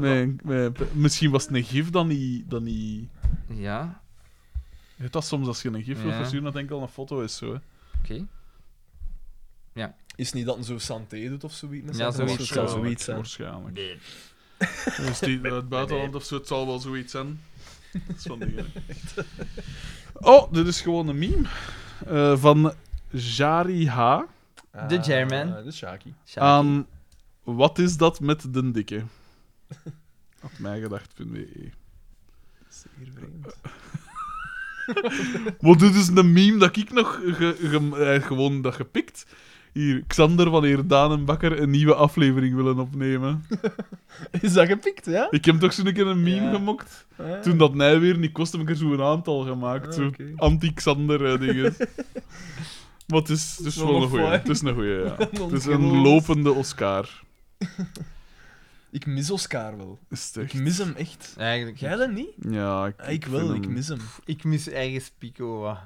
Speaker 2: Nee, nee, p- misschien was het een gif dan niet. Dan niet...
Speaker 1: Ja,
Speaker 2: Je hebt dat soms als je een gif wilt
Speaker 1: Ja.
Speaker 2: versturen, dat enkel een foto is. Zo, hè.
Speaker 1: oké.
Speaker 3: Is het niet dat een zo santé doet of zoiets? met
Speaker 1: Ja,
Speaker 3: zijn-
Speaker 1: zoiets.
Speaker 3: Het zou zoiets zijn.
Speaker 2: Waarschijnlijk. Dus die uit het buitenland of zo, het zal wel zoiets zijn. Dat is van die, hè. Oh, dit is gewoon een meme. Eh, van Jari H.
Speaker 3: Ah,
Speaker 1: De German.
Speaker 3: De Shaki.
Speaker 2: aan Wat is dat met den dikke? Op mijngedacht.be.
Speaker 3: Zeer vreemd.
Speaker 2: Want dit is een meme dat ik nog ge- ge- eh, gewoon dat gepikt. Hier, Xander, wanneer Daan en Bakker een nieuwe aflevering willen opnemen.
Speaker 3: Is dat gepikt, ja?
Speaker 2: Ik heb toch zo'n keer een meme
Speaker 3: Ja.
Speaker 2: gemokt.
Speaker 3: Ah.
Speaker 2: Toen dat mij weer niet kost, heb ik er zo'n aantal gemaakt.
Speaker 3: Ah,
Speaker 2: Zo
Speaker 3: oké.
Speaker 2: Anti-Xander-dingen. Maar het is, het is
Speaker 3: wel
Speaker 2: wel een
Speaker 3: nog
Speaker 2: goeie.
Speaker 3: fijn.
Speaker 2: Het is een goeie, ja. Het is een
Speaker 3: Ongelooflijk.
Speaker 2: lopende Oscar.
Speaker 3: Ik mis Oscar wel.
Speaker 2: Is het
Speaker 3: Ik
Speaker 2: echt.
Speaker 3: mis hem echt.
Speaker 1: Eigenlijk,
Speaker 3: Jij dat niet?
Speaker 2: Ja, ik,
Speaker 3: Ah, ik
Speaker 2: vind
Speaker 3: wel, ik
Speaker 2: hem
Speaker 3: mis hem.
Speaker 1: ik mis ergens Pico. wat.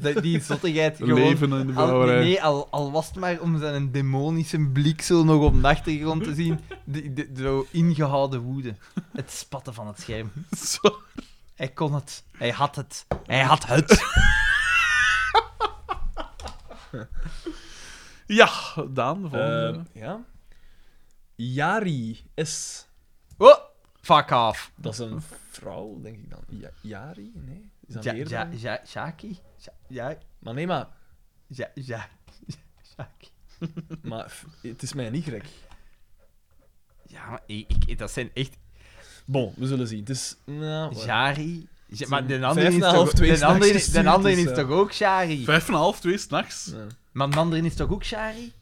Speaker 1: Dat- Die zottigheid gewoon.
Speaker 2: Leven in de
Speaker 1: Al,
Speaker 2: bouwerij.
Speaker 1: nee, al, al was het maar om zijn demonische blik zo nog op de achtergrond te zien. De, de, zo ingehouden woede. Het spatten van het scherm.
Speaker 2: Zo.
Speaker 1: Hij kon het. Hij had het. Hij had het.
Speaker 2: Ja, Daan, de volgende.
Speaker 3: Eh, ja. Yari S.
Speaker 1: Oh, fuck off.
Speaker 3: Dat is een vrouw, denk ik dan. Ja, Yari? Nee? Is dat
Speaker 1: Ja,
Speaker 3: meer
Speaker 1: ja,
Speaker 3: dan?
Speaker 1: ja, Shaki? Ja, ja,
Speaker 3: Maar nee, maar,
Speaker 1: ja, ja, Shaki.
Speaker 3: maar f- het is mij niet gek.
Speaker 1: Ja, maar ik, ik- dat zijn echt
Speaker 3: Bon, we zullen zien. Het is... Nou, wat-
Speaker 1: Jari. Ja, maar de
Speaker 3: Vijf
Speaker 1: andere is
Speaker 3: na
Speaker 1: toch,
Speaker 3: half twee
Speaker 1: de
Speaker 3: s'nachts
Speaker 1: andere,
Speaker 3: gestuurd,
Speaker 1: de andere
Speaker 3: dus,
Speaker 1: is
Speaker 3: eh.
Speaker 1: toch ook Shari?
Speaker 2: Vijf en een half, twee s'nachts.
Speaker 3: Ja,
Speaker 1: Maar de andere is toch ook Shari?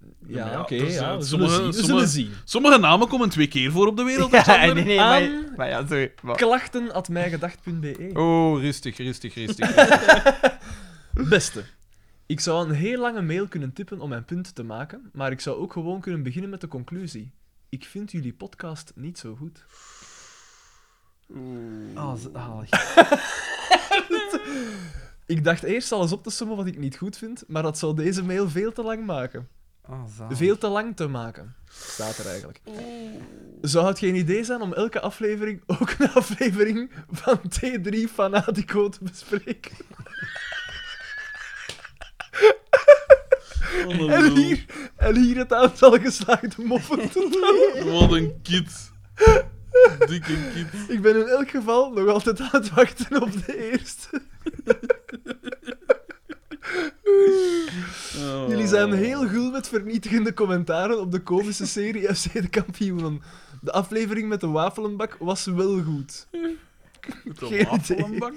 Speaker 2: Ja, maar
Speaker 3: ja
Speaker 2: ja,
Speaker 3: oké.
Speaker 2: dus, eh,
Speaker 3: ja, we zullen
Speaker 2: sommige-
Speaker 3: zien. We
Speaker 2: sommige-
Speaker 3: zullen zien.
Speaker 2: Sommige namen komen twee keer voor op de wereld.
Speaker 1: Ja,
Speaker 2: Xander.
Speaker 1: nee, nee,
Speaker 3: Aan-
Speaker 1: maar, maar ja, sorry. maar-
Speaker 3: Klachten at mijgedacht.be.
Speaker 1: Oh, rustig, rustig, rustig.
Speaker 3: Beste. Ik zou een heel lange mail kunnen tippen om mijn punt te maken, maar ik zou ook gewoon kunnen beginnen met de conclusie. Ik vind jullie podcast niet zo goed.
Speaker 1: Oh, zalig.
Speaker 3: Ik dacht eerst alles op te sommen wat ik niet goed vind, maar dat zou deze mail veel te lang maken.
Speaker 1: Oh, zalig.
Speaker 3: Veel te lang te maken, staat er eigenlijk. Zou het geen idee zijn om elke aflevering ook een aflevering van T3 Fanatico te bespreken? En hier, en hier het aantal geslaagde moffen totaal.
Speaker 2: Wat een kid. Dikke kid.
Speaker 3: Ik ben in elk geval nog altijd aan het wachten op de eerste.
Speaker 2: Oh.
Speaker 3: Jullie zijn heel gul met vernietigende commentaren op de komische serie FC de Kampioenen. De aflevering met de wafelenbak was wel goed.
Speaker 2: Met
Speaker 3: geen
Speaker 2: een wafelenbak.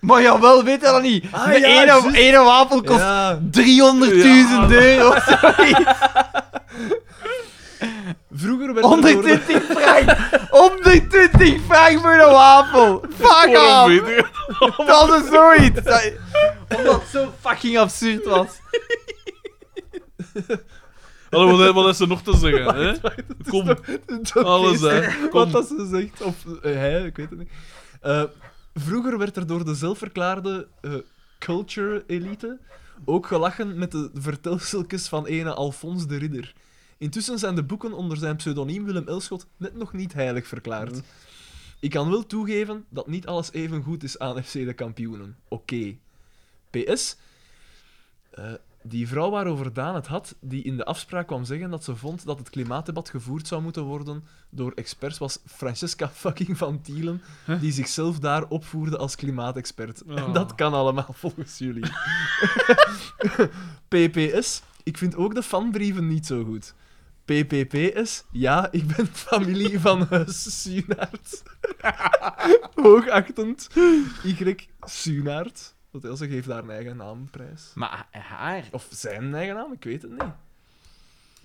Speaker 1: Maar ja, wel weet dat dan niet.
Speaker 3: Ah,
Speaker 1: de
Speaker 3: ja,
Speaker 1: ene,
Speaker 3: juist.
Speaker 1: ene wafel kost
Speaker 3: Ja,
Speaker 1: 300.000 euro.
Speaker 3: vroeger werd er door de-
Speaker 1: 120 frank. 120 frank voor een wafel.
Speaker 3: Ah,
Speaker 1: Fuck
Speaker 2: Oh,
Speaker 1: off.
Speaker 2: weet je.
Speaker 1: Dat is zoiets. Dat- Omdat het zo fucking absurd was.
Speaker 2: Hallo, wat, wat is er nog te zeggen? Hè? Kom,
Speaker 3: door
Speaker 2: alles
Speaker 3: deze-
Speaker 2: hè.
Speaker 3: Wat
Speaker 2: Kom.
Speaker 3: dat ze zegt. Of eh, hij, ik weet het niet. Eh, vroeger werd er door de zelfverklaarde eh, culture elite ook gelachen met de vertelseltjes van ene Alfons de Ridder. Intussen zijn de boeken onder zijn pseudoniem Willem Elschot net nog niet heilig verklaard. Ik kan wel toegeven dat niet alles even goed is aan FC de kampioenen. Oké. PS. eh, die vrouw waarover Daan het had, die in de afspraak kwam zeggen dat ze vond dat het klimaatdebat gevoerd zou moeten worden door experts, was Francesca fucking van Tielen, die zichzelf daar opvoerde als klimaatexpert. En
Speaker 2: Oh.
Speaker 3: dat kan allemaal volgens jullie. PPS. Ik vind ook de fanbrieven niet zo goed. PPPS. Ja, ik ben familie van Huis Sunaert. Hoogachtend. Y. Sunaert. Dat wil zeggen, geeft daar een eigen naamprijs.
Speaker 1: Maar haar?
Speaker 3: Of zijn eigen naam, ik weet het niet.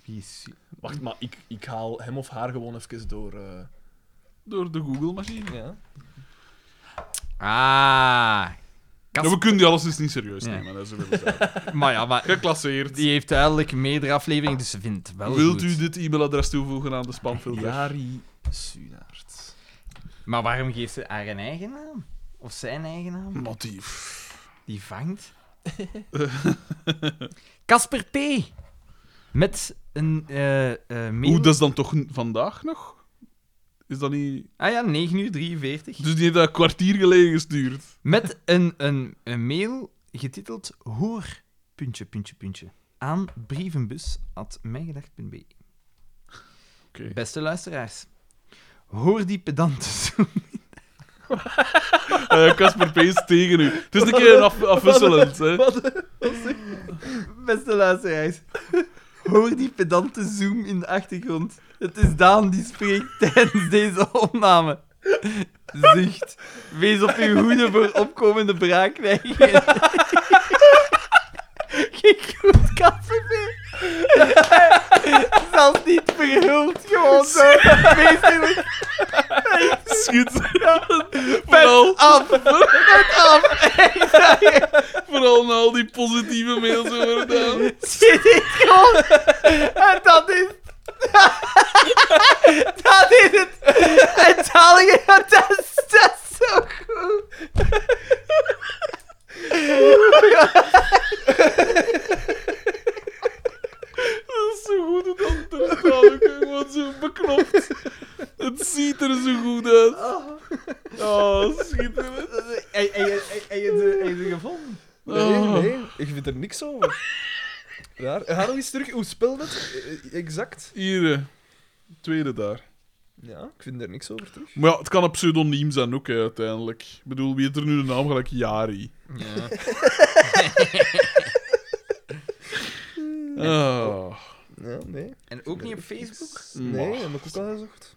Speaker 1: Wie is Su-
Speaker 3: Wacht, maar ik, ik haal hem of haar gewoon even door. eh.
Speaker 2: Door de Google-machine.
Speaker 3: Ja.
Speaker 1: Ah.
Speaker 2: Ja, we kunnen die alleszins niet serieus
Speaker 1: Ja.
Speaker 2: nemen. Dat is wel duidelijk.
Speaker 1: Maar ja, maar
Speaker 2: Geclasseerd.
Speaker 1: die heeft duidelijk meerdere afleveringen, dus ze vindt het wel
Speaker 2: Wilt
Speaker 1: goed.
Speaker 2: u dit e-mailadres toevoegen aan de spamfilter?
Speaker 3: Jari Sunaert.
Speaker 1: Maar waarom geeft ze haar een eigen naam? Of zijn eigen naam?
Speaker 2: Motief.
Speaker 1: Die vangt. Casper P. Met een eh eh mail.
Speaker 2: Oeh, dat is dan toch n- vandaag nog? Is dat niet...
Speaker 1: Ah ja, 9 uur 43.
Speaker 2: Dus die heeft dat een kwartier geleden gestuurd.
Speaker 1: Met een, een, een mail getiteld Hoor, puntje, puntje, puntje, aan brievenbus.mijgedacht.be.
Speaker 2: Oké.
Speaker 1: Beste luisteraars, hoor die pedanten zoen.
Speaker 2: Eh, Casper P. is tegen u. Het is een keer een af afwisselend. Hè.
Speaker 1: Beste luisteraars, hoor die pedante zoom in de achtergrond. Het is Daan die spreekt tijdens deze opname. Zucht. Wees op uw hoede voor opkomende braakneigingen. Gegroet, kaffee. Zelfs niet verhuld, gewoon zo. Meesterlijk.
Speaker 2: Schiet.
Speaker 1: Pet af. Pet af.
Speaker 2: Vooral na al die positieve mails over Daan.
Speaker 1: Shit, ik gewoon. En dat is. dat is het. En Talië, dat is, dat is zo goed.
Speaker 2: Dat is zo goed dat dan terugkomen. Kijk, wat zo beknopt. Het ziet er zo goed uit. Oh, schitterend.
Speaker 1: En, en, en, en je en je gevonden?
Speaker 2: Nee,
Speaker 3: Nee,
Speaker 2: nee,
Speaker 3: nee, ik vind er niks over. Daar. Ga nog eens terug. Hoe speelt het? Eh, Exact.
Speaker 2: Hier, eh, tweede daar.
Speaker 3: Ja, ik vind er niks over terug.
Speaker 2: Maar ja, het kan een pseudoniem zijn ook, hè, uiteindelijk. Ik bedoel, wie heeft er nu de naam gelijk? Jari. Ah.
Speaker 3: Ja, nee.
Speaker 1: En ook niet op Facebook?
Speaker 3: Nee, heb ik ook al gezocht.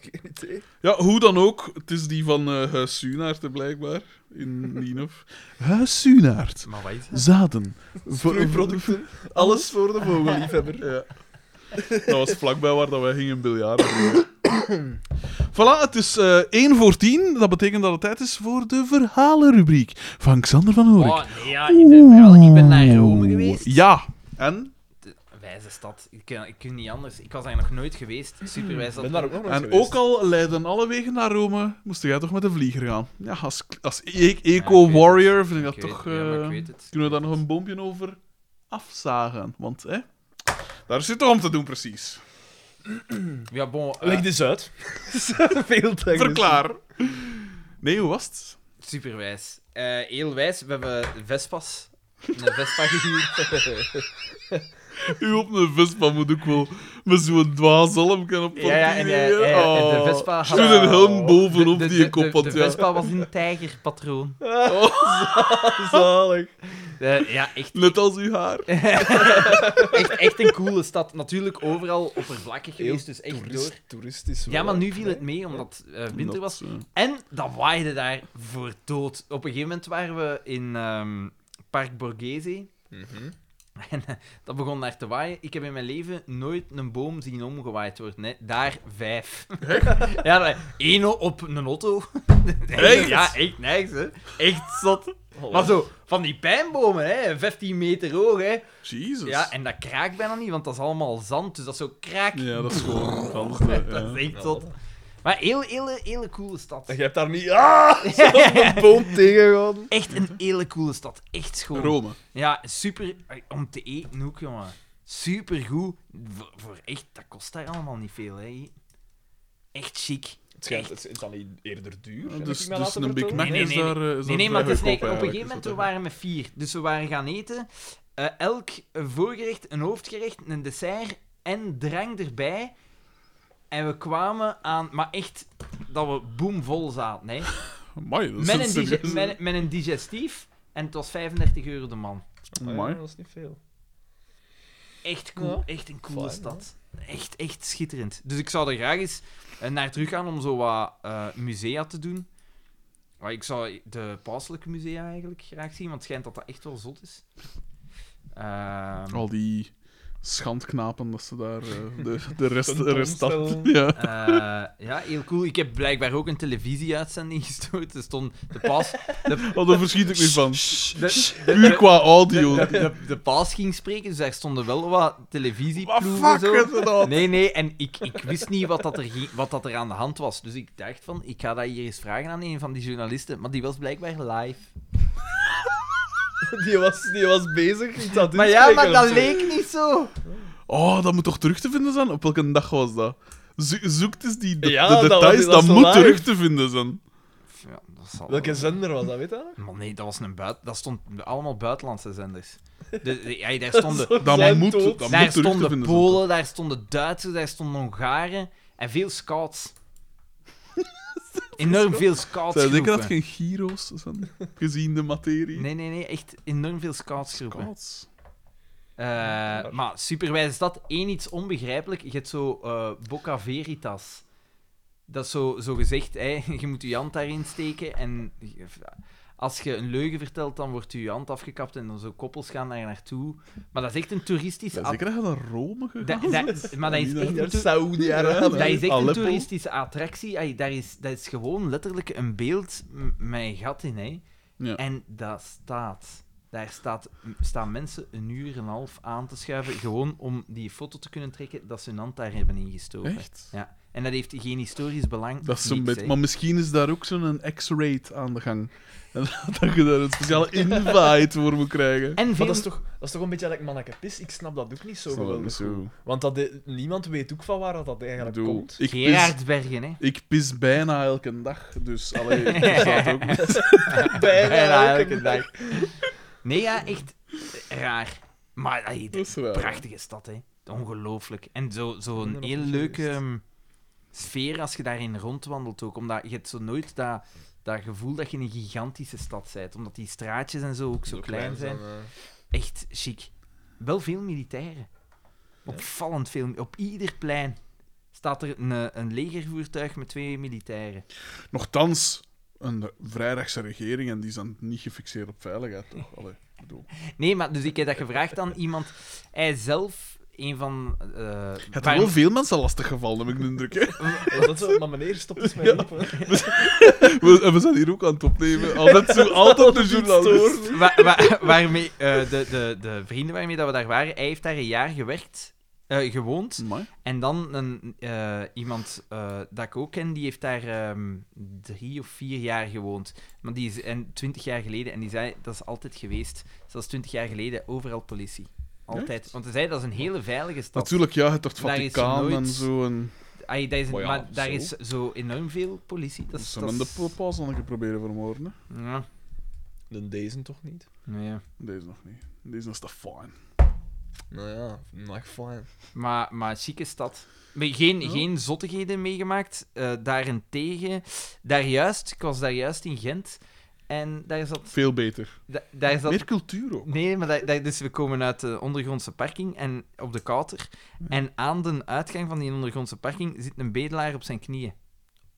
Speaker 3: Geen idee.
Speaker 2: Ja, hoe dan ook, het is die van eh Huis Sunaert, hè, blijkbaar. In Nienhof. Huis Sunaert.
Speaker 1: Maar wat is dat?
Speaker 2: Zaden.
Speaker 3: Groeiproducten. Alles voor de vogelliefhebber.
Speaker 2: Ja. Dat was vlakbij waar dat wij gingen biljarten. voilà, het is eh 1 voor 10. Dat betekent dat het tijd is voor de verhalenrubriek van Xander van Horik.
Speaker 1: Oh, nee, ja, ik ben, wel, ik ben naar Rome geweest.
Speaker 2: Ja. En?
Speaker 3: Oh,
Speaker 1: Een Wijze stad. Ik kan, ik kan niet anders. Ik was daar nog nooit geweest. Superwijs dat.
Speaker 3: ben daar ook nog nooit
Speaker 2: En
Speaker 3: geweest.
Speaker 2: ook al leiden alle wegen naar Rome, moest jij toch met de vlieger gaan. Ja, als, als e-
Speaker 1: Ja, ik weet
Speaker 2: eco-warrior
Speaker 1: het.
Speaker 2: vind ik dat
Speaker 1: Ik weet
Speaker 2: toch...
Speaker 1: het, ja, maar ik
Speaker 2: eh,
Speaker 1: weet het.
Speaker 2: Kunnen we daar nog een boompje over afzagen? Want, hè... Daar zit toch om te doen, precies.
Speaker 1: Ja, bon. eh,
Speaker 3: Leg dit uit. Veel te
Speaker 2: Verklaar. Nee, hoe was het?
Speaker 1: Superwijs. Eh, heel wijs. We hebben Vespas. Een Vespa gehuurd.
Speaker 2: U op een Vespa moet ook wel met zo'n dwaas helm kunnen op
Speaker 1: Ja, ja, en, eh, eh, en de Vespa had-
Speaker 2: Toen een helm bovenop
Speaker 1: De- de-
Speaker 2: die je
Speaker 1: de-
Speaker 2: kop had,
Speaker 1: De, de
Speaker 2: ja.
Speaker 1: Vespa was in tijgerpatroon.
Speaker 3: Zalig.
Speaker 1: Eh, ja, echt,
Speaker 2: Net als uw haar.
Speaker 1: echt, echt een coole stad. Natuurlijk overal oppervlakkig geweest, dus echt door.
Speaker 3: Toeristisch.
Speaker 1: Ja, maar nu viel het mee, omdat eh, winter was.
Speaker 2: Dat, eh,
Speaker 1: En dat waaide daar voor dood. Op een gegeven moment waren we in ehm, Park Borghese.
Speaker 3: Mhm.
Speaker 1: En eh, dat begon daar te waaien. Ik heb in mijn leven nooit een boom zien omgewaaid worden. Hè. Daar vijf. ja, daar- één op een auto.
Speaker 2: Echt?
Speaker 1: Ja, echt nergens. Hè. Echt zot.
Speaker 3: Oh,
Speaker 1: Maar zo, van die pijnbomen, hè. 15 meter hoog, hè.
Speaker 2: Jezus.
Speaker 1: Ja, en dat kraakt bijna niet, want dat is allemaal zand. Dus dat is zo kraak.
Speaker 2: Ja, dat is gewoon... Van,
Speaker 1: Dat is echt zot. Maar heel, heel, hele coole stad.
Speaker 3: Je hebt daar niet. Ah! Zo'n boom tegengehouden.
Speaker 1: Echt een hele coole stad. Echt schoon.
Speaker 2: Rome.
Speaker 1: Ja, super. eh, Om te eten ook, jongen. Super goed. Voor, voor echt, dat kost daar allemaal niet veel, hè. Echt chic.
Speaker 3: Het schijnt, het is dan niet eerder duur.
Speaker 2: Ja,
Speaker 3: heb
Speaker 2: dus
Speaker 3: ik mij
Speaker 2: dus
Speaker 3: laten
Speaker 2: een Big Mac
Speaker 3: vertellen.
Speaker 1: Nee, nee,
Speaker 2: is
Speaker 1: nee.
Speaker 2: daar... eh,
Speaker 1: Nee,
Speaker 2: is daar
Speaker 1: nee, maar het is
Speaker 2: vrij
Speaker 1: like, op een
Speaker 2: goedkoop
Speaker 1: gegeven moment, we
Speaker 2: eigenlijk,
Speaker 1: waren met vier. Dus we waren gaan eten. Eh, elk voorgerecht, een hoofdgerecht, een dessert en drank erbij. En we kwamen aan... Maar echt, dat we boomvol zaten, hè.
Speaker 2: is dat, hè. Amai, dat is
Speaker 1: Met
Speaker 2: een
Speaker 1: een, dige-
Speaker 2: serieuze-
Speaker 1: met, met een digestief. En het was 35 euro de man.
Speaker 2: Amai.
Speaker 3: Oh dat is niet veel.
Speaker 1: Echt cool. Echt een coole
Speaker 3: Fijn,
Speaker 1: stad. Echt, echt schitterend. Dus ik zou er graag eens eh, naar terug gaan om zo wat eh, musea te doen. Maar ik zou de pauselijke musea
Speaker 2: Oh.
Speaker 1: eigenlijk graag zien, want het schijnt dat dat echt wel zot is. Ehm,
Speaker 2: Al die schandknapen dat ze daar eh, de, de rest, de
Speaker 5: Een
Speaker 2: rest had.
Speaker 5: tonstel.
Speaker 2: Ja.
Speaker 1: Eh, ja, heel cool. Ik heb blijkbaar ook een televisieuitzending gestoord. Er stond de paas... De,
Speaker 2: Oh, daar verschiet ik nu van.
Speaker 1: de,
Speaker 2: Puur qua audio.
Speaker 1: de, de, de paas ging spreken, dus daar stonden wel wat
Speaker 2: Wat
Speaker 1: televisieploegen
Speaker 2: fuck
Speaker 1: zo.
Speaker 2: is dat?
Speaker 1: Nee, nee, en ik, ik wist niet wat, dat er ging- wat dat er aan de hand was. Dus ik dacht van, ik ga dat hier eens vragen aan een van die journalisten. Maar die was blijkbaar live.
Speaker 4: Die was, die was bezig. iets aan het
Speaker 1: Maar ja, maar
Speaker 4: inspreken of
Speaker 1: dat
Speaker 4: zo.
Speaker 1: leek niet zo.
Speaker 2: Oh, dat moet toch terug te vinden zijn? Op welke dag was dat? Zo- zoekt eens die de,
Speaker 4: Ja,
Speaker 2: de
Speaker 4: dat was-
Speaker 2: details, dat,
Speaker 4: dat was
Speaker 2: moet
Speaker 4: live.
Speaker 2: terug te vinden zijn.
Speaker 1: Ja, dat zal
Speaker 4: Welke
Speaker 1: wel.
Speaker 4: zender was dat, weet je?
Speaker 1: Maar nee, dat was een buiten... Dat stond allemaal buitenlandse zenders. De, de- ja, daar stonden...
Speaker 2: Dat
Speaker 4: zijn
Speaker 2: moet,
Speaker 4: dood.
Speaker 2: dat
Speaker 1: daar
Speaker 2: moet terug te
Speaker 1: stonden
Speaker 2: vinden
Speaker 1: Polen, daar stonden Duitsers, daar stonden Hongaren en veel scouts. Enorm veel scouts.
Speaker 2: zijn. Zijn zeker dat het geen gyro's zijn? Gezien de materie.
Speaker 1: Nee, nee, nee, echt enorm veel scoutsgroepen.
Speaker 2: Kats.
Speaker 1: Eh, maar superwijs is dat één iets onbegrijpelijk. Je hebt zo eh Boca Veritas. Dat is zo, zo gezegd, hè, je moet je hand daarin steken en je- als je een leugen vertelt, dan wordt je hand afgekapt en dan zo koppels gaan daar naartoe. Maar dat is echt een toeristisch...
Speaker 2: Zijn
Speaker 1: at-
Speaker 2: zeker dat je naar Rome
Speaker 1: Da-
Speaker 2: gegaan
Speaker 1: da-
Speaker 2: bent?
Speaker 1: maar dat is
Speaker 2: Ja,
Speaker 1: echt een, toer-
Speaker 4: Saudi-Arabië.
Speaker 1: dat is echt een
Speaker 2: Aleppo.
Speaker 1: toeristische attractie. Ay, daar is, dat is gewoon letterlijk een beeld m- met een gat in. Hè.
Speaker 2: Ja.
Speaker 1: En dat staat. Daar staat, m- staan mensen een uur en een half aan te schuiven. Gewoon om die foto te kunnen trekken dat ze hun hand daar hebben ingestoken.
Speaker 2: Echt?
Speaker 1: Ja. En dat heeft geen historisch belang.
Speaker 2: Dat is zo'n
Speaker 1: niks,
Speaker 2: beetje-
Speaker 1: hè.
Speaker 2: maar misschien is daar ook zo'n X-raid aan de gang. En dat je daar een speciale invite voor moet krijgen.
Speaker 1: En
Speaker 5: Maar
Speaker 1: veel...
Speaker 5: dat is, toch, dat is toch een beetje like manneke pis? Ik snap dat ook niet zo
Speaker 2: Snap dat
Speaker 5: geweldig
Speaker 2: niet zo.
Speaker 5: goed. Want dat de- niemand weet ook van waar dat
Speaker 2: Ik
Speaker 5: eigenlijk
Speaker 2: bedoel,
Speaker 5: komt.
Speaker 2: ik pis,
Speaker 1: Gerard Bergen, hè.
Speaker 2: ik pis bijna elke dag, dus allee, dat staat ook
Speaker 1: Bijna elke dag. Nee, ja, echt eh, raar. Maar ay,
Speaker 2: dat is raar.
Speaker 1: Prachtige stad, hè. Ongelooflijk. En zo'n zo zo'n heel leuke ehm, sfeer als je daarin rondwandelt ook. Omdat je hebt zo nooit dat, dat gevoel dat je in een gigantische stad bent. Omdat die straatjes en zo ook zo klein zijn. Echt chic. Wel veel militairen. Opvallend veel. Op ieder plein staat er een, eh, een legervoertuig met twee militairen.
Speaker 2: Nochtans, een vrijrechtse regering en die zijn niet gefixeerd op veiligheid, toch? Allee, ik bedoel.
Speaker 1: Nee, maar dus ik heb dat gevraagd aan iemand. Hij zelf, een van... eh,
Speaker 2: Het
Speaker 1: waar-
Speaker 2: heeft wel veel mensen lastig gevallen, heb ik de indruk. Hè?
Speaker 5: Was dat zo? Maar meneer, stop eens met
Speaker 2: Ja.
Speaker 5: roepen.
Speaker 2: We, en we zijn hier ook aan het opnemen. Altijd, zo, altijd de journalist.
Speaker 1: Wa- wa- waarmee, eh, de, de, de vrienden waarmee dat we daar waren, hij heeft daar een jaar gewerkt, eh, gewoond.
Speaker 2: Amai.
Speaker 1: En dan een, eh, iemand eh, dat ik ook ken, die heeft daar ehm, drie of vier jaar gewoond. Maar die is en, twintig jaar geleden, en die zei, dat is altijd geweest. Zelfs twintig jaar geleden, overal politie. Altijd. Want hij zei, dat is een hele veilige stad.
Speaker 2: Natuurlijk, ja, het wordt
Speaker 1: Daar is
Speaker 2: Vaticaan
Speaker 1: nooit-
Speaker 2: en zo. En
Speaker 1: Ai, dat is een-
Speaker 2: Maar ja,
Speaker 1: maar daar
Speaker 2: zo.
Speaker 1: is zo enorm veel politie. Dat is,
Speaker 2: ze
Speaker 1: dat
Speaker 2: hebben de
Speaker 1: is-
Speaker 2: paus dan proberen vermoorden. Hè?
Speaker 1: Ja.
Speaker 5: De deze toch niet?
Speaker 1: Nou ja.
Speaker 2: Deze nog niet. Deze is te fijn.
Speaker 5: Nou ja, mag fijn.
Speaker 1: Maar, maar chique stad. Maar geen, geen zottigheden meegemaakt. eh, daarentegen, daar juist, ik was daar juist in Gent. En daar zat.
Speaker 2: Veel beter.
Speaker 1: da- daar zat
Speaker 2: Meer cultuur ook.
Speaker 1: nee, maar daar, daar- dus we komen uit de ondergrondse parking en op de kouter. En aan de uitgang van die ondergrondse parking zit een bedelaar op zijn knieën.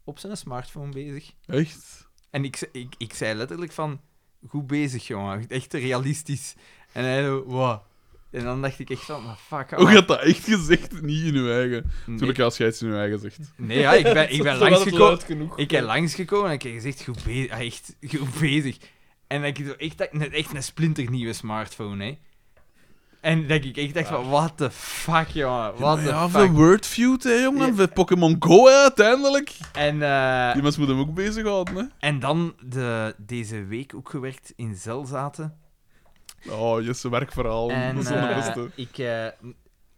Speaker 1: Op zijn smartphone bezig.
Speaker 2: Echt?
Speaker 1: En ik, ze- ik, ik zei letterlijk van, goed bezig, jongen. Echt realistisch. En hij zo, wat? En dan dacht ik echt van, "Maar fuck.
Speaker 2: Ook
Speaker 1: allemaal."
Speaker 2: had dat echt gezegd, niet in uw eigen.
Speaker 1: Nee.
Speaker 2: Natuurlijk, als jij het in uw eigen zegt.
Speaker 1: Nee, ja, ik ben, ik ben langsgekomen.
Speaker 5: genoeg.
Speaker 1: Ik ben langsgekomen en ik heb gezegd, goed bezig. ah, Echt, goed bezig. En dat ik zo echt, dacht, net echt een splinternieuwe smartphone, hè. En dat ik echt dacht van, what the fuck, jongen. What
Speaker 2: Ah. ja,
Speaker 1: the
Speaker 2: van
Speaker 1: fuck.
Speaker 2: Wordfeud, hè, jongen.
Speaker 1: Ja.
Speaker 2: Van Pokémon Go, hè, uiteindelijk.
Speaker 1: En, eh,
Speaker 2: Die mensen moeten hem ook bezighouden, hè.
Speaker 1: en dan de, deze week ook gewerkt in Zelzaten.
Speaker 2: Oh, Jesse, werkverhaal.
Speaker 1: En
Speaker 2: dat is wel de
Speaker 1: eh,
Speaker 2: beste.
Speaker 1: ik... eh,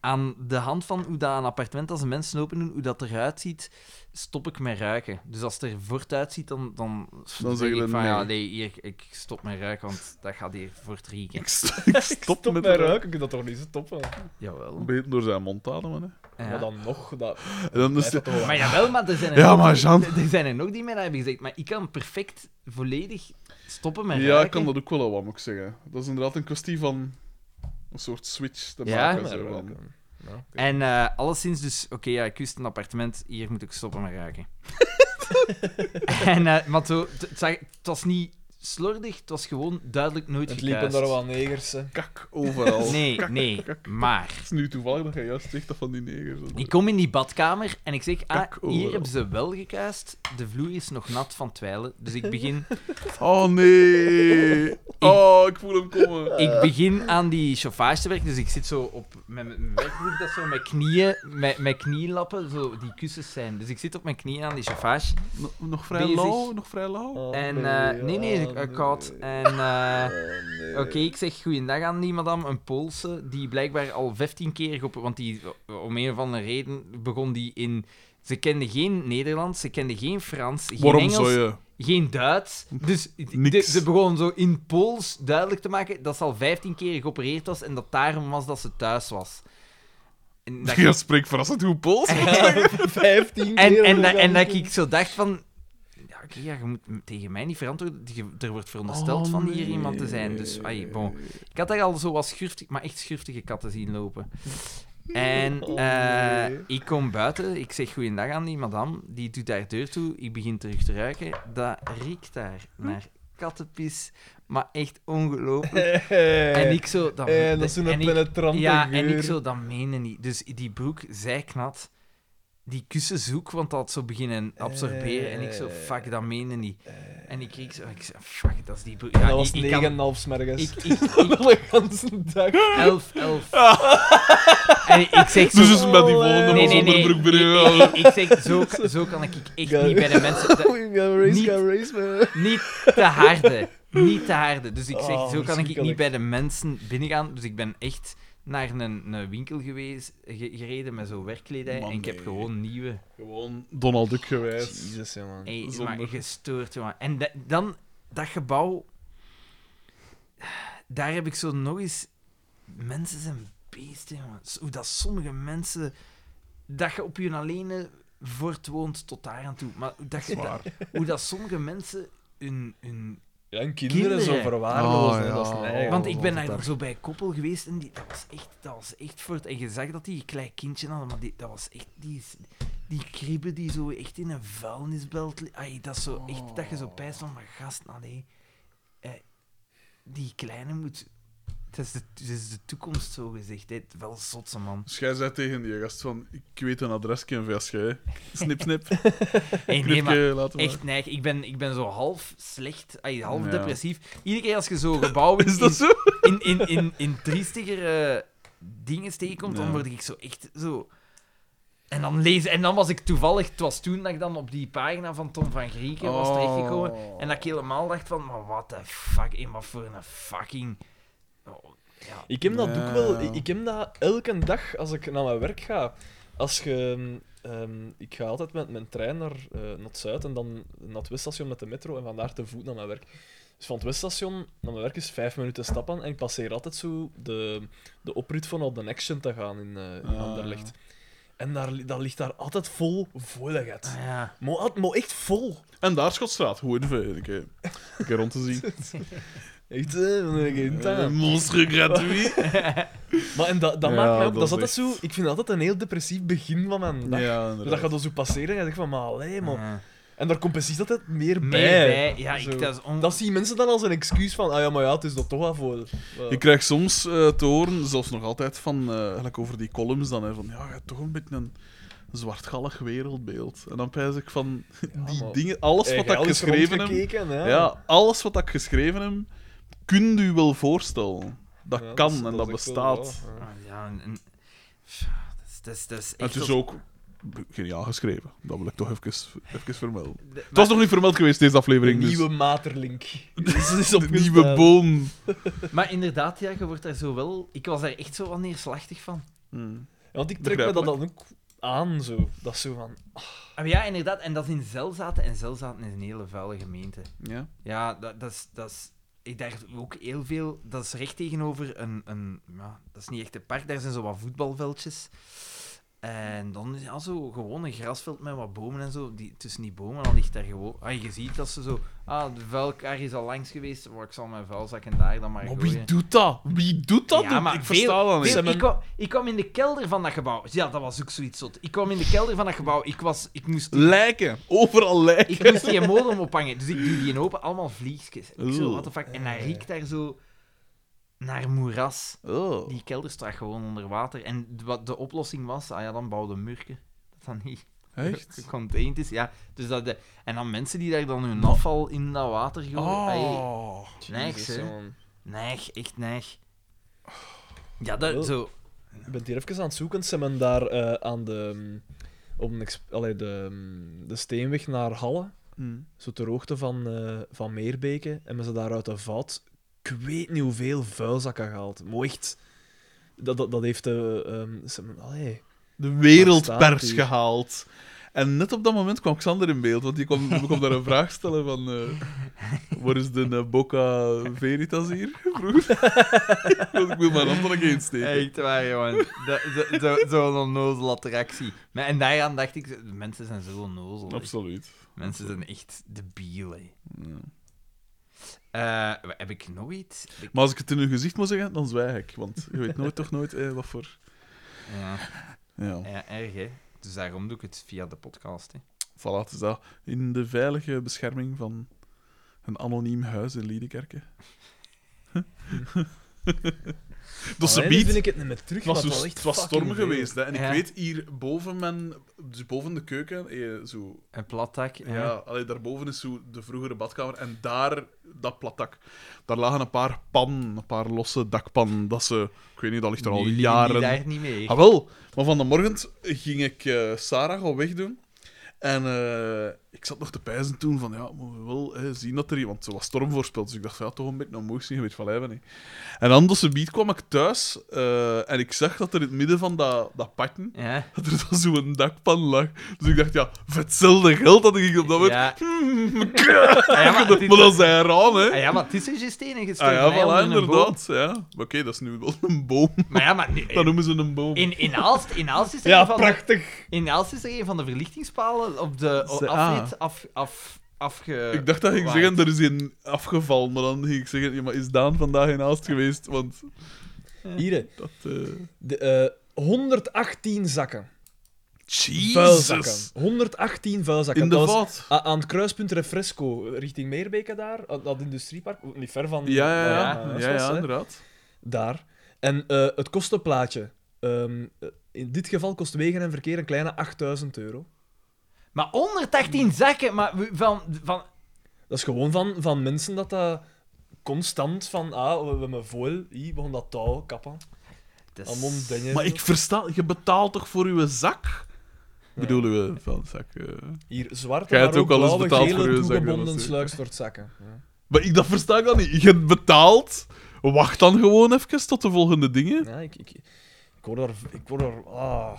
Speaker 1: aan de hand van hoe dat een appartement als de mensen open doen, hoe dat eruit ziet, stop ik met ruiken. Dus als het er voort uitziet, dan, dan,
Speaker 2: Dan
Speaker 1: zeg
Speaker 2: zeggen
Speaker 1: ik
Speaker 2: we
Speaker 1: van
Speaker 2: nee.
Speaker 1: ja, nee, hier, ik stop met ruiken, want dat gaat hier voort rieken.
Speaker 2: Ik, st- ik stop,
Speaker 5: Stop
Speaker 2: met
Speaker 5: met ruiken, ik kan dat toch niet stoppen?
Speaker 1: Jawel.
Speaker 2: Beter door zijn mond te ademen, hè.
Speaker 1: Ja.
Speaker 5: Maar dan nog, dat...
Speaker 2: En dan is
Speaker 5: dat
Speaker 2: het...
Speaker 5: toch
Speaker 1: Eh, Maar jawel, maar er zijn er,
Speaker 2: Ja,
Speaker 1: nog,
Speaker 2: maar Jean-
Speaker 1: er zijn er nog die mij dat hebben gezegd. Maar ik kan perfect volledig stoppen met
Speaker 2: Ja,
Speaker 1: ruiken.
Speaker 2: ik kan dat ook wel wat, moet ik zeggen. Dat is inderdaad een kwestie van... Een soort switch te
Speaker 1: Ja,
Speaker 2: maken.
Speaker 5: maar
Speaker 2: zo,
Speaker 5: wel.
Speaker 2: van.
Speaker 5: Ja, oké.
Speaker 1: En eh alleszins dus, oké, ja, ik wist een appartement, hier moet ik stoppen met ruiken. en, eh, maar zo, t- het zag- het was niet slordig, het was gewoon duidelijk nooit
Speaker 3: Het liepen
Speaker 1: gekuist.
Speaker 3: daar wel negers. hè.
Speaker 2: Kak overal.
Speaker 1: Nee, nee, maar...
Speaker 2: Het is nu toevallig dat jij juist zegt dat van die negers.
Speaker 1: Ik kom in die badkamer en ik zeg, ah,
Speaker 2: Kak
Speaker 1: hier
Speaker 2: overal.
Speaker 1: hebben ze wel gekuist. De vloer is nog nat van twijlen. Dus ik begin,
Speaker 2: Oh nee. Oh, ik voel hem komen.
Speaker 1: ik begin aan die chauffage te werken. Dus ik zit zo op mijn mijn werkbroek, dat zo, mijn knieën, mijn, mijn knielappen, zo, die kussens zijn. Dus ik zit op mijn knieën aan die chauffage.
Speaker 2: Nog- nog vrij
Speaker 1: Bezig.
Speaker 2: lauw, nog vrij lauw.
Speaker 3: Oh,
Speaker 1: En, eh, nee, nee, ik ik koud. En, eh, oké, ik zeg goeiedag aan die madame, een Poolse, die blijkbaar al 15 keer, op, want die, om een of andere reden, begon die in... Ze kende geen Nederlands, ze kende geen Frans, geen
Speaker 2: Waarom
Speaker 1: Engels,
Speaker 2: zou je?
Speaker 1: geen Duits. Dus de-
Speaker 2: Niks.
Speaker 1: ze begon zo in Pools duidelijk te maken dat ze al 15 keer geopereerd was en dat daarom was dat ze thuis was. En dat ik-
Speaker 2: Je spreekt verrassend goed Pools.
Speaker 3: Vijftien
Speaker 1: en,
Speaker 3: keer
Speaker 1: en, dat- en
Speaker 3: overgaan.
Speaker 1: dat ik zo dacht van... Ja, oké, ja, je moet m- tegen mij niet verantwoorden. Je- Er wordt verondersteld
Speaker 2: Oh,
Speaker 1: van hier
Speaker 2: nee.
Speaker 1: iemand te zijn. Dus, ai, bon. Ik had daar al zo wat schurftig, maar echt schurftige katten zien lopen. En eh, ik kom buiten, ik zeg goeiedag aan die madame. Die doet haar deur toe, ik begin terug te ruiken. Dat riekt daar naar kattenpis, maar echt ongelooflijk. En ik zo... Dat,
Speaker 3: Eh, dat is zo'n
Speaker 1: en ik-
Speaker 3: penetrante
Speaker 1: ja,
Speaker 3: geur.
Speaker 1: en ik zo, dat meen je niet. Dus die broek, zijknat. Die kussen zoek, want dat had zo beginnen
Speaker 2: Eh,
Speaker 1: absorberen. En ik zo, fuck, dat meen je niet. En ik kreeg zo, ik zei, fuck, dat is die broek. Ja,
Speaker 3: En dat was
Speaker 1: ik, ik kan-
Speaker 3: 9,5 smergens.
Speaker 1: ik, ik, ik,
Speaker 3: De ganse dag.
Speaker 1: elf, elf. En ik zeg zo...
Speaker 2: Dus is met die volgende
Speaker 1: eh, Nee,
Speaker 2: man
Speaker 1: nee,
Speaker 2: zonder eh,
Speaker 1: nee.
Speaker 2: broek
Speaker 1: Ik,
Speaker 2: binnen.
Speaker 1: ik, ik zeg, zo, ka- zo kan ik echt niet bij de mensen... te-
Speaker 3: Ik ga race,
Speaker 1: Niet-
Speaker 3: ga race, man.
Speaker 1: Niet te harde. Niet te harde. Dus ik zeg,
Speaker 3: Oh,
Speaker 1: zo kan ik niet
Speaker 3: verschrikkelijk.
Speaker 1: bij de mensen binnengaan. Dus ik ben echt naar een, een winkel geweest, ge- gereden met zo'n werkkledij.
Speaker 2: Man,
Speaker 1: en ik heb
Speaker 2: nee.
Speaker 1: gewoon nieuwe.
Speaker 2: Gewoon Donald Duck gewijs.
Speaker 3: Jezus, ja, man.
Speaker 1: Ey,
Speaker 2: Zonder.
Speaker 1: maar gestoord, jongen. En da- dan, dat gebouw... Daar heb ik zo nog eens... Mensen zijn beesten, jongen. S- Hoe dat sommige mensen... Dat je op je alleen voortwoont tot daar aan toe. Maar hoe dat, je dat,
Speaker 2: Zwaar.
Speaker 1: hoe dat sommige mensen hun, hun
Speaker 3: Ja, en kinderen,
Speaker 1: Kinderen.
Speaker 3: zo verwaarlozen.
Speaker 2: Oh, ja.
Speaker 3: dat is een eigen.
Speaker 1: Want ik ben
Speaker 3: dat
Speaker 1: daar zo bij koppel geweest en die, dat, was echt, dat was echt voort. En je zag dat die een klein kindje hadden, maar die, dat was echt die, die kribben die zo echt in een vuilnisbelt. li- Ai, dat is zo echt dat je zo pijst van, maar gast, nou nee. Eh, die kleine moet. Dat is de, dat is de toekomst zo gezegd. Hè. Wel zotse man.
Speaker 2: Dus jij zei tegen die gast van, ik weet een adresje en vast jij. Snip, snip.
Speaker 1: Hey, nee,
Speaker 2: Knipje,
Speaker 1: maar
Speaker 2: laten we.
Speaker 1: echt neig. Ik ben, ik ben zo half slecht, ai, half
Speaker 2: Ja.
Speaker 1: depressief. Iedere keer als je zo'n gebouw in-
Speaker 2: Is dat
Speaker 1: in-
Speaker 2: zo?
Speaker 1: in, in, in, in triestigere dingen tegenkomt, dan
Speaker 2: Ja.
Speaker 1: word ik zo echt zo... En dan lezen... En dan was ik toevallig... Het was toen dat ik dan op die pagina van Tom van Grieken was
Speaker 2: Oh.
Speaker 1: terechtgekomen. En dat ik helemaal dacht van... Maar wat de fuck? In wat voor een fucking... Oh, ja.
Speaker 3: Ik heb dat
Speaker 2: Ja.
Speaker 3: ook wel. Ik, ik heb dat elke dag als ik naar mijn werk ga. Als je, ehm, ik ga altijd met mijn trein naar, eh, naar het Zuid en dan naar het Weststation met de metro en vandaar te voet naar mijn werk. Dus van het Weststation naar mijn werk is vijf minuten stappen en ik passeer altijd zo de, de oprit van op de Action te gaan in, eh in
Speaker 2: Ah,
Speaker 3: Anderlecht. En daar, li- dat ligt daar altijd vol
Speaker 1: Ah,
Speaker 3: veiligheid.
Speaker 1: ja.
Speaker 3: Maar, al- maar echt vol.
Speaker 2: En daar Schotstraat, goed even. eh, Een keer, een keer rond te zien.
Speaker 3: Echt, hè? Van een keer
Speaker 2: Eh,
Speaker 3: tuin.
Speaker 2: Monstre gratuit.
Speaker 3: Maar en dat, dat
Speaker 2: Ja,
Speaker 3: maakt mij
Speaker 2: dat
Speaker 3: ook... Dat is
Speaker 2: is
Speaker 3: altijd zo... Ik vind dat altijd een heel depressief begin van mijn dag.
Speaker 2: Ja,
Speaker 3: Dus dat
Speaker 2: inderdaad. Mm.
Speaker 3: gaat dan zo passeren en je denkt van, maar allee, man.
Speaker 1: Ja.
Speaker 3: En daar komt precies altijd meer bij.
Speaker 1: Meer bij. Ja,
Speaker 3: Zo.
Speaker 1: ik, dat is on...
Speaker 3: Dat zien mensen dan als een excuus van, ah ja, maar ja, het is dat toch wel voor. eh,
Speaker 2: Ik krijg soms eh, te horen, zelfs nog altijd van, eh, gelijk over die columns dan, hè, van ja, je hebt toch een beetje een zwartgallig wereldbeeld. En dan pijs ik van die
Speaker 3: Ah, maar-
Speaker 2: dingen, alles wat ik geschreven heb,
Speaker 3: hè?
Speaker 2: ja, alles wat ik geschreven heb, kun je wel voorstellen. Dat
Speaker 3: Ja,
Speaker 2: kan
Speaker 3: is-
Speaker 2: en dat,
Speaker 3: is echt wel
Speaker 2: bestaat.
Speaker 3: waar, ja.
Speaker 1: Ah, Ja, en- en- dat is, dat is, dat is echt...
Speaker 2: Het is
Speaker 1: zo-
Speaker 2: ook geniaal geschreven. Dat wil ik toch even, even vermelden.
Speaker 1: De-
Speaker 2: Het
Speaker 1: maar-
Speaker 2: was nog niet vermeld geweest deze
Speaker 3: Een
Speaker 2: aflevering, dus
Speaker 3: nieuwe materlink. Dus is op
Speaker 2: de nieuwe boom.
Speaker 1: Maar inderdaad, ja, je wordt daar zo wel... Ik was daar echt zo wat neerslachtig van.
Speaker 3: Hmm, Want ik trek me dat dan
Speaker 2: Begrijpelijk.
Speaker 3: ook aan, zo. Dat is zo van...
Speaker 1: Ah, ja, inderdaad. En dat is in Zelzaten. En Zelzaten is een hele vuile gemeente.
Speaker 2: Ja.
Speaker 1: Ja, dat, dat is... Dat is ik daar ook heel veel... Dat is recht tegenover een... een ja, dat is niet echt een park. Daar zijn zo wat voetbalveldjes. En dan is ja, zo gewoon een grasveld met wat bomen en zo. Die, tussen die bomen al ligt daar gewoon. Ah, je ziet dat ze zo. Ah, de vuilkar is al langs geweest. Maar ik zal mijn vuilzakken daar dan maar
Speaker 3: Maar
Speaker 1: gooien.
Speaker 3: wie doet dat? Wie doet dat?
Speaker 1: Ja, maar
Speaker 3: ik
Speaker 1: veel-
Speaker 3: versta dat niet.
Speaker 1: Veel-
Speaker 3: Ze hebben-
Speaker 1: ik, kwam, ik kwam in de kelder van dat gebouw. Ja, dat was ook zoiets zot. Ik kwam in de kelder van dat gebouw. Ik, was, ik, moest, die,
Speaker 2: Lijken. Overal lijken.
Speaker 1: ik moest die modem ophangen. Dus ik doe die open. Allemaal vliegjes. En ik zo,
Speaker 2: Oeh.
Speaker 1: what the fuck. En dan riekt daar zo naar moeras. Die kelder staat gewoon onder water. En d- wat de oplossing was, ah ja, dan bouwden murken. Dat dat niet
Speaker 2: Echt?
Speaker 1: gecontained is. Ja, dus dat de, en dan mensen die daar dan hun afval in dat water gooien. Ah,
Speaker 2: Oh.
Speaker 1: Niks,
Speaker 3: Jezus,
Speaker 1: hè.
Speaker 3: man.
Speaker 1: neig, echt neig. Ja, dat, zo.
Speaker 3: Ik ben hier even aan het zoeken. Ze hebben daar eh, aan de, mm, op een exp- allee, de, mm, de steenweg naar Halle,
Speaker 2: Hmm.
Speaker 3: zo ter hoogte van, eh, van Meerbeke, en hebben ze daar uit de vat, ik weet niet hoeveel vuilzakken gehaald. Mooi echt. Dat, dat, dat heeft de... ehm, ze hebben, allee,
Speaker 2: De
Speaker 3: Waar
Speaker 2: wereldpers
Speaker 3: staat die?
Speaker 2: gehaald. En net op dat moment kwam Xander in beeld, want die kwam, die kwam daar een vraag stellen van... eh, waar is de eh, Boca Veritas hier? Vroeg. want ik wil mijn hand er nog eens steken.
Speaker 1: Echt waar, jongen. Dat- zo- zo- Zo'n onnozel attractie. Maar, en daaraan dacht ik, de mensen zijn zo onnozel. hè.
Speaker 2: Absoluut.
Speaker 1: Mensen zijn echt debiel, hè.
Speaker 2: Ja.
Speaker 1: Eh, wa- heb ik nog iets? Heb ik-
Speaker 2: Maar als ik het in hun gezicht moet zeggen, dan zwijg ik. Want je weet nooit toch nooit eh, wat voor...
Speaker 1: Ja,
Speaker 2: Ja,
Speaker 1: ja, erg, hè. Dus daarom doe ik het via de podcast, hè.
Speaker 2: voilà, het is dat. In de veilige bescherming van een anoniem huis in Liedekerke. Dus ze
Speaker 3: allee, nu
Speaker 2: biedt...
Speaker 3: vind ik het niet meer terug.
Speaker 2: Het was,
Speaker 3: maar
Speaker 2: zo-
Speaker 3: wel echt
Speaker 2: het was
Speaker 3: fucking
Speaker 2: storm
Speaker 3: veel.
Speaker 2: geweest, hè. En
Speaker 1: Ja.
Speaker 2: ik weet, hier boven, mijn, dus boven de keuken, eh, zo...
Speaker 1: Een platdak.
Speaker 2: Ja, allee, daarboven is zo de vroegere badkamer. En daar, dat platdak, daar lagen een paar pannen, een paar losse dakpannen. Dat ze... Ik weet niet, dat ligt er al
Speaker 1: Nu liggen
Speaker 2: jaren.
Speaker 1: die daar niet mee.
Speaker 2: Ah, wel. Maar van de morgen ging ik eh, Sarah gaan wegdoen. En eh, ik zat nog te pijzen toen van, ja, moeten we wel eh, zien dat er hier... Want ze was storm voorspeld, dus ik dacht, van, ja, toch een beetje naar moest zien, je weet van lijven niet. En dan, dus beat kwam ik thuis eh, en ik zag dat er in het midden van dat, dat padje,
Speaker 1: Ja.
Speaker 2: dat er dan zo'n dakpan lag. Dus ik dacht, ja, voor hetzelfde geld dat ik op dat moment...
Speaker 1: Ja.
Speaker 2: maar,
Speaker 1: Ah, ja, maar het is-
Speaker 2: dat zei hij eraan, hè.
Speaker 1: Ah, ja, maar het is er juist één
Speaker 2: Ah
Speaker 1: gestoken.
Speaker 2: ja,
Speaker 1: hè, onder
Speaker 2: voilà,
Speaker 1: een boom. Eh,
Speaker 2: inderdaad. Ja. Maar Oké, dat is nu wel een boom.
Speaker 1: Maar ja, maar... nu-
Speaker 2: Dat noemen ze een boom.
Speaker 1: In, in, Aalst, in Aalst is er
Speaker 3: Ja,
Speaker 1: een van de-
Speaker 3: prachtig.
Speaker 1: In Aalst is er een van de verlichtingspalen op de
Speaker 2: Ze-
Speaker 1: afrit af, af, afge...
Speaker 2: Ik dacht dat ik
Speaker 1: waait.
Speaker 2: zeggen, er is een afgevallen, maar dan ging ik zeggen, ja, maar is Daan vandaag in haast geweest? Want
Speaker 3: Hier, hè.
Speaker 2: dat... eh
Speaker 3: de, eh, 118 zakken. Vuilzakken.
Speaker 2: Jezus!
Speaker 3: 118 vuilzakken.
Speaker 2: In de
Speaker 3: Dat was-
Speaker 2: vat.
Speaker 3: A- aan het kruispunt Refresco, eh, richting Meerbeke daar, a- dat industriepark, niet ver van...
Speaker 2: Ja, ja,
Speaker 3: van,
Speaker 2: ja.
Speaker 3: eh,
Speaker 2: Ja,
Speaker 3: Sos,
Speaker 2: ja,
Speaker 3: hè.
Speaker 2: inderdaad.
Speaker 3: daar. En eh, het kostenplaatje. Ehm, eh, in dit geval kost wegen en verkeer een kleine 8000 euro.
Speaker 1: Maar 118 zakken, maar we- van... van
Speaker 3: Dat is gewoon van, van mensen dat dat constant van, ah, we we hebben voil, hier, we gaan dat touw kappen.
Speaker 1: dat is-
Speaker 3: Allemaal dingen.
Speaker 2: Maar ik versta... Je betaalt toch voor uw zak? Ik bedoel, uw vuilzak. eh.
Speaker 3: Hier, zwarte,
Speaker 2: Jij
Speaker 3: maar
Speaker 2: hebt ook
Speaker 3: ook
Speaker 2: al eens
Speaker 3: blauwe,
Speaker 2: betaald voor
Speaker 3: gele,
Speaker 2: je zakken,
Speaker 3: toegebonden
Speaker 2: natuurlijk.
Speaker 3: sluikstortzakken. Ja.
Speaker 2: Maar ik, dat versta ik dan niet. Je betaalt... Wacht dan gewoon even tot de volgende dingen.
Speaker 3: Ja, ik, ik, ik word daar... Ik word daar ah.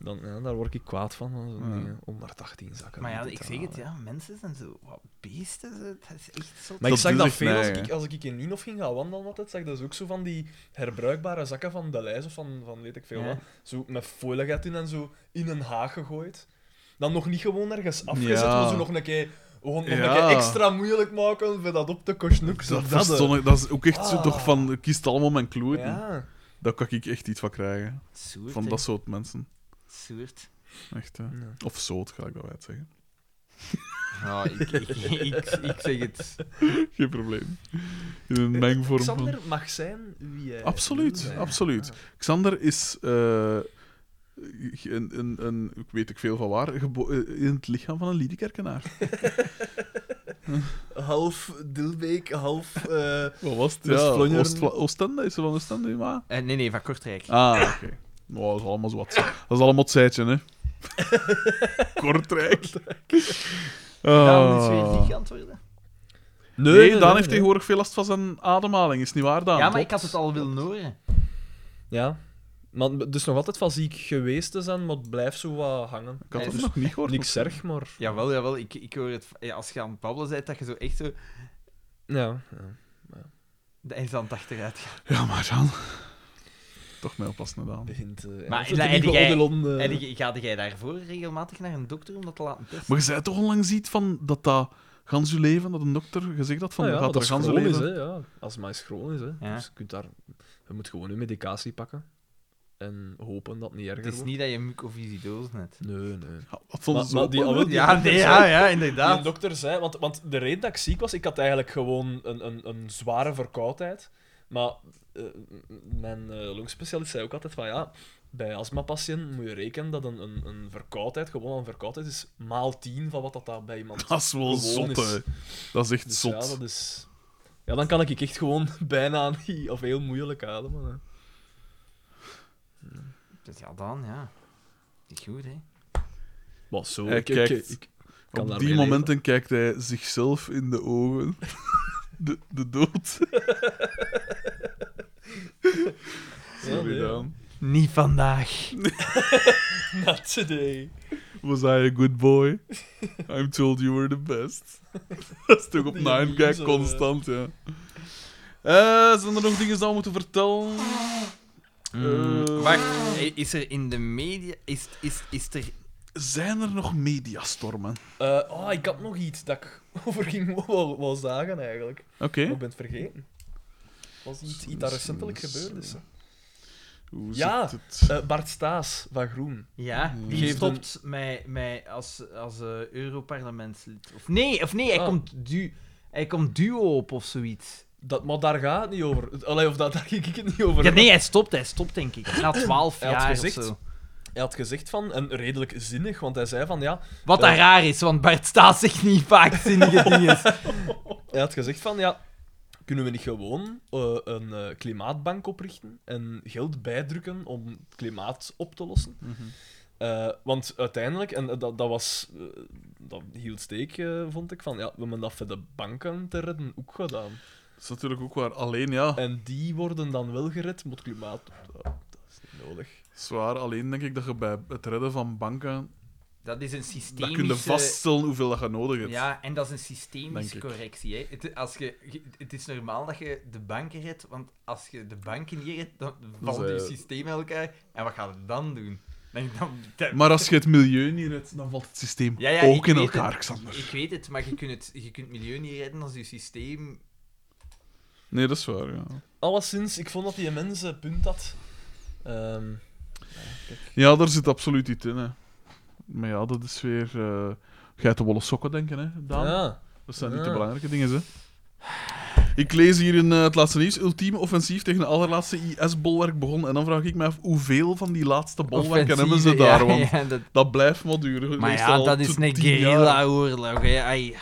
Speaker 3: Dan, ja, daar word ik kwaad van. van zo'n
Speaker 2: Ja.
Speaker 3: dingen. 118 zakken.
Speaker 1: Maar ja,
Speaker 3: niet
Speaker 1: ik
Speaker 3: te
Speaker 1: zeg het,
Speaker 3: halen.
Speaker 1: ja. Mensen zijn zo... Wat beesten, ze- dat is echt zo...
Speaker 3: Maar
Speaker 2: Dat
Speaker 3: ik zag
Speaker 2: doe
Speaker 3: dat
Speaker 2: zich
Speaker 3: veel als
Speaker 2: mij,
Speaker 3: ik, als ik in Ninof ging gaan wandelen altijd, zag ik dus ook zo van die herbruikbare zakken van de lijst of van, van weet ik veel
Speaker 1: Ja.
Speaker 3: wat. Zo met folie gaat in en zo in een haag gegooid. Dan nog niet gewoon ergens afgezet,
Speaker 2: Ja.
Speaker 3: maar zo nog een keer, we gaan het nog
Speaker 2: Ja.
Speaker 3: een keer extra moeilijk maken voor dat op te kosten. ook. Zo
Speaker 2: Dus Dat,
Speaker 3: dat, hè.
Speaker 2: verstond ik- dat is ook echt zo
Speaker 3: Ah.
Speaker 2: toch van... Kiest allemaal mijn kloot.
Speaker 3: Ja.
Speaker 2: Daar kan ik echt iets van krijgen.
Speaker 1: Soert,
Speaker 2: Van
Speaker 1: hè.
Speaker 2: dat soort mensen.
Speaker 1: Soert.
Speaker 2: Echt, hè.
Speaker 3: Ja.
Speaker 2: Of zoot, ga ik dat wijd zeggen.
Speaker 1: Ja, ik, ik, ik, ik zeg het.
Speaker 2: Geen probleem. In een
Speaker 3: Eh,
Speaker 2: mengvorm. van-
Speaker 3: Xander mag zijn wie hij wil
Speaker 2: Absoluut,
Speaker 3: zijn.
Speaker 2: absoluut.
Speaker 3: Ah.
Speaker 2: Xander is, eh, een, een, een, ik weet ik veel van waar, gebo- eh, in het lichaam van een Liedekerkenaar.
Speaker 8: Half Dilbeek, half... eh,
Speaker 2: Wat was het? Ja,
Speaker 8: West-Vlongeren.
Speaker 2: Dus Oost- Oostende, is er van Oostende, maar...
Speaker 1: Eh, nee, nee, van Kortrijk.
Speaker 2: Ah, oké. Nou, dat is allemaal zo wat. Dat is allemaal het zijtje, hè. Kortrijk.
Speaker 1: Daarom is weer
Speaker 2: Ah.
Speaker 1: niet geantwoorden.
Speaker 2: Nee,
Speaker 3: nee,
Speaker 2: Daan
Speaker 3: nee,
Speaker 2: heeft
Speaker 3: nee.
Speaker 2: tegenwoordig veel last van zijn ademhaling, is niet waar, Daan?
Speaker 1: Ja, maar ik
Speaker 2: Ah,
Speaker 1: had
Speaker 2: Klopt.
Speaker 1: het al willen horen.
Speaker 3: Ja. Maar dus nog altijd van ziek geweest te zijn, maar het blijft zo wat hangen.
Speaker 2: Ik had
Speaker 1: Nee,
Speaker 2: het
Speaker 1: dus
Speaker 2: nog niet gehoord.
Speaker 3: Niks erg, maar...
Speaker 1: Jawel, jawel. Ik, ik hoor het... Ja, als je aan het babbelen bent, dat je zo echt zo...
Speaker 3: Ja. ja.
Speaker 1: De eens aan het achteruit gaat.
Speaker 2: Ja, maar Daan... Toch mee oppassen gedaan.
Speaker 3: Begint, eh,
Speaker 1: Maar
Speaker 3: en
Speaker 1: la-
Speaker 3: de
Speaker 1: heb
Speaker 3: nieuwe
Speaker 1: jij-
Speaker 3: Odilon, eh,
Speaker 1: En die- gaat jij daarvoor regelmatig naar een dokter om dat te laten testen?
Speaker 2: Maar je zei toch onlangs ziet van dat dat gans je leven, dat een dokter gezegd had van
Speaker 3: Ah ja,
Speaker 2: gaat
Speaker 3: dat
Speaker 2: er
Speaker 3: is
Speaker 2: gans je
Speaker 3: gewoon is,
Speaker 2: leven.
Speaker 3: hè, ja. Als het maar eens gewoon is, hè.
Speaker 1: Ja.
Speaker 3: Dus je, kunt daar, je moet gewoon je medicatie pakken. En hopen dat het niet erger
Speaker 1: Het is
Speaker 3: wordt.
Speaker 1: niet dat je mucoviscidose hebt.
Speaker 3: Nee, nee.
Speaker 2: Ja, Ah, dat vonden
Speaker 3: Maar-
Speaker 2: ze
Speaker 3: maar
Speaker 2: ook
Speaker 3: Ah, die
Speaker 2: wel, hè.
Speaker 3: oude-
Speaker 1: Ja, nee, ja, ja, inderdaad.
Speaker 3: De dokter zei, want, want de reden dat ik ziek was, ik had eigenlijk gewoon een, een, een zware verkoudheid. Maar eh, mijn eh, longspecialist zei ook altijd van ja, bij astmapatiënten moet je rekenen dat een, een, een verkoudheid, gewoon een verkoudheid is, maal 10 van wat dat daar bij iemand
Speaker 2: Dat is wel
Speaker 3: gewoon
Speaker 2: zot,
Speaker 3: is.
Speaker 2: hè. Dat is echt
Speaker 3: Dus
Speaker 2: zot.
Speaker 3: ja, dat is... Ja, dan kan ik echt gewoon bijna niet, of heel moeilijk ademen. hè.
Speaker 1: Dus ja, dan, ja. Niet goed, hè.
Speaker 3: Maar zo,
Speaker 2: Hij
Speaker 3: ik, ik-
Speaker 2: kijkt-
Speaker 3: ik- kan
Speaker 2: Op die
Speaker 3: daarmee
Speaker 2: momenten kijkt hij zichzelf in de ogen. De, de dood.
Speaker 3: Ja,
Speaker 2: Zo
Speaker 3: nee.
Speaker 2: gedaan.
Speaker 1: Niet vandaag.
Speaker 3: Not today.
Speaker 2: Was I a good boy? I'm told you were the best. Dat is toch op
Speaker 3: Die
Speaker 2: Nine
Speaker 3: memes,
Speaker 2: Gag
Speaker 3: eh.
Speaker 2: constant, ja. Eh, zijn er nog dingen die we moeten vertellen? Eh,
Speaker 1: Mm, Wacht, is er in de media... Is, is, is er...
Speaker 2: Zijn er nog mediastormen?
Speaker 3: Eh, oh, ik had nog iets dat ik over ging wou, wou zagen eigenlijk.
Speaker 2: Oké.
Speaker 3: Maar ik ben het vergeten. Was iets, iets dat recentelijk gebeurd is. hè.
Speaker 2: Hoe
Speaker 3: Ja.
Speaker 2: zit het?
Speaker 3: Eh, Bart Staes van Groen.
Speaker 1: Ja, die
Speaker 3: Mm. Geef
Speaker 1: stopt mij, mij als, als eh, Europarlementslid. Of nee, of nee hij,
Speaker 3: Ah.
Speaker 1: komt du hij komt duo op of zoiets.
Speaker 3: Dat, maar daar gaat het niet over. Allee, of dat, daar ging ik het niet over.
Speaker 1: Ja, nee, hij stopt, hij stopt denk ik. Na twaalf
Speaker 3: Hij had
Speaker 1: jaar of
Speaker 3: gezegd-
Speaker 1: zo.
Speaker 3: Hij had gezegd van, en redelijk zinnig, want hij zei van ja,
Speaker 1: Wat dan
Speaker 3: Eh.
Speaker 1: raar is, want Bart staat zich niet vaak zinnige dingen.
Speaker 3: Hij had gezegd van, ja, kunnen we niet gewoon eh, een eh, klimaatbank oprichten en geld bijdrukken om het klimaat op te lossen? Eh, want uiteindelijk, en dat, dat was, eh, dat hield steek, eh, vond ik, van, ja, we hebben dat voor de banken te redden ook gedaan.
Speaker 2: Dat is natuurlijk ook waar. Alleen, ja.
Speaker 3: En die worden dan wel gered, maar het klimaat, eh, dat is niet nodig.
Speaker 2: Zwaar, alleen denk ik dat je bij het redden van banken...
Speaker 1: Dat is een
Speaker 2: Dat kun je
Speaker 1: systemische...
Speaker 2: vaststellen hoeveel dat je nodig hebt.
Speaker 1: Ja, en dat is een
Speaker 2: Denk
Speaker 1: systemische
Speaker 2: ik.
Speaker 1: correctie. Hè. Het, als je, je- het is normaal dat je de banken redt, want als je de banken niet redt, dan valt
Speaker 2: zij-
Speaker 1: je systeem uit elkaar. En wat gaat het dan doen? Dan, dan, dan-
Speaker 2: Maar als je het milieu niet redt, dan valt het systeem
Speaker 1: Ja, ja,
Speaker 2: ook
Speaker 1: ik
Speaker 2: in
Speaker 1: weet
Speaker 2: elkaar,
Speaker 1: het.
Speaker 2: Xander.
Speaker 1: Ik weet het, maar je kunt, het, je kunt het milieu niet redden als je systeem...
Speaker 2: Nee, dat is waar, ja.
Speaker 3: Alleszins, ik vond dat die mensen punt had. Ehm,
Speaker 2: Ja, daar zit absoluut iets in, hè. Maar ja, dat is weer... eh geitenwolle sokken denken, hè, Daan?
Speaker 3: ja.
Speaker 2: Dat zijn niet
Speaker 3: Ja.
Speaker 2: de belangrijke dingen, hè. Ik lees hier in eh, het laatste nieuws. Ultieme offensief tegen de allerlaatste IS-bolwerk begon. En dan vraag ik me af hoeveel van die laatste bolwerken hebben ze
Speaker 1: Offensieve,
Speaker 2: daar?
Speaker 1: ja,
Speaker 2: Want
Speaker 1: ja, dat-
Speaker 2: dat blijft maar duren.
Speaker 1: maar
Speaker 2: Meestal
Speaker 1: ja, dat is
Speaker 2: tot
Speaker 1: een
Speaker 2: 10 jaar.
Speaker 1: guerrilla-oorlog. hè. Ai,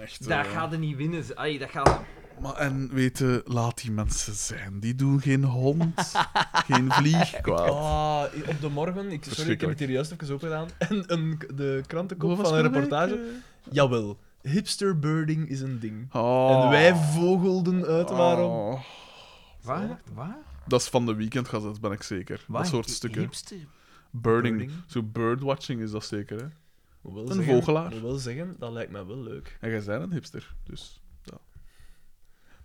Speaker 2: Echt,
Speaker 1: Daar
Speaker 2: eh,
Speaker 1: gaat het niet winnen. ze. Ai, dat gaat...
Speaker 2: Maar en weten, laat die mensen zijn. Die doen geen hond, geen vlieg kwaad.
Speaker 3: Ah, op de morgen, ik, sorry, ik heb
Speaker 2: Verschrikkelijk.
Speaker 3: het hier juist even ook gedaan. En een, de krantenkop
Speaker 2: Wat was
Speaker 3: van een
Speaker 2: het nou
Speaker 3: reportage.
Speaker 2: weer?
Speaker 3: Jawel, hipsterbirding is een ding.
Speaker 2: Oh.
Speaker 3: En wij vogelden uit waarom.
Speaker 2: Oh.
Speaker 1: Waar? Waar?
Speaker 2: Dat is van de weekend, gaat het, ben ik zeker.
Speaker 1: Waar?
Speaker 2: Dat soort stukken.
Speaker 1: Hipster.
Speaker 2: Birding.
Speaker 3: Birding.
Speaker 2: Zo birdwatching is dat zeker, hè?
Speaker 3: Moet wel
Speaker 2: Een vogelaar.
Speaker 3: Moet wel zeggen, dat lijkt mij wel leuk.
Speaker 2: En jij bent een hipster, dus... Ja.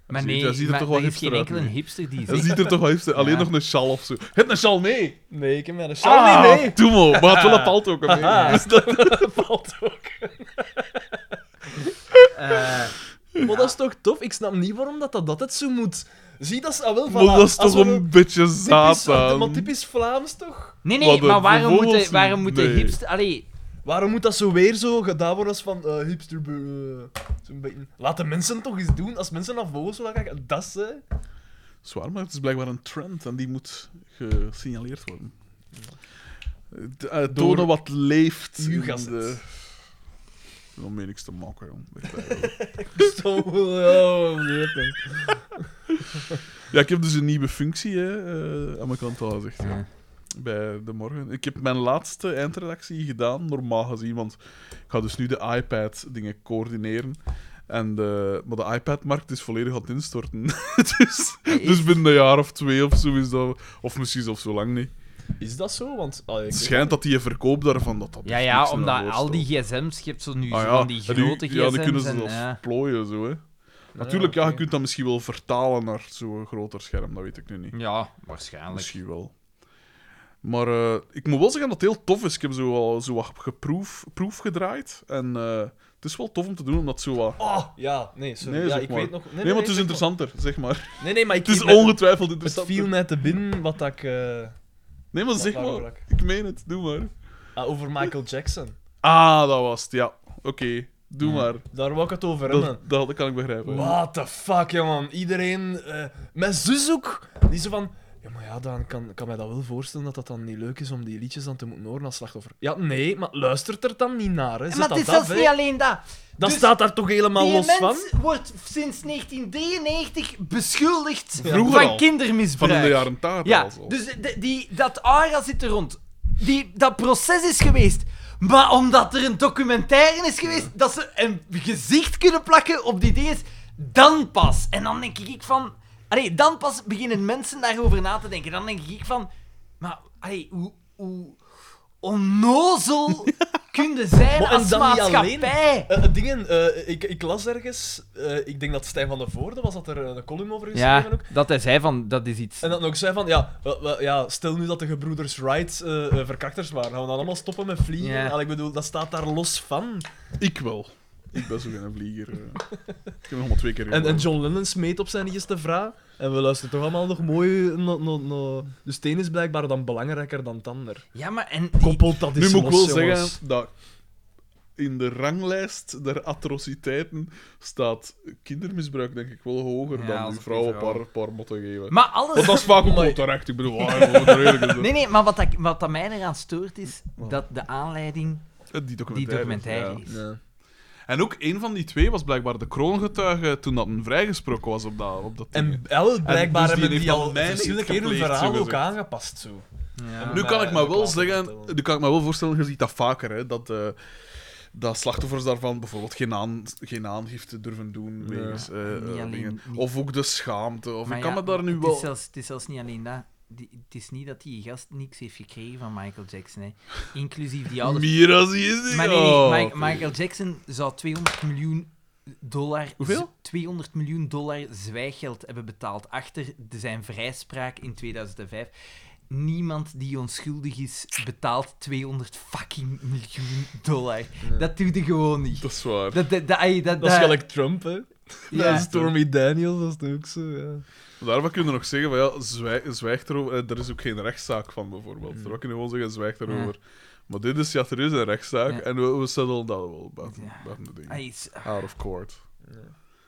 Speaker 1: Maar
Speaker 2: Hij
Speaker 1: nee,
Speaker 2: hij ziet er
Speaker 1: maar
Speaker 2: toch wel
Speaker 1: er is
Speaker 2: hipster
Speaker 1: geen
Speaker 2: uit.
Speaker 1: enkele
Speaker 2: nu.
Speaker 1: hipster die
Speaker 2: Hij
Speaker 1: zegt...
Speaker 2: ziet er toch wel hipster Alleen
Speaker 1: Ja. Ah.
Speaker 2: nog een sjal of zo. Je hebt een sjal mee!
Speaker 3: Nee, ik heb mij de sjal
Speaker 2: Ah,
Speaker 3: niet mee.
Speaker 2: Doe maar, maar het wil het altijd ook een mee.
Speaker 3: Ah, dus dat valt ook.
Speaker 1: eh,
Speaker 3: Maar dat is toch tof? Ik snap niet waarom dat, dat altijd zo moet. Zie, dat is ah, wel van...
Speaker 2: Maar dat is toch een ehm. beetje zaad
Speaker 3: typisch,
Speaker 2: aan.
Speaker 3: Maar typisch Vlaams, toch?
Speaker 1: Nee,
Speaker 2: Wat
Speaker 1: nee,
Speaker 2: een
Speaker 1: maar waarom
Speaker 2: vervolgens-
Speaker 1: moeten, waarom moeten
Speaker 2: nee.
Speaker 1: hipster... Allee,
Speaker 3: Waarom moet dat zo weer zo gedaan worden als van eh hipster... eh, Zo'n beetje... Laat de mensen toch eens doen. Als mensen naar vogels willen kijken, dat is... hè.
Speaker 2: Zwaar, maar het is blijkbaar een trend en die moet gesignaleerd worden. De, eh, tonen wat leeft.
Speaker 3: uw
Speaker 2: in
Speaker 3: gazet.
Speaker 2: de- Dan meen ik ze te maken, jong. Echt, eh.
Speaker 3: Zo... Oh, nee, man.
Speaker 2: Ja, ik heb dus een nieuwe functie hè, eh, aan mijn kant al gezegd. ja. Bij de morgen. Ik heb mijn laatste eindredactie gedaan, normaal gezien. Want ik ga dus nu de iPad-dingen coördineren. En de, maar de iPad-markt is volledig aan het instorten. dus, dus binnen een jaar of twee of zo is dat. Of misschien zelfs zo lang niet.
Speaker 3: Is dat zo? Want... ah, ik-
Speaker 2: Het schijnt dat die verkoop daarvan. Dat dat
Speaker 1: ja,
Speaker 2: echt
Speaker 1: ja,
Speaker 2: niks meer
Speaker 1: omdat
Speaker 2: aan
Speaker 1: al die
Speaker 2: voorstelt.
Speaker 1: gsm's, je hebt zo nu
Speaker 2: Ah
Speaker 1: zo
Speaker 2: ja,
Speaker 1: van die
Speaker 2: en die-
Speaker 1: grote gsm's.
Speaker 2: Ja, die kunnen ze
Speaker 1: en, eh,
Speaker 2: zelfs
Speaker 1: ja.
Speaker 2: plooien zo, hè. Natuurlijk, ja,
Speaker 3: oké.
Speaker 2: je kunt dat misschien wel vertalen naar zo'n groter scherm, dat weet ik nu niet.
Speaker 1: Ja, waarschijnlijk.
Speaker 2: Misschien wel. Maar eh, ik moet wel zeggen dat het heel tof is. Ik heb zo al zo wat geproef, proef gedraaid. En eh, het is wel tof om te doen, omdat het zo wat...
Speaker 3: Oh, ja, nee, sorry.
Speaker 2: Nee,
Speaker 3: ja,
Speaker 2: zeg
Speaker 3: ik
Speaker 2: maar.
Speaker 3: weet nog... Nee, nee,
Speaker 2: nee, maar het is
Speaker 3: zeg maar.
Speaker 2: interessanter, zeg maar.
Speaker 3: Nee, nee, maar ik...
Speaker 2: Het is
Speaker 3: ik ben-
Speaker 2: ongetwijfeld
Speaker 3: Het
Speaker 2: interessanter.
Speaker 3: viel mij te binnen wat dat ik... eh,
Speaker 2: Nee, maar
Speaker 3: Wat
Speaker 2: zeg
Speaker 3: waarom
Speaker 2: maar.
Speaker 3: raak?
Speaker 2: Ik meen het, doe maar.
Speaker 3: ah, over Michael Jackson.
Speaker 2: Ah, dat was het, ja. Oké, doe maar.
Speaker 3: Daar wou ik het over hebben.
Speaker 2: Dat, dat kan ik begrijpen.
Speaker 3: What the fuck, jongen. Iedereen... eh mijn zus ook. Die zo van... Ja, maar ja, dan kan, kan mij dat wel voorstellen dat dat dan niet leuk is om die liedjes dan te moeten horen als slachtoffer. Ja, nee, maar luistert er dan niet naar, hè. Zet
Speaker 1: maar het is
Speaker 3: dat af,
Speaker 1: zelfs
Speaker 3: hè.
Speaker 1: niet alleen dat.
Speaker 3: Dat
Speaker 1: dus-
Speaker 3: staat daar toch helemaal
Speaker 1: Die
Speaker 3: los
Speaker 1: mens
Speaker 3: van?
Speaker 1: wordt sinds 1993 beschuldigd
Speaker 2: Vroeger
Speaker 1: van
Speaker 2: al.
Speaker 1: kindermisbruik.
Speaker 2: Van in de jaren 80
Speaker 1: Ja,
Speaker 2: al zo.
Speaker 1: dus de- die, dat aura zit er rond. Die, dat proces is geweest. Maar omdat er een documentaire is geweest, dat ze een gezicht kunnen plakken op die dingen, dan pas. En dan denk ik van... Allee, dan pas beginnen mensen daarover na te denken. Dan denk ik van... Maar, allee, hoe... hoe onnozel kun je zijn
Speaker 3: Maar en
Speaker 1: als
Speaker 3: dan niet alleen.
Speaker 1: maatschappij.
Speaker 3: Eh, eh, dingen, eh, ik, ik las ergens, eh, ik denk dat Stijn van der Voorde was, dat er eh, een column over geschreven ook.
Speaker 1: dat hij zei van, dat is iets...
Speaker 3: En dat nog zei van, ja, wel- wel, ja, stel nu dat de gebroeders Wright eh, eh, verkrachters waren, gaan we dan allemaal stoppen met vliegen?
Speaker 1: Ja.
Speaker 3: Allee, ik bedoel, dat staat daar los van.
Speaker 2: Ik wel. Ik ben zo geen vlieger. eh. ik heb nog maar twee keer
Speaker 3: En, en
Speaker 2: gewonnen.
Speaker 3: John Lennon smeet op zijn eerste vraag. En we luisteren toch allemaal nog mooi. No, no, no. Dus het een is blijkbaar dan belangrijker dan het ander.
Speaker 1: Ja, maar en...
Speaker 3: Koppelt dat
Speaker 2: Nu
Speaker 3: is
Speaker 2: moet ik wel
Speaker 3: los, jongens.
Speaker 2: zeggen dat in de ranglijst der atrociteiten staat kindermisbruik denk ik wel hoger
Speaker 1: Ja,
Speaker 2: dan
Speaker 1: als
Speaker 2: die
Speaker 1: ik
Speaker 2: vrouwen een
Speaker 1: die vrouw-
Speaker 2: paar, paar motten geven.
Speaker 1: Maar alles...
Speaker 2: Want dat is vaak ook wel terecht. Ik bedoel, ah, we moeten eerlijk zijn.
Speaker 1: Nee, nee, maar wat, dat, wat dat mij eraan stoort is dat de aanleiding
Speaker 2: die
Speaker 1: die
Speaker 2: documentaire.
Speaker 1: documentaire
Speaker 2: ja.
Speaker 1: is.
Speaker 3: Ja.
Speaker 2: En ook een van die twee was blijkbaar de kroongetuige toen dat hem vrijgesproken was op dat, op dat ding.
Speaker 3: En wel, blijkbaar
Speaker 2: dus die
Speaker 3: hebben
Speaker 2: heeft
Speaker 3: die
Speaker 2: dan
Speaker 3: al
Speaker 2: mijn
Speaker 3: verschillende
Speaker 2: niet
Speaker 3: keer hun
Speaker 2: gepleegd,
Speaker 3: verhaal ook
Speaker 2: zogezegd.
Speaker 3: aangepast. Zo.
Speaker 1: Ah, Ja.
Speaker 2: Nu kan ik
Speaker 3: maar
Speaker 2: me wel
Speaker 3: laten
Speaker 2: zeggen,
Speaker 3: vertellen.
Speaker 2: nu kan ik me wel voorstellen, je ziet dat vaker, hè, dat, eh, dat slachtoffers daarvan bijvoorbeeld geen, aan, geen aangifte durven doen. Wegens, eh,
Speaker 1: Ah, Niet
Speaker 2: eh,
Speaker 1: alleen-
Speaker 2: dingen.
Speaker 1: niet-
Speaker 2: Of ook de schaamte. Of
Speaker 1: Maar
Speaker 2: ik kan
Speaker 1: ja,
Speaker 2: me daar nu
Speaker 1: het
Speaker 2: wel.
Speaker 1: Is zelfs, het is zelfs niet alleen dat. Die- het is niet dat die gast niks heeft gekregen van Michael Jackson. Hè. Inclusief die ouders.
Speaker 2: Meer als je is.
Speaker 1: Maar nee, nee, Mi-
Speaker 2: ja.
Speaker 1: Michael Jackson zou 200 miljoen dollar...
Speaker 2: Hoeveel?
Speaker 1: 200 miljoen dollar zwijggeld hebben betaald achter de- zijn vrijspraak in 2005. Niemand die onschuldig is betaalt 200 fucking miljoen dollar. Dat doe je gewoon niet.
Speaker 2: Dat is waar.
Speaker 1: Dat, dat, dat, ai, dat,
Speaker 3: Dat is
Speaker 1: dat-
Speaker 3: gelijk Trump, hè?
Speaker 1: ja.
Speaker 3: Ja. Stormy Daniels, dat is toch ook zo. Ja.
Speaker 2: Daarvan kunnen we nog zeggen, van, ja, zwijg, zwijg erover. Eh, Er is ook geen rechtszaak van, bijvoorbeeld.
Speaker 1: Mm.
Speaker 2: Daarvan kunnen we gewoon zeggen, zwijg erover. Maar dit is, ja, er is een rechtszaak.
Speaker 1: Ja.
Speaker 2: En we, we settelen dat wel buiten,
Speaker 1: Ja.
Speaker 2: buiten de dingen.
Speaker 1: Ai, is-
Speaker 2: Out of court.
Speaker 1: ah,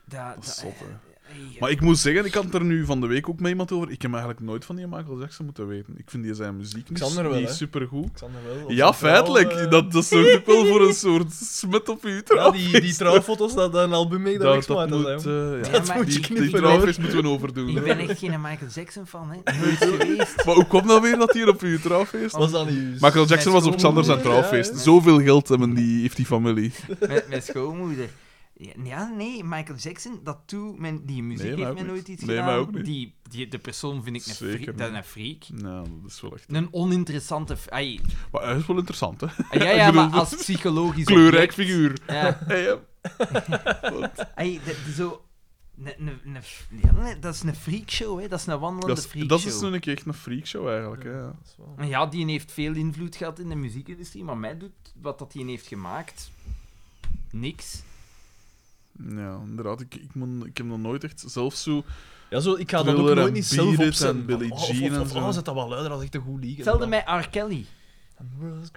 Speaker 1: dat-
Speaker 2: Dat is
Speaker 1: dat-
Speaker 2: zot, hè.
Speaker 1: ai,
Speaker 2: Maar ik moet zeggen, ik had het er nu van de week ook met iemand over. Ik heb eigenlijk nooit van die Michael Jackson moeten weten. Ik vind die zijn muziek niet,
Speaker 3: Xander wel,
Speaker 2: niet
Speaker 3: hè?
Speaker 2: supergoed.
Speaker 3: Xander wel. op
Speaker 2: Ja,
Speaker 3: zijn trouw,
Speaker 2: feitelijk.
Speaker 3: eh,
Speaker 2: Dat, dat zorgt ook wel voor een soort smet op je
Speaker 3: Ja,
Speaker 2: trouw.
Speaker 3: die, die trouwfoto's, dat, dat een album mee,
Speaker 2: dat,
Speaker 3: dat, dat, dat,
Speaker 2: dat moet,
Speaker 3: dat,
Speaker 2: eh, ja.
Speaker 1: Ja, maar
Speaker 2: die,
Speaker 1: ik-
Speaker 2: die
Speaker 1: ik-
Speaker 2: trouwfeest moeten we overdoen.
Speaker 1: Ik
Speaker 2: hè.
Speaker 1: ben echt geen Michael Jackson fan, hè. Nooit geweest.
Speaker 2: Maar hoe kwam dat weer dat hier op je trouwfeest?
Speaker 3: Was dat niet
Speaker 2: Michael Jackson was op Xander zijn
Speaker 3: Ja,
Speaker 2: trouwfeest.
Speaker 3: ja.
Speaker 2: Zoveel geld hebben die, heeft die familie.
Speaker 1: Met mijn schoonmoeder. Ja, ja, nee, Michael Jackson, dat toe, mijn, die muziek
Speaker 2: Nee, mij
Speaker 1: heeft
Speaker 2: ook
Speaker 1: mij
Speaker 2: niet.
Speaker 1: nooit iets
Speaker 2: Nee, mij
Speaker 1: gedaan.
Speaker 2: ook niet.
Speaker 1: Die, die, de persoon vind ik een
Speaker 2: Zeker
Speaker 1: freak.
Speaker 2: niet.
Speaker 1: Dat is een freak.
Speaker 2: Nou, dat is wel echt...
Speaker 1: Een oninteressante... f- Ai,
Speaker 2: Maar hij is wel interessant, hè?
Speaker 1: ah, ja, ja,
Speaker 2: Ik bedoel,
Speaker 1: maar als psychologisch
Speaker 2: Kleurrijk
Speaker 1: object-
Speaker 2: figuur.
Speaker 1: Ja,
Speaker 2: Hey, hè.
Speaker 1: ai, dat, zo... Ne, ne, ne, ja, nee, dat is een freakshow, hè. Dat is een wandelende
Speaker 2: Dat is, dat
Speaker 1: freakshow.
Speaker 2: is nu een keer echt een freakshow, eigenlijk. Hè? ja.
Speaker 1: Ja, die heeft veel invloed gehad in de muziekindustrie, maar mij doet wat dat die heeft gemaakt... Niks.
Speaker 2: Ja, inderdaad. Ik, ik, moet, ik heb nog nooit echt zelf zo...
Speaker 3: Ja, zo, ik ga dat
Speaker 2: Thriller
Speaker 3: ook nooit
Speaker 2: en
Speaker 3: niet zelf
Speaker 2: Beat It
Speaker 3: opzetten.
Speaker 2: en Billie
Speaker 3: Van, oh, of-
Speaker 2: Jean
Speaker 3: of-
Speaker 2: en
Speaker 3: of,
Speaker 2: zo.
Speaker 3: oh, zet dat wel luider, dat is echt een goed liedje.
Speaker 1: Hetzelfde met R. Kelly.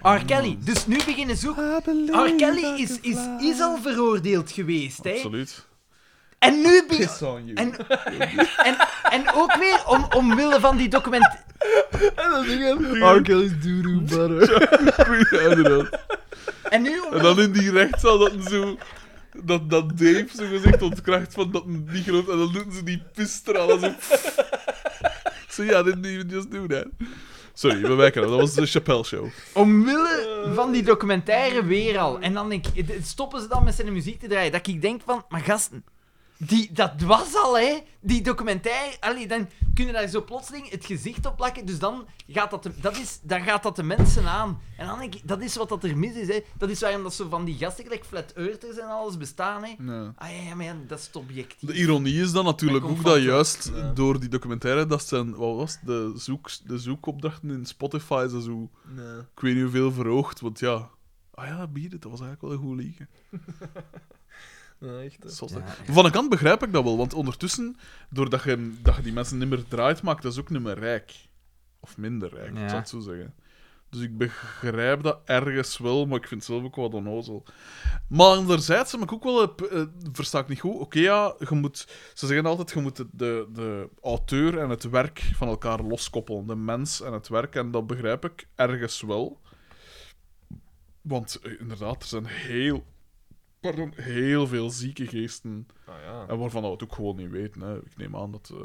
Speaker 1: R. Kelly. Dus nu beginnen zoeken... R. Kelly is, is, is al veroordeeld geweest, hè?
Speaker 2: Absoluut.
Speaker 1: En nu ben
Speaker 2: Piss on you.
Speaker 1: En, en, en ook weer om, omwille van die document...
Speaker 3: R. Kelly's doo butter.
Speaker 2: Ja, inderdaad.
Speaker 1: En nu om...
Speaker 2: En dan in die rechtszaal dat hem zo... Dat, dat Dave zo gezegd ontkracht van dat hem niet groot... En dan doen ze die pisstralen zo... Zo, ja, dit niet just do that. Sorry, we wijken af. Dat was de Chappelle Show.
Speaker 1: Omwille van die documentaire weer al. En dan denk ik... Stoppen ze dan met zijn muziek te draaien. Dat ik denk van... Maar gasten... Die, dat was al, hè. Die documentaire. Allee, dan kunnen daar zo plotseling het gezicht op plakken. Dus dan gaat dat de, dat is, dan gaat dat de mensen aan. En dan denk ik, dat is wat dat er mis is, hè. Dat is waarom dat zo van die gasten, gelijk flat earthers en alles, bestaan, hè.
Speaker 2: Ja.
Speaker 1: Ah ja, ja, maar ja, dat is het objectief.
Speaker 2: De ironie is dan natuurlijk
Speaker 1: Hij komt
Speaker 2: ook dat
Speaker 1: van toe.
Speaker 2: juist
Speaker 5: Ja.
Speaker 2: door die documentaire, dat zijn, wat was het? de, zoek, de zoekopdrachten in Spotify, zijn zo,
Speaker 3: Nee.
Speaker 2: ik weet niet hoeveel verhoogd, want ja, ah ja, bieden, dat was eigenlijk wel een goed liegen.
Speaker 5: Ja, echt. hè.
Speaker 2: Zot, hè. Van een kant begrijp ik dat wel, want ondertussen, doordat je, dat je die mensen niet meer draait maakt, dat is ook niet meer rijk. Of minder rijk,
Speaker 1: Ja.
Speaker 2: ik zou het zo zeggen. Dus ik begrijp dat ergens wel, maar ik vind het zelf ook wat onnozel. Maar anderzijds heb ik ook wel... eh, eh, versta ik niet goed. Oké, ja, je moet... Ze zeggen altijd, je moet de, de, de auteur en het werk van elkaar loskoppelen. De mens en het werk. En dat begrijp ik ergens wel. Want eh, inderdaad, er zijn heel... Pardon, heel veel zieke geesten
Speaker 5: Ah ja.
Speaker 2: en waarvan we het ook gewoon niet weten. Hè. Ik neem aan dat eh,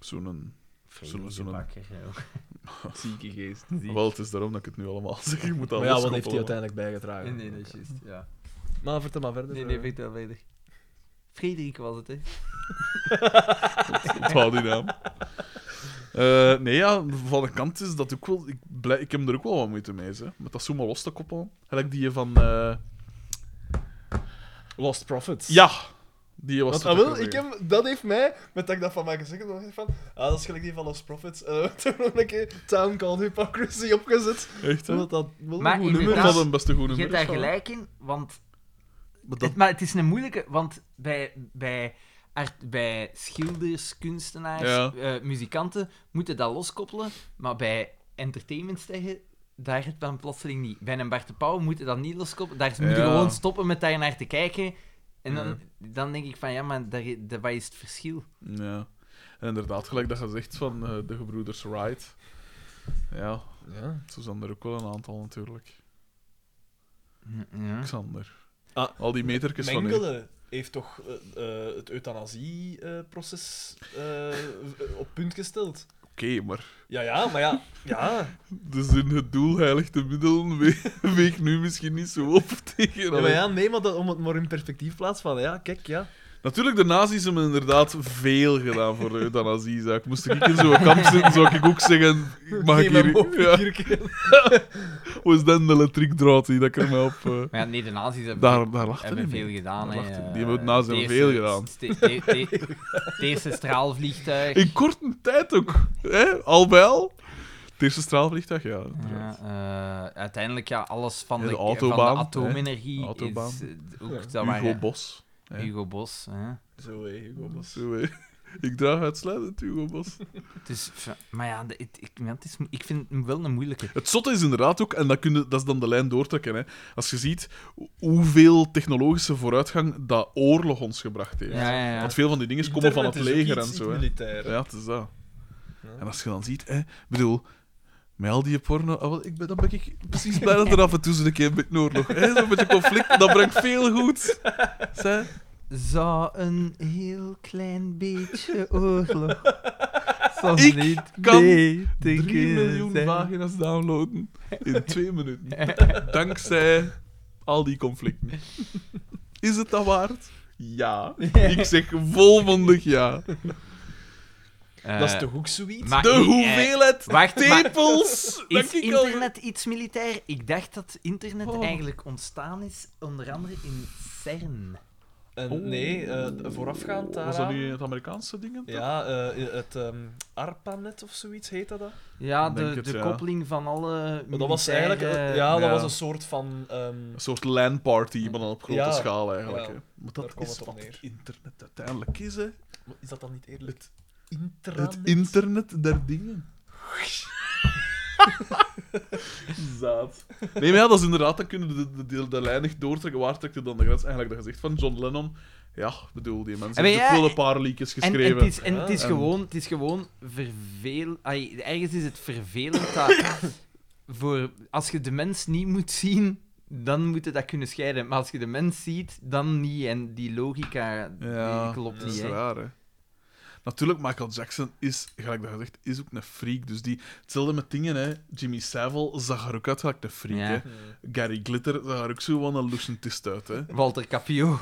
Speaker 2: zo'n... Zullen we- zullen we-
Speaker 3: Zieke geest.
Speaker 2: Wel, het is daarom dat ik het nu allemaal zeg. Ik moet dat
Speaker 3: Maar ja, wat
Speaker 2: loskoppelen.
Speaker 3: heeft hij uiteindelijk bijgedragen?
Speaker 1: Nee, nee, dat is juist. Ja.
Speaker 3: Maar vertel maar verder. eh,
Speaker 1: Nee, nee, vertel verder. Frederik was het, hè.
Speaker 2: Onthoud die naam. Eh, nee, ja, van de kant is dat ook wel... Ik, blij, ik heb er ook wel wat moeite mee, hè. Met dat zomaar los te koppelen. Gelijk die van... eh,
Speaker 3: Lost Profits.
Speaker 2: Ja! Die was...
Speaker 5: Want, ah, wel, ik heb, dat heeft mij, met dat ik dat van mij gezegd heb, dan dacht ik van, ah, dat is gelijk die van Lost Profits. eh toen heb ik een keer Town Called Hypocrisy opgezet.
Speaker 2: Echt, hè?
Speaker 5: Omdat dat wel
Speaker 1: Maar
Speaker 5: een goed nummer
Speaker 2: Ik
Speaker 1: inderdaad-
Speaker 2: had
Speaker 5: is.
Speaker 2: een beste goede
Speaker 1: Je
Speaker 2: nummer.
Speaker 1: hebt daar gelijk in, want...
Speaker 2: Maar dat-
Speaker 1: Het, maar het is een moeilijke, want bij, bij, art, bij schilders, kunstenaars,
Speaker 2: Ja.
Speaker 1: eh, muzikanten moeten dat loskoppelen, maar bij entertainmentsterren, daar heb je dan plotseling niet. Bij een Bart de Pauw moeten dat niet loskoppelen, daar moet je
Speaker 2: Ja.
Speaker 1: gewoon stoppen met daar naar te kijken. En dan,
Speaker 2: Ja.
Speaker 1: dan denk ik van, ja, maar daar, daar, wat is het verschil?
Speaker 2: Ja. En inderdaad, gelijk dat je zegt van eh, de gebroeders Wright. Ja,
Speaker 5: Ja.
Speaker 2: zo zijn er ook wel een aantal natuurlijk.
Speaker 1: Ja.
Speaker 2: Xander.
Speaker 5: Ah,
Speaker 2: Al die metertjes van u.
Speaker 5: Mengele heeft toch eh, eh, het euthanasie-proces eh, op punt gesteld.
Speaker 2: Oké, maar.
Speaker 5: Ja, ja, maar ja. ja.
Speaker 2: Dus in het doel heiligt de middelen we- weegt nu misschien niet zo op tegen.
Speaker 3: Ja, maar ja, nee, maar dat, om het maar in perspectief plaats van, ja, kijk, ja.
Speaker 2: Natuurlijk, de nazi's hebben inderdaad veel gedaan voor de euthanasiezaak. Moest ik in zo'n kamp zitten, zou ik ook zeggen: mag ik hier. Ja, hoe is dan de elektriekdraad die dat ik er mij op. eh,
Speaker 1: Maar ja, nee, de nazi's hebben,
Speaker 2: daar, daar lacht er
Speaker 1: hebben
Speaker 2: niet
Speaker 1: veel
Speaker 2: mee.
Speaker 1: gedaan.
Speaker 2: Daar
Speaker 1: hè.
Speaker 2: lacht- die
Speaker 1: Eh,
Speaker 2: hebben het nazi's
Speaker 1: het
Speaker 2: veel
Speaker 1: eerste-
Speaker 2: gedaan.
Speaker 1: ste- de- de- Het eerste straalvliegtuig.
Speaker 2: In korte tijd ook. Hè? Al bij al. Het eerste straalvliegtuig, ja. inderdaad.
Speaker 1: Ja, eh, uiteindelijk, ja, alles van
Speaker 2: Ja,
Speaker 1: de,
Speaker 2: de
Speaker 1: van de
Speaker 2: autobaan, hè.
Speaker 1: atoomenergie
Speaker 2: Autobaan.
Speaker 1: is eh, ook... dat
Speaker 2: Hugo
Speaker 1: waren-
Speaker 2: Bos. hè.
Speaker 1: Hugo Bos, hè.
Speaker 5: Zo, hé, Hugo Bos.
Speaker 2: Zo, hè. Ik draag uitsluitend Hugo Bos.
Speaker 1: Dus, f- maar ja, de- het- ik, ja, het is, mo- ik vind het wel een moeilijke.
Speaker 2: Het zotte is inderdaad ook, en dat, kun je, dat is dan de lijn doortrekken, hè. als je ziet ho- hoeveel technologische vooruitgang dat oorlog ons gebracht heeft.
Speaker 1: Ja, ja, ja.
Speaker 2: Want veel van die dingen komen van het leger en zo. Hè.
Speaker 5: Militair.
Speaker 2: Ja, het is dat.
Speaker 5: Ja.
Speaker 2: En als je dan ziet, hè, ik bedoel, met al die porno, ah, wel, ik ben, dan ben ik precies blij dat er af en toe zo'n keer een beetje oorlog hè, Zo'n beetje conflict, dat brengt veel goed. Zij,
Speaker 1: Zou een heel klein beetje oorlog soms
Speaker 2: Ik
Speaker 1: niet
Speaker 2: kan
Speaker 1: beter
Speaker 2: 3
Speaker 1: kunnen
Speaker 2: miljoen
Speaker 1: zijn?
Speaker 2: pagina's downloaden in 2 minuten. Dankzij al die conflicten. Is het dat waard? Ja. Ik zeg volmondig ja.
Speaker 1: Eh,
Speaker 5: dat is toch ook zoiets?
Speaker 1: maar
Speaker 2: De
Speaker 1: i- eh,
Speaker 2: hoeveelheid
Speaker 1: wacht, maar-
Speaker 2: tepels! dat
Speaker 1: Is
Speaker 2: ik al-
Speaker 1: internet iets militair? Ik dacht dat internet
Speaker 2: Oh.
Speaker 1: eigenlijk ontstaan is, onder andere in CERN.
Speaker 5: En nee, eh, voorafgaand
Speaker 2: Oh. Was dat
Speaker 5: daaraan...
Speaker 2: niet het Amerikaanse ding? toch?
Speaker 5: Ja, eh, het ehm, ARPANET of zoiets heet dat. dat?
Speaker 1: Ja,
Speaker 2: Ik denk
Speaker 1: de,
Speaker 2: het,
Speaker 1: de
Speaker 2: ja.
Speaker 1: koppeling van alle.
Speaker 5: Maar dat was
Speaker 1: militaire-
Speaker 5: eigenlijk... ja, dat
Speaker 2: ja.
Speaker 5: was een soort van... ehm,
Speaker 2: Een soort LAN-party, maar dan op grote
Speaker 5: Ja.
Speaker 2: schaal eigenlijk.
Speaker 5: Ja.
Speaker 2: hè. Maar
Speaker 5: Daar
Speaker 2: dat
Speaker 5: komt
Speaker 2: is
Speaker 5: het op
Speaker 2: wat
Speaker 5: neer.
Speaker 2: het internet uiteindelijk is, hè.
Speaker 5: is dat dan niet eerlijk?
Speaker 2: Het,
Speaker 5: Intranet?
Speaker 2: het internet der dingen.
Speaker 5: Zaad.
Speaker 2: Nee, maar ja, dat is inderdaad, dan kunnen de, de, de, de lijn echt doortrekken. Waar trekt het dan de grens? Eigenlijk dat gezicht van John Lennon. Ja, ik bedoel, die mensen
Speaker 1: En
Speaker 2: hebben
Speaker 1: Ah, ja,
Speaker 2: ook wel een paar liedjes
Speaker 1: En,
Speaker 2: geschreven.
Speaker 1: en, het is, en het is
Speaker 2: Ja.
Speaker 1: gewoon, het is gewoon vervelend. Ergens is het vervelend dat voor, als je de mens niet moet zien, dan moet je dat kunnen scheiden. Maar als je de mens ziet, dan niet. En die logica die
Speaker 2: Ja,
Speaker 1: klopt
Speaker 2: dat
Speaker 1: niet.
Speaker 2: is
Speaker 1: hè.
Speaker 2: raar, hè. Natuurlijk, Michael Jackson is, gelijk dat gezegd, is ook een freak. Dus die, hetzelfde met dingen, hè. Jimmy Savile zag er ook uit gelijk een freak,
Speaker 1: Ja.
Speaker 2: hè.
Speaker 5: Hmm.
Speaker 2: Gary Glitter zag er ook zo van een lucentist uit, hè.
Speaker 1: Walter Capio.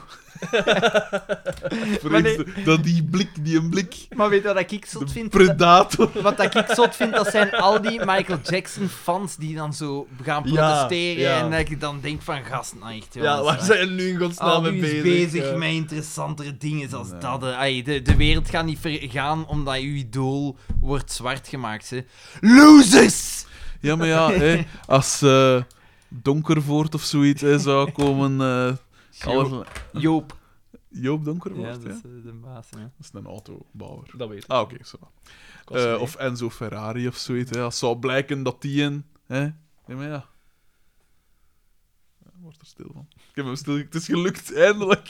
Speaker 2: Vreemd, dat die blik, die een blik.
Speaker 1: Maar weet je wat ik zot
Speaker 2: De
Speaker 1: vind?
Speaker 2: predator.
Speaker 1: Wat dat ik zot vind, dat zijn al die Michael Jackson-fans die dan zo gaan
Speaker 3: Ja,
Speaker 1: protesteren.
Speaker 3: ja.
Speaker 1: En dat ik dan denk van, gast, nou echt,
Speaker 3: Ja,
Speaker 1: jongens,
Speaker 3: waar
Speaker 1: hè.
Speaker 3: zijn we nu in
Speaker 1: Al
Speaker 3: godsnaam mee
Speaker 1: die is
Speaker 3: bezig?
Speaker 1: bezig
Speaker 3: eh?
Speaker 1: met interessantere dingen zoals
Speaker 2: Nee.
Speaker 1: dat. hè. Ai, de, de wereld gaat niet vergaan omdat uw idool wordt zwart gemaakt. Hè. Losers!
Speaker 2: Ja, maar ja, hè, als eh, Donkervoort of zoiets hè, zou komen... eh, allerlei-
Speaker 1: Joop.
Speaker 2: Joop Donkervoort, ja.
Speaker 1: is de baas.
Speaker 2: Dat is een autobouwer.
Speaker 5: Dat weet ik.
Speaker 2: Ah, oké, zo.
Speaker 5: Ik was
Speaker 2: Eh,
Speaker 5: mee.
Speaker 2: of Enzo Ferrari of zoiets. Hè. Als zou blijken dat die een. Hè. Ja, maar ja. Ja, Wordt er stil van. Ik heb hem stil. Het is gelukt, eindelijk.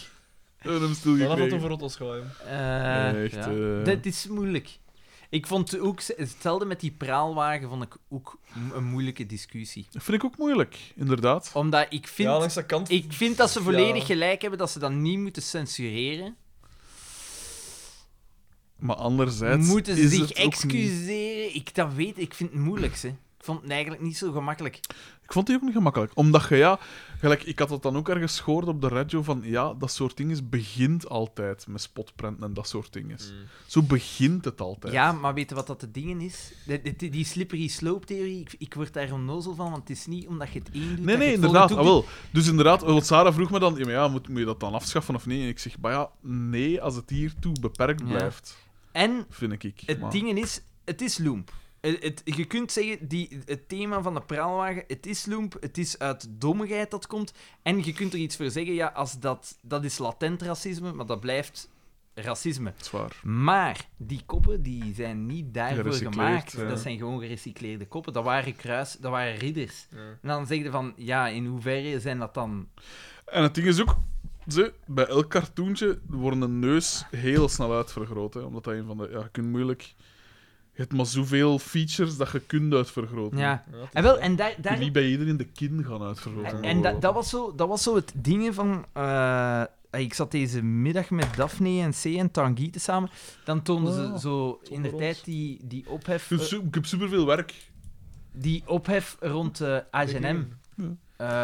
Speaker 2: We hebben hem stil
Speaker 5: Dan had het over
Speaker 2: gekregen.
Speaker 5: rottels gooien.
Speaker 2: Nee, echt, eh.
Speaker 1: Dat is moeilijk. Ik vond ook, hetzelfde met die praalwagen, vond ik ook m- een moeilijke discussie.
Speaker 2: Dat vind ik ook moeilijk, inderdaad.
Speaker 1: Omdat ik vind,
Speaker 5: Ja, langs de kant.
Speaker 1: ik vind dat ze volledig
Speaker 5: Ja.
Speaker 1: gelijk hebben dat ze dat niet moeten censureren.
Speaker 2: Maar anderzijds.
Speaker 1: moeten ze
Speaker 2: is
Speaker 1: zich
Speaker 2: het ook niet-
Speaker 1: excuseren? Ik dat weet, ik vind het moeilijk. Hè. Ik vond het eigenlijk niet zo gemakkelijk.
Speaker 2: Ik vond die ook niet gemakkelijk. Omdat je, ja. Gelijk, ik had dat dan ook ergens gehoord op de radio van. Ja, dat soort dingen begint altijd met spotprenten en dat soort dingen.
Speaker 5: Mm.
Speaker 2: Zo begint het altijd.
Speaker 1: Ja, maar weet je wat dat de dingen is? De- de- die, die slippery slope theorie, ik, ik word daar onnozel van, want het is niet omdat je het één doet.
Speaker 2: Nee,
Speaker 1: dat je
Speaker 2: nee,
Speaker 1: het
Speaker 2: inderdaad. Ah,
Speaker 1: volgende ook
Speaker 2: wel. Dus inderdaad, want Sarah vroeg me dan, ja, maar ja, moet, moet je dat dan afschaffen of nee? En ik zeg, maar ja, nee, als het hiertoe beperkt
Speaker 1: Ja.
Speaker 2: blijft,
Speaker 1: doet. En
Speaker 2: vind ik. ik.
Speaker 1: het
Speaker 2: maar,
Speaker 1: ding is, het is loomp. Het, het- je kunt zeggen, die, het thema van de praalwagen, het is loomp, het is uit dommigheid dat komt. En je kunt er iets voor zeggen, ja, als dat, dat is latent racisme, maar dat blijft racisme.
Speaker 2: het is waar.
Speaker 1: Maar die koppen die zijn niet daarvoor
Speaker 2: Gerecycleerd,
Speaker 1: gemaakt.
Speaker 2: ja.
Speaker 1: Dat zijn gewoon gerecycleerde koppen. Dat waren kruis, dat waren ridders.
Speaker 5: Ja.
Speaker 1: En dan zeg je van, ja, in hoeverre zijn dat dan...
Speaker 2: En het ding is ook, ze, bij elk cartoontje wordt een neus heel snel uitvergroot. Hè, omdat dat een van de... Ja, je kunt moeilijk... Je hebt maar zoveel features dat je kunt uitvergroten.
Speaker 1: Ja.
Speaker 5: Ja, het
Speaker 1: En wel, en daar...
Speaker 2: Je kunt
Speaker 1: daar
Speaker 2: niet bij iedereen de kin gaan uitvergroten.
Speaker 1: en en dat,
Speaker 2: bijvoorbeeld.
Speaker 1: dat, was zo, dat was zo het ding van... eh, ik zat deze middag met Daphne en C en Tanguy te samen. Dan toonden
Speaker 2: Oh,
Speaker 1: ze zo in de
Speaker 5: rond.
Speaker 1: tijd die, die ophef... eh,
Speaker 2: Ik heb, su- ik heb superveel werk.
Speaker 1: Die ophef rond eh H&M.
Speaker 2: Ja.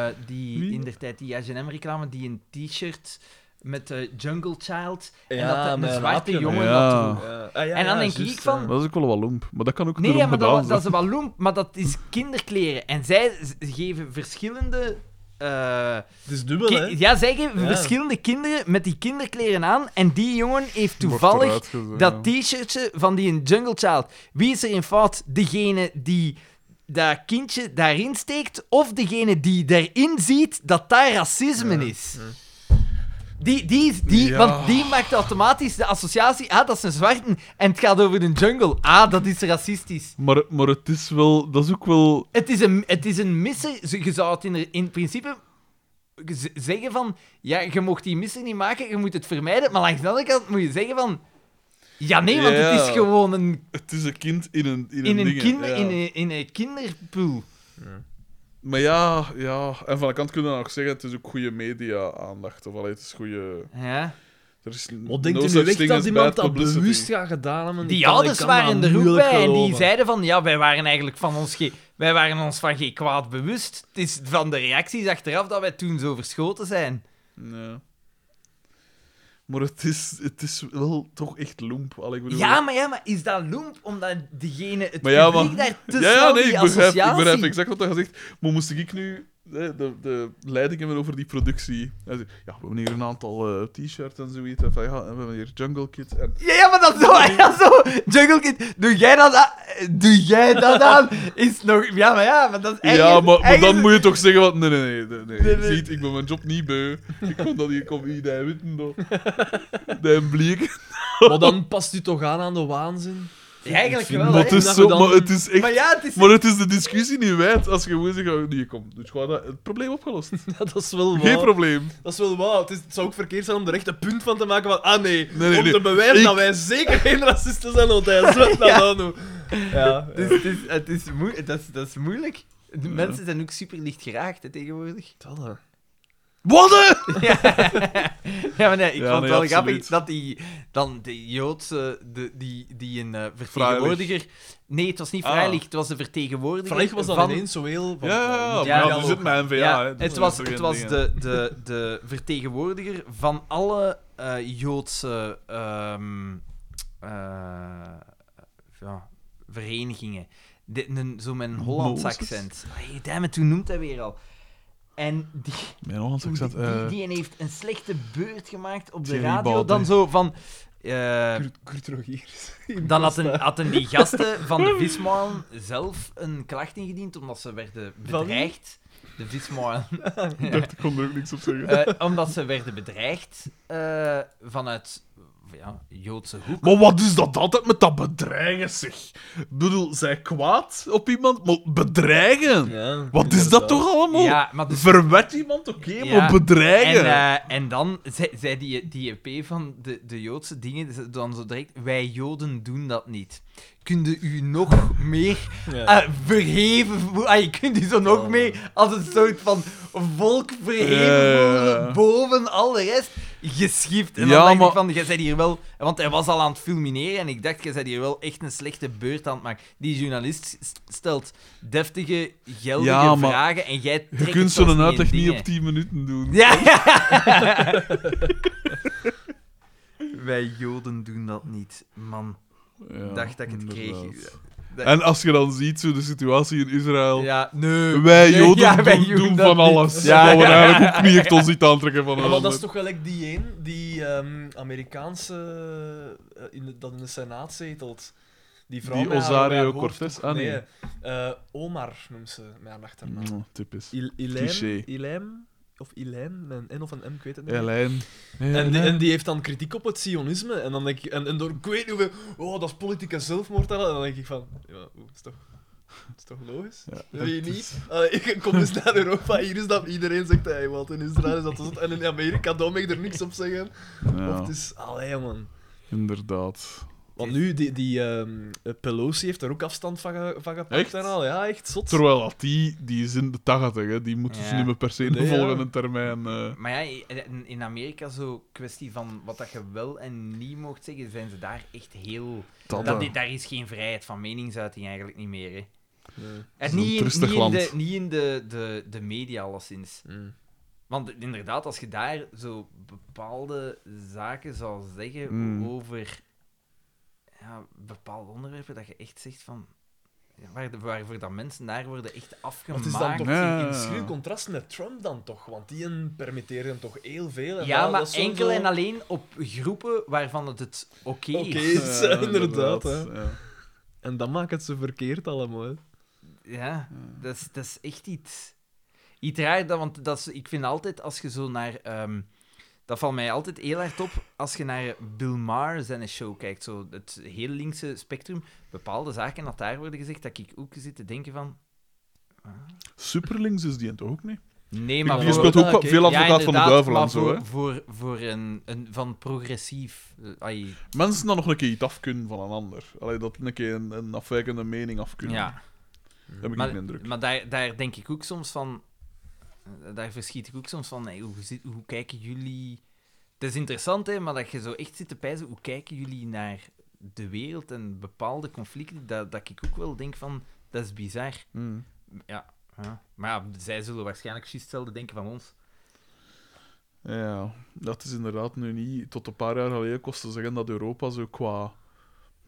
Speaker 1: Eh, die
Speaker 2: Wie?
Speaker 1: in de tijd die H&M-reclame, die een t-shirt met eh, Jungle Child. en
Speaker 3: Ja,
Speaker 1: dat dat
Speaker 3: met
Speaker 1: een
Speaker 3: een
Speaker 1: zwarte
Speaker 3: aapje.
Speaker 1: jongen
Speaker 2: Ja.
Speaker 1: dat droeg.
Speaker 3: Ja. Ah, ja,
Speaker 1: En dan
Speaker 3: ja,
Speaker 1: denk ik
Speaker 3: juist,
Speaker 1: van-
Speaker 3: ja.
Speaker 2: Maar dat is ook wel wat lomp. Maar dat kan ook
Speaker 1: Nee,
Speaker 2: erom
Speaker 1: ja, maar dat,
Speaker 2: gedaan
Speaker 1: wa- dat is wel lomp, maar dat is kinderkleren. En zij z- geven verschillende... eh,
Speaker 3: Het is dubbel,
Speaker 1: ki-
Speaker 3: hè?
Speaker 1: ja, zij geven
Speaker 3: Ja.
Speaker 1: verschillende kinderen met die kinderkleren aan. En die jongen heeft
Speaker 2: Wordt
Speaker 1: toevallig
Speaker 2: eruit gezet, ja.
Speaker 1: dat t-shirtje van die een Jungle Child. Wie is er in fout? Degene die dat kindje daarin steekt, of degene die daarin ziet dat daar racisme is? Die, die, is- die,
Speaker 2: Ja.
Speaker 1: Want die maakt automatisch de associatie. Ah, dat is een zwarte. En het gaat over een jungle. Ah, dat is racistisch.
Speaker 2: Maar, maar het is wel... Dat is ook wel...
Speaker 1: Het is een, het is een misser. Ze- Je zou het in, in principe z- zeggen van... Ja, je mocht die misser niet maken, je moet het vermijden. Maar langs de andere kant moet je zeggen van... Ja, nee, want het
Speaker 2: Ja.
Speaker 1: is gewoon een
Speaker 2: Het is een kind in een in een,
Speaker 1: in een,
Speaker 2: ding,
Speaker 1: kinder,
Speaker 2: ja.
Speaker 1: in een, in een kinderpoel.
Speaker 2: Maar ja, ja, en van de kant kunnen we dan ook zeggen, het is ook goede media-aandacht. Of allee, het is goede...
Speaker 1: Ja.
Speaker 2: Er is
Speaker 3: Wat denkt
Speaker 2: no
Speaker 3: u
Speaker 2: such
Speaker 3: nu echt
Speaker 2: thing
Speaker 3: dat
Speaker 2: as
Speaker 3: iemand
Speaker 2: bad
Speaker 3: dat
Speaker 2: publicity.
Speaker 3: bewust gaat gedaan hebben?
Speaker 1: Die
Speaker 3: Kan-
Speaker 1: ouders
Speaker 3: kan
Speaker 1: waren
Speaker 3: dat
Speaker 1: er ook
Speaker 3: moeilijk
Speaker 1: bij en die
Speaker 3: geloven.
Speaker 1: zeiden van, ja, wij waren eigenlijk van ons, ge- wij waren ons van geen kwaad bewust. Het is van de reacties achteraf dat wij toen zo verschoten zijn.
Speaker 2: Ja. Maar het is, het is wel toch echt lomp. Allee, ik bedoel,
Speaker 1: Ja, maar, ja, maar is dat loemp? Omdat diegene, het
Speaker 2: Maar ja,
Speaker 1: publiek
Speaker 2: maar-
Speaker 1: daar te
Speaker 2: ja, ja,
Speaker 1: snel
Speaker 2: nee,
Speaker 1: die
Speaker 2: ik begrijp, ik
Speaker 1: associatie...
Speaker 2: begrijp exact wat dat gezegd. Maar moest ik nu de, de, de leiding hebben over die productie? Hij zei, Ja, we hebben hier een aantal eh, t-shirts en zoiets. En van, ja, we hebben hier Jungle Kid. En
Speaker 1: Ja, ja, maar dat is zo, ja, zo. Jungle Kid, doe jij dat aan? Doe jij dat aan? Is nog... Ja, maar ja, maar dat is ergens-
Speaker 2: ja, maar, maar
Speaker 1: ergens-
Speaker 2: dan moet je toch zeggen: wat, nee, nee, nee, nee, nee.
Speaker 1: Nee, nee.
Speaker 2: Ziet, ik ben mijn job niet beu. Ik kon dat hier kom niet die witten door. Die bliek.
Speaker 3: Maar dan past u toch aan aan de waanzin?
Speaker 1: Ja, Eigenlijk wel,
Speaker 2: Maar
Speaker 1: hè.
Speaker 2: het is,
Speaker 3: dat
Speaker 2: zo,
Speaker 3: we dan-
Speaker 2: maar het is echt.
Speaker 1: Maar ja, het is...
Speaker 2: Maar het is de discussie niet wijd als je gewoon zegt: oh, nee, kom, doe het gewoon dat- het probleem opgelost.
Speaker 3: Ja, dat is wel
Speaker 2: Geen
Speaker 3: waar.
Speaker 2: probleem.
Speaker 3: Dat is wel waar. Het, is- het zou ook verkeerd zijn om er echt een punt van te maken van... Ah nee,
Speaker 2: Nee, nee,
Speaker 3: om
Speaker 2: nee.
Speaker 3: te bewijzen
Speaker 2: Ik-
Speaker 3: dat wij zeker geen racisten zijn, want hij is wat
Speaker 1: Ja.
Speaker 3: dat nou. Ja.
Speaker 2: Dus-
Speaker 1: Het is, het is, het is, moe- dat is, dat is moeilijk. De mensen zijn ook super licht geraakt hè, tegenwoordig.
Speaker 3: Talle.
Speaker 2: Wadden!
Speaker 1: Ja, maar nee, ik vond het
Speaker 2: Ja, nee,
Speaker 1: wel
Speaker 2: absoluut.
Speaker 1: grappig dat die, dan de Joodse, de, die, die een eh, vertegenwoordiger...
Speaker 2: Vrijlich.
Speaker 1: Nee, het was niet
Speaker 2: Ah.
Speaker 1: vrijlicht, het was de vertegenwoordiger
Speaker 5: Vrijdag was dat
Speaker 1: van...
Speaker 5: ineens zo heel... Van,
Speaker 2: Ja, ja, ja.
Speaker 1: Ja,
Speaker 2: Maar dus
Speaker 1: ja,
Speaker 2: ja, nu
Speaker 1: ook.
Speaker 2: zit mijn NVA.
Speaker 1: ja,
Speaker 2: hè. Dat
Speaker 1: het
Speaker 2: is
Speaker 1: was,
Speaker 2: toch
Speaker 1: het
Speaker 2: geen
Speaker 1: was
Speaker 2: ding, hè.
Speaker 1: de, de, de vertegenwoordiger van alle eh, Joodse ehm, eh, ja, verenigingen. De, een, zo met een Hollands
Speaker 2: Mozes?
Speaker 1: accent. Hey, damn it, hoe noemt hij weer al? En die,
Speaker 2: Mijn Hollands
Speaker 1: die,
Speaker 2: accent.
Speaker 1: die,
Speaker 2: eh,
Speaker 1: heeft een slechte beurt gemaakt op de
Speaker 2: Thierry
Speaker 1: radio.
Speaker 2: Baudet.
Speaker 1: Dan zo van... eh, dan had een, had een die gasten van de vismalen zelf een klacht ingediend, omdat ze werden
Speaker 5: Van?
Speaker 1: bedreigd. De vismalen.
Speaker 2: Ik eh, dacht, ik kon er ook niks op zeggen.
Speaker 1: Eh, omdat ze werden bedreigd eh, vanuit ja, Joodse hoek.
Speaker 2: Maar wat is dat altijd met dat bedreigen, zeg? Ik bedoel, zij kwaad op iemand, maar bedreigen?
Speaker 5: Ja,
Speaker 2: Wat is dat
Speaker 5: inderdaad.
Speaker 2: toch allemaal?
Speaker 1: Ja, maar dus,
Speaker 2: Verwet iemand, oké,
Speaker 1: Ja.
Speaker 2: maar bedreigen?
Speaker 1: en, eh, en dan zei, zei die, die EP van de, de Joodse dingen ze- dan zo direct: Wij Joden doen dat niet. Kunde u nog meer
Speaker 5: Ja.
Speaker 1: eh, verheven voelen? Ah, je kunt u zo nog
Speaker 5: Oh.
Speaker 1: meer als een soort van volk verheven
Speaker 2: Ja, ja, ja.
Speaker 1: voelen boven al de rest geschift. En
Speaker 2: Ja,
Speaker 1: dan dacht
Speaker 2: maar-
Speaker 1: ik van, jij bent hier wel... Want hij was al aan het fulmineren en ik dacht, jij bent hier wel echt een slechte beurt aan het maken. Die journalist s- stelt deftige, geldige
Speaker 2: Ja, maar
Speaker 1: vragen en jij trekt
Speaker 2: Je kunt
Speaker 1: het
Speaker 2: zo'n
Speaker 1: zelfs
Speaker 2: uitleg
Speaker 1: in
Speaker 2: niet
Speaker 1: dingen.
Speaker 2: op 10 minuten doen.
Speaker 1: Ja! Wij Joden doen dat niet, man.
Speaker 2: Ja,
Speaker 1: dacht dat ik het kreeg.
Speaker 2: inderdaad.
Speaker 1: Dat-
Speaker 2: En als je dan ziet, zo de situatie in Israël...
Speaker 1: Ja, nee.
Speaker 2: Wij
Speaker 1: Nee,
Speaker 2: Joden
Speaker 1: ja,
Speaker 2: doen,
Speaker 1: wij
Speaker 2: doen
Speaker 1: Joden dat
Speaker 2: van
Speaker 1: niet.
Speaker 2: alles.
Speaker 1: Ja,
Speaker 2: dat we
Speaker 1: ja.
Speaker 2: eigenlijk ook niet echt ons niet aantrekken van
Speaker 5: Ja,
Speaker 2: een
Speaker 5: maar dat
Speaker 2: ander.
Speaker 5: is toch gelijk die een die ehm, Amerikaanse eh, in de- dat in de Senaat zetelt. Die vrouw
Speaker 2: Die
Speaker 5: met haar-
Speaker 2: Osario
Speaker 5: met haar hoofd-
Speaker 2: Cortez? Ah, nee.
Speaker 5: eh, Omar noemt ze met haar achternaam.
Speaker 2: Mm, typisch.
Speaker 5: Il
Speaker 2: Cliché.
Speaker 5: Ilijn, Ilijn, of Ilijn, met een N of een M, ik weet het niet.
Speaker 2: Elijn.
Speaker 5: En die, en die heeft dan kritiek op het sionisme. En dan denk ik, en, en door ik weet niet hoeveel, oh, dat is politieke zelfmoord. En dan denk ik van, ja, oeh, is toch, is toch logisch?
Speaker 2: Ja,
Speaker 5: Wie
Speaker 2: het is-
Speaker 5: niet? Allee, Ah, ik kom eens naar Europa, hier is dat iedereen zegt, hey, wat in Israël is dat zo. En in Amerika, daar mag ik er niks op zeggen.
Speaker 2: Ja,
Speaker 5: Of het is, allee man.
Speaker 2: inderdaad.
Speaker 5: Want nu, die, die ehm, Pelosi heeft er ook afstand van, ge- van gepakt
Speaker 2: Echt?
Speaker 5: en al. Ja, echt zot.
Speaker 2: Terwijl dat die, die is in de 80, hè. die moeten ze
Speaker 1: Ja.
Speaker 2: niet meer per se in de
Speaker 5: Nee, ja.
Speaker 2: volgende termijn. eh.
Speaker 1: Maar ja, in- in Amerika zo kwestie van wat dat je wel en niet mocht zeggen, zijn ze daar echt heel...
Speaker 2: Dat,
Speaker 1: Dat,
Speaker 2: eh,
Speaker 1: die- daar is geen vrijheid van meningsuiting eigenlijk niet meer, hè.
Speaker 5: Nee.
Speaker 1: En
Speaker 2: is een
Speaker 1: niet, in,
Speaker 2: trustig
Speaker 1: niet, in de,
Speaker 2: land.
Speaker 1: niet in de, de, de media, alleszins.
Speaker 5: Mm.
Speaker 1: Want inderdaad, als je daar zo bepaalde zaken zou zeggen
Speaker 2: Mm.
Speaker 1: over ja, bepaalde onderwerpen, dat je echt zegt van... ja, waar- waarvoor dat mensen daar worden echt
Speaker 5: Maar
Speaker 1: afgemaakt.
Speaker 5: het is dan toch
Speaker 2: Ja.
Speaker 5: in schril contrast met Trump dan toch, want die een permitteert hem toch heel veel. En
Speaker 1: Ja,
Speaker 5: dat-
Speaker 1: maar
Speaker 5: dat is sowieso-
Speaker 1: enkel en alleen op groepen waarvan het het oké
Speaker 5: Oké
Speaker 1: is.
Speaker 5: is, eh,
Speaker 2: ja,
Speaker 5: inderdaad. hè.
Speaker 2: Eh, ja.
Speaker 3: En dan maakt het ze verkeerd allemaal. hè.
Speaker 1: Ja, dat is, dat is echt iets. Iets raar, dat, want dat is, ik vind altijd als je zo naar. ehm, dat valt mij altijd heel hard op als je naar Bill Maher zijn show kijkt. Zo het heel linkse spectrum. Bepaalde zaken dat daar worden gezegd, dat ik ook zit te denken van.
Speaker 2: Superlinks is die en toch ook niet?
Speaker 1: Nee,
Speaker 2: Die
Speaker 1: maar
Speaker 5: voor-
Speaker 2: speelt
Speaker 5: Ah,
Speaker 2: ook
Speaker 5: oké.
Speaker 2: veel advocaat van de
Speaker 1: inderdaad,
Speaker 2: duivel en
Speaker 1: maar
Speaker 2: zo.
Speaker 1: voor,
Speaker 2: Hè.
Speaker 1: Voor, voor een, een van progressief. eh, ai,
Speaker 2: Mensen dan nog een keer iets af kunnen van een ander. Allee, dat een keer een, een afwijkende mening af kunnen.
Speaker 1: ja.
Speaker 5: Mm.
Speaker 2: Dat heb ik niet
Speaker 1: Maar,
Speaker 2: de indruk.
Speaker 1: maar daar, daar denk ik ook soms van. eh, Daar verschiet ik ook soms van. hey, hoe, zit- hoe kijken jullie. Het is interessant, hè, maar dat je zo echt zit te pijzen. Hoe kijken jullie naar de wereld en bepaalde conflicten? Dat, dat ik ook wel denk van. Dat is bizar.
Speaker 2: Hmm.
Speaker 1: Ja. ja. Maar ja, zij zullen waarschijnlijk precies hetzelfde denken van ons.
Speaker 2: Ja, dat is inderdaad nu niet. Tot een paar jaar geleden kost te zeggen dat Europa zo qua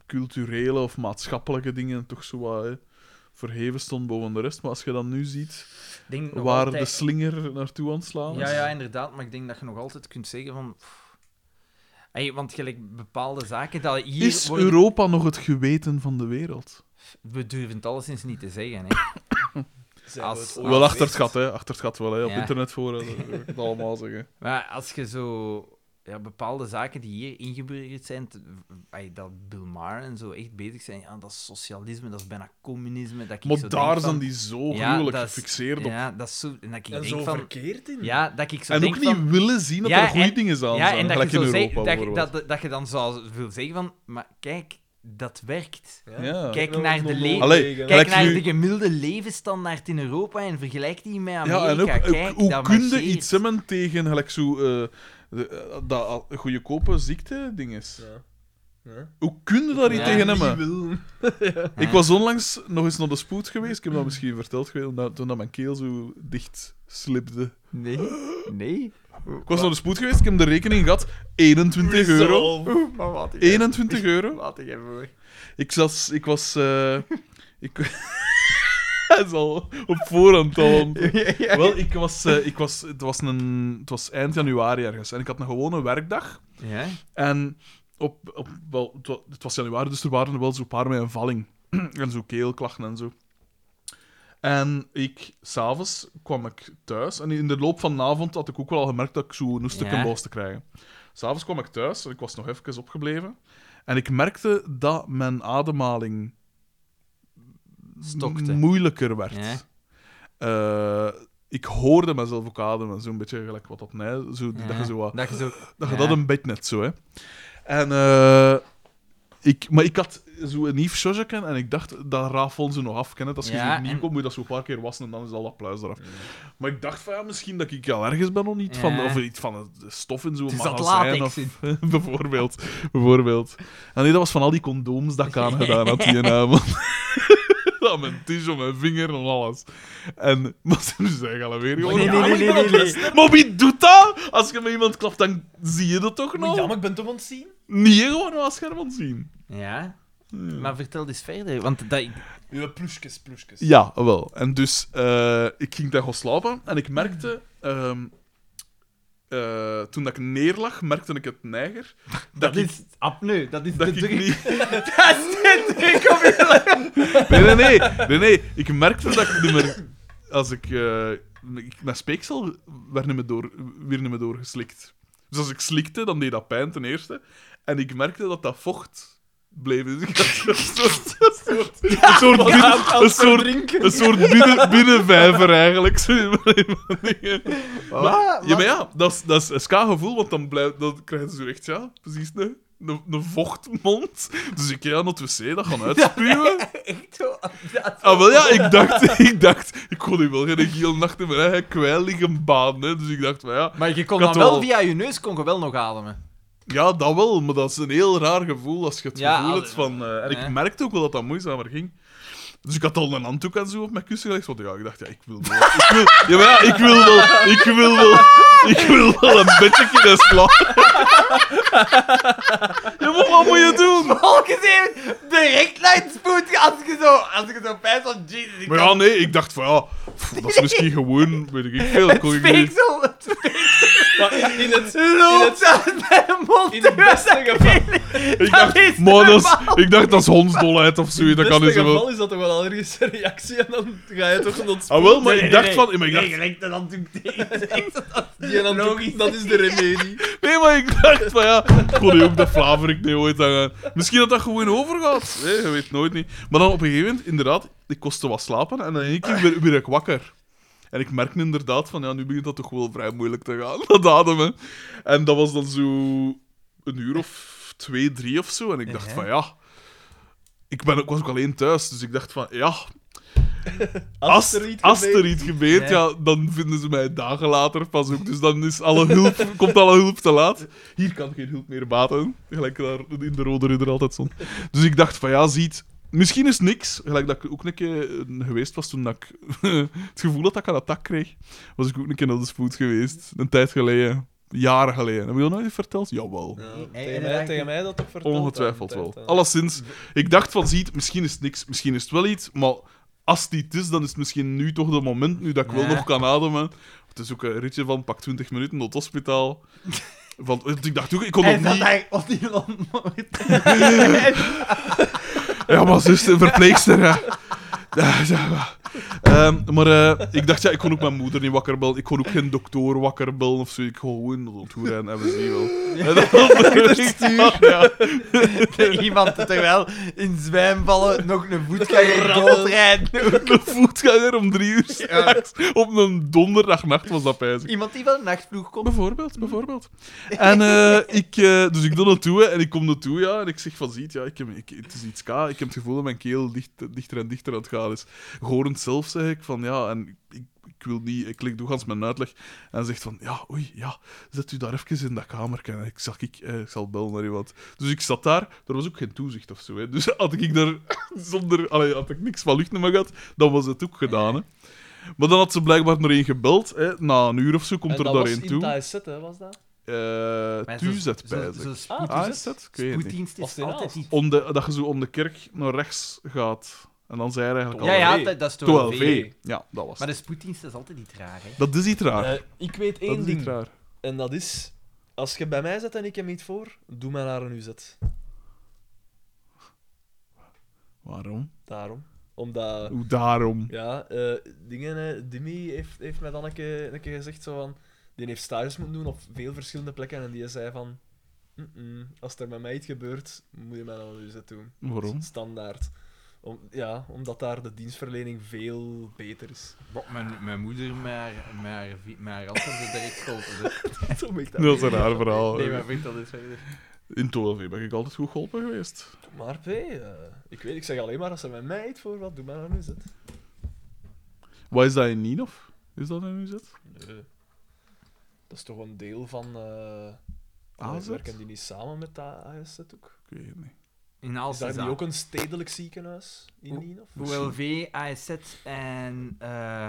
Speaker 2: culturele of maatschappelijke dingen toch zo wat hè, verheven stond boven de rest. Maar als je dan nu ziet
Speaker 1: Ik Denk nog
Speaker 2: waar
Speaker 1: altijd-
Speaker 2: de slinger naartoe aan het slaan is.
Speaker 1: Ja, ja, inderdaad. Maar ik denk dat je nog altijd kunt zeggen van... pff. Hey, want gelijk bepaalde zaken dat hier
Speaker 2: Is
Speaker 1: worden...
Speaker 2: Europa nog het geweten van de wereld?
Speaker 1: We durven het alleszins niet te zeggen, hè.
Speaker 5: Zijn we
Speaker 1: Als-
Speaker 5: het ooit
Speaker 2: wel achter het
Speaker 5: geweest?
Speaker 2: gat, hè? Achter het gat wel, hè? Op
Speaker 1: Ja.
Speaker 2: internetforen, dat wil ik het allemaal zeggen.
Speaker 1: Maar als je zo ja, bepaalde zaken die hier ingeburgerd zijn, t- ay, dat Bill Maher en zo echt bezig zijn, ja, dat is socialisme, dat is bijna communisme. Dat ik zo
Speaker 2: Maar
Speaker 1: denk
Speaker 2: daar
Speaker 1: van-
Speaker 2: zijn die zo
Speaker 1: Ja,
Speaker 2: gruwelijk
Speaker 1: dat is-
Speaker 2: gefixeerd op.
Speaker 1: Ja, dat is zo. En dat ik
Speaker 5: En
Speaker 1: denk
Speaker 5: zo
Speaker 1: van.
Speaker 5: verkeerd in.
Speaker 1: Ja, dat ik zo
Speaker 2: En
Speaker 1: denk
Speaker 2: ook niet
Speaker 1: van.
Speaker 2: willen zien dat
Speaker 1: Ja,
Speaker 2: er goede
Speaker 1: en-
Speaker 2: dingen aan
Speaker 1: Ja,
Speaker 2: zijn.
Speaker 1: en dat je,
Speaker 2: gelijk in
Speaker 1: zo
Speaker 2: Europa
Speaker 1: zegt- dat, je-
Speaker 2: bijvoorbeeld.
Speaker 1: dat, dat je dan zou wil zeggen van. Maar kijk, dat werkt.
Speaker 2: Ja.
Speaker 1: Kijk
Speaker 5: Nou,
Speaker 1: naar de,
Speaker 5: nog
Speaker 1: le-
Speaker 5: nooit.
Speaker 2: Allee,
Speaker 5: Kijk
Speaker 1: Kijk
Speaker 2: gelijk
Speaker 1: naar
Speaker 2: nu-
Speaker 1: de gemiddelde levensstandaard in Europa en vergelijk die met Amerika.
Speaker 2: Ja, en ook, ook
Speaker 1: Kijk,
Speaker 2: hoe
Speaker 1: dat
Speaker 2: kun je
Speaker 1: marcheert.
Speaker 2: iets hebben tegen gelijk zo, eh, de- eh, dat al- goedkope ziekte-ding is?
Speaker 5: Ja. Ja.
Speaker 2: Hoe kun je daar iets
Speaker 1: Ja.
Speaker 2: tegen hebben?
Speaker 5: wil.
Speaker 2: Ik was onlangs nog eens naar de spoed geweest. Ik heb dat misschien verteld geweest, omdat- toen dat mijn keel zo dicht slipte.
Speaker 1: Nee. Nee.
Speaker 2: Ik was naar de spoed geweest, ik heb de rekening gehad. 21 euro.
Speaker 1: Oeh, maar wat ik
Speaker 2: 21 euro.
Speaker 1: Laat ik even hoor.
Speaker 2: Ik, zat, ik was... eh, ik... Hij is al op voorhand al. Wel, ik was, eh, ik was, het, was een, het was eind januari ergens. En ik had een gewone werkdag.
Speaker 1: Ja?
Speaker 2: En op, op, wel, het, wa- het was januari, dus er waren er wel zo'n paar met een valling. en zo keelklachten en zo. En ik, s'avonds kwam ik thuis. En in de loop van de avond had ik ook wel al gemerkt dat ik zo'n een stuk
Speaker 1: Ja.
Speaker 2: een boos te krijgen. S'avonds kwam ik thuis en ik was nog even opgebleven. En ik merkte dat mijn ademhaling
Speaker 1: Stokte.
Speaker 2: moeilijker werd.
Speaker 1: Ja.
Speaker 2: Eh, ik hoorde mezelf ook ademen, zo'n beetje gelijk wat dat nee, zo,
Speaker 1: Ja.
Speaker 2: dat je zo wat
Speaker 1: Dat je zo...
Speaker 2: dat je
Speaker 1: Ja.
Speaker 2: dat een beetje net zo, hè. En, eh, ik, maar ik had zo'n Yves Sjozjeken en ik dacht, dat rafelen ze nog af. Ken het? Als je
Speaker 1: Ja,
Speaker 2: zo nieuw
Speaker 1: en-
Speaker 2: komt, moet je dat zo een paar keer wassen en dan is al dat pluis eraf. Maar ik dacht van, ja, misschien dat ik al ergens ben of niet van,
Speaker 1: Ja.
Speaker 2: of iets van een stof in zo'n
Speaker 1: Het is dat
Speaker 2: magazijn.
Speaker 1: latex
Speaker 2: Of,
Speaker 1: in.
Speaker 2: bijvoorbeeld, bijvoorbeeld. En nee, dat was van al die condooms dat ik aan gedaan had die avond. Aan mijn tisch, op mijn vinger en alles. En, maar ze zeggen alweer gewoon...
Speaker 1: Nee,
Speaker 2: ja,
Speaker 1: nee,
Speaker 2: maar
Speaker 1: nee, nee,
Speaker 2: ik ben
Speaker 1: nee,
Speaker 2: aan
Speaker 1: nee.
Speaker 2: het maar wie doet dat? Als je met iemand klapt, dan zie je dat toch nog?
Speaker 5: Ja, maar ik ben toch aan het zien?
Speaker 2: Niet gewoon als scherm aan het zien.
Speaker 1: Ja?
Speaker 2: Hmm.
Speaker 1: Maar vertel eens verder, want dat...
Speaker 5: Ja, plusjes, plusjes.
Speaker 2: Ja, wel. En dus eh, ik ging daar gaan slapen en ik merkte. ehm, eh, toen dat ik neerlag, merkte ik het neiger. Dat, ik,
Speaker 1: apneu, dat is
Speaker 2: dat ik niet.
Speaker 1: Dat is de druk op je
Speaker 2: Nee, nee, nee, nee, nee. Ik merkte dat ik niet meer... Als ik... eh, ik- mijn speeksel werd niet meer, door, weer niet meer doorgeslikt. Dus als ik slikte, dan deed dat pijn ten eerste. En ik merkte dat dat vocht bleef. Dus ik had een soort... Een soort, een soort, binnen- een soort, een soort binnen, binnenvijver, eigenlijk. Zo in mijn- in mijn dingen.
Speaker 1: Oh.
Speaker 2: Maar, ja, maar ja, dat is, dat is een ska-gevoel, want dan, blijf, dan krijg je zo echt, ja, precies, een, een, een vochtmond. Dus ik ga naar het wc, dat gaan uitspuwen.
Speaker 1: Echt zo. dat-
Speaker 2: Ah, wel ja, ik dacht, ik dacht, ik kon hier wel geen hele nacht in mijn eigen kwijl liggen baan, hè. Dus ik dacht, van ja,
Speaker 1: Maar je kon
Speaker 2: Ik had
Speaker 1: dan wel
Speaker 2: wel-
Speaker 1: via je neus kon je wel nog ademen.
Speaker 2: ja, dat wel, maar dat is een heel raar gevoel als je het
Speaker 1: Ja,
Speaker 2: gevoel
Speaker 1: al-
Speaker 2: hebt van... eh, en ik
Speaker 1: hè.
Speaker 2: merkte ook wel dat dat moeizamer ging. Dus ik had al een handdoek en zo op mijn kussen gelegd, want ja, ik dacht, ja, ik wil wel... Ik wil, ja, maar ja, ik wil wel, ik wil wel, ik wil wel een beetje kunnen slapen. Ja, maar wat moet je doen?
Speaker 1: Volgens even direct naar het spoed als je zo, als je zo pijn van Jesus. ik
Speaker 2: Maar ja,
Speaker 1: kan-
Speaker 2: nee, ik dacht van ja, pff, dat is misschien gewoon, weet ik veel,
Speaker 1: Het
Speaker 2: kon ik niet...
Speaker 1: speeksel, het
Speaker 5: Maar in het,
Speaker 1: loopt uit mijn mond.
Speaker 5: in het beste geval,
Speaker 2: Ik
Speaker 1: Dat is
Speaker 2: dacht, man, dat is-
Speaker 1: normaal. Dus
Speaker 2: ik dacht dat is hondsdolheid of zoiets. Dat
Speaker 5: in
Speaker 2: kan niet
Speaker 5: het beste
Speaker 2: zo
Speaker 5: geval
Speaker 2: wel.
Speaker 5: is dat toch wel allergische reactie en dan ga je toch dat
Speaker 2: Ah, wel, maar ik dacht van. maar ik dacht-
Speaker 1: Nee, gelijk dat natuurlijk
Speaker 5: die en dan dat is de remedie.
Speaker 2: Nee, maar ik dacht van ja. Kon je ook dat flaverik niet ooit hangen. Misschien dat dat gewoon overgaat. Nee, je weet nooit niet. Maar dan op een gegeven moment, inderdaad, ik kostte wat slapen. En dan in één keer weer, weer ik wakker. En ik merkte inderdaad van ja, nu begint dat toch wel vrij moeilijk te gaan. Dat ademen. En dat was dan zo een uur of twee, drie of zo. En ik dacht van ja. Ik, ben, ook- was ook alleen thuis, dus ik dacht van ja, Als,
Speaker 5: er iets
Speaker 2: als er
Speaker 5: gebeurt.
Speaker 2: iets gebeurt, ja. dan vinden ze mij dagen later pas ook. Dus dan is alle hulp, komt alle hulp te laat. Hier kan geen hulp meer baten. Gelijk daar in de Rode Ridder altijd stond. Dus ik dacht van ja, ziet, misschien is niks. Gelijk dat ik ook een keer eh, geweest was toen dat ik het gevoel had dat ik een attack kreeg. Was ik ook een keer naar de spoed geweest. Een tijd geleden. Jaren geleden. Heb je dat nooit verteld? Jawel.
Speaker 5: Ja,
Speaker 1: Nee,
Speaker 5: tegen, mij,
Speaker 1: inderdaad.
Speaker 5: tegen mij dat toch verteld.
Speaker 2: Ongetwijfeld
Speaker 5: aan de
Speaker 2: wel.
Speaker 5: tijd, hè.
Speaker 2: Alleszins, ik dacht van, ziet, misschien is het niks, misschien is het wel iets, maar als het niet is, dan is het misschien nu toch de moment, nu dat ik wel
Speaker 1: Ja.
Speaker 2: nog kan ademen. Het is ook een ritje van pak 20 minuten tot het hospitaal. Want want ik dacht ook, ik kon
Speaker 1: Hij
Speaker 2: nog
Speaker 1: zat
Speaker 2: niet...
Speaker 1: daar op die land nooit.
Speaker 2: Ja, maar zus, de verpleegster, ja. Ja, ja, maar- Ehm, maar eh, ik dacht, ja, ik kon ook mijn moeder niet wakker bellen. Ik kon ook geen dokter wakker bellen of zo. Ik kon gewoon op het hoer en we zien wel. En dan stuur. Ja.
Speaker 1: Iemand terwijl in zwijm vallen nog een voetganger doodrijden.
Speaker 2: Een voetganger om drie uur s'nachts. Op een donderdagnacht was dat pijs.
Speaker 1: Iemand die van de nachtvloeg komt.
Speaker 2: Bijvoorbeeld, bijvoorbeeld. En eh, ik, eh, dus ik doe dat toe hè, en ik kom dat toe, ja, en ik zeg van, ziet, ja, ik heb, ik, het is iets ka, ik heb het gevoel dat mijn keel dicht, dichter en dichter aan het gaan is. Gorend zelf zeg ik van, ja, en ik, ik wil niet, ik leg doorgaans mijn uitleg en zegt van, ja, oei, ja, zet u daar even in dat kamer en ik zal, ik, eh, ik zal bellen naar iemand. Dus ik zat daar, er was ook geen toezicht of zo, hè, dus had ik daar zonder, allee, had ik niks van lucht naar me gehad, dan was het ook gedaan, hè. Maar dan had ze blijkbaar nog één gebeld. Hè. Na een uur of zo komt
Speaker 3: En
Speaker 2: er
Speaker 3: dat
Speaker 2: daar
Speaker 3: was
Speaker 2: één
Speaker 3: in
Speaker 2: toe.
Speaker 3: Thais hè, was dat?
Speaker 2: Eh, Tuzet bij
Speaker 1: Zo'n
Speaker 3: Ah,
Speaker 2: Ah,
Speaker 3: Tuzet.
Speaker 2: is dat? Ik weet het niet.
Speaker 1: spoeddienst
Speaker 3: Of
Speaker 1: is
Speaker 3: die
Speaker 1: altijd
Speaker 3: naast.
Speaker 1: niet...
Speaker 2: Om de, dat je zo om de kerk naar rechts gaat. En dan zei hij eigenlijk
Speaker 1: Ja,
Speaker 2: al...
Speaker 1: ja,
Speaker 3: Twaalf
Speaker 1: dat, dat is
Speaker 2: 12
Speaker 1: 12
Speaker 2: V. Ja, dat was
Speaker 1: Maar de
Speaker 2: het.
Speaker 1: spoeddienst is altijd niet raar, hè.
Speaker 2: Dat is iets raar.
Speaker 3: Eh, ik weet
Speaker 2: dat
Speaker 3: één
Speaker 2: is iets
Speaker 3: ding.
Speaker 2: raar.
Speaker 3: En dat is, als je bij mij zit en ik hem niet voor, doe mij naar een UZ.
Speaker 2: Waarom?
Speaker 3: Daarom. Omdat,
Speaker 2: Hoe daarom?
Speaker 3: ja, eh, dingen, hè, Dimmy heeft, heeft mij dan een keer, een keer gezegd zo van, die heeft stages moeten doen op veel verschillende plekken en die zei van, "Mm-mm, als er met mij iets gebeurt, moet je mij naar een UZ doen.
Speaker 2: Waarom?
Speaker 3: Standaard. Om, ja, omdat daar de dienstverlening veel beter is.
Speaker 9: Mijn, mijn moeder, maar maar maar altijd de direct kopen.
Speaker 1: dus-
Speaker 3: Zo moet ik dat
Speaker 2: Dat is een raar
Speaker 3: Oh,
Speaker 2: verhaal.
Speaker 9: Nee, maar vind dat is verder.
Speaker 2: In 12 ben ik altijd goed geholpen geweest.
Speaker 3: Maar P, eh, ik weet, ik zeg alleen maar als er met mij iets voor wat, doe mij naar een UZ.
Speaker 2: Wat is dat in Nienhof? Is dat in UZ?
Speaker 3: Nee. Dat is toch een deel van. eh
Speaker 2: AZ?
Speaker 3: Werken die niet samen met de ASZ ook?
Speaker 2: Ik weet het niet.
Speaker 1: In
Speaker 3: Is daar
Speaker 1: Alsace.
Speaker 3: niet ook een stedelijk ziekenhuis in
Speaker 1: Hoe-
Speaker 3: Nien? Of?
Speaker 1: OLV, ASZ en eh,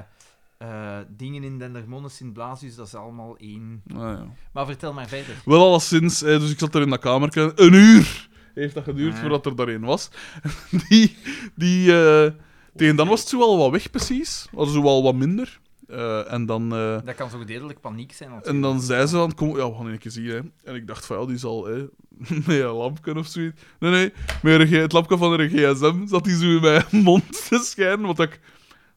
Speaker 1: eh, dingen in Dendermonde, Sint-Blasius, dat is allemaal één.
Speaker 2: Nou ja.
Speaker 1: Maar vertel maar verder.
Speaker 2: Wel alleszins, eh, dus ik zat er in dat kamertje. Een uur heeft dat geduurd
Speaker 1: Ah.
Speaker 2: voordat er daarin was. die, die, eh, tegen dan was het zo al wat weg, precies. Was zo al wat minder. Eh, en dan... eh,
Speaker 1: Dat kan zo dodelijk paniek zijn.
Speaker 2: en
Speaker 1: natuurlijk.
Speaker 2: dan zei ze van, kom, ja, we gaan een keer zien. Hè. En ik dacht van, ja, die zal hè, met een lampje of zoiets. Nee, nee, met een G- het lampje van een gsm zat die zo in mijn mond te schijnen. Wat ik...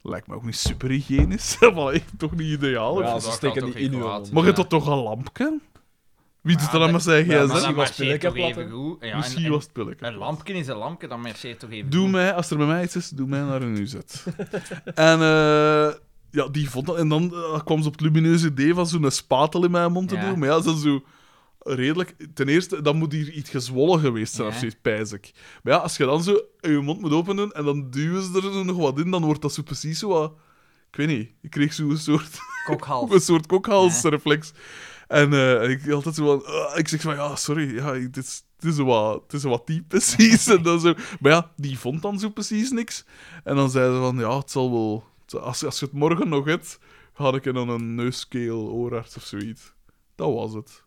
Speaker 2: Lijkt me ook niet super hygiënisch. maar echt toch niet ideaal.
Speaker 3: Ja,
Speaker 9: Ja,
Speaker 3: ze
Speaker 9: dat
Speaker 3: steken
Speaker 9: gaat
Speaker 3: die
Speaker 9: ook
Speaker 3: in
Speaker 9: geen
Speaker 3: uw
Speaker 9: kwaad.
Speaker 3: hand.
Speaker 2: maar je hebt
Speaker 9: Ja.
Speaker 2: dat toch een lampje? Wie doet
Speaker 1: Maar
Speaker 2: dat dan
Speaker 1: dat-
Speaker 2: met zijn
Speaker 1: Ja, maar
Speaker 2: gsm?
Speaker 1: dat
Speaker 3: was
Speaker 1: marcheert toch
Speaker 3: pilletje
Speaker 1: even goed. Ja, en-
Speaker 2: Misschien
Speaker 1: en
Speaker 2: was het pilletje.
Speaker 1: Een lampje is een lampje, dat marcheert toch even
Speaker 2: Doe
Speaker 1: goed.
Speaker 2: mij, als er bij mij iets is, doe mij naar een UZ. en eh, ja, die vond dat. En dan eh, kwam ze op het lumineuze idee van zo'n spatel in mijn mond te
Speaker 1: Ja.
Speaker 2: doen. Maar ja, dat is zo redelijk... Ten eerste, dan moet hier iets gezwollen geweest zijn of
Speaker 1: Ja.
Speaker 2: zoiets, pijs ik. Maar ja, als je dan zo je mond moet open doen en dan duwen ze er zo nog wat in, dan wordt dat zo precies zo wat... Ik weet niet, ik kreeg zo'n soort, een
Speaker 1: Kokhals.
Speaker 2: soort kokhalsreflex. En eh, ik altijd zo van... ah, ik zeg van, ja, sorry, ja, ik- dit is... Het is, zo wat, het is zo wat diep, precies. En dan zo. Maar ja, die vond dan zo precies niks. En dan zei ze van, ja, het zal wel... het- Als, als je het morgen nog hebt, had ik dan een neuskeel, oorarts of zoiets. Dat was het.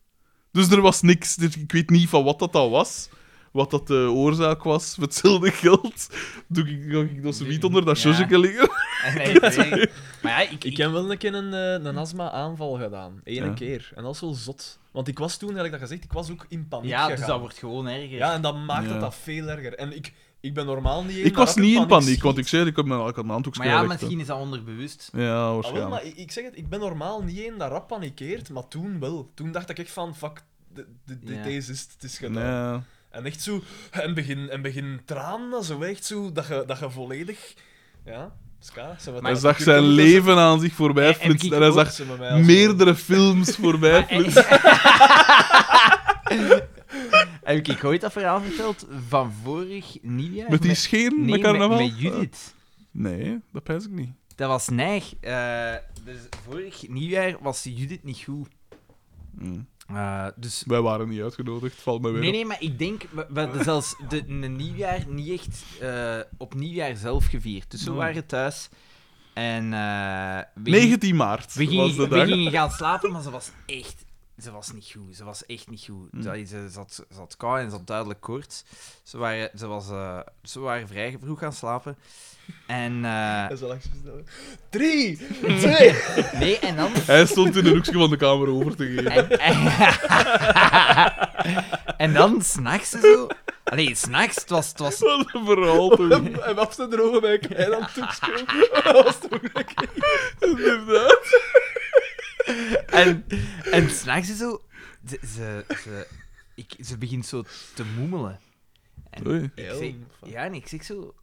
Speaker 2: Dus er was niks. Dus Ik weet niet van wat dat dan was. Wat dat de oorzaak was. Voor hetzelfde geld doe ik, ga ik dat zoiets onder dat
Speaker 1: Ja.
Speaker 2: sjosjeke liggen.
Speaker 1: En hij kreeg- Maar ja, ik...
Speaker 3: Ik
Speaker 1: ik,
Speaker 3: heb wel een keer een, eh, een astma-aanval gedaan. Eén
Speaker 2: Ja.
Speaker 3: keer. En dat is wel zot. Want ik was toen, heb ik dat gezegd, ik was ook in paniek
Speaker 1: ja, dus
Speaker 3: gegaan.
Speaker 1: dat wordt gewoon erger.
Speaker 3: Ja, en dat maakt
Speaker 2: Ja.
Speaker 3: het dat veel erger. En ik, ik ben normaal niet...
Speaker 2: Ik was niet in paniek, want ik zei, ik heb mijn ik had mijn handdoek
Speaker 1: maar ja,
Speaker 2: gelegd, hè.
Speaker 1: misschien is dat onderbewust.
Speaker 2: Ja,
Speaker 3: Ah, wel,
Speaker 2: waarschijnlijk.
Speaker 3: maar ik, ik zeg het, ik ben normaal niet één dat rap panikeert, maar toen wel. Toen dacht ik echt van, fuck, de- de- de-
Speaker 1: Ja.
Speaker 3: deze is het, het is gedaan.
Speaker 2: Nee.
Speaker 3: En echt zo, en begin, en begin tranen, zo echt zo, dat je, dat je volledig. Ja, ska. Ze
Speaker 2: Hij zag zijn leven aan zich voorbij
Speaker 1: En- en
Speaker 2: flitsen.
Speaker 1: Kiki
Speaker 2: En hij
Speaker 1: ook.
Speaker 2: zag meerdere films voorbij flitsen.
Speaker 1: Heb ik ooit dat verhaal verteld van vorig nieuwjaar?
Speaker 2: Met die scheren,
Speaker 1: nee,
Speaker 2: met carnaval.
Speaker 1: Met, met Judith.
Speaker 2: Nee, dat pijs ik niet.
Speaker 1: Dat was neig. Eh, dus vorig nieuwjaar was Judith niet goed.
Speaker 2: Hm.
Speaker 1: Eh, dus...
Speaker 2: Wij waren niet uitgenodigd, valt mij weer
Speaker 1: Nee,
Speaker 2: op.
Speaker 1: nee, maar ik denk... We, we hadden zelfs de, een nieuwjaar niet echt eh, op nieuwjaar zelf gevierd. Dus we
Speaker 2: Hmm.
Speaker 1: waren thuis. En... eh, we-
Speaker 2: 19 maart
Speaker 1: We
Speaker 2: was de
Speaker 1: gingen, we
Speaker 2: dag.
Speaker 1: gingen gaan slapen, maar ze was echt... Ze was niet goed. Ze was echt niet goed.
Speaker 2: Mm.
Speaker 1: Ze, ze, zat, ze had kou en ze had duidelijk koorts. Ze waren, ze, was, eh, ze waren vrij vroeg gaan slapen. En... eh,
Speaker 3: Dat is wel echt zo. Drie, twee.
Speaker 1: nee, en dan...
Speaker 2: Hij stond in een hoekje van de kamer over te geven.
Speaker 1: En, en, en dan s'nachts zo Allee, s'nachts, het was... Het was...
Speaker 2: Wat een verhaal, toch?
Speaker 3: En wat ze drogen bij klein aan toekspelen.
Speaker 1: En, en s'nachts is zo... Ze, ze, ze, ik, ze begint zo te moemelen. En
Speaker 2: Oei.
Speaker 1: ik zeg, ja, en ik zeg zo...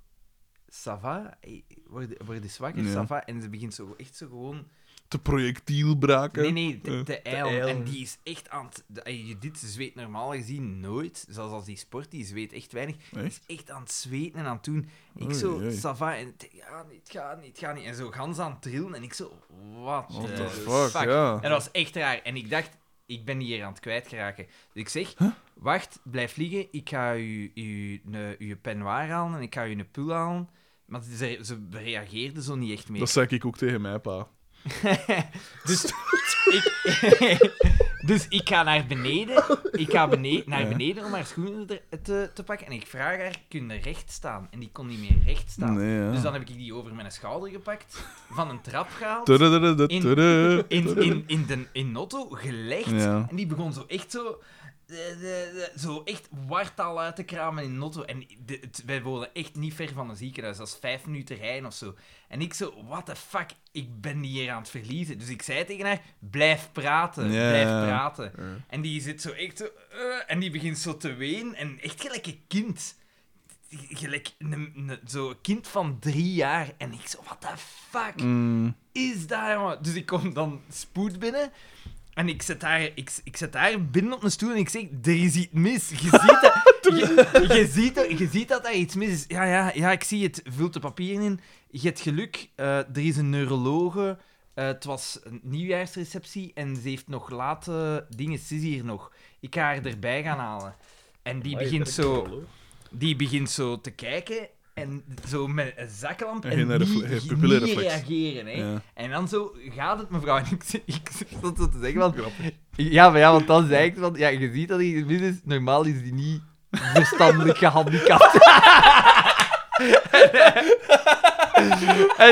Speaker 1: Sava, eh, word, word eens wakker,
Speaker 2: Ja.
Speaker 1: Sava. En ze begint zo echt zo gewoon...
Speaker 2: Te projectiel braken.
Speaker 1: Nee, nee, de,
Speaker 2: Ja.
Speaker 1: de eil.
Speaker 3: eil.
Speaker 1: En die is echt aan het... de- ey, Judith zweet normaal gezien nooit. Zelfs als die sport, die zweet echt weinig. Die is echt aan het zweten en aan het doen. Ik
Speaker 2: Oei,
Speaker 1: zo,
Speaker 2: oei.
Speaker 1: Sava, en het gaat niet, het gaat niet, het gaat niet. En zo gans aan het trillen. En ik zo, wat
Speaker 2: What
Speaker 1: de
Speaker 2: the fuck, ja.
Speaker 1: En dat was echt raar. En ik dacht, ik ben hier aan het kwijtraken. Dus ik zeg, wacht, blijf liggen. Ik ga u, u, ne- uw penwaar halen en ik ga u een pul halen. Maar ze, ze reageerde zo niet echt meer.
Speaker 2: Dat zei ik ook tegen mijn pa.
Speaker 1: dus, ik, dus ik ga naar beneden. Ik ga bene- naar
Speaker 2: Ja.
Speaker 1: beneden om haar schoenen te, te, te pakken. En ik vraag haar, kun je recht staan? En die kon niet meer recht staan.
Speaker 2: Nee, ja.
Speaker 1: Dus dan heb ik die over mijn schouder gepakt, van een trap gehaald.
Speaker 2: Tudududu,
Speaker 1: In-
Speaker 2: tudu.
Speaker 1: in, in, in, de, in Notto gelegd.
Speaker 2: Ja.
Speaker 1: En die begon zo echt zo... eh, eh, eh, Zo echt wartaal uit te kramen in Notto. En de- het- wij wonen echt niet ver van een ziekenhuis. Dat is vijf minuten rijden of zo. En ik zo, what the fuck, ik ben hier aan het verliezen. Dus ik zei tegen haar, blijf praten,
Speaker 2: Ja.
Speaker 1: blijf praten. En die zit zo echt zo... eh, en die begint zo te ween. En echt gelijk een kind. Gelijk een- een- zo'n kind van drie jaar. En ik zo, what the fuck
Speaker 2: Mm.
Speaker 1: is dat, jongen? Dus ik kom dan spoed binnen. En ik zet, haar, ik, ik zet haar binnen op mijn stoel en ik zeg, er is iets mis. Je ziet dat, je, je ziet dat, je ziet dat daar iets mis is. Ja, ja, ja, ik zie het. Vult de papieren in. Je hebt geluk. Eh, er is een neurologe. Eh, het was een nieuwjaarsreceptie en ze heeft nog late dingen. Ze is hier nog. Ik ga haar erbij gaan halen. En die begint zo... Die begint zo te kijken en zo met een zaklamp
Speaker 2: En
Speaker 1: en,
Speaker 2: geen
Speaker 1: niet,
Speaker 2: refle- geen
Speaker 1: niet
Speaker 2: pupillenreflex.
Speaker 1: reageren. Hè.
Speaker 2: Ja.
Speaker 1: En dan zo gaat het, mevrouw. En ik, zit- ik zit dat zo te zeggen, want... Ja, maar ja, want dan zei ik, want ja, je ziet dat hij in het midden is. Normaal is die niet verstandelijk gehandicapt. en,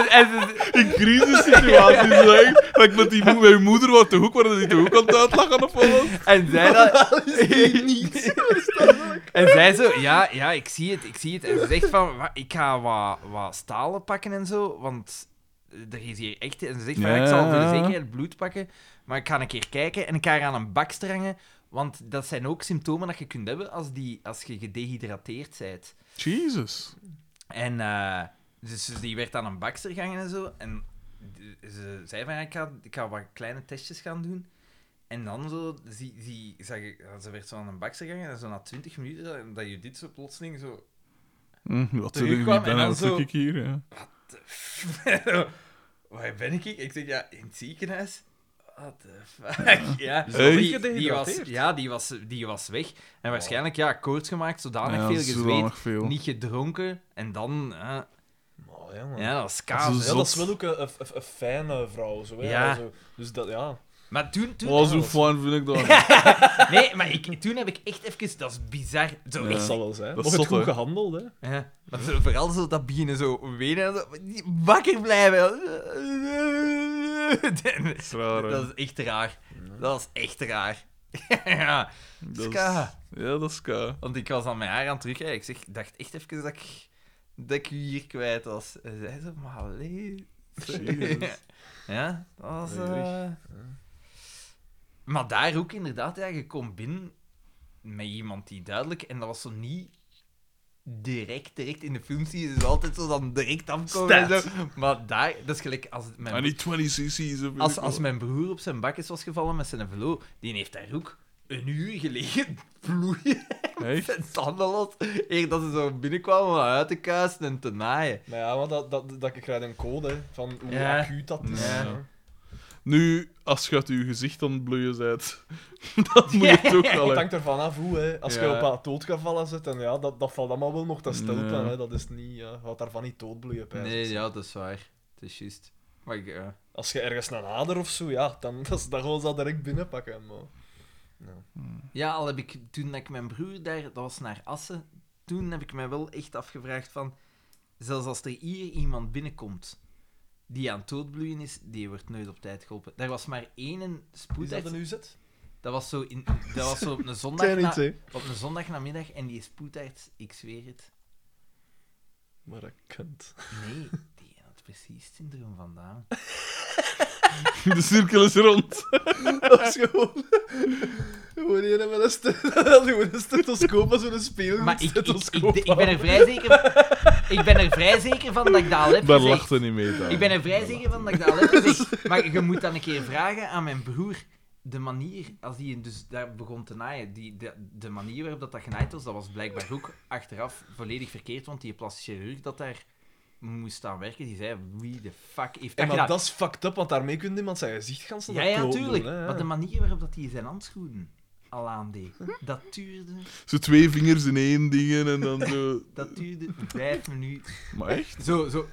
Speaker 1: en ze-
Speaker 2: In crisissituaties, zeg. Dat ik met die mo- mijn moeder wat de hoek, waar die de hoek aan het uitlachen of wat.
Speaker 1: en zij dat... niet En zij zo, ja, ja, ik zie het, ik zie het. En ze zegt van, wa- ik ga wat, wat stalen pakken en zo, want er is hier echt... En ze zegt van, ja, ik zal voor de
Speaker 2: Ja.
Speaker 1: zekerheid bloed pakken, maar ik ga een keer kijken en ik ga haar aan een bak strangen, want dat zijn ook symptomen dat je kunt hebben als, die, als je gedehydrateerd bent.
Speaker 2: Jesus.
Speaker 1: En eh, dus, dus die werd aan een bakster gehangen en zo. En d- ze zei van, ja, ik ga, ik ga wat kleine testjes gaan doen. En dan zo, zie, zie, zag ik, ja, ze werd zo aan een bakster gehangen. En zo na 20 minuten, dat- dat je dit zo plotseling zo...
Speaker 2: Hm, wat
Speaker 1: Terug
Speaker 2: zit ik niet
Speaker 1: kwam en
Speaker 2: ben,
Speaker 1: dan
Speaker 2: wat
Speaker 1: zo-
Speaker 2: zit ik hier, ja.
Speaker 1: Waar ben ik? Ik zeg, ja, in het ziekenhuis. What the fuck, ja.
Speaker 2: Hey.
Speaker 1: Die, die was, ja, die was, die was weg. En waarschijnlijk, ja, koorts gemaakt, zodanig
Speaker 2: Ja,
Speaker 1: veel gezweet,
Speaker 2: zodanig veel.
Speaker 1: niet gedronken. En dan, eh,
Speaker 5: Maar ja, man.
Speaker 1: ja, dat was
Speaker 2: Zo
Speaker 1: kaas. hè.
Speaker 5: Ja, dat is
Speaker 2: Zot.
Speaker 5: wel ook een, een, een- een fijne vrouw. Zo, hè.
Speaker 1: Ja.
Speaker 5: Zo, dus dat, ja.
Speaker 1: Maar toen... toen
Speaker 2: Oh, zo fijn vind ik dat. niet.
Speaker 1: Nee, maar ik, toen heb ik echt even... Dat is bizar. Zo
Speaker 2: Ja.
Speaker 5: Dat
Speaker 1: echt...
Speaker 5: zal wel zijn.
Speaker 2: Dat is
Speaker 5: Nog het
Speaker 2: zot,
Speaker 5: goed
Speaker 2: hè.
Speaker 5: gehandeld, hè.
Speaker 1: Ja. Maar zo, vooral zo dat beginnen zo wenen en zo. die Wakker blijven. Dat
Speaker 2: Dat is raar, hè.
Speaker 1: dat is echt raar. Dat is echt raar. ja,
Speaker 2: Dat is-
Speaker 1: ska.
Speaker 2: Ja, dat is ska.
Speaker 1: Want ik was aan mijn haar aan het terugrijden. Ik zeg, dacht echt even dat ik, dat ik u hier kwijt was. En zij zo, maar allee.
Speaker 2: Jezus.
Speaker 1: Ja, dat was...
Speaker 5: Allee,
Speaker 1: eh, Maar daar ook inderdaad, ja, je komt binnen met iemand die duidelijk... En dat was zo niet direct, direct in de films zie je ze altijd zo dan direct afkomen en zo. Maar daar, dat is gelijk als mijn...
Speaker 2: En die 20cc's. heb ik
Speaker 1: Als,
Speaker 2: wel.
Speaker 1: als mijn broer op zijn bak is was gevallen met zijn vlo, die heeft daar ook een uur gelegen vloeien
Speaker 2: Echt?
Speaker 1: en tanden los. Eer dat ze zo binnenkwamen om uit te kuisen en te naaien.
Speaker 5: Maar ja, want dat, dat, dat, ik krijg een code hè, van hoe
Speaker 1: Ja.
Speaker 5: acuut dat is.
Speaker 1: Ja.
Speaker 5: Ja.
Speaker 2: Nu, als je uit je gezicht aan het bloeien bent, dat moet je toch wel...
Speaker 5: Het
Speaker 2: hè.
Speaker 5: hangt ervan af hoe, hè. Als je
Speaker 2: Ja.
Speaker 5: op haar dood gaat vallen zit, en ja, dat, dat valt allemaal wel nog te stilten,
Speaker 2: Ja.
Speaker 5: hè. Dat is niet... ja, Je gaat daarvan niet doodbloeien, pijs.
Speaker 1: Nee, ja, dat is waar. Het is juist. Maar ik, eh,
Speaker 5: Als je ergens een ader of zo, ja, dan, dat is, dan gaan ze dat direct binnenpakken. Maar...
Speaker 1: Ja, al heb ik toen dat ik mijn broer daar, dat was naar Assen, toen heb ik mij wel echt afgevraagd van, zelfs als er hier iemand binnenkomt die aan het doodbloeien is, die wordt nooit op tijd geholpen. Daar was maar één
Speaker 5: Is dat
Speaker 1: spoedarts.
Speaker 5: een UZ?
Speaker 1: Dat was zo, in, dat was zo op een
Speaker 3: Het
Speaker 1: zondag,
Speaker 3: zijn
Speaker 1: na,
Speaker 3: iets, hè.
Speaker 1: op een zondagnamiddag en die spoedarts, ik zweer het.
Speaker 5: Maar dat kunt.
Speaker 1: Nee, die had precies het syndroom vandaan.
Speaker 2: De cirkel is rond.
Speaker 3: Dat is gewoon... Gewoon hier hebben we een st- dat is gewoon een stethoscoop als een speelgoed
Speaker 1: Maar ik, ik, ik,
Speaker 3: stethoscoop
Speaker 1: ik ben er vrij zeker, ik ben er vrij zeker van dat ik dat al heb
Speaker 2: Daar
Speaker 1: gezegd.
Speaker 2: lacht hij niet mee. Daan.
Speaker 1: Ik ben er vrij zeker van dat ik dat al heb gezegd. Maar je moet dan een keer vragen aan mijn broer. De manier, als die dus daar begon te naaien, die, de, de manier waarop dat, dat genaaid was, dat was blijkbaar ook achteraf volledig verkeerd, want die plastische chirurg dat daar moest aan werken, die zei, wie de fuck heeft dat
Speaker 5: En
Speaker 1: gedaan?
Speaker 5: maar dat is fucked up, want daarmee kun je iemand zijn gezicht gaan staan.
Speaker 1: Ja, ja, tuurlijk. Maar de manier waarop dat hij zijn handschoenen al aandeed, dat duurde,
Speaker 2: Zo twee vingers in één dingen en dan zo.
Speaker 1: dat duurde vijf minuten.
Speaker 2: Maar echt?
Speaker 1: Zo, zo,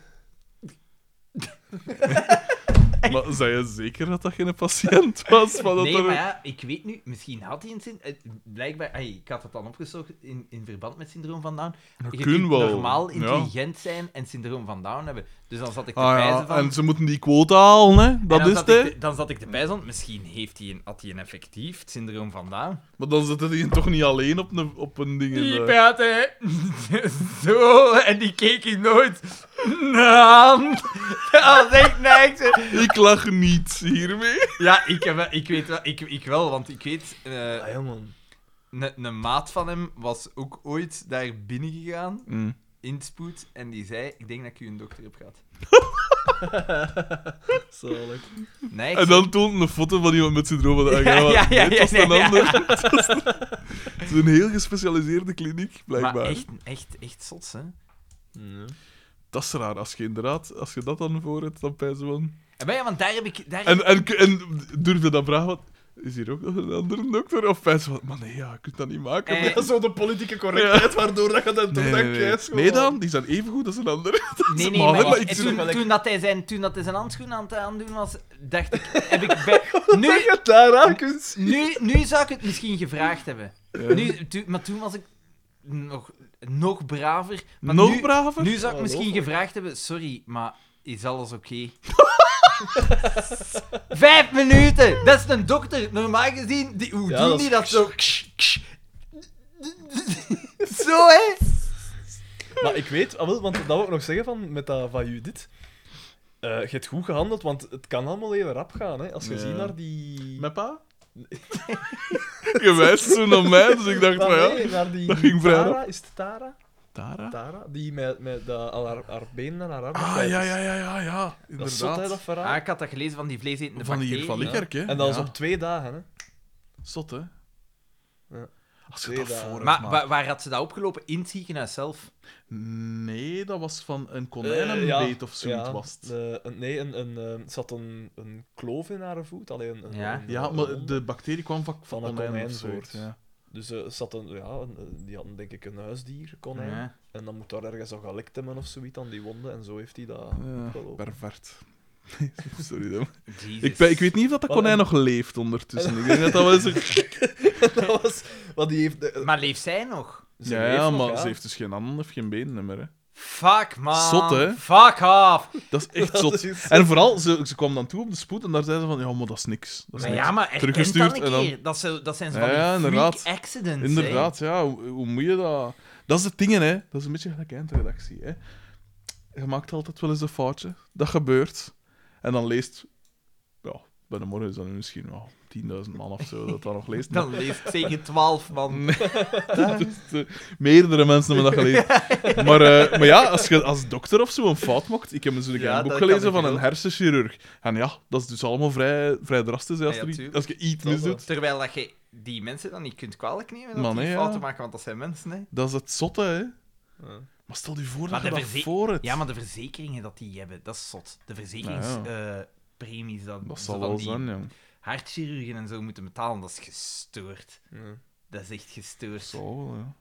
Speaker 2: Maar zei je zeker dat dat geen patiënt was? Van dat
Speaker 1: nee,
Speaker 2: er-
Speaker 1: maar ja, ik weet nu, misschien had hij een zin. eh, Blijkbaar, ai, ik had dat dan opgezocht in, in verband met syndroom van Down.
Speaker 2: Dat
Speaker 1: je
Speaker 2: kun
Speaker 1: kunt
Speaker 2: wel,
Speaker 1: normaal
Speaker 2: ja.
Speaker 1: intelligent zijn en syndroom van Down hebben. Dus dan zat ik te
Speaker 2: Ah
Speaker 1: pijzen
Speaker 2: ja,
Speaker 1: van...
Speaker 2: en ze moeten die quota halen, hè?
Speaker 1: en
Speaker 2: Dat
Speaker 1: dan
Speaker 2: is
Speaker 1: zat
Speaker 2: het,
Speaker 1: ik
Speaker 2: hè?
Speaker 1: te- Dan zat ik te pijzen, want misschien heeft hij een, had hij een effectief het syndroom van Down.
Speaker 2: Maar dan zitten die toch niet alleen op een, op een ding. in
Speaker 1: Die
Speaker 2: de-
Speaker 1: praten zo, en die keek ik nooit aan. Dat was echt niks. hè.
Speaker 2: Ik lach niet hiermee.
Speaker 1: Ja, ik, heb, wel- ik weet wel, ik, ik wel, want ik weet... eh,
Speaker 3: Ah, ja, man.
Speaker 1: Een, een maat van hem was ook ooit daar binnen gegaan, in spoed, en die zei: Ik denk dat ik u een dokter heb gehad.
Speaker 3: Zalig.
Speaker 1: Nee, ik
Speaker 2: En
Speaker 1: zei-
Speaker 2: dan toont hij een foto van iemand met syndroom. van Down.
Speaker 1: Ja,
Speaker 2: Ja,
Speaker 1: ja, ja,
Speaker 2: nee, het was
Speaker 1: ja,
Speaker 2: een
Speaker 1: ja.
Speaker 2: ander. Het was een- Het is een heel gespecialiseerde kliniek, blijkbaar.
Speaker 1: Maar echt, echt, echt zot, hè? Ah,
Speaker 2: Dat is raar. Als je inderdaad, als je dat dan voor hebt, dan pijzen we aan.
Speaker 1: En maar ja, want daar heb ik. Daar
Speaker 2: En, en, en durf je dan vragen, wat, is hier ook nog een andere dokter? Of pijzen van, maar nee, ja, je kunt dat niet maken.
Speaker 1: Eh,
Speaker 2: Nee,
Speaker 3: Dat is zo de politieke correctheid waardoor dat je dat
Speaker 2: nee, nee, nee. nee dan, die zijn even goed als een ander.
Speaker 1: nee, nee,
Speaker 2: maar-
Speaker 1: maar,
Speaker 2: maar
Speaker 1: ik-
Speaker 2: ik zie
Speaker 1: toen,
Speaker 2: nog wel
Speaker 1: toen, dat hij zijn, toen dat hij zijn handschoen aan het aandoen was, dacht ik: heb ik bij, nu,
Speaker 3: je daaraan kunt zien.
Speaker 1: nu, nu zou ik het misschien gevraagd hebben. Nu, toen- maar toen was ik nog, nog braver. Maar
Speaker 2: nog
Speaker 1: nu,
Speaker 2: braver?
Speaker 1: Nu zou ik misschien gevraagd hebben: sorry, maar is alles oké? Vijf minuten! Dat is een dokter. Normaal gezien, die, hoe doen die dat zo? zo, hè?
Speaker 5: Maar ik weet, ah, wel, want dat wil ik nog zeggen van, met dat van Judith. Eh je hebt goed gehandeld, want het kan allemaal even rap gaan. Hè. Als je
Speaker 2: Ja.
Speaker 5: ziet naar die...
Speaker 2: Met pa? je wijst zo naar mij, dus ik dacht
Speaker 5: Ah,
Speaker 2: van ja.
Speaker 5: nee, naar die
Speaker 2: dat ging vrij
Speaker 5: Tara, is het Tara?
Speaker 2: Tara?
Speaker 5: Tara? Die met, met dat, al haar, haar benen en haar armen
Speaker 2: Ah,
Speaker 5: kwijt
Speaker 2: ja,
Speaker 5: is.
Speaker 2: ja, ja, ja, ja.
Speaker 5: Dat is zot, hè,
Speaker 2: Inderdaad.
Speaker 5: dat verhaal.
Speaker 1: Ah, ik had dat gelezen van die vleesetende
Speaker 2: Van hier,
Speaker 1: bacteriën.
Speaker 2: van Likkerk, hè.
Speaker 5: en dat is
Speaker 2: Ja.
Speaker 5: op twee dagen, hè.
Speaker 2: Zot, hè.
Speaker 5: Ja.
Speaker 2: Als je dat
Speaker 5: Tweede-
Speaker 2: voor hebt,
Speaker 1: Maar
Speaker 2: maat.
Speaker 1: wa- waar had ze dat opgelopen? In het ziekenhuis zelf.
Speaker 2: Nee, dat was van een
Speaker 5: Eh,
Speaker 2: konijnenbeet of zoiets
Speaker 5: ja,
Speaker 2: was het.
Speaker 5: eh, een- nee, een, een, eh, er zat een, een kloof in haar voet. Alleen een, een-
Speaker 1: Ja.
Speaker 5: een-
Speaker 2: Ja,
Speaker 5: een
Speaker 2: maar
Speaker 5: wond.
Speaker 2: de bacterie kwam van,
Speaker 5: Van
Speaker 2: van
Speaker 5: een
Speaker 2: konijnen of
Speaker 5: konijnsoort.
Speaker 2: zoiets. Ja.
Speaker 5: Dus eh, er zat een, ja, een- een- die hadden denk ik een huisdier, konijn.
Speaker 1: Ja.
Speaker 5: En dan moet daar ergens al gelikt hebben of zoiets aan die wonden. En zo heeft hij dat
Speaker 2: Ja,
Speaker 5: opgelopen.
Speaker 2: Eh, pervert. Sorry, dan.
Speaker 1: Jezus.
Speaker 2: Ik, ben- ik weet niet of dat
Speaker 5: Wat
Speaker 2: konijn
Speaker 5: een-
Speaker 2: nog leeft ondertussen. Ik denk dat dat wel eens... een-
Speaker 5: dat was... Want die heeft... eh,
Speaker 1: Maar leeft zij nog?
Speaker 5: ze
Speaker 2: Ja,
Speaker 5: leeft
Speaker 2: ja,
Speaker 5: nog,
Speaker 2: maar
Speaker 5: ja.
Speaker 2: ze heeft dus geen handen of geen benen meer. Hè.
Speaker 1: Fuck, man.
Speaker 2: Zot, hè?
Speaker 1: Fuck off.
Speaker 2: Dat is echt
Speaker 5: Dat
Speaker 2: zot.
Speaker 5: is-
Speaker 2: En vooral, ze, ze kwam dan toe op de spoed en daar zeiden ze van, ja, maar dat is niks. Dat is
Speaker 1: Maar
Speaker 2: niks.
Speaker 1: ja, maar echt
Speaker 2: Teruggestuurd
Speaker 1: dan een
Speaker 2: en dan-
Speaker 1: keer. Dat, ze, dat zijn ze
Speaker 2: Ja,
Speaker 1: van die
Speaker 2: ja, inderdaad.
Speaker 1: freak accidents, hè.
Speaker 2: Inderdaad, ja. Hoe, hoe moet je dat... Dat is het ding, hè. Dat is een beetje gelijk eindredactie, hè. Je maakt altijd wel eens een foutje. Dat gebeurt. En dan leest... Ja, bij de morgen is dat nu misschien wel 10.000 man of zo dat dat nog leest.
Speaker 1: Dan leeft zeker twaalf man.
Speaker 2: Nee, dat is te- meerdere mensen hebben dat gelezen. Maar, eh, maar ja, als je als dokter of zo een fout maakt... Ik heb eens een, keer
Speaker 1: Ja,
Speaker 2: een boek
Speaker 1: dat kan
Speaker 2: gelezen
Speaker 1: ik
Speaker 2: van
Speaker 1: wel.
Speaker 2: een hersenchirurg. En ja, dat is dus allemaal vrij, vrij drastisch. hè, Als,
Speaker 1: Ja,
Speaker 2: er iets-
Speaker 1: tuurlijk.
Speaker 2: als je iets misdoet.
Speaker 1: Terwijl dat je die mensen dan niet kunt kwalijk nemen dat
Speaker 2: Maar
Speaker 1: die
Speaker 2: nee, ja.
Speaker 1: fouten maken, want dat zijn mensen, hè.
Speaker 2: Dat is het zotte, hè. Maar stel je voor
Speaker 1: Maar
Speaker 2: dat je
Speaker 1: de
Speaker 2: dat
Speaker 1: verze-
Speaker 2: voor het...
Speaker 1: Ja, maar de verzekeringen dat die hebben, dat is zot. De eh, verzekeringspremies dat,
Speaker 2: Dat
Speaker 1: ze
Speaker 2: zal
Speaker 1: van
Speaker 2: wel
Speaker 1: die
Speaker 2: zijn, jong.
Speaker 1: hartchirurgen en zo moeten betalen, dat is gestoord. Dat is echt gestoord.
Speaker 2: Zal wel, ja.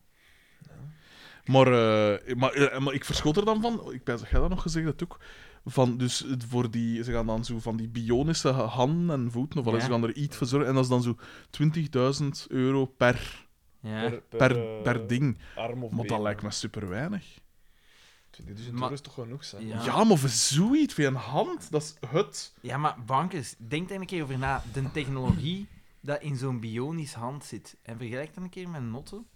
Speaker 2: Maar, eh, maar, eh, maar ik verschot er dan van, ik ben dat jij dat nog gezegd hebt ook, van, dus het voor die, ze gaan dan zo van die bionische handen en voeten, of wat
Speaker 1: Ja.
Speaker 2: is, ze gaan er iets verzorgen, en dat is dan zo 20.000 euro per,
Speaker 1: Ja.
Speaker 2: per,
Speaker 5: eh,
Speaker 2: per ding.
Speaker 5: Arm of
Speaker 2: Maar dat
Speaker 5: been.
Speaker 2: lijkt me super weinig.
Speaker 5: 20.000
Speaker 1: Maar-
Speaker 5: euro is toch genoeg, zeg.
Speaker 1: Ja.
Speaker 2: Ja, maar voor zoiets, voor een hand, dat is het.
Speaker 1: Ja, maar bankers, denk daar een keer over na. De technologie dat in zo'n bionisch hand zit en vergelijk dat een keer met notten,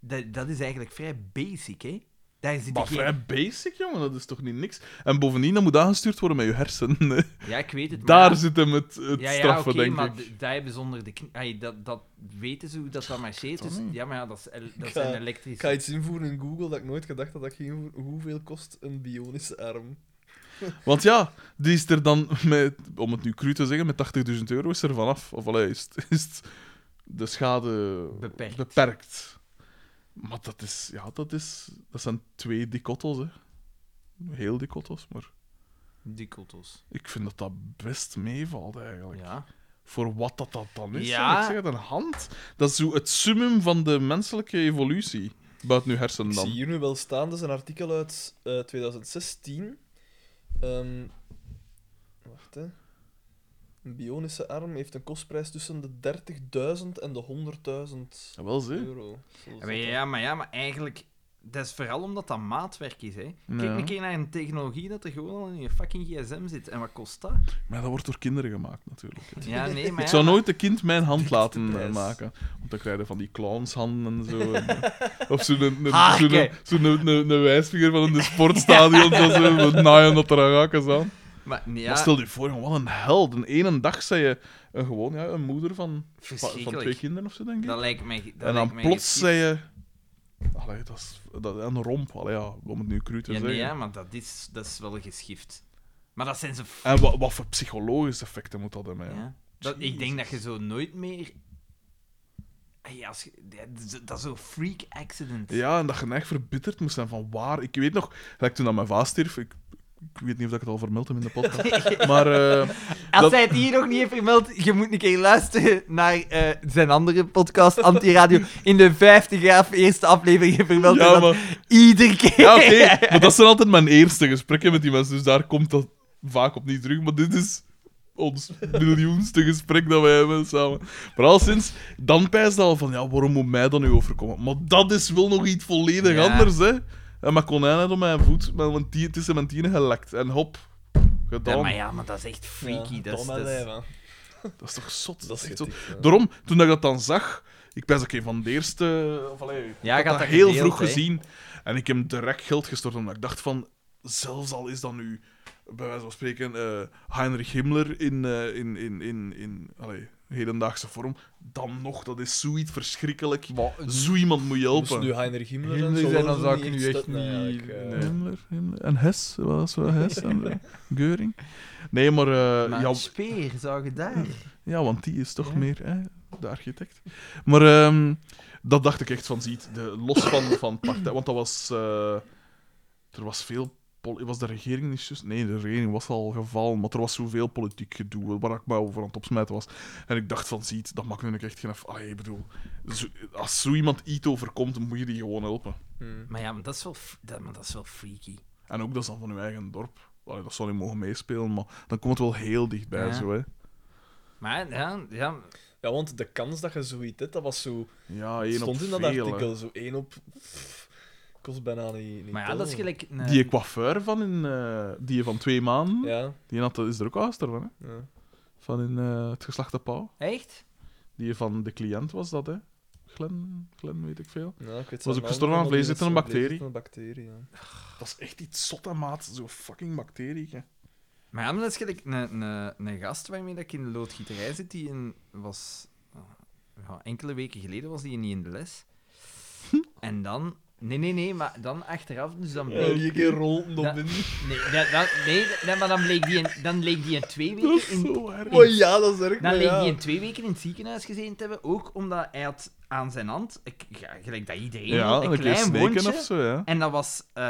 Speaker 1: dat, dat is eigenlijk vrij basic, hè? Daar zit
Speaker 2: Maar
Speaker 1: ik
Speaker 2: vrij basic, jongen, dat is toch niet niks? En bovendien, dat moet aangestuurd worden met je hersenen.
Speaker 1: Ja, ik weet het. maar
Speaker 2: Daar
Speaker 1: ja,
Speaker 2: zit hem het, het
Speaker 1: ja, ja,
Speaker 2: straffen,
Speaker 1: oké,
Speaker 2: denk
Speaker 1: maar
Speaker 2: ik.
Speaker 1: d- daar hebben ze onder de knie... ai, dat, dat weten ze hoe dat dat marcheert. Dus,
Speaker 2: niet.
Speaker 1: ja, maar ja, dat, is el- dat zijn
Speaker 5: Ik ga- Ik ga
Speaker 1: elektrische...
Speaker 5: iets invoeren in Google dat ik nooit gedacht had dat ik ging invoeren. Hoeveel kost een bionische arm?
Speaker 2: Want ja, die is er dan, met, om het nu cru te zeggen, met 80.000 euro is er vanaf. Of allee, is, het- is het de schade
Speaker 1: Beperkt.
Speaker 2: beperkt. Maar dat is, ja, dat is, dat zijn twee dikottels, hè. Heel dikottels, maar
Speaker 1: Dikotos.
Speaker 2: ik vind dat dat best meevalt eigenlijk.
Speaker 1: Ja.
Speaker 2: Voor wat dat, dat dan is.
Speaker 1: Ja.
Speaker 2: En Ik zeg het, een hand, dat is zo het summum van de menselijke evolutie. Buiten uw hersenen
Speaker 5: Ik
Speaker 2: dan.
Speaker 5: zie hier nu wel staan, dat is een artikel uit eh, 2016. Ehm, wacht, hè. Een bionische arm heeft een kostprijs tussen de 30.000 en de 100.000
Speaker 2: Ja, wel, zie.
Speaker 5: euro. Zo
Speaker 1: Ja,
Speaker 5: zat
Speaker 1: maar
Speaker 5: dat.
Speaker 1: ja, maar ja, maar eigenlijk... Dat is vooral omdat dat maatwerk is, hè.
Speaker 2: Ja.
Speaker 1: Kijk een keer naar een technologie dat er gewoon al in je fucking gsm zit. En wat kost dat?
Speaker 2: Maar dat wordt door kinderen gemaakt, natuurlijk. hè.
Speaker 1: Ja, nee, maar
Speaker 2: Ik
Speaker 1: ja,
Speaker 2: zou
Speaker 1: maar-
Speaker 2: nooit een kind mijn hand laten eh,
Speaker 5: prijs.
Speaker 2: maken. Want dan krijg je van die clownshanden en zo. En, eh, of zo'n een, een,
Speaker 1: Haken.
Speaker 2: zo'n een, zo'n een, een- een wijsvinger van een sportstadion. dat zo, met naaien dat er aan haken aan.
Speaker 1: Maar, nee,
Speaker 2: Maar
Speaker 1: ja,
Speaker 2: stel je voor, jongen, wat een held. Een ene dag zei je een, gewoon ja, een moeder van, van
Speaker 1: verschrikkelijk.
Speaker 2: twee kinderen of zo, denk ik.
Speaker 1: Dat lijkt mij... Dat
Speaker 2: en
Speaker 1: lijkt
Speaker 2: dan
Speaker 1: mij
Speaker 2: plots
Speaker 1: geschikt.
Speaker 2: zei je... Allee, dat is dat, een romp, allee, ja, om het nu cru te
Speaker 1: Ja,
Speaker 2: zeggen.
Speaker 1: nee, ja, maar dat is, dat is wel geschift. Maar dat zijn ze... f-
Speaker 2: En wat, wat voor psychologische effecten moet dat hebben?
Speaker 1: Ja.
Speaker 2: Ja.
Speaker 1: Dat, ik denk dat je
Speaker 2: Jezus.
Speaker 1: zo nooit meer... Ey, als je- ja, dat- dat is zo'n freak accident.
Speaker 2: Ja, en dat je echt verbitterd moest zijn van waar. Ik weet nog, gelijk toen dat mijn vaas stierf, ik, ik weet niet of dat ik het al vermeld heb in de podcast, maar eh,
Speaker 1: Als
Speaker 2: dat-
Speaker 1: hij het hier nog niet heeft vermeld, je moet een keer luisteren naar eh, zijn andere podcast, Antiradio. In de 50 jaar eerste aflevering heeft vermeld hij
Speaker 2: ja,
Speaker 1: dat
Speaker 2: maar,
Speaker 1: iedere keer.
Speaker 2: ja, oké, maar dat zijn altijd mijn eerste gesprekken met die mensen, dus daar komt dat vaak op niet terug, maar dit is ons miljoenste gesprek dat wij hebben samen. Maar al sinds, dan pijst dat al van, ja, waarom moet mij dat nu overkomen? Maar dat is wel nog iets volledig
Speaker 1: Ja.
Speaker 2: anders, hè. En mijn konijn had om mijn voet, met mijn tien, tussen mijn tienen gelekt, en hop,
Speaker 1: Ja,
Speaker 2: gedaan.
Speaker 1: maar ja, maar dat is echt freaky.
Speaker 5: Ja,
Speaker 1: dat is,
Speaker 5: dom en
Speaker 1: dat is-
Speaker 5: lijf, hè.
Speaker 2: Dat is toch zot?
Speaker 5: Dat is
Speaker 2: echt
Speaker 5: getikt, ja.
Speaker 2: Daarom, toen ik dat dan zag, ik ben ook een van de eerste. Of, allee, ik
Speaker 1: Ja,
Speaker 2: had
Speaker 1: ik had
Speaker 2: dat
Speaker 1: dat
Speaker 2: heel
Speaker 1: gedeeld,
Speaker 2: vroeg
Speaker 1: hè.
Speaker 2: gezien. En ik heb direct geld gestort, omdat ik dacht van, zelfs al is dat nu, bij wijze van spreken, eh, Heinrich Himmler in, eh, in, in, in, in allee, hedendaagse vorm, dan nog, dat is zoiets verschrikkelijk. Zo iemand moet je
Speaker 5: Dus
Speaker 2: helpen.
Speaker 5: nu Heinrich Himmler
Speaker 10: Himmler
Speaker 5: zo
Speaker 10: zijn,
Speaker 5: worden
Speaker 10: dan
Speaker 5: ze
Speaker 10: zou ik
Speaker 5: niet
Speaker 10: nu echt
Speaker 5: stutten,
Speaker 10: niet-
Speaker 5: eigenlijk, eh.
Speaker 10: nee.
Speaker 2: Himmler, Himmler. En Hess, was wel Hess. En, eh, Geuring. Nee, maar, eh,
Speaker 1: Maar
Speaker 2: ja,
Speaker 1: speer, zou je daar...
Speaker 2: Ja, want die is toch
Speaker 1: Ja.
Speaker 2: meer hè, de architect. Maar ehm, dat dacht ik echt van, ziet, de, los van, van partij. Want dat was... eh, er was veel... pol- Was de regering niet juist? Nee, de regering was al gevallen, maar er was zoveel politiek gedoe waar ik me over aan het opsmijten was. En ik dacht van, ziet, dat maakt nu ook echt geen... af- Allee, ik bedoel, zo- als zo iemand iets overkomt, dan moet je die gewoon helpen.
Speaker 5: Hmm.
Speaker 1: Maar ja, maar dat is wel, f- dat, maar dat is wel freaky.
Speaker 2: En ook, dat is dan van uw eigen dorp. Allee, dat zou niet mogen meespelen, maar dan komt het wel heel dichtbij,
Speaker 1: Ja.
Speaker 2: zo, hè.
Speaker 1: Maar ja, ja
Speaker 5: Ja, want de kans dat je zoiets hebt, dat was zo...
Speaker 2: Ja, één op
Speaker 5: stond
Speaker 3: nou
Speaker 5: in dat
Speaker 2: vele.
Speaker 5: artikel, zo één op... pff, kost bijna niet, niet
Speaker 1: Maar ja, dat is
Speaker 5: tellen.
Speaker 1: gelijk. een-
Speaker 2: Die coiffeur van in, eh, die van twee maanden,
Speaker 5: Ja,
Speaker 2: die had, is er ook ouster van, hè?
Speaker 5: ja.
Speaker 2: Van in eh, het geslachte pauw.
Speaker 1: Echt?
Speaker 2: Die van de cliënt was dat, hè? Glen, Glen weet ik veel.
Speaker 5: Ja, ik weet
Speaker 2: Was
Speaker 5: zijn
Speaker 2: ook
Speaker 5: naam
Speaker 2: gestorven
Speaker 5: niet,
Speaker 2: aan
Speaker 5: maar
Speaker 2: vlees
Speaker 5: die
Speaker 2: zitten
Speaker 5: is
Speaker 2: een
Speaker 5: van
Speaker 2: bacterie.
Speaker 5: vlees zitten een bacterie, ja.
Speaker 2: Dat is echt iets zotte maat, zo'n fucking bacterietje.
Speaker 1: Maar ja, maar dat is gelijk een, een, een gast waarmee dat ik in de loodgieterij zit, die in, was... eh, Ja, enkele weken geleden was die niet in de les.
Speaker 2: Hm?
Speaker 1: En dan... Nee, nee, nee, maar dan achteraf, dus dan
Speaker 5: Ja,
Speaker 1: bleek...
Speaker 5: die keer rolden
Speaker 1: Dat-
Speaker 5: op in.
Speaker 1: Nee, dat- dat- nee, dat- maar dan bleek die, in- dan bleek die in twee
Speaker 2: Dat is
Speaker 1: weken... In,
Speaker 2: zo erg.
Speaker 5: Maar ja, dat is erg.
Speaker 1: dan
Speaker 5: maar
Speaker 1: bleek
Speaker 5: ja.
Speaker 1: die in twee weken in het ziekenhuis gezeten te hebben, ook omdat hij had aan zijn hand, ik, ja, gelijk dat iedereen,
Speaker 2: Ja,
Speaker 1: had,
Speaker 2: een
Speaker 1: een
Speaker 2: keer
Speaker 1: klein
Speaker 2: sneken
Speaker 1: wondje.
Speaker 2: of zo, ja.
Speaker 1: En dat was, eh,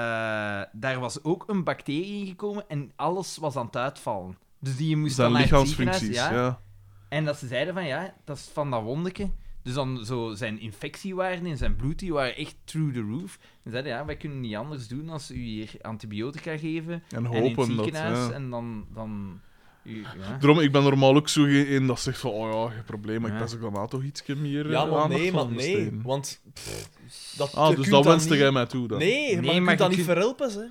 Speaker 1: daar was ook een bacterie ingekomen en alles was aan het uitvallen. Dus die moest
Speaker 2: Zijn
Speaker 1: dan naar het ziekenhuis,
Speaker 2: lichaamsfuncties,
Speaker 1: ja.
Speaker 2: ja.
Speaker 1: En dat ze zeiden van, ja, dat is van dat wondeke. Dus dan zo zijn infectiewaarden in zijn bloed, die waren echt through the roof. En zeiden, ja, wij kunnen niet anders doen als u hier antibiotica geven.
Speaker 2: En
Speaker 1: en in het
Speaker 2: hopen dat,
Speaker 1: ziekenhuis.
Speaker 2: ja.
Speaker 1: En dan... dan u, ja.
Speaker 2: Daarom, ik ben normaal ook zo in dat zegt van, oh ja, geen probleem, maar ik
Speaker 1: Ja.
Speaker 2: pas ook daarna toch iets meer
Speaker 5: Ja,
Speaker 2: eh,
Speaker 5: maar
Speaker 2: aandacht
Speaker 5: nee,
Speaker 2: van
Speaker 5: maar nee.
Speaker 2: besteden.
Speaker 5: Want pff, dat, je
Speaker 2: Ah, dus
Speaker 5: kunt
Speaker 2: dat wenste
Speaker 5: niet-
Speaker 2: jij mij toe dan?
Speaker 5: Nee,
Speaker 1: Nee,
Speaker 5: maar je
Speaker 1: maar
Speaker 5: kunt dat
Speaker 1: je
Speaker 5: niet verhelpen, hè.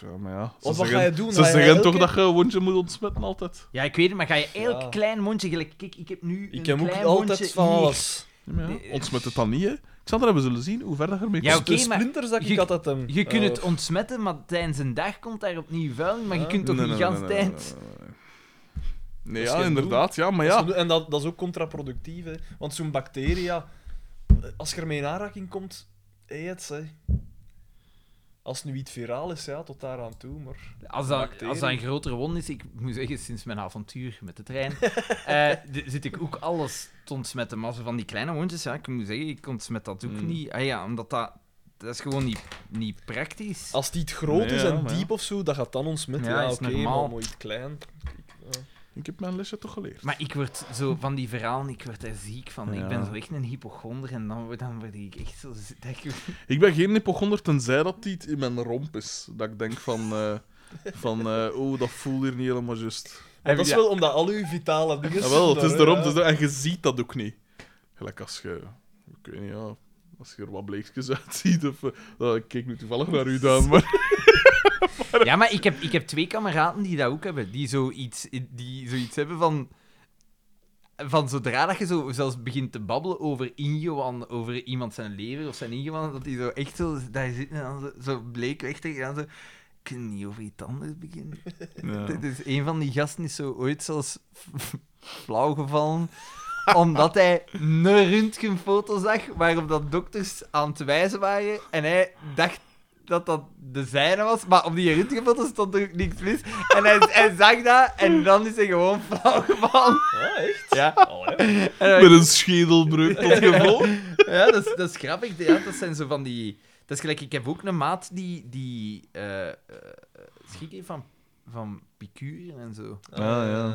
Speaker 11: Ja, maar ja.
Speaker 3: Want wat
Speaker 2: zeggen-
Speaker 3: ga je doen?
Speaker 2: Ze
Speaker 3: Ga je
Speaker 2: zeggen toch
Speaker 3: elke-
Speaker 2: dat je een wondje moet ontsmetten altijd.
Speaker 1: Ja, ik weet het, maar ga je elk
Speaker 3: Ja.
Speaker 1: klein mondje... Gelijk, kijk, ik heb nu een
Speaker 3: Ik heb ook
Speaker 1: klein
Speaker 3: altijd
Speaker 1: mondje
Speaker 3: van
Speaker 1: hier.
Speaker 3: alles.
Speaker 2: Ja, maar ja,
Speaker 1: Nee.
Speaker 2: ontsmet het dan niet, hè. Ik zal er hebben zullen zien hoe ver dat je ermee
Speaker 1: Ja,
Speaker 2: komt.
Speaker 5: Dus
Speaker 1: oké,
Speaker 3: De
Speaker 1: maar
Speaker 3: splinters dat ik
Speaker 1: je-
Speaker 3: altijd hem.
Speaker 1: Je kunt
Speaker 2: Oh.
Speaker 1: het
Speaker 3: eh,
Speaker 1: ontsmetten, maar tijdens een dag komt daar opnieuw vuil in, maar je
Speaker 3: Ah.
Speaker 1: kunt toch
Speaker 2: Nee,
Speaker 1: niet
Speaker 2: nee,
Speaker 1: gans
Speaker 2: nee, nee,
Speaker 1: tijd...
Speaker 2: nee, nee, nee. Nee,
Speaker 3: Dat is
Speaker 2: ja,
Speaker 3: geen doel.
Speaker 2: inderdaad. Ja, maar
Speaker 3: dat
Speaker 2: ja.
Speaker 3: is- En dat, dat is ook contraproductief, hè. Want zo'n bacteria, als je ermee in aanraking komt, eet het, hè. Als het nu iets viraal is, ja, tot daar aan toe, maar...
Speaker 1: Als dat,
Speaker 3: Bacteriën.
Speaker 1: als dat een grotere wond is, ik moet zeggen, sinds mijn avontuur met de trein, eh, d- zit ik ook alles te ontsmetten. Maar zo van die kleine wondjes, ja, ik moet zeggen, ik ontsmet dat ook
Speaker 2: Mm.
Speaker 1: niet. Ah ja, omdat dat, dat is gewoon niet, niet praktisch.
Speaker 3: Als het iets groot
Speaker 2: Nee,
Speaker 3: is
Speaker 2: ja,
Speaker 3: en
Speaker 2: maar ja.
Speaker 3: diep of zo, dat gaat dan ontsmetten.
Speaker 1: Ja,
Speaker 3: Ja,
Speaker 1: is
Speaker 3: oké,
Speaker 1: normaal.
Speaker 3: maar mooi iets klein. Ik- ja.
Speaker 2: Ik heb mijn lesje toch geleerd.
Speaker 1: Maar ik word zo van die verhalen, ik word daar ziek van. Ik
Speaker 2: Ja.
Speaker 1: ben zo echt een hypochonder en dan, word- dan word ik echt zo... zi- Dat ik-
Speaker 2: Ik ben geen hypochonder, tenzij dat die in mijn romp is. Dat ik denk van... eh, van, eh oh, dat voelt hier niet helemaal juist.
Speaker 3: Maar dat is wel omdat al uw vitale dingen...
Speaker 2: Jawel,
Speaker 3: zitten
Speaker 2: Ah, het is
Speaker 3: daar,
Speaker 2: de romp.
Speaker 3: hè,
Speaker 2: het
Speaker 3: ja.
Speaker 2: is de- en je ziet dat ook niet. Gelijk als je... Ik weet niet, ja... Als je er wat bleekjes uitziet, of... eh, nou, ik keek nu toevallig naar u, Daan, maar...
Speaker 1: Ja, maar ik heb, ik heb twee kameraden die dat ook hebben. Die zoiets, die zoiets hebben van... Van zodra dat je zo zelfs begint te babbelen over ingewan, over iemand zijn lever of zijn ingewan, dat die zo echt zo daar zitten en dan zo, zo bleek weg tegen en dan zo... Kunnen niet over iets anders beginnen. Dus een van die gasten is zo ooit zelfs flauw gevallen omdat hij een röntgenfoto zag waarop dat dokters aan het wijzen waren en hij dacht dat dat de zijne was, maar op die röntgenfoto stond er niks mis. En hij, hij zag dat en dan is hij gewoon flauw gevallen.
Speaker 3: Ah, echt?
Speaker 1: Ja.
Speaker 3: Allee.
Speaker 1: En
Speaker 2: Met een schedelbreuk tot gevolg.
Speaker 1: ja, dat is, dat is grappig. Ja, dat zijn zo van die... Dat is gelijk, ik heb ook een maat die, die eh, eh, schrik heeft van, van picuren en zo.
Speaker 3: Ah,
Speaker 2: ja.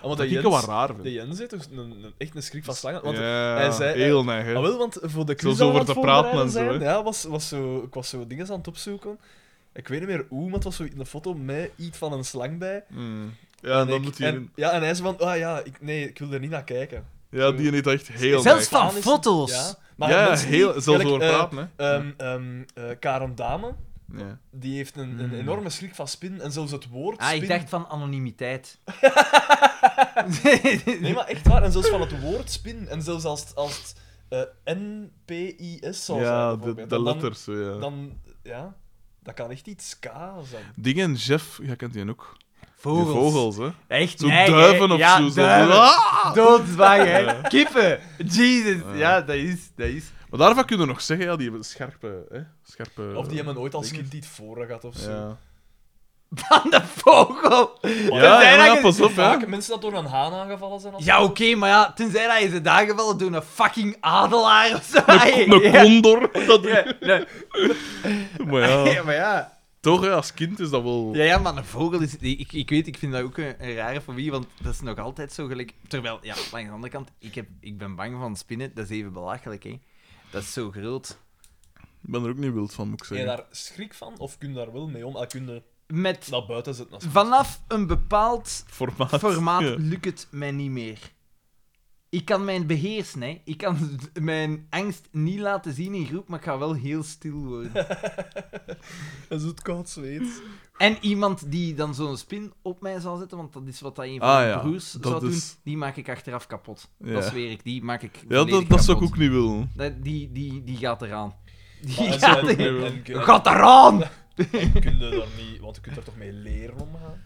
Speaker 3: Ah, want
Speaker 2: Dat
Speaker 3: de
Speaker 2: ik
Speaker 3: Jens,
Speaker 2: het wel raar vind.
Speaker 3: de Jens heeft toch een, een- echt een schrik van slangen. Want
Speaker 2: Ja,
Speaker 3: hij zei-
Speaker 2: heel neig, hè.
Speaker 3: Ah, wel, want voor de quiz
Speaker 2: Zelfs
Speaker 3: dat we
Speaker 2: over
Speaker 3: aan het
Speaker 2: te praten en
Speaker 3: voorbereiden
Speaker 2: zo,
Speaker 3: zijn, Ja, was, was zo, ik was zo dingen aan het opzoeken. Ik weet niet meer hoe, maar het was zo een foto met iets van een slang bij.
Speaker 2: Mm. Ja, en
Speaker 3: En
Speaker 2: dan
Speaker 3: ik-
Speaker 2: moet hij...
Speaker 3: en, Ja, en hij zei van, ah ja, ik, nee, ik wil er niet naar kijken.
Speaker 2: Ja, die heeft echt heel
Speaker 1: Zelfs
Speaker 2: neig.
Speaker 1: van
Speaker 3: Aan is-
Speaker 1: foto's!
Speaker 3: Ja,
Speaker 2: ja,
Speaker 3: mensen die-
Speaker 2: heel, zelfs
Speaker 3: gelijk,
Speaker 2: over
Speaker 3: eh,
Speaker 2: praten, hè.
Speaker 3: ehm, ehm, eh, Karen Dame,
Speaker 2: Ja.
Speaker 3: die heeft een, een
Speaker 2: Hmm.
Speaker 1: Mm.
Speaker 3: enorme schrik van spin. En zelfs het woord
Speaker 1: Ah,
Speaker 3: spin...
Speaker 1: ik dacht van anonimiteit.
Speaker 3: Nee, maar echt waar. En zelfs van het woord spin. En zelfs als het, als het eh, N-P-I-S zou zijn,
Speaker 2: Ja, de,
Speaker 3: bijvoorbeeld.
Speaker 2: de
Speaker 3: En dan-
Speaker 2: letters, ja.
Speaker 3: Dan, ja, dat kan echt iets K zijn.
Speaker 2: Dingen, Jeff, jij kent die ook. Die
Speaker 1: Vogels.
Speaker 2: vogels, hè.
Speaker 1: Echt,
Speaker 2: Zo'n
Speaker 1: nee,
Speaker 2: duiven
Speaker 1: hè.
Speaker 2: of
Speaker 1: ja,
Speaker 2: zo. zo.
Speaker 1: Duiven.
Speaker 2: Ah!
Speaker 1: Doodzwang, hè. Kippen. Jesus.
Speaker 2: Ja.
Speaker 1: Ja, dat is... Dat is.
Speaker 2: Maar daarvan kunnen we nog zeggen, ja, die hebben scherpe... Hè, scherpe
Speaker 3: Of die hebben ooit als
Speaker 2: dingen.
Speaker 3: kind iets voor gehad of zo.
Speaker 2: Ja,
Speaker 1: Van de vogel.
Speaker 2: ja,
Speaker 1: zijn
Speaker 2: ja, maar ja,
Speaker 1: eigenlijk-
Speaker 2: pas op, hè.
Speaker 3: Vaak mensen dat door een haan aangevallen zijn. Als...
Speaker 1: Ja, oké, maar ja, tenzij dat je ze daar gevallen door een fucking adelaar of zo.
Speaker 2: Een, een
Speaker 1: ja.
Speaker 2: condor. Dat,
Speaker 1: Ja, nee.
Speaker 2: Maar ja,
Speaker 1: Ja, maar ja.
Speaker 2: toch, hè, als kind is dat wel...
Speaker 1: ja, ja, maar een vogel is... Ik, ik weet, ik vind dat ook een, een rare fobie, want dat is nog altijd zo gelijk... Terwijl, ja, langs de andere kant, ik, heb, ik ben bang van spinnen. Dat is even belachelijk, hè. Dat is zo groot.
Speaker 2: Ik ben er ook niet wild van, moet ik
Speaker 3: Ben je
Speaker 2: zeggen.
Speaker 3: daar schrik van of kun je daar wel mee om? Al kun je
Speaker 1: Met...
Speaker 3: dat buiten zitten. Als...
Speaker 1: Vanaf een bepaald
Speaker 2: Formaat.
Speaker 1: formaat
Speaker 2: Ja.
Speaker 1: lukt het mij niet meer. Ik kan mijn beheersen, hè. Ik kan mijn angst niet laten zien in groep, maar ik ga wel heel stil worden.
Speaker 3: Dat is het koud zweet.
Speaker 1: en iemand die dan zo'n spin op mij zal zetten, want dat is wat dat een van
Speaker 2: Ah,
Speaker 1: mijn
Speaker 2: ja.
Speaker 1: broers
Speaker 2: Dat
Speaker 1: zou
Speaker 2: is-
Speaker 1: doen, die maak ik achteraf kapot.
Speaker 2: Ja.
Speaker 1: Dat zweer ik, die maak ik
Speaker 2: Ja, dat,
Speaker 1: volledig
Speaker 2: dat zou ik
Speaker 1: kapot.
Speaker 2: ook niet willen.
Speaker 1: Dat- die, die, die gaat eraan. Die
Speaker 3: en
Speaker 1: gaat,
Speaker 3: zo-
Speaker 1: er-
Speaker 3: en kun-
Speaker 1: gaat eraan!
Speaker 3: kun je daar niet... Want je kunt er toch mee leren omgaan?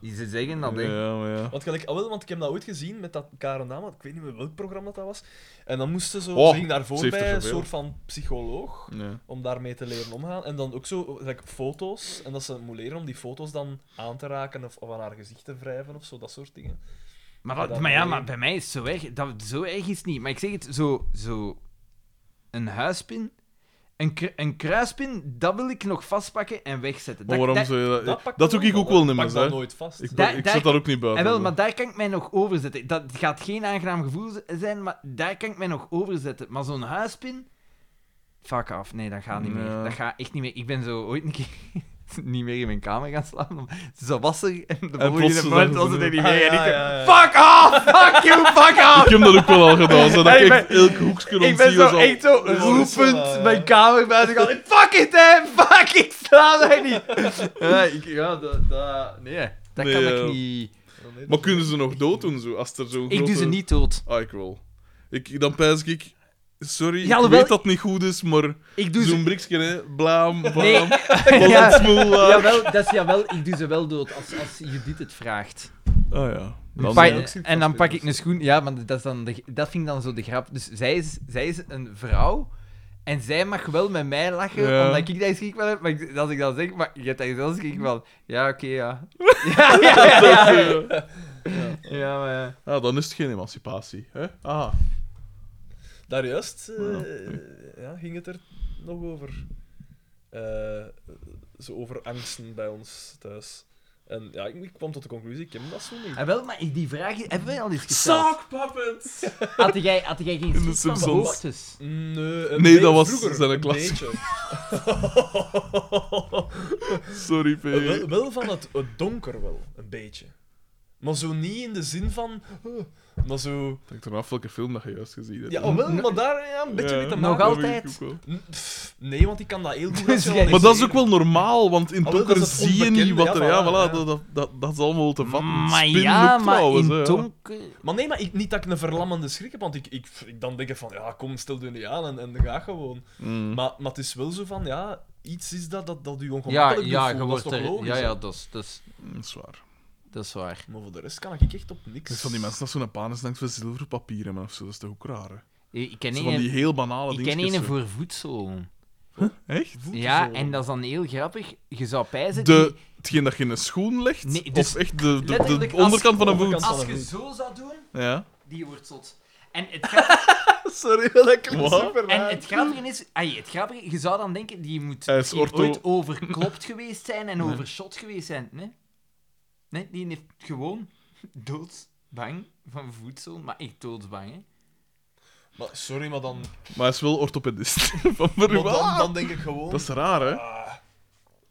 Speaker 1: Die Ze zeggen dat, hè. Oh.
Speaker 2: Ja, maar ja.
Speaker 3: Want, gelijk, ah, wel, want ik heb dat ooit gezien met dat Karen Dame, ik weet niet meer welk programma dat was. En dan moesten ze...
Speaker 2: Oh,
Speaker 3: ze ging
Speaker 2: ze
Speaker 3: daarvoor
Speaker 2: heeft er
Speaker 3: bij een
Speaker 2: zoveel.
Speaker 3: soort van psycholoog.
Speaker 2: Ja.
Speaker 3: om daarmee te leren omgaan. En dan ook zo like, foto's. En dat ze moet leren om die foto's dan aan te raken of, of aan haar gezicht te wrijven of zo, dat soort dingen.
Speaker 1: Maar,
Speaker 3: Ja,
Speaker 1: wat-
Speaker 3: dat
Speaker 1: maar ja,
Speaker 3: nee.
Speaker 1: maar bij mij is het zo erg. Dat, zo erg is het niet. Maar ik zeg het, zo... zo een huispin, een, kru- een kruispin, dat wil ik nog vastpakken en wegzetten.
Speaker 2: Maar
Speaker 1: Dat-
Speaker 2: waarom
Speaker 1: dat-
Speaker 2: zou je dat...
Speaker 3: pak
Speaker 2: Dat
Speaker 3: dan
Speaker 2: doe ik
Speaker 3: wel,
Speaker 2: ook wel
Speaker 3: hè.
Speaker 2: niet meer,
Speaker 3: Pak dat
Speaker 2: hè.
Speaker 3: nooit vast.
Speaker 2: Ik,
Speaker 1: Daar-
Speaker 2: ben- ik
Speaker 1: daar-
Speaker 2: zet daar ook niet buiten.
Speaker 1: Eh, wel,
Speaker 2: hoor.
Speaker 1: maar daar kan ik mij nog overzetten. Dat gaat geen aangenaam gevoel z- zijn, maar daar kan ik mij nog overzetten. Maar zo'n huispin... Fuck af, nee, dat gaat niet meer.
Speaker 2: Ja.
Speaker 1: Dat gaat echt niet meer. Ik ben zo ooit een keer... niet meer in mijn kamer gaan slapen. Ze was er en Ah, de
Speaker 2: En plots
Speaker 1: volgende
Speaker 2: was
Speaker 1: moment
Speaker 2: dat
Speaker 1: was
Speaker 2: er
Speaker 1: het er
Speaker 2: niet
Speaker 1: niet meer. en ik Fuck off! Fuck you! Fuck off!
Speaker 2: Ik heb dat ook wel al gedaan, zo dat
Speaker 1: Hey,
Speaker 2: ik
Speaker 1: ik
Speaker 2: echt elk hoekje
Speaker 1: Ik ben
Speaker 2: ontzie
Speaker 1: zo
Speaker 2: was al...
Speaker 1: echt zo
Speaker 3: is wel
Speaker 1: roepend
Speaker 3: waar, ja.
Speaker 1: mijn kamer buiten gaan. Fuck it, hè! Fuck it! Sla mij niet! Ja, ik, ja dat... dat- nee, eh, dat
Speaker 2: Nee,
Speaker 1: kan
Speaker 2: ja.
Speaker 1: ik niet...
Speaker 2: Maar kunnen ze nog dood doen, zo, als er zo'n
Speaker 1: Ik doe ze
Speaker 2: grote-
Speaker 1: niet dood.
Speaker 2: Ah, ik wel. Ik, dan pijs ik... Sorry,
Speaker 1: Ja,
Speaker 2: ik
Speaker 1: alhoewel-
Speaker 2: weet dat het niet goed is, maar
Speaker 1: Ik doe
Speaker 2: zo'n
Speaker 1: ze...
Speaker 2: briksje, hè. Blaam, blaam,
Speaker 1: Nee.
Speaker 2: wat
Speaker 1: Ja.
Speaker 2: het smoel eh, laat.
Speaker 1: Jawel, dat is jawel, ik doe ze wel dood als, als Judith het vraagt.
Speaker 2: Ah ja. Dan,
Speaker 1: Dan
Speaker 2: eh,
Speaker 1: pak- en dan pak ik een schoen. Ja, maar dat, is dan de, dat vind ik dan zo de grap. Dus zij is, zij is een vrouw. En zij mag wel met mij lachen,
Speaker 2: Ja.
Speaker 1: omdat ik daar schrik van heb. Maar ik- als ik dan zeg, maar je hebt daar zelf schrik van. Ja, oké, ja. Ja, ja, ja, ja. Ja, maar ja.
Speaker 2: ah, dan is het geen emancipatie. Hè? Ah.
Speaker 3: Daarjuist eh,
Speaker 2: Ja,
Speaker 3: ja, ging het er nog over. Eh, zo over angsten bij ons thuis. En ja, ik, ik kwam tot de conclusie, ik ken dat zo niet.
Speaker 1: Ah, wel, maar ik- die vraag hebben wij al eens gesteld.
Speaker 2: Sock puppets!
Speaker 1: Had jij, had jij geen
Speaker 2: de
Speaker 1: schrik van
Speaker 2: Simpsons.
Speaker 1: behoortes?
Speaker 3: Nee,
Speaker 2: Nee, dat was zijn
Speaker 3: een
Speaker 2: klas.
Speaker 3: beetje.
Speaker 2: Sorry, P.
Speaker 3: Oh, wel, wel van het, het donker wel, een beetje. Maar zo niet in de zin van... eh, maar zo...
Speaker 2: Denk er af welke film dat je juist gezien hebt.
Speaker 3: Ja, oh, wel, maar daar ja, een beetje
Speaker 2: Ja.
Speaker 3: mee te
Speaker 1: Nog
Speaker 3: maken.
Speaker 2: Dat weet ik
Speaker 1: altijd.
Speaker 2: ook wel.
Speaker 3: N- pff, Nee, want ik kan dat heel goed
Speaker 1: Dus jij-
Speaker 3: rationaliseren.
Speaker 2: Maar dat is ook wel normaal, want in
Speaker 3: Ah, wel, dat
Speaker 2: donker
Speaker 3: is het
Speaker 2: zie je niet wat er...
Speaker 3: onbekende, ja,
Speaker 2: Ja,
Speaker 3: voilà,
Speaker 2: voilà, dat, dat, dat, dat is allemaal te vatten.
Speaker 1: Maar
Speaker 2: Spin
Speaker 1: ja,
Speaker 2: ook
Speaker 1: maar
Speaker 2: trouwens,
Speaker 1: in
Speaker 2: hè, ja.
Speaker 1: donker...
Speaker 3: Maar nee, maar ik, niet dat ik een verlammende schrik heb, want ik, ik, ik dan denk ik van, ja, kom, stel je niet aan en, en ga gewoon.
Speaker 2: Mm.
Speaker 3: Maar, maar het is wel zo van, ja, iets is dat dat, dat u
Speaker 1: Ja,
Speaker 3: ongemakkelijk
Speaker 1: ja,
Speaker 3: doet
Speaker 1: je
Speaker 3: voelen,
Speaker 1: wordt
Speaker 3: dat is toch
Speaker 1: er...
Speaker 3: logisch?
Speaker 1: Ja,
Speaker 3: hè?
Speaker 1: ja, dat is, dat is,
Speaker 2: Dat is waar.
Speaker 1: dat is waar.
Speaker 3: Maar voor de rest kan ik echt op niks.
Speaker 2: Dus van die mensen dat zo'n panis denkt van zilveren papier hebben of zo, dat is toch ook raar, hè?
Speaker 1: Ik ik ken
Speaker 2: Zo van die
Speaker 1: één...
Speaker 2: heel banale
Speaker 1: Ik
Speaker 2: dingen.
Speaker 1: ken één voor voedsel.
Speaker 2: Echt?
Speaker 3: Voeten
Speaker 1: Ja,
Speaker 3: zo.
Speaker 1: en dat is dan heel grappig. Je zou pijzen...
Speaker 2: De, hetgeen dat je in een schoen legt?
Speaker 1: Nee, dus
Speaker 2: of echt de, de- de,
Speaker 1: letterlijk als-
Speaker 2: onderkant van een voet?
Speaker 3: Onderkant.
Speaker 1: Als
Speaker 3: Zal
Speaker 1: je
Speaker 3: het
Speaker 1: zo zou doen,
Speaker 2: Ja.
Speaker 1: die wordt zot. En het, grap-
Speaker 12: Sorry, dat klinkt
Speaker 2: Wat?
Speaker 12: super
Speaker 1: en het grappige is, ai, het grappige, je zou dan denken, die moet
Speaker 2: Hij is
Speaker 1: misschien
Speaker 2: ortho.
Speaker 1: ooit overklopt geweest zijn en overshot geweest zijn. Nee? nee, die heeft gewoon doodsbang van voedsel, maar echt doodsbang. Hè?
Speaker 3: Maar, sorry, maar dan,
Speaker 2: Maar hij is wel orthopedist. van
Speaker 3: maar
Speaker 2: beroep.
Speaker 3: dan, dan denk ik gewoon...
Speaker 2: Dat is raar, hè?
Speaker 3: ah,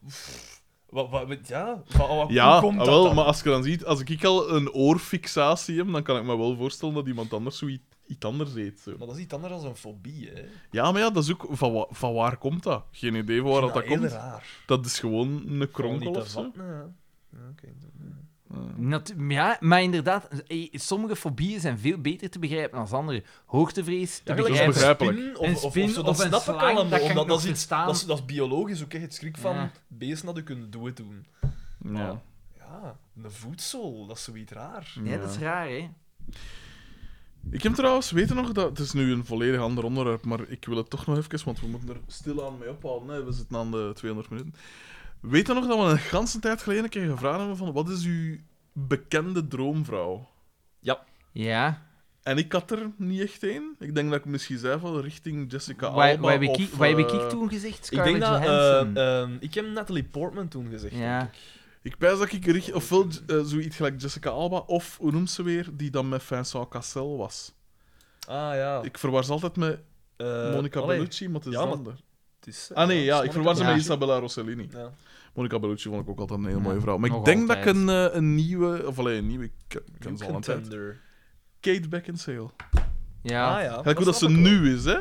Speaker 3: pff, wat, wat, wat- ja, wat, wat,
Speaker 2: Ja,
Speaker 3: hoe komt
Speaker 2: ah,
Speaker 3: dat
Speaker 2: wel,
Speaker 3: dan?
Speaker 2: maar als je dan ziet, als ik al een oorfixatie heb, dan kan ik me wel voorstellen dat iemand anders zoiets iets anders eet. Zo.
Speaker 3: Maar dat is iets anders dan een fobie, hè. Ik
Speaker 2: Ja, maar ja, dat is ook van, wa- van waar komt dat? Geen idee van waar
Speaker 3: vind
Speaker 2: dat, dat
Speaker 3: heel
Speaker 2: komt.
Speaker 3: raar.
Speaker 2: Dat is gewoon een
Speaker 3: Gewoon
Speaker 2: kronkel
Speaker 3: niet
Speaker 2: of zo.
Speaker 3: ervan, ja. Ja, oké.
Speaker 1: Nat- ja, maar inderdaad, eh, sommige fobieën zijn veel beter te begrijpen dan andere. Hoogtevrees te
Speaker 3: Ja, gelijk
Speaker 1: begrijpen.
Speaker 2: dat is begrijpelijk.
Speaker 3: Een spin of,
Speaker 1: Een
Speaker 3: of- of,
Speaker 1: spin
Speaker 3: zo,
Speaker 1: of
Speaker 3: dat
Speaker 1: een
Speaker 3: snap ik
Speaker 1: slang, dat
Speaker 3: allemaal.
Speaker 1: kan ik
Speaker 3: omdat
Speaker 1: nog
Speaker 3: dat, is iets,
Speaker 1: verstaan.
Speaker 3: dat, is, dat is biologisch ook echt het schrik van
Speaker 1: Ja.
Speaker 3: beesten dat je kunnen dood doen.
Speaker 2: Ja.
Speaker 3: Ja, een voedsel, dat is zoiets raar.
Speaker 1: Ja, dat is raar, hè?
Speaker 2: Ik heb trouwens, weet je nog, dat, het is nu een volledig ander onderwerp, maar ik wil het toch nog even, want we moeten er stilaan mee ophouden. Hè. We zitten aan de 200 minuten. Weet je nog dat we een ganse tijd geleden een keer gevraagd hebben van wat is uw bekende droomvrouw?
Speaker 1: Ja.
Speaker 2: En ik had er niet echt één. Ik denk dat ik misschien zei van richting
Speaker 1: Wat
Speaker 2: Jessica Alba
Speaker 1: hebben
Speaker 2: of...
Speaker 1: we
Speaker 2: eh,
Speaker 1: toen gezegd?
Speaker 3: Ik denk
Speaker 1: Scarlett
Speaker 3: dat...
Speaker 1: Johansson.
Speaker 3: eh, ehm, ik heb Natalie Portman toen gezegd.
Speaker 2: eh, Ah,
Speaker 1: ja.
Speaker 2: Ik pijs dat ik richt, ofwel eh, zoiets gelijk Jessica Alba, of hoe noemt ze weer, die dan met Vincent Cassel was.
Speaker 3: Ah, ja.
Speaker 2: Ik verwar ze altijd met
Speaker 3: Eh,
Speaker 2: Monica
Speaker 3: allee,
Speaker 2: Bellucci, maar het is
Speaker 3: Ja,
Speaker 2: een
Speaker 3: maar-
Speaker 2: ander.
Speaker 3: het is,
Speaker 2: Ah nee,
Speaker 3: het
Speaker 2: ja,
Speaker 3: is
Speaker 2: ik verwar ze
Speaker 3: Monica
Speaker 2: met
Speaker 3: Bellucci.
Speaker 2: Isabella Rossellini.
Speaker 3: Ja.
Speaker 2: Monica Bellucci vond ik ook altijd een hele
Speaker 1: Ja,
Speaker 2: mooie vrouw. Maar ik
Speaker 1: nog
Speaker 2: denk dat
Speaker 1: altijd.
Speaker 2: ik een, eh, een nieuwe... Of alleen een nieuwe... Ik ken- ik ken ze al een tijd.
Speaker 3: Contender.
Speaker 2: Kate Beckinsale.
Speaker 1: Ja.
Speaker 3: Ah, ja.
Speaker 2: Kijk hoe dat ze
Speaker 3: snap ik wel.
Speaker 2: nu is, hè.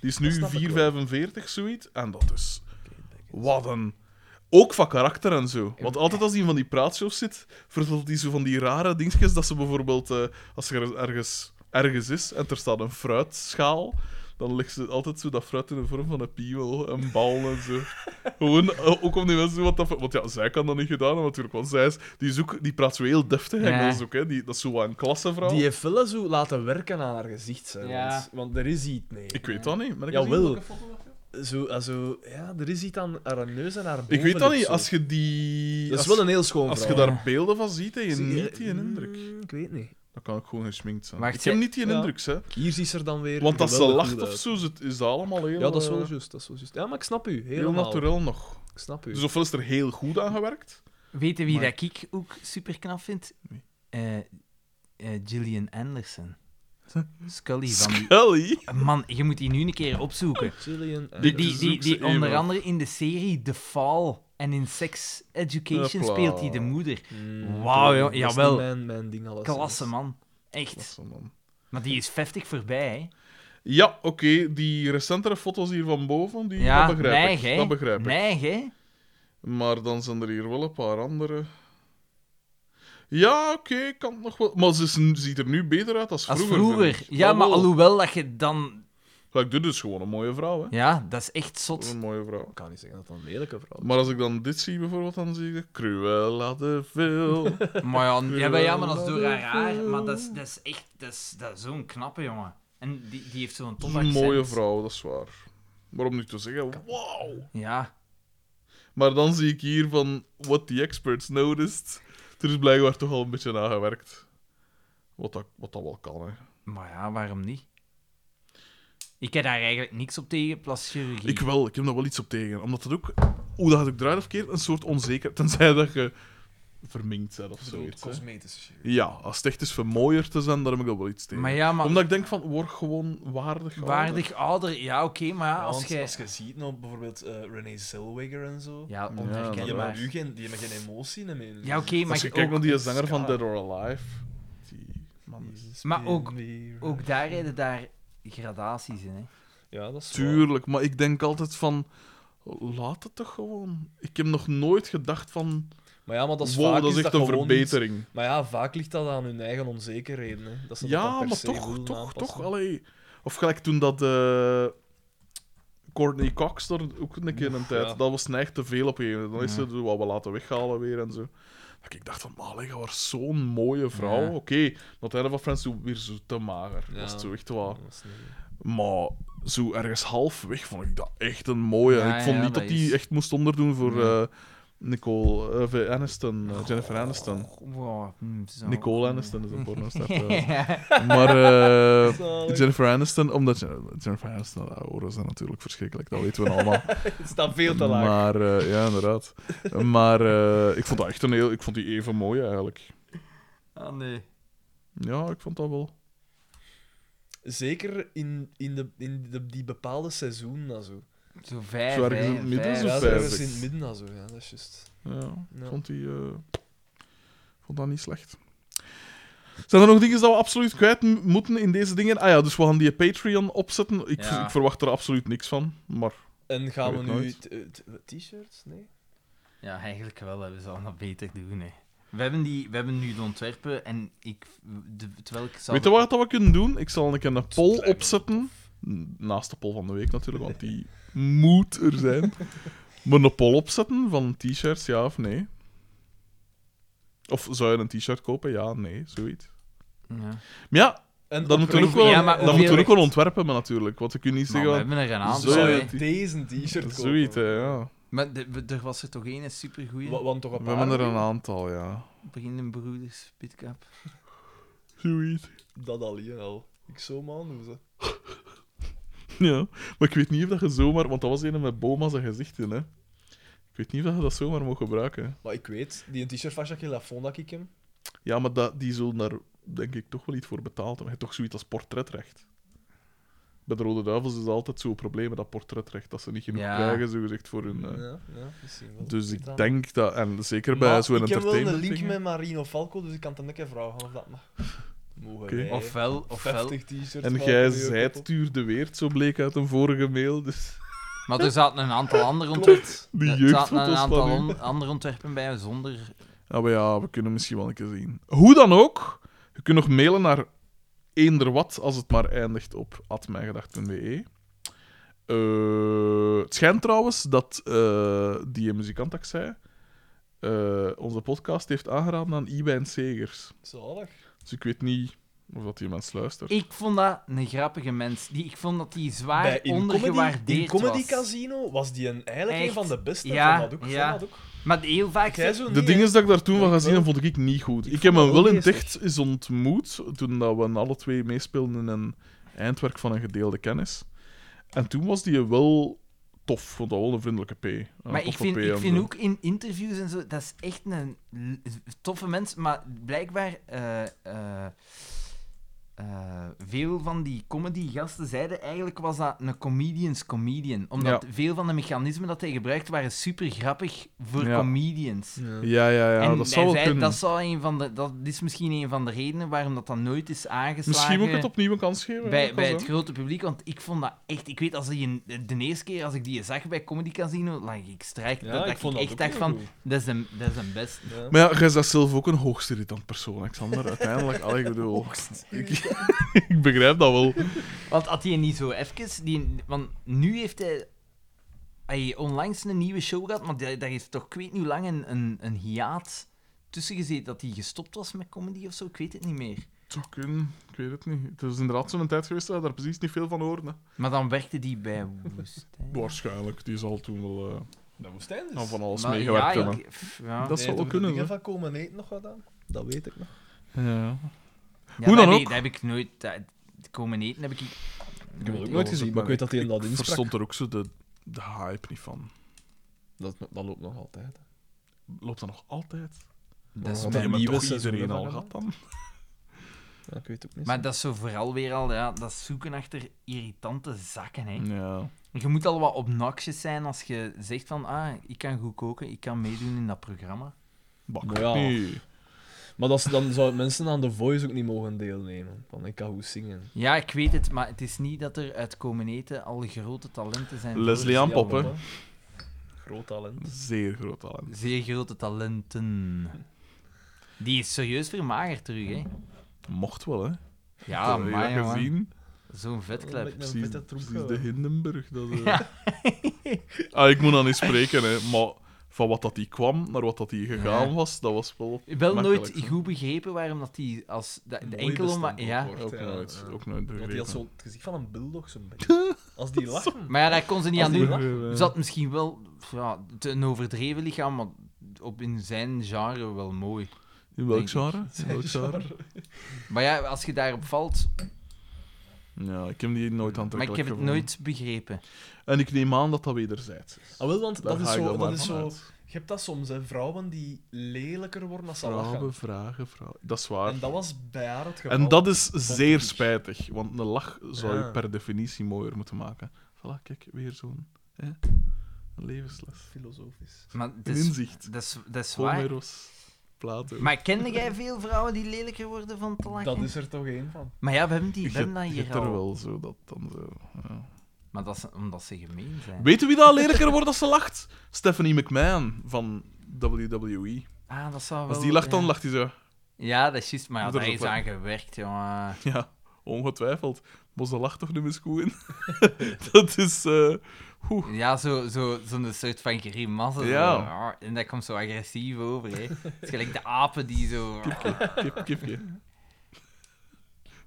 Speaker 2: Die is nu
Speaker 3: Dat snap ik wel.
Speaker 2: 4,45, zoiets. En dat is... Wat een... Ook van karakter en zo. Want altijd als die van die praatshows zit, vertelt hij zo van die rare dingetjes dat ze bijvoorbeeld... eh, als ze er- ergens, ergens is en er staat een fruitschaal... Dan legt ze altijd zo dat fruit in de vorm van een piemel en bal en zo. Gewoon, eh, ook om die mensen wat dat... Want ja, zij kan dat niet gedaan hebben natuurlijk, want zij is... Die, is ook, die praat zo heel deftig
Speaker 1: Ja.
Speaker 2: Engels ook, hè. Die, dat is zo wat een klassevrouw.
Speaker 3: Die heeft wel zo laten werken aan haar gezicht, hè,
Speaker 1: Ja.
Speaker 3: want, want er is iets, nee.
Speaker 2: Ik weet dat niet. maar ik
Speaker 3: Ja,
Speaker 2: zie-
Speaker 3: wel. Zo, ah, zo, ja, er is iets aan haar neus en haar bovenlip.
Speaker 2: Ik weet dat niet.
Speaker 3: zo.
Speaker 2: Als je die...
Speaker 3: Dat is
Speaker 2: als-
Speaker 3: wel een heel schoon
Speaker 2: Als je
Speaker 3: vrouw.
Speaker 2: daar beelden van ziet, heb je
Speaker 3: Zie je-
Speaker 2: niet die
Speaker 1: hmm,
Speaker 2: indruk.
Speaker 3: Mm, Ik weet niet.
Speaker 2: Dat kan ook gewoon gesminkt zijn.
Speaker 1: Wacht,
Speaker 2: ik heb
Speaker 1: hè?
Speaker 2: niet die
Speaker 3: Ja.
Speaker 2: indruk, hè.
Speaker 3: Hier is er dan weer...
Speaker 2: Want als ze
Speaker 3: geweldig
Speaker 2: lacht
Speaker 3: goed
Speaker 2: of
Speaker 3: uit.
Speaker 2: zo, is het- is dat allemaal heel...
Speaker 3: Ja, dat is wel
Speaker 2: eh,
Speaker 3: juist, dat is wel juist. Ja, maar ik snap u,
Speaker 2: Heel
Speaker 3: helemaal.
Speaker 2: natuurlijk nog.
Speaker 3: Ik snap u.
Speaker 2: Dus ofwel is er heel goed aan gewerkt.
Speaker 1: Weten wie
Speaker 2: Maar-
Speaker 1: dat ik ook super knap vind?
Speaker 2: Wie?
Speaker 1: Eh, eh, Gillian Anderson. Scully van die...
Speaker 2: Ellie?
Speaker 1: Man, je moet die nu een keer opzoeken.
Speaker 3: Jillian
Speaker 1: Die, die, die,
Speaker 2: zoek ze
Speaker 1: die onder
Speaker 2: even.
Speaker 1: andere in de serie The Fall en in Sex Education
Speaker 2: Hopla.
Speaker 1: speelt hij de moeder. Wauw, joh,
Speaker 3: Dat is
Speaker 1: jawel.
Speaker 3: niet Hmm, Mijn, mijn ding alles.
Speaker 1: Klasse, man. Echt. Maar die is 50 voorbij, hè.
Speaker 2: Ja, oké. Die recentere foto's hier van boven, die,
Speaker 1: Ja,
Speaker 2: dat begrijp
Speaker 1: neig,
Speaker 2: ik.
Speaker 1: hè?
Speaker 2: Dat begrijp ik.
Speaker 1: Neig, hè?
Speaker 2: Maar dan zijn er hier wel een paar andere. Ja, oké, kan het nog wel. Maar ze is- ziet er nu beter uit als
Speaker 1: Als
Speaker 2: vroeger.
Speaker 1: vroeger.
Speaker 2: vind ik.
Speaker 1: Ja, maar
Speaker 2: Jawel.
Speaker 1: alhoewel dat je dan...
Speaker 2: Ja, ik doe dus gewoon een mooie vrouw, hè.
Speaker 1: Ja, dat is echt zot.
Speaker 2: Een mooie vrouw.
Speaker 3: Ik kan niet zeggen dat dat een lelijke vrouw is.
Speaker 2: Maar als ik dan dit zie bijvoorbeeld, dan zie ik... Cruella de Vil.
Speaker 1: Maar ja, ja, maar, ja, maar dat is door haar haar. Maar dat is, dat is echt... Dat is, dat is zo'n knappe jongen. En die, die heeft zo'n
Speaker 2: Dat
Speaker 1: ton
Speaker 2: is een
Speaker 1: accent.
Speaker 2: mooie vrouw, dat is waar. Maar om nu te zeggen, wauw.
Speaker 1: Ja.
Speaker 2: Maar dan zie ik hier van What the Experts Noticed. Er is blijkbaar toch al een beetje nagewerkt. Wat dat, wat dat wel kan, hè.
Speaker 1: Maar ja, waarom niet? Ik heb daar eigenlijk niks op tegen, plastische chirurgie.
Speaker 2: Ik wel, ik heb daar wel iets op tegen. Omdat dat ook, hoe dat ook draait of keert, een soort onzeker... Tenzij dat je verminkt bent of zoiets, hè.
Speaker 10: cosmetische chirurgie.
Speaker 2: Ja, als het echt is vermooier te zijn, daar heb ik wel iets tegen.
Speaker 1: Maar ja, maar
Speaker 2: Omdat ik denk van, word gewoon waardig. ouder.
Speaker 1: waardig ouder, ja, oké, maar ja, als
Speaker 5: als,
Speaker 1: jij...
Speaker 5: als je ziet, nou, bijvoorbeeld eh Renee Zellweger en zo,
Speaker 1: Ja,
Speaker 2: Ja,
Speaker 5: die,
Speaker 2: dat
Speaker 1: onherkenbaar.
Speaker 5: hebben
Speaker 1: Ja,
Speaker 5: nu geen, die hebben geen emotie meer. in.
Speaker 1: oké, maar
Speaker 2: Als je
Speaker 1: ook-
Speaker 2: kijkt naar die zanger van
Speaker 5: Ja.
Speaker 2: Dead or Alive. Die man is...
Speaker 1: Maar ook- Ook daar rijden daar gradaties in, hè.
Speaker 5: Ja, dat is waar.
Speaker 2: Tuurlijk, maar ik denk altijd van... Laat het toch gewoon. Ik heb nog nooit gedacht van...
Speaker 5: Maar ja, maar dat is
Speaker 2: wow,
Speaker 5: vaak
Speaker 2: dat is echt een
Speaker 5: gewoon niet-
Speaker 2: verbetering.
Speaker 5: Maar ja, vaak ligt dat aan hun eigen onzekerheden. Hè. Dat ze dat dan
Speaker 2: Ja,
Speaker 5: per
Speaker 2: maar
Speaker 5: se
Speaker 2: toch,
Speaker 5: willen
Speaker 2: toch,
Speaker 5: aanpassen.
Speaker 2: toch. Allee. Of gelijk toen dat... eh Courtney Cox daar ook een keer een tijd...
Speaker 5: ja.
Speaker 2: Dat was neigt te veel op een gegeven moment. Dan is
Speaker 1: Ja.
Speaker 2: ze wat we laten weghalen weer en zo. Dat ik dacht van, maar allee, je was zo'n mooie vrouw.
Speaker 1: Ja.
Speaker 2: Oké, dat einde van Friends toen weer zo te mager.
Speaker 5: Ja.
Speaker 2: Dat is zo echt waar.
Speaker 5: Dat is niet-
Speaker 2: Maar zo ergens halfweg vond ik dat echt een mooie.
Speaker 1: Ja,
Speaker 2: ik vond
Speaker 1: ja,
Speaker 2: niet dat
Speaker 1: dat
Speaker 2: die
Speaker 1: is-
Speaker 2: echt moest onderdoen voor
Speaker 1: Nee.
Speaker 2: eh, Nicole eh, voor Aniston, eh, Jennifer
Speaker 5: Oh.
Speaker 2: Aniston.
Speaker 1: Wow, hm, zo.
Speaker 2: Nicole Aniston is een pornoster. trouwens.
Speaker 1: Ja.
Speaker 2: maar eh,
Speaker 5: Zalig.
Speaker 2: Jennifer Aniston, omdat Je- Jennifer Aniston, haar oren zijn natuurlijk verschrikkelijk, dat weten we allemaal.
Speaker 5: Het staat veel te laag.
Speaker 2: Maar eh, ja, inderdaad. Maar eh, ik vond dat echt een heel, ik vond die even mooi eigenlijk.
Speaker 1: Ah, nee.
Speaker 2: Ja, ik vond dat wel.
Speaker 5: Zeker in, in, de, in de, die bepaalde seizoenen en zo.
Speaker 1: Zo vijf,
Speaker 2: Zo ergens
Speaker 1: hè,
Speaker 2: in het midden,
Speaker 1: vijf.
Speaker 2: zo
Speaker 5: Ja,
Speaker 2: vijf.
Speaker 5: ze ergens in het midden en zo, ja, dat is juist.
Speaker 2: Ja, ik
Speaker 5: Ja.
Speaker 2: vond die. eh, vond dat niet slecht. Zijn er nog dingen dat we absoluut kwijt m- moeten in deze dingen? Ah ja, dus we gaan die Patreon opzetten. Ik,
Speaker 1: Ja.
Speaker 2: ik verwacht er absoluut niks van. Maar
Speaker 5: En gaan we
Speaker 2: Weet
Speaker 5: nu
Speaker 2: nooit.
Speaker 5: t- eh, t- t-shirts? Nee?
Speaker 1: Ja, eigenlijk wel, hè. we zouden dat beter doen, hè. We hebben, die, we hebben nu de ontwerpen en ik... De, terwijl ik zal...
Speaker 2: weet je wat dat we kunnen doen? Ik zal een keer een poll
Speaker 5: klein,
Speaker 2: opzetten. Naast de poll van de week natuurlijk, want die moet er zijn. Maar een poll opzetten van t-shirts, ja of nee? Of zou je een t-shirt kopen? Ja, nee, zoiets.
Speaker 1: Ja.
Speaker 2: Maar ja,
Speaker 5: En
Speaker 2: dan moeten we ook
Speaker 5: oprecht-
Speaker 2: wel,
Speaker 1: Ja, maar
Speaker 2: dan moeten we ook
Speaker 1: hoeveel-
Speaker 2: wel ontwerpen, maar natuurlijk. Want we kunnen niet
Speaker 1: Maar
Speaker 2: zeggen...
Speaker 1: we
Speaker 2: van-
Speaker 1: hebben er een aantal,
Speaker 2: Zo,
Speaker 5: Zou
Speaker 2: ja.
Speaker 1: hè.
Speaker 5: je Ah, deze t-shirt kopen?
Speaker 2: Zoiets, hè, ja.
Speaker 1: Maar de- we- er was er toch één, een supergoeie?
Speaker 5: Wa- Want toch een
Speaker 2: We
Speaker 5: paar
Speaker 2: hebben er een
Speaker 5: dingen?
Speaker 2: aantal, ja.
Speaker 1: Vrienden, broeders, Pitcap.
Speaker 2: Zoiets.
Speaker 5: Dat al, hier al. Ik zo man hoe ze.
Speaker 2: Ja, maar ik weet niet of dat je zomaar... Want dat was een met Boma zijn gezicht in, hè. Ik weet niet of je dat zomaar mag gebruiken.
Speaker 5: Maar ik weet, die t-shirt van Jacques Lafond dat ik hem.
Speaker 2: Ja, maar dat, die zullen daar, denk ik, toch wel iets voor betaald hebben. Je hebt toch zoiets als portretrecht. Bij de Rode Duivels is dat altijd zo'n probleem met dat portretrecht. Dat ze niet genoeg
Speaker 1: Ja.
Speaker 2: krijgen, zogezegd, voor hun... eh.
Speaker 5: Ja, ja, misschien wel.
Speaker 2: Dus
Speaker 5: Weet
Speaker 2: ik
Speaker 5: dat
Speaker 2: denk dat... En zeker
Speaker 5: niet.
Speaker 2: bij
Speaker 5: Maar
Speaker 2: zo'n
Speaker 5: Ik heb wel een
Speaker 2: entertainment
Speaker 5: link
Speaker 2: ding, hè.
Speaker 5: met Marino Falco, dus ik kan het een keer vragen of dat mag. Mogen
Speaker 2: Oké.
Speaker 5: wij
Speaker 1: Ofwel, ofwel.
Speaker 5: 50 t-shirts
Speaker 2: En
Speaker 5: maken
Speaker 2: jij
Speaker 5: met je
Speaker 2: zijt
Speaker 5: kop
Speaker 2: Tuur de Weert, zo bleek uit een vorige mail. Dus
Speaker 1: Maar er zaten een aantal andere
Speaker 5: op?
Speaker 1: ontwerpen.
Speaker 5: Klopt.
Speaker 2: die
Speaker 1: er zaten een
Speaker 2: jeugdfoto's
Speaker 1: aantal
Speaker 2: van u.
Speaker 1: on- andere ontwerpen bij zonder.
Speaker 2: Ja, Ah, maar ja, we kunnen misschien wel een keer zien. Hoe dan ook, je kunt nog mailen naar eender wat als het maar eindigt op atmijngedacht.be. Eh, het schijnt trouwens dat eh, die muzikant dat ik zei, eh, onze podcast heeft aangeraden aan Iwijn Segers.
Speaker 5: Zalig.
Speaker 2: Dus ik weet niet of dat die mens luistert.
Speaker 1: Ik vond dat een grappige mens. Die, ik vond dat die zwaar
Speaker 5: Bij in comedy,
Speaker 1: ondergewaardeerd
Speaker 5: in comedy
Speaker 1: was.
Speaker 5: Casino was die een, eigenlijk
Speaker 1: Echt.
Speaker 5: een van de beste.
Speaker 1: Ja,
Speaker 5: van dat ook.
Speaker 1: ja.
Speaker 5: Van dat ook.
Speaker 1: Maar heel vaak.
Speaker 5: Jij zo
Speaker 2: De
Speaker 5: niet,
Speaker 2: dingen
Speaker 5: hè?
Speaker 2: dat ik daar toen van
Speaker 5: Ik
Speaker 2: gezien heb,
Speaker 5: wel.
Speaker 2: vond ik niet goed. Ik,
Speaker 5: vond
Speaker 2: heb
Speaker 5: dat
Speaker 2: hem wel
Speaker 5: ook
Speaker 2: in
Speaker 5: geestig.
Speaker 2: Dicht eens ontmoet, toen dat we alle twee meespeelden in een eindwerk van een gedeelde kennis. En toen was die wel tof, vond dat wel een vriendelijke P. Een
Speaker 1: maar ik
Speaker 2: toffe
Speaker 1: vind,
Speaker 2: P
Speaker 1: ik
Speaker 2: en
Speaker 1: vind
Speaker 2: zo.
Speaker 1: ook in interviews en zo, dat is echt een l- toffe mens. Maar blijkbaar eh, eh, eh, veel van die comedy-gasten zeiden eigenlijk was dat een comedians comedian. Omdat veel van de mechanismen dat hij gebruikt waren super grappig voor
Speaker 2: Ja.
Speaker 1: comedians.
Speaker 2: Ja, ja, ja.
Speaker 1: en
Speaker 2: dat
Speaker 1: hij
Speaker 2: zou wel
Speaker 1: zei,
Speaker 2: kunnen.
Speaker 1: dat, zou een van de, dat is misschien een van de redenen waarom dat, dat nooit is aangeslagen.
Speaker 2: Misschien moet ik het opnieuw een kans geven. ja,
Speaker 1: Bij,
Speaker 2: dat
Speaker 1: bij
Speaker 2: kan
Speaker 1: het
Speaker 2: zijn.
Speaker 1: grote publiek, want ik vond dat echt... Ik weet, als die, de eerste keer als ik die zag bij Comedy Casino, lag ik strijk.
Speaker 5: Ja,
Speaker 1: dat,
Speaker 5: ik
Speaker 1: dat
Speaker 5: vond
Speaker 1: ik
Speaker 5: dat
Speaker 1: echt
Speaker 5: ook
Speaker 1: dacht
Speaker 5: heel
Speaker 1: van,
Speaker 5: goed.
Speaker 1: dat is een, dat is een best.
Speaker 5: Ja.
Speaker 2: Maar ja, jij is dat zelf ook een hoogst irritant persoon, Alexander. Uiteindelijk, allee, ik bedoel... Ik, ik begrijp dat wel.
Speaker 1: Want had hij niet zo even... Die, want nu heeft hij... Hij onlangs een nieuwe show gehad, maar daar daar heeft toch, ik weet niet hoe lang, een, een, een hiaat tussen gezeten dat hij gestopt was met comedy of zo. Ik weet het niet meer.
Speaker 2: Het zou kunnen, ik weet het niet. Het is inderdaad zo'n tijd geweest dat we daar precies niet veel van hoorden. hè.
Speaker 1: Maar dan werkte hij bij Woestijn.
Speaker 2: Waarschijnlijk, die zal toen wel eh,
Speaker 5: Dat moest eindigen.
Speaker 2: aan van alles
Speaker 1: Maar ja,
Speaker 2: meegewerkt hebben.
Speaker 1: ik- pff, ja.
Speaker 2: Dat zou wel kunnen.
Speaker 5: Dingen
Speaker 2: hè.
Speaker 5: van komen eten nog wat aan? Dat weet ik nog.
Speaker 2: Ja.
Speaker 1: Ja,
Speaker 2: Hoe
Speaker 1: dat heb
Speaker 2: dan ook.
Speaker 1: ik- Dat heb ik nooit... Dat, komen eten heb ik...
Speaker 3: Ik heb het ook
Speaker 1: nooit-
Speaker 3: nooit gezien, maar ik weet dat hij in dat
Speaker 2: Ik
Speaker 3: insprak.
Speaker 2: verstond er ook zo de, de hype niet van.
Speaker 3: Dat, dat loopt nog altijd.
Speaker 2: Loopt dat nog altijd?
Speaker 1: Dat is
Speaker 3: Ja,
Speaker 2: Nee, maar
Speaker 3: nieuwe
Speaker 2: toch
Speaker 3: seizoenen
Speaker 2: iedereen
Speaker 3: van
Speaker 2: al
Speaker 3: gedaan.
Speaker 2: gehad dan?
Speaker 3: Ja, ik weet het ook niet.
Speaker 1: Maar dat is zo vooral weer al, ja, dat zoeken achter irritante zakken. Hè.
Speaker 2: Ja.
Speaker 1: Je moet al wat obnoxious zijn als je zegt van, ah, ik kan goed koken, ik kan meedoen in dat programma.
Speaker 2: Bak
Speaker 3: Maar ja.
Speaker 2: niet.
Speaker 3: Maar dat is, dan zouden mensen aan The Voice ook niet mogen deelnemen. Van ik kan goed zingen.
Speaker 1: Ja, ik weet het, maar het is niet dat er uit komen eten al grote talenten zijn.
Speaker 2: Leslie Ann Pop, hè.
Speaker 5: Groot talent.
Speaker 2: Zeer groot talent.
Speaker 1: Zeer grote talenten. Die is serieus vermagerd terug, hè.
Speaker 2: Mocht wel, hè?
Speaker 1: Ja,
Speaker 2: Dat heb je
Speaker 1: maar jongen,
Speaker 2: gezien.
Speaker 1: zo'n vetklep.
Speaker 2: Precies,
Speaker 5: Met dat troep,
Speaker 2: precies de
Speaker 5: eh.
Speaker 2: Hindenburg. Dat, eh.
Speaker 1: Ja.
Speaker 2: ah, ik moet dan niet spreken, hè. Maar van wat dat die kwam naar wat dat die gegaan
Speaker 1: Ja.
Speaker 2: was, dat was wel...
Speaker 1: Wel nooit
Speaker 2: Makkelijk, hè.
Speaker 1: goed begrepen waarom dat die als... Dat,
Speaker 5: Mooi
Speaker 1: enkel om...
Speaker 5: bestempeld
Speaker 1: Ja.
Speaker 5: wordt,
Speaker 2: Ook
Speaker 5: ja.
Speaker 2: nooit,
Speaker 5: Ja.
Speaker 2: ook nooit
Speaker 5: Want die had
Speaker 2: begrepen.
Speaker 5: zo het gezicht van een bulldog zo'n beetje. Als die lacht.
Speaker 1: Maar ja, daar kon ze niet aan
Speaker 5: Als die
Speaker 1: doen.
Speaker 5: lacht.
Speaker 1: Ze had misschien wel ja, het- een overdreven lichaam, maar op in zijn genre wel mooi.
Speaker 2: In
Speaker 1: denk
Speaker 2: welk
Speaker 1: ik.
Speaker 2: genre? In welk genre?
Speaker 1: Maar ja, als je daarop valt...
Speaker 2: Ja, ik heb die nooit
Speaker 1: Maar
Speaker 2: aantrekkelijk
Speaker 1: ik heb het
Speaker 2: gevonden.
Speaker 1: nooit begrepen.
Speaker 2: En ik neem aan dat dat wederzijds is.
Speaker 5: Ah, wel, want
Speaker 2: Daar
Speaker 5: dat is
Speaker 2: ga ik
Speaker 5: zo.
Speaker 2: dan maar
Speaker 5: Dat is zo
Speaker 2: vanuit.
Speaker 5: je hebt dat soms, hè, vrouwen die lelijker worden als ze lachen.
Speaker 2: Vrouwen, vragen, vrouwen. Dat is waar.
Speaker 5: En dat was bij haar het geval.
Speaker 2: En dat is
Speaker 5: ik
Speaker 2: zeer
Speaker 5: niet.
Speaker 2: spijtig, want een lach zou je
Speaker 5: Ja.
Speaker 2: per definitie mooier moeten maken. Voilà, kijk, weer zo'n hè, een levensles.
Speaker 5: Filosofisch.
Speaker 1: Maar het
Speaker 2: Een
Speaker 1: is,
Speaker 2: inzicht.
Speaker 1: dat is, dat is waar.
Speaker 2: Homeros, Plato.
Speaker 1: Maar kende jij veel vrouwen die lelijker worden van te lachen?
Speaker 5: Dat is er toch één van.
Speaker 1: Maar ja, we hebben die
Speaker 2: Je
Speaker 1: we hebben dat
Speaker 2: je
Speaker 1: hier
Speaker 2: hebt er
Speaker 1: al.
Speaker 2: wel zo dat dan zo. ja.
Speaker 1: Maar dat is omdat ze gemeen zijn.
Speaker 2: Weet u wie dat lelijker wordt als ze lacht? Stephanie McMahon van WWE.
Speaker 1: Ah, dat zou wel...
Speaker 2: Als die lacht, dan
Speaker 1: ja.
Speaker 2: lacht hij zo.
Speaker 1: Ja, dat is juist. Maar ja,
Speaker 2: Moet er
Speaker 1: daar
Speaker 2: nog
Speaker 1: is
Speaker 2: wel-
Speaker 1: aan gewerkt, jongen.
Speaker 2: Ja, ongetwijfeld. Maar ze lacht toch nu eens goed in? dat is. eh, oeh.
Speaker 1: Ja, zo'n zo, zo'n soort van grimassen.
Speaker 2: Ja.
Speaker 1: Zo. Ah, En dat komt zo agressief over, hè. Het is gelijk de apen die zo...
Speaker 2: Kip, kipje.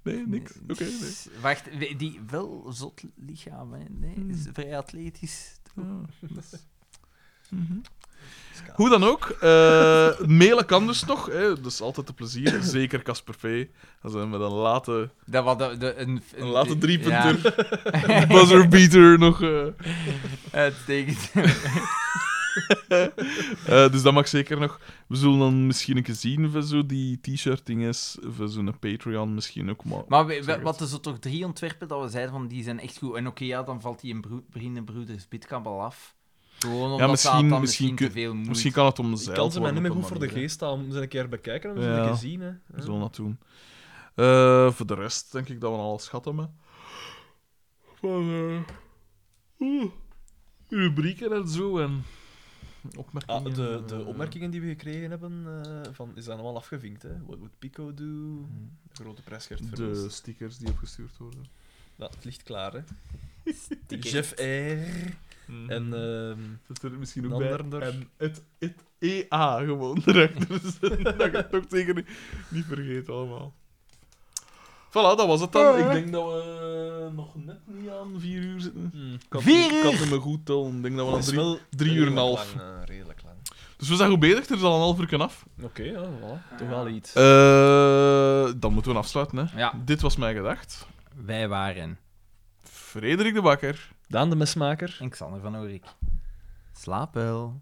Speaker 2: Nee, niks. Oké, nee.
Speaker 1: Wacht, we- die wel zot lichaam, hè? Nee, is vrij atletisch.
Speaker 2: Ah. Oh. Mhm. Hoe dan ook, eh, mailen kan dus nog. Hè. Dat is altijd een plezier. Zeker Casper P. Dat is met een late,
Speaker 1: Dat was de, de, een,
Speaker 2: een late
Speaker 1: Ja,
Speaker 2: driepunter, buzzer beater nog. eh.
Speaker 1: uitstekend.
Speaker 2: Eh, dus dat mag zeker nog. We zullen dan misschien een keer zien voor zo die t-shirt-ding is. Voor zo'n Patreon misschien ook. Maar,
Speaker 1: Maar we- we-
Speaker 2: Zeg het.
Speaker 1: wat er zo toch drie ontwerpen dat we zeiden van die zijn echt goed. En oké, ja, dan valt die in Bro- Vriendenbroeders Bitkamp al af. Gewoon omdat
Speaker 2: misschien-
Speaker 1: dat dan
Speaker 2: misschien
Speaker 1: misschien,
Speaker 2: kun-
Speaker 1: te veel moet.
Speaker 2: misschien kan het om
Speaker 3: Ik
Speaker 2: zelf.
Speaker 3: kan ze mij
Speaker 2: worden
Speaker 3: niet meer
Speaker 2: op
Speaker 3: goed
Speaker 2: een
Speaker 3: voor de
Speaker 2: manier, hè.
Speaker 3: geest staan. Moeten ze een keer bekijken en we
Speaker 2: Ja.
Speaker 3: zullen een keer zien. Hè.
Speaker 2: We
Speaker 3: Ja.
Speaker 2: zullen dat doen. Eh, voor de rest denk ik dat we al alles gehad hebben. Van eh, oeh, rubrieken en zo en
Speaker 3: Ah,
Speaker 5: Ah,
Speaker 2: opmerkingen.
Speaker 3: de, de opmerkingen die we gekregen hebben, eh, van, is dat allemaal afgevinkt. Hè? What would Pico do?
Speaker 2: Mm.
Speaker 3: De grote prijs Gert
Speaker 2: De
Speaker 3: Verhulst.
Speaker 2: stickers die opgestuurd worden.
Speaker 3: Dat Nou, ligt klaar, hè.
Speaker 1: Ticket.
Speaker 3: Jeff R. En
Speaker 2: dat
Speaker 3: ehm,
Speaker 2: is er misschien ook
Speaker 3: een
Speaker 2: bij.
Speaker 3: ander er.
Speaker 2: En het, het EA gewoon erachter zetten. dat ik het toch zeker niet, niet vergeet allemaal. Voilà, dat was het dan. Ik denk dat we nog net niet aan vier uur zitten.
Speaker 3: hmm,
Speaker 2: Ik had-
Speaker 1: Vier
Speaker 2: Ik
Speaker 1: uur?
Speaker 2: kan het me goed tellen. Ik denk dat we aan
Speaker 3: is
Speaker 2: drie,
Speaker 3: wel
Speaker 2: drie uur en een
Speaker 3: redelijk
Speaker 2: half.
Speaker 3: lang, eh, redelijk lang.
Speaker 2: Dus we zijn goed bezig, er is al een half uur af.
Speaker 3: Oké, ja, voilà. Toch wel iets.
Speaker 2: Eh, dan moeten we afsluiten, hè.
Speaker 1: Ja.
Speaker 2: Dit was mijn gedacht.
Speaker 1: Wij waren.
Speaker 2: Frederik de Bakker.
Speaker 3: Daan de Mesmaker.
Speaker 1: En Xander van Oorik. Slaap wel.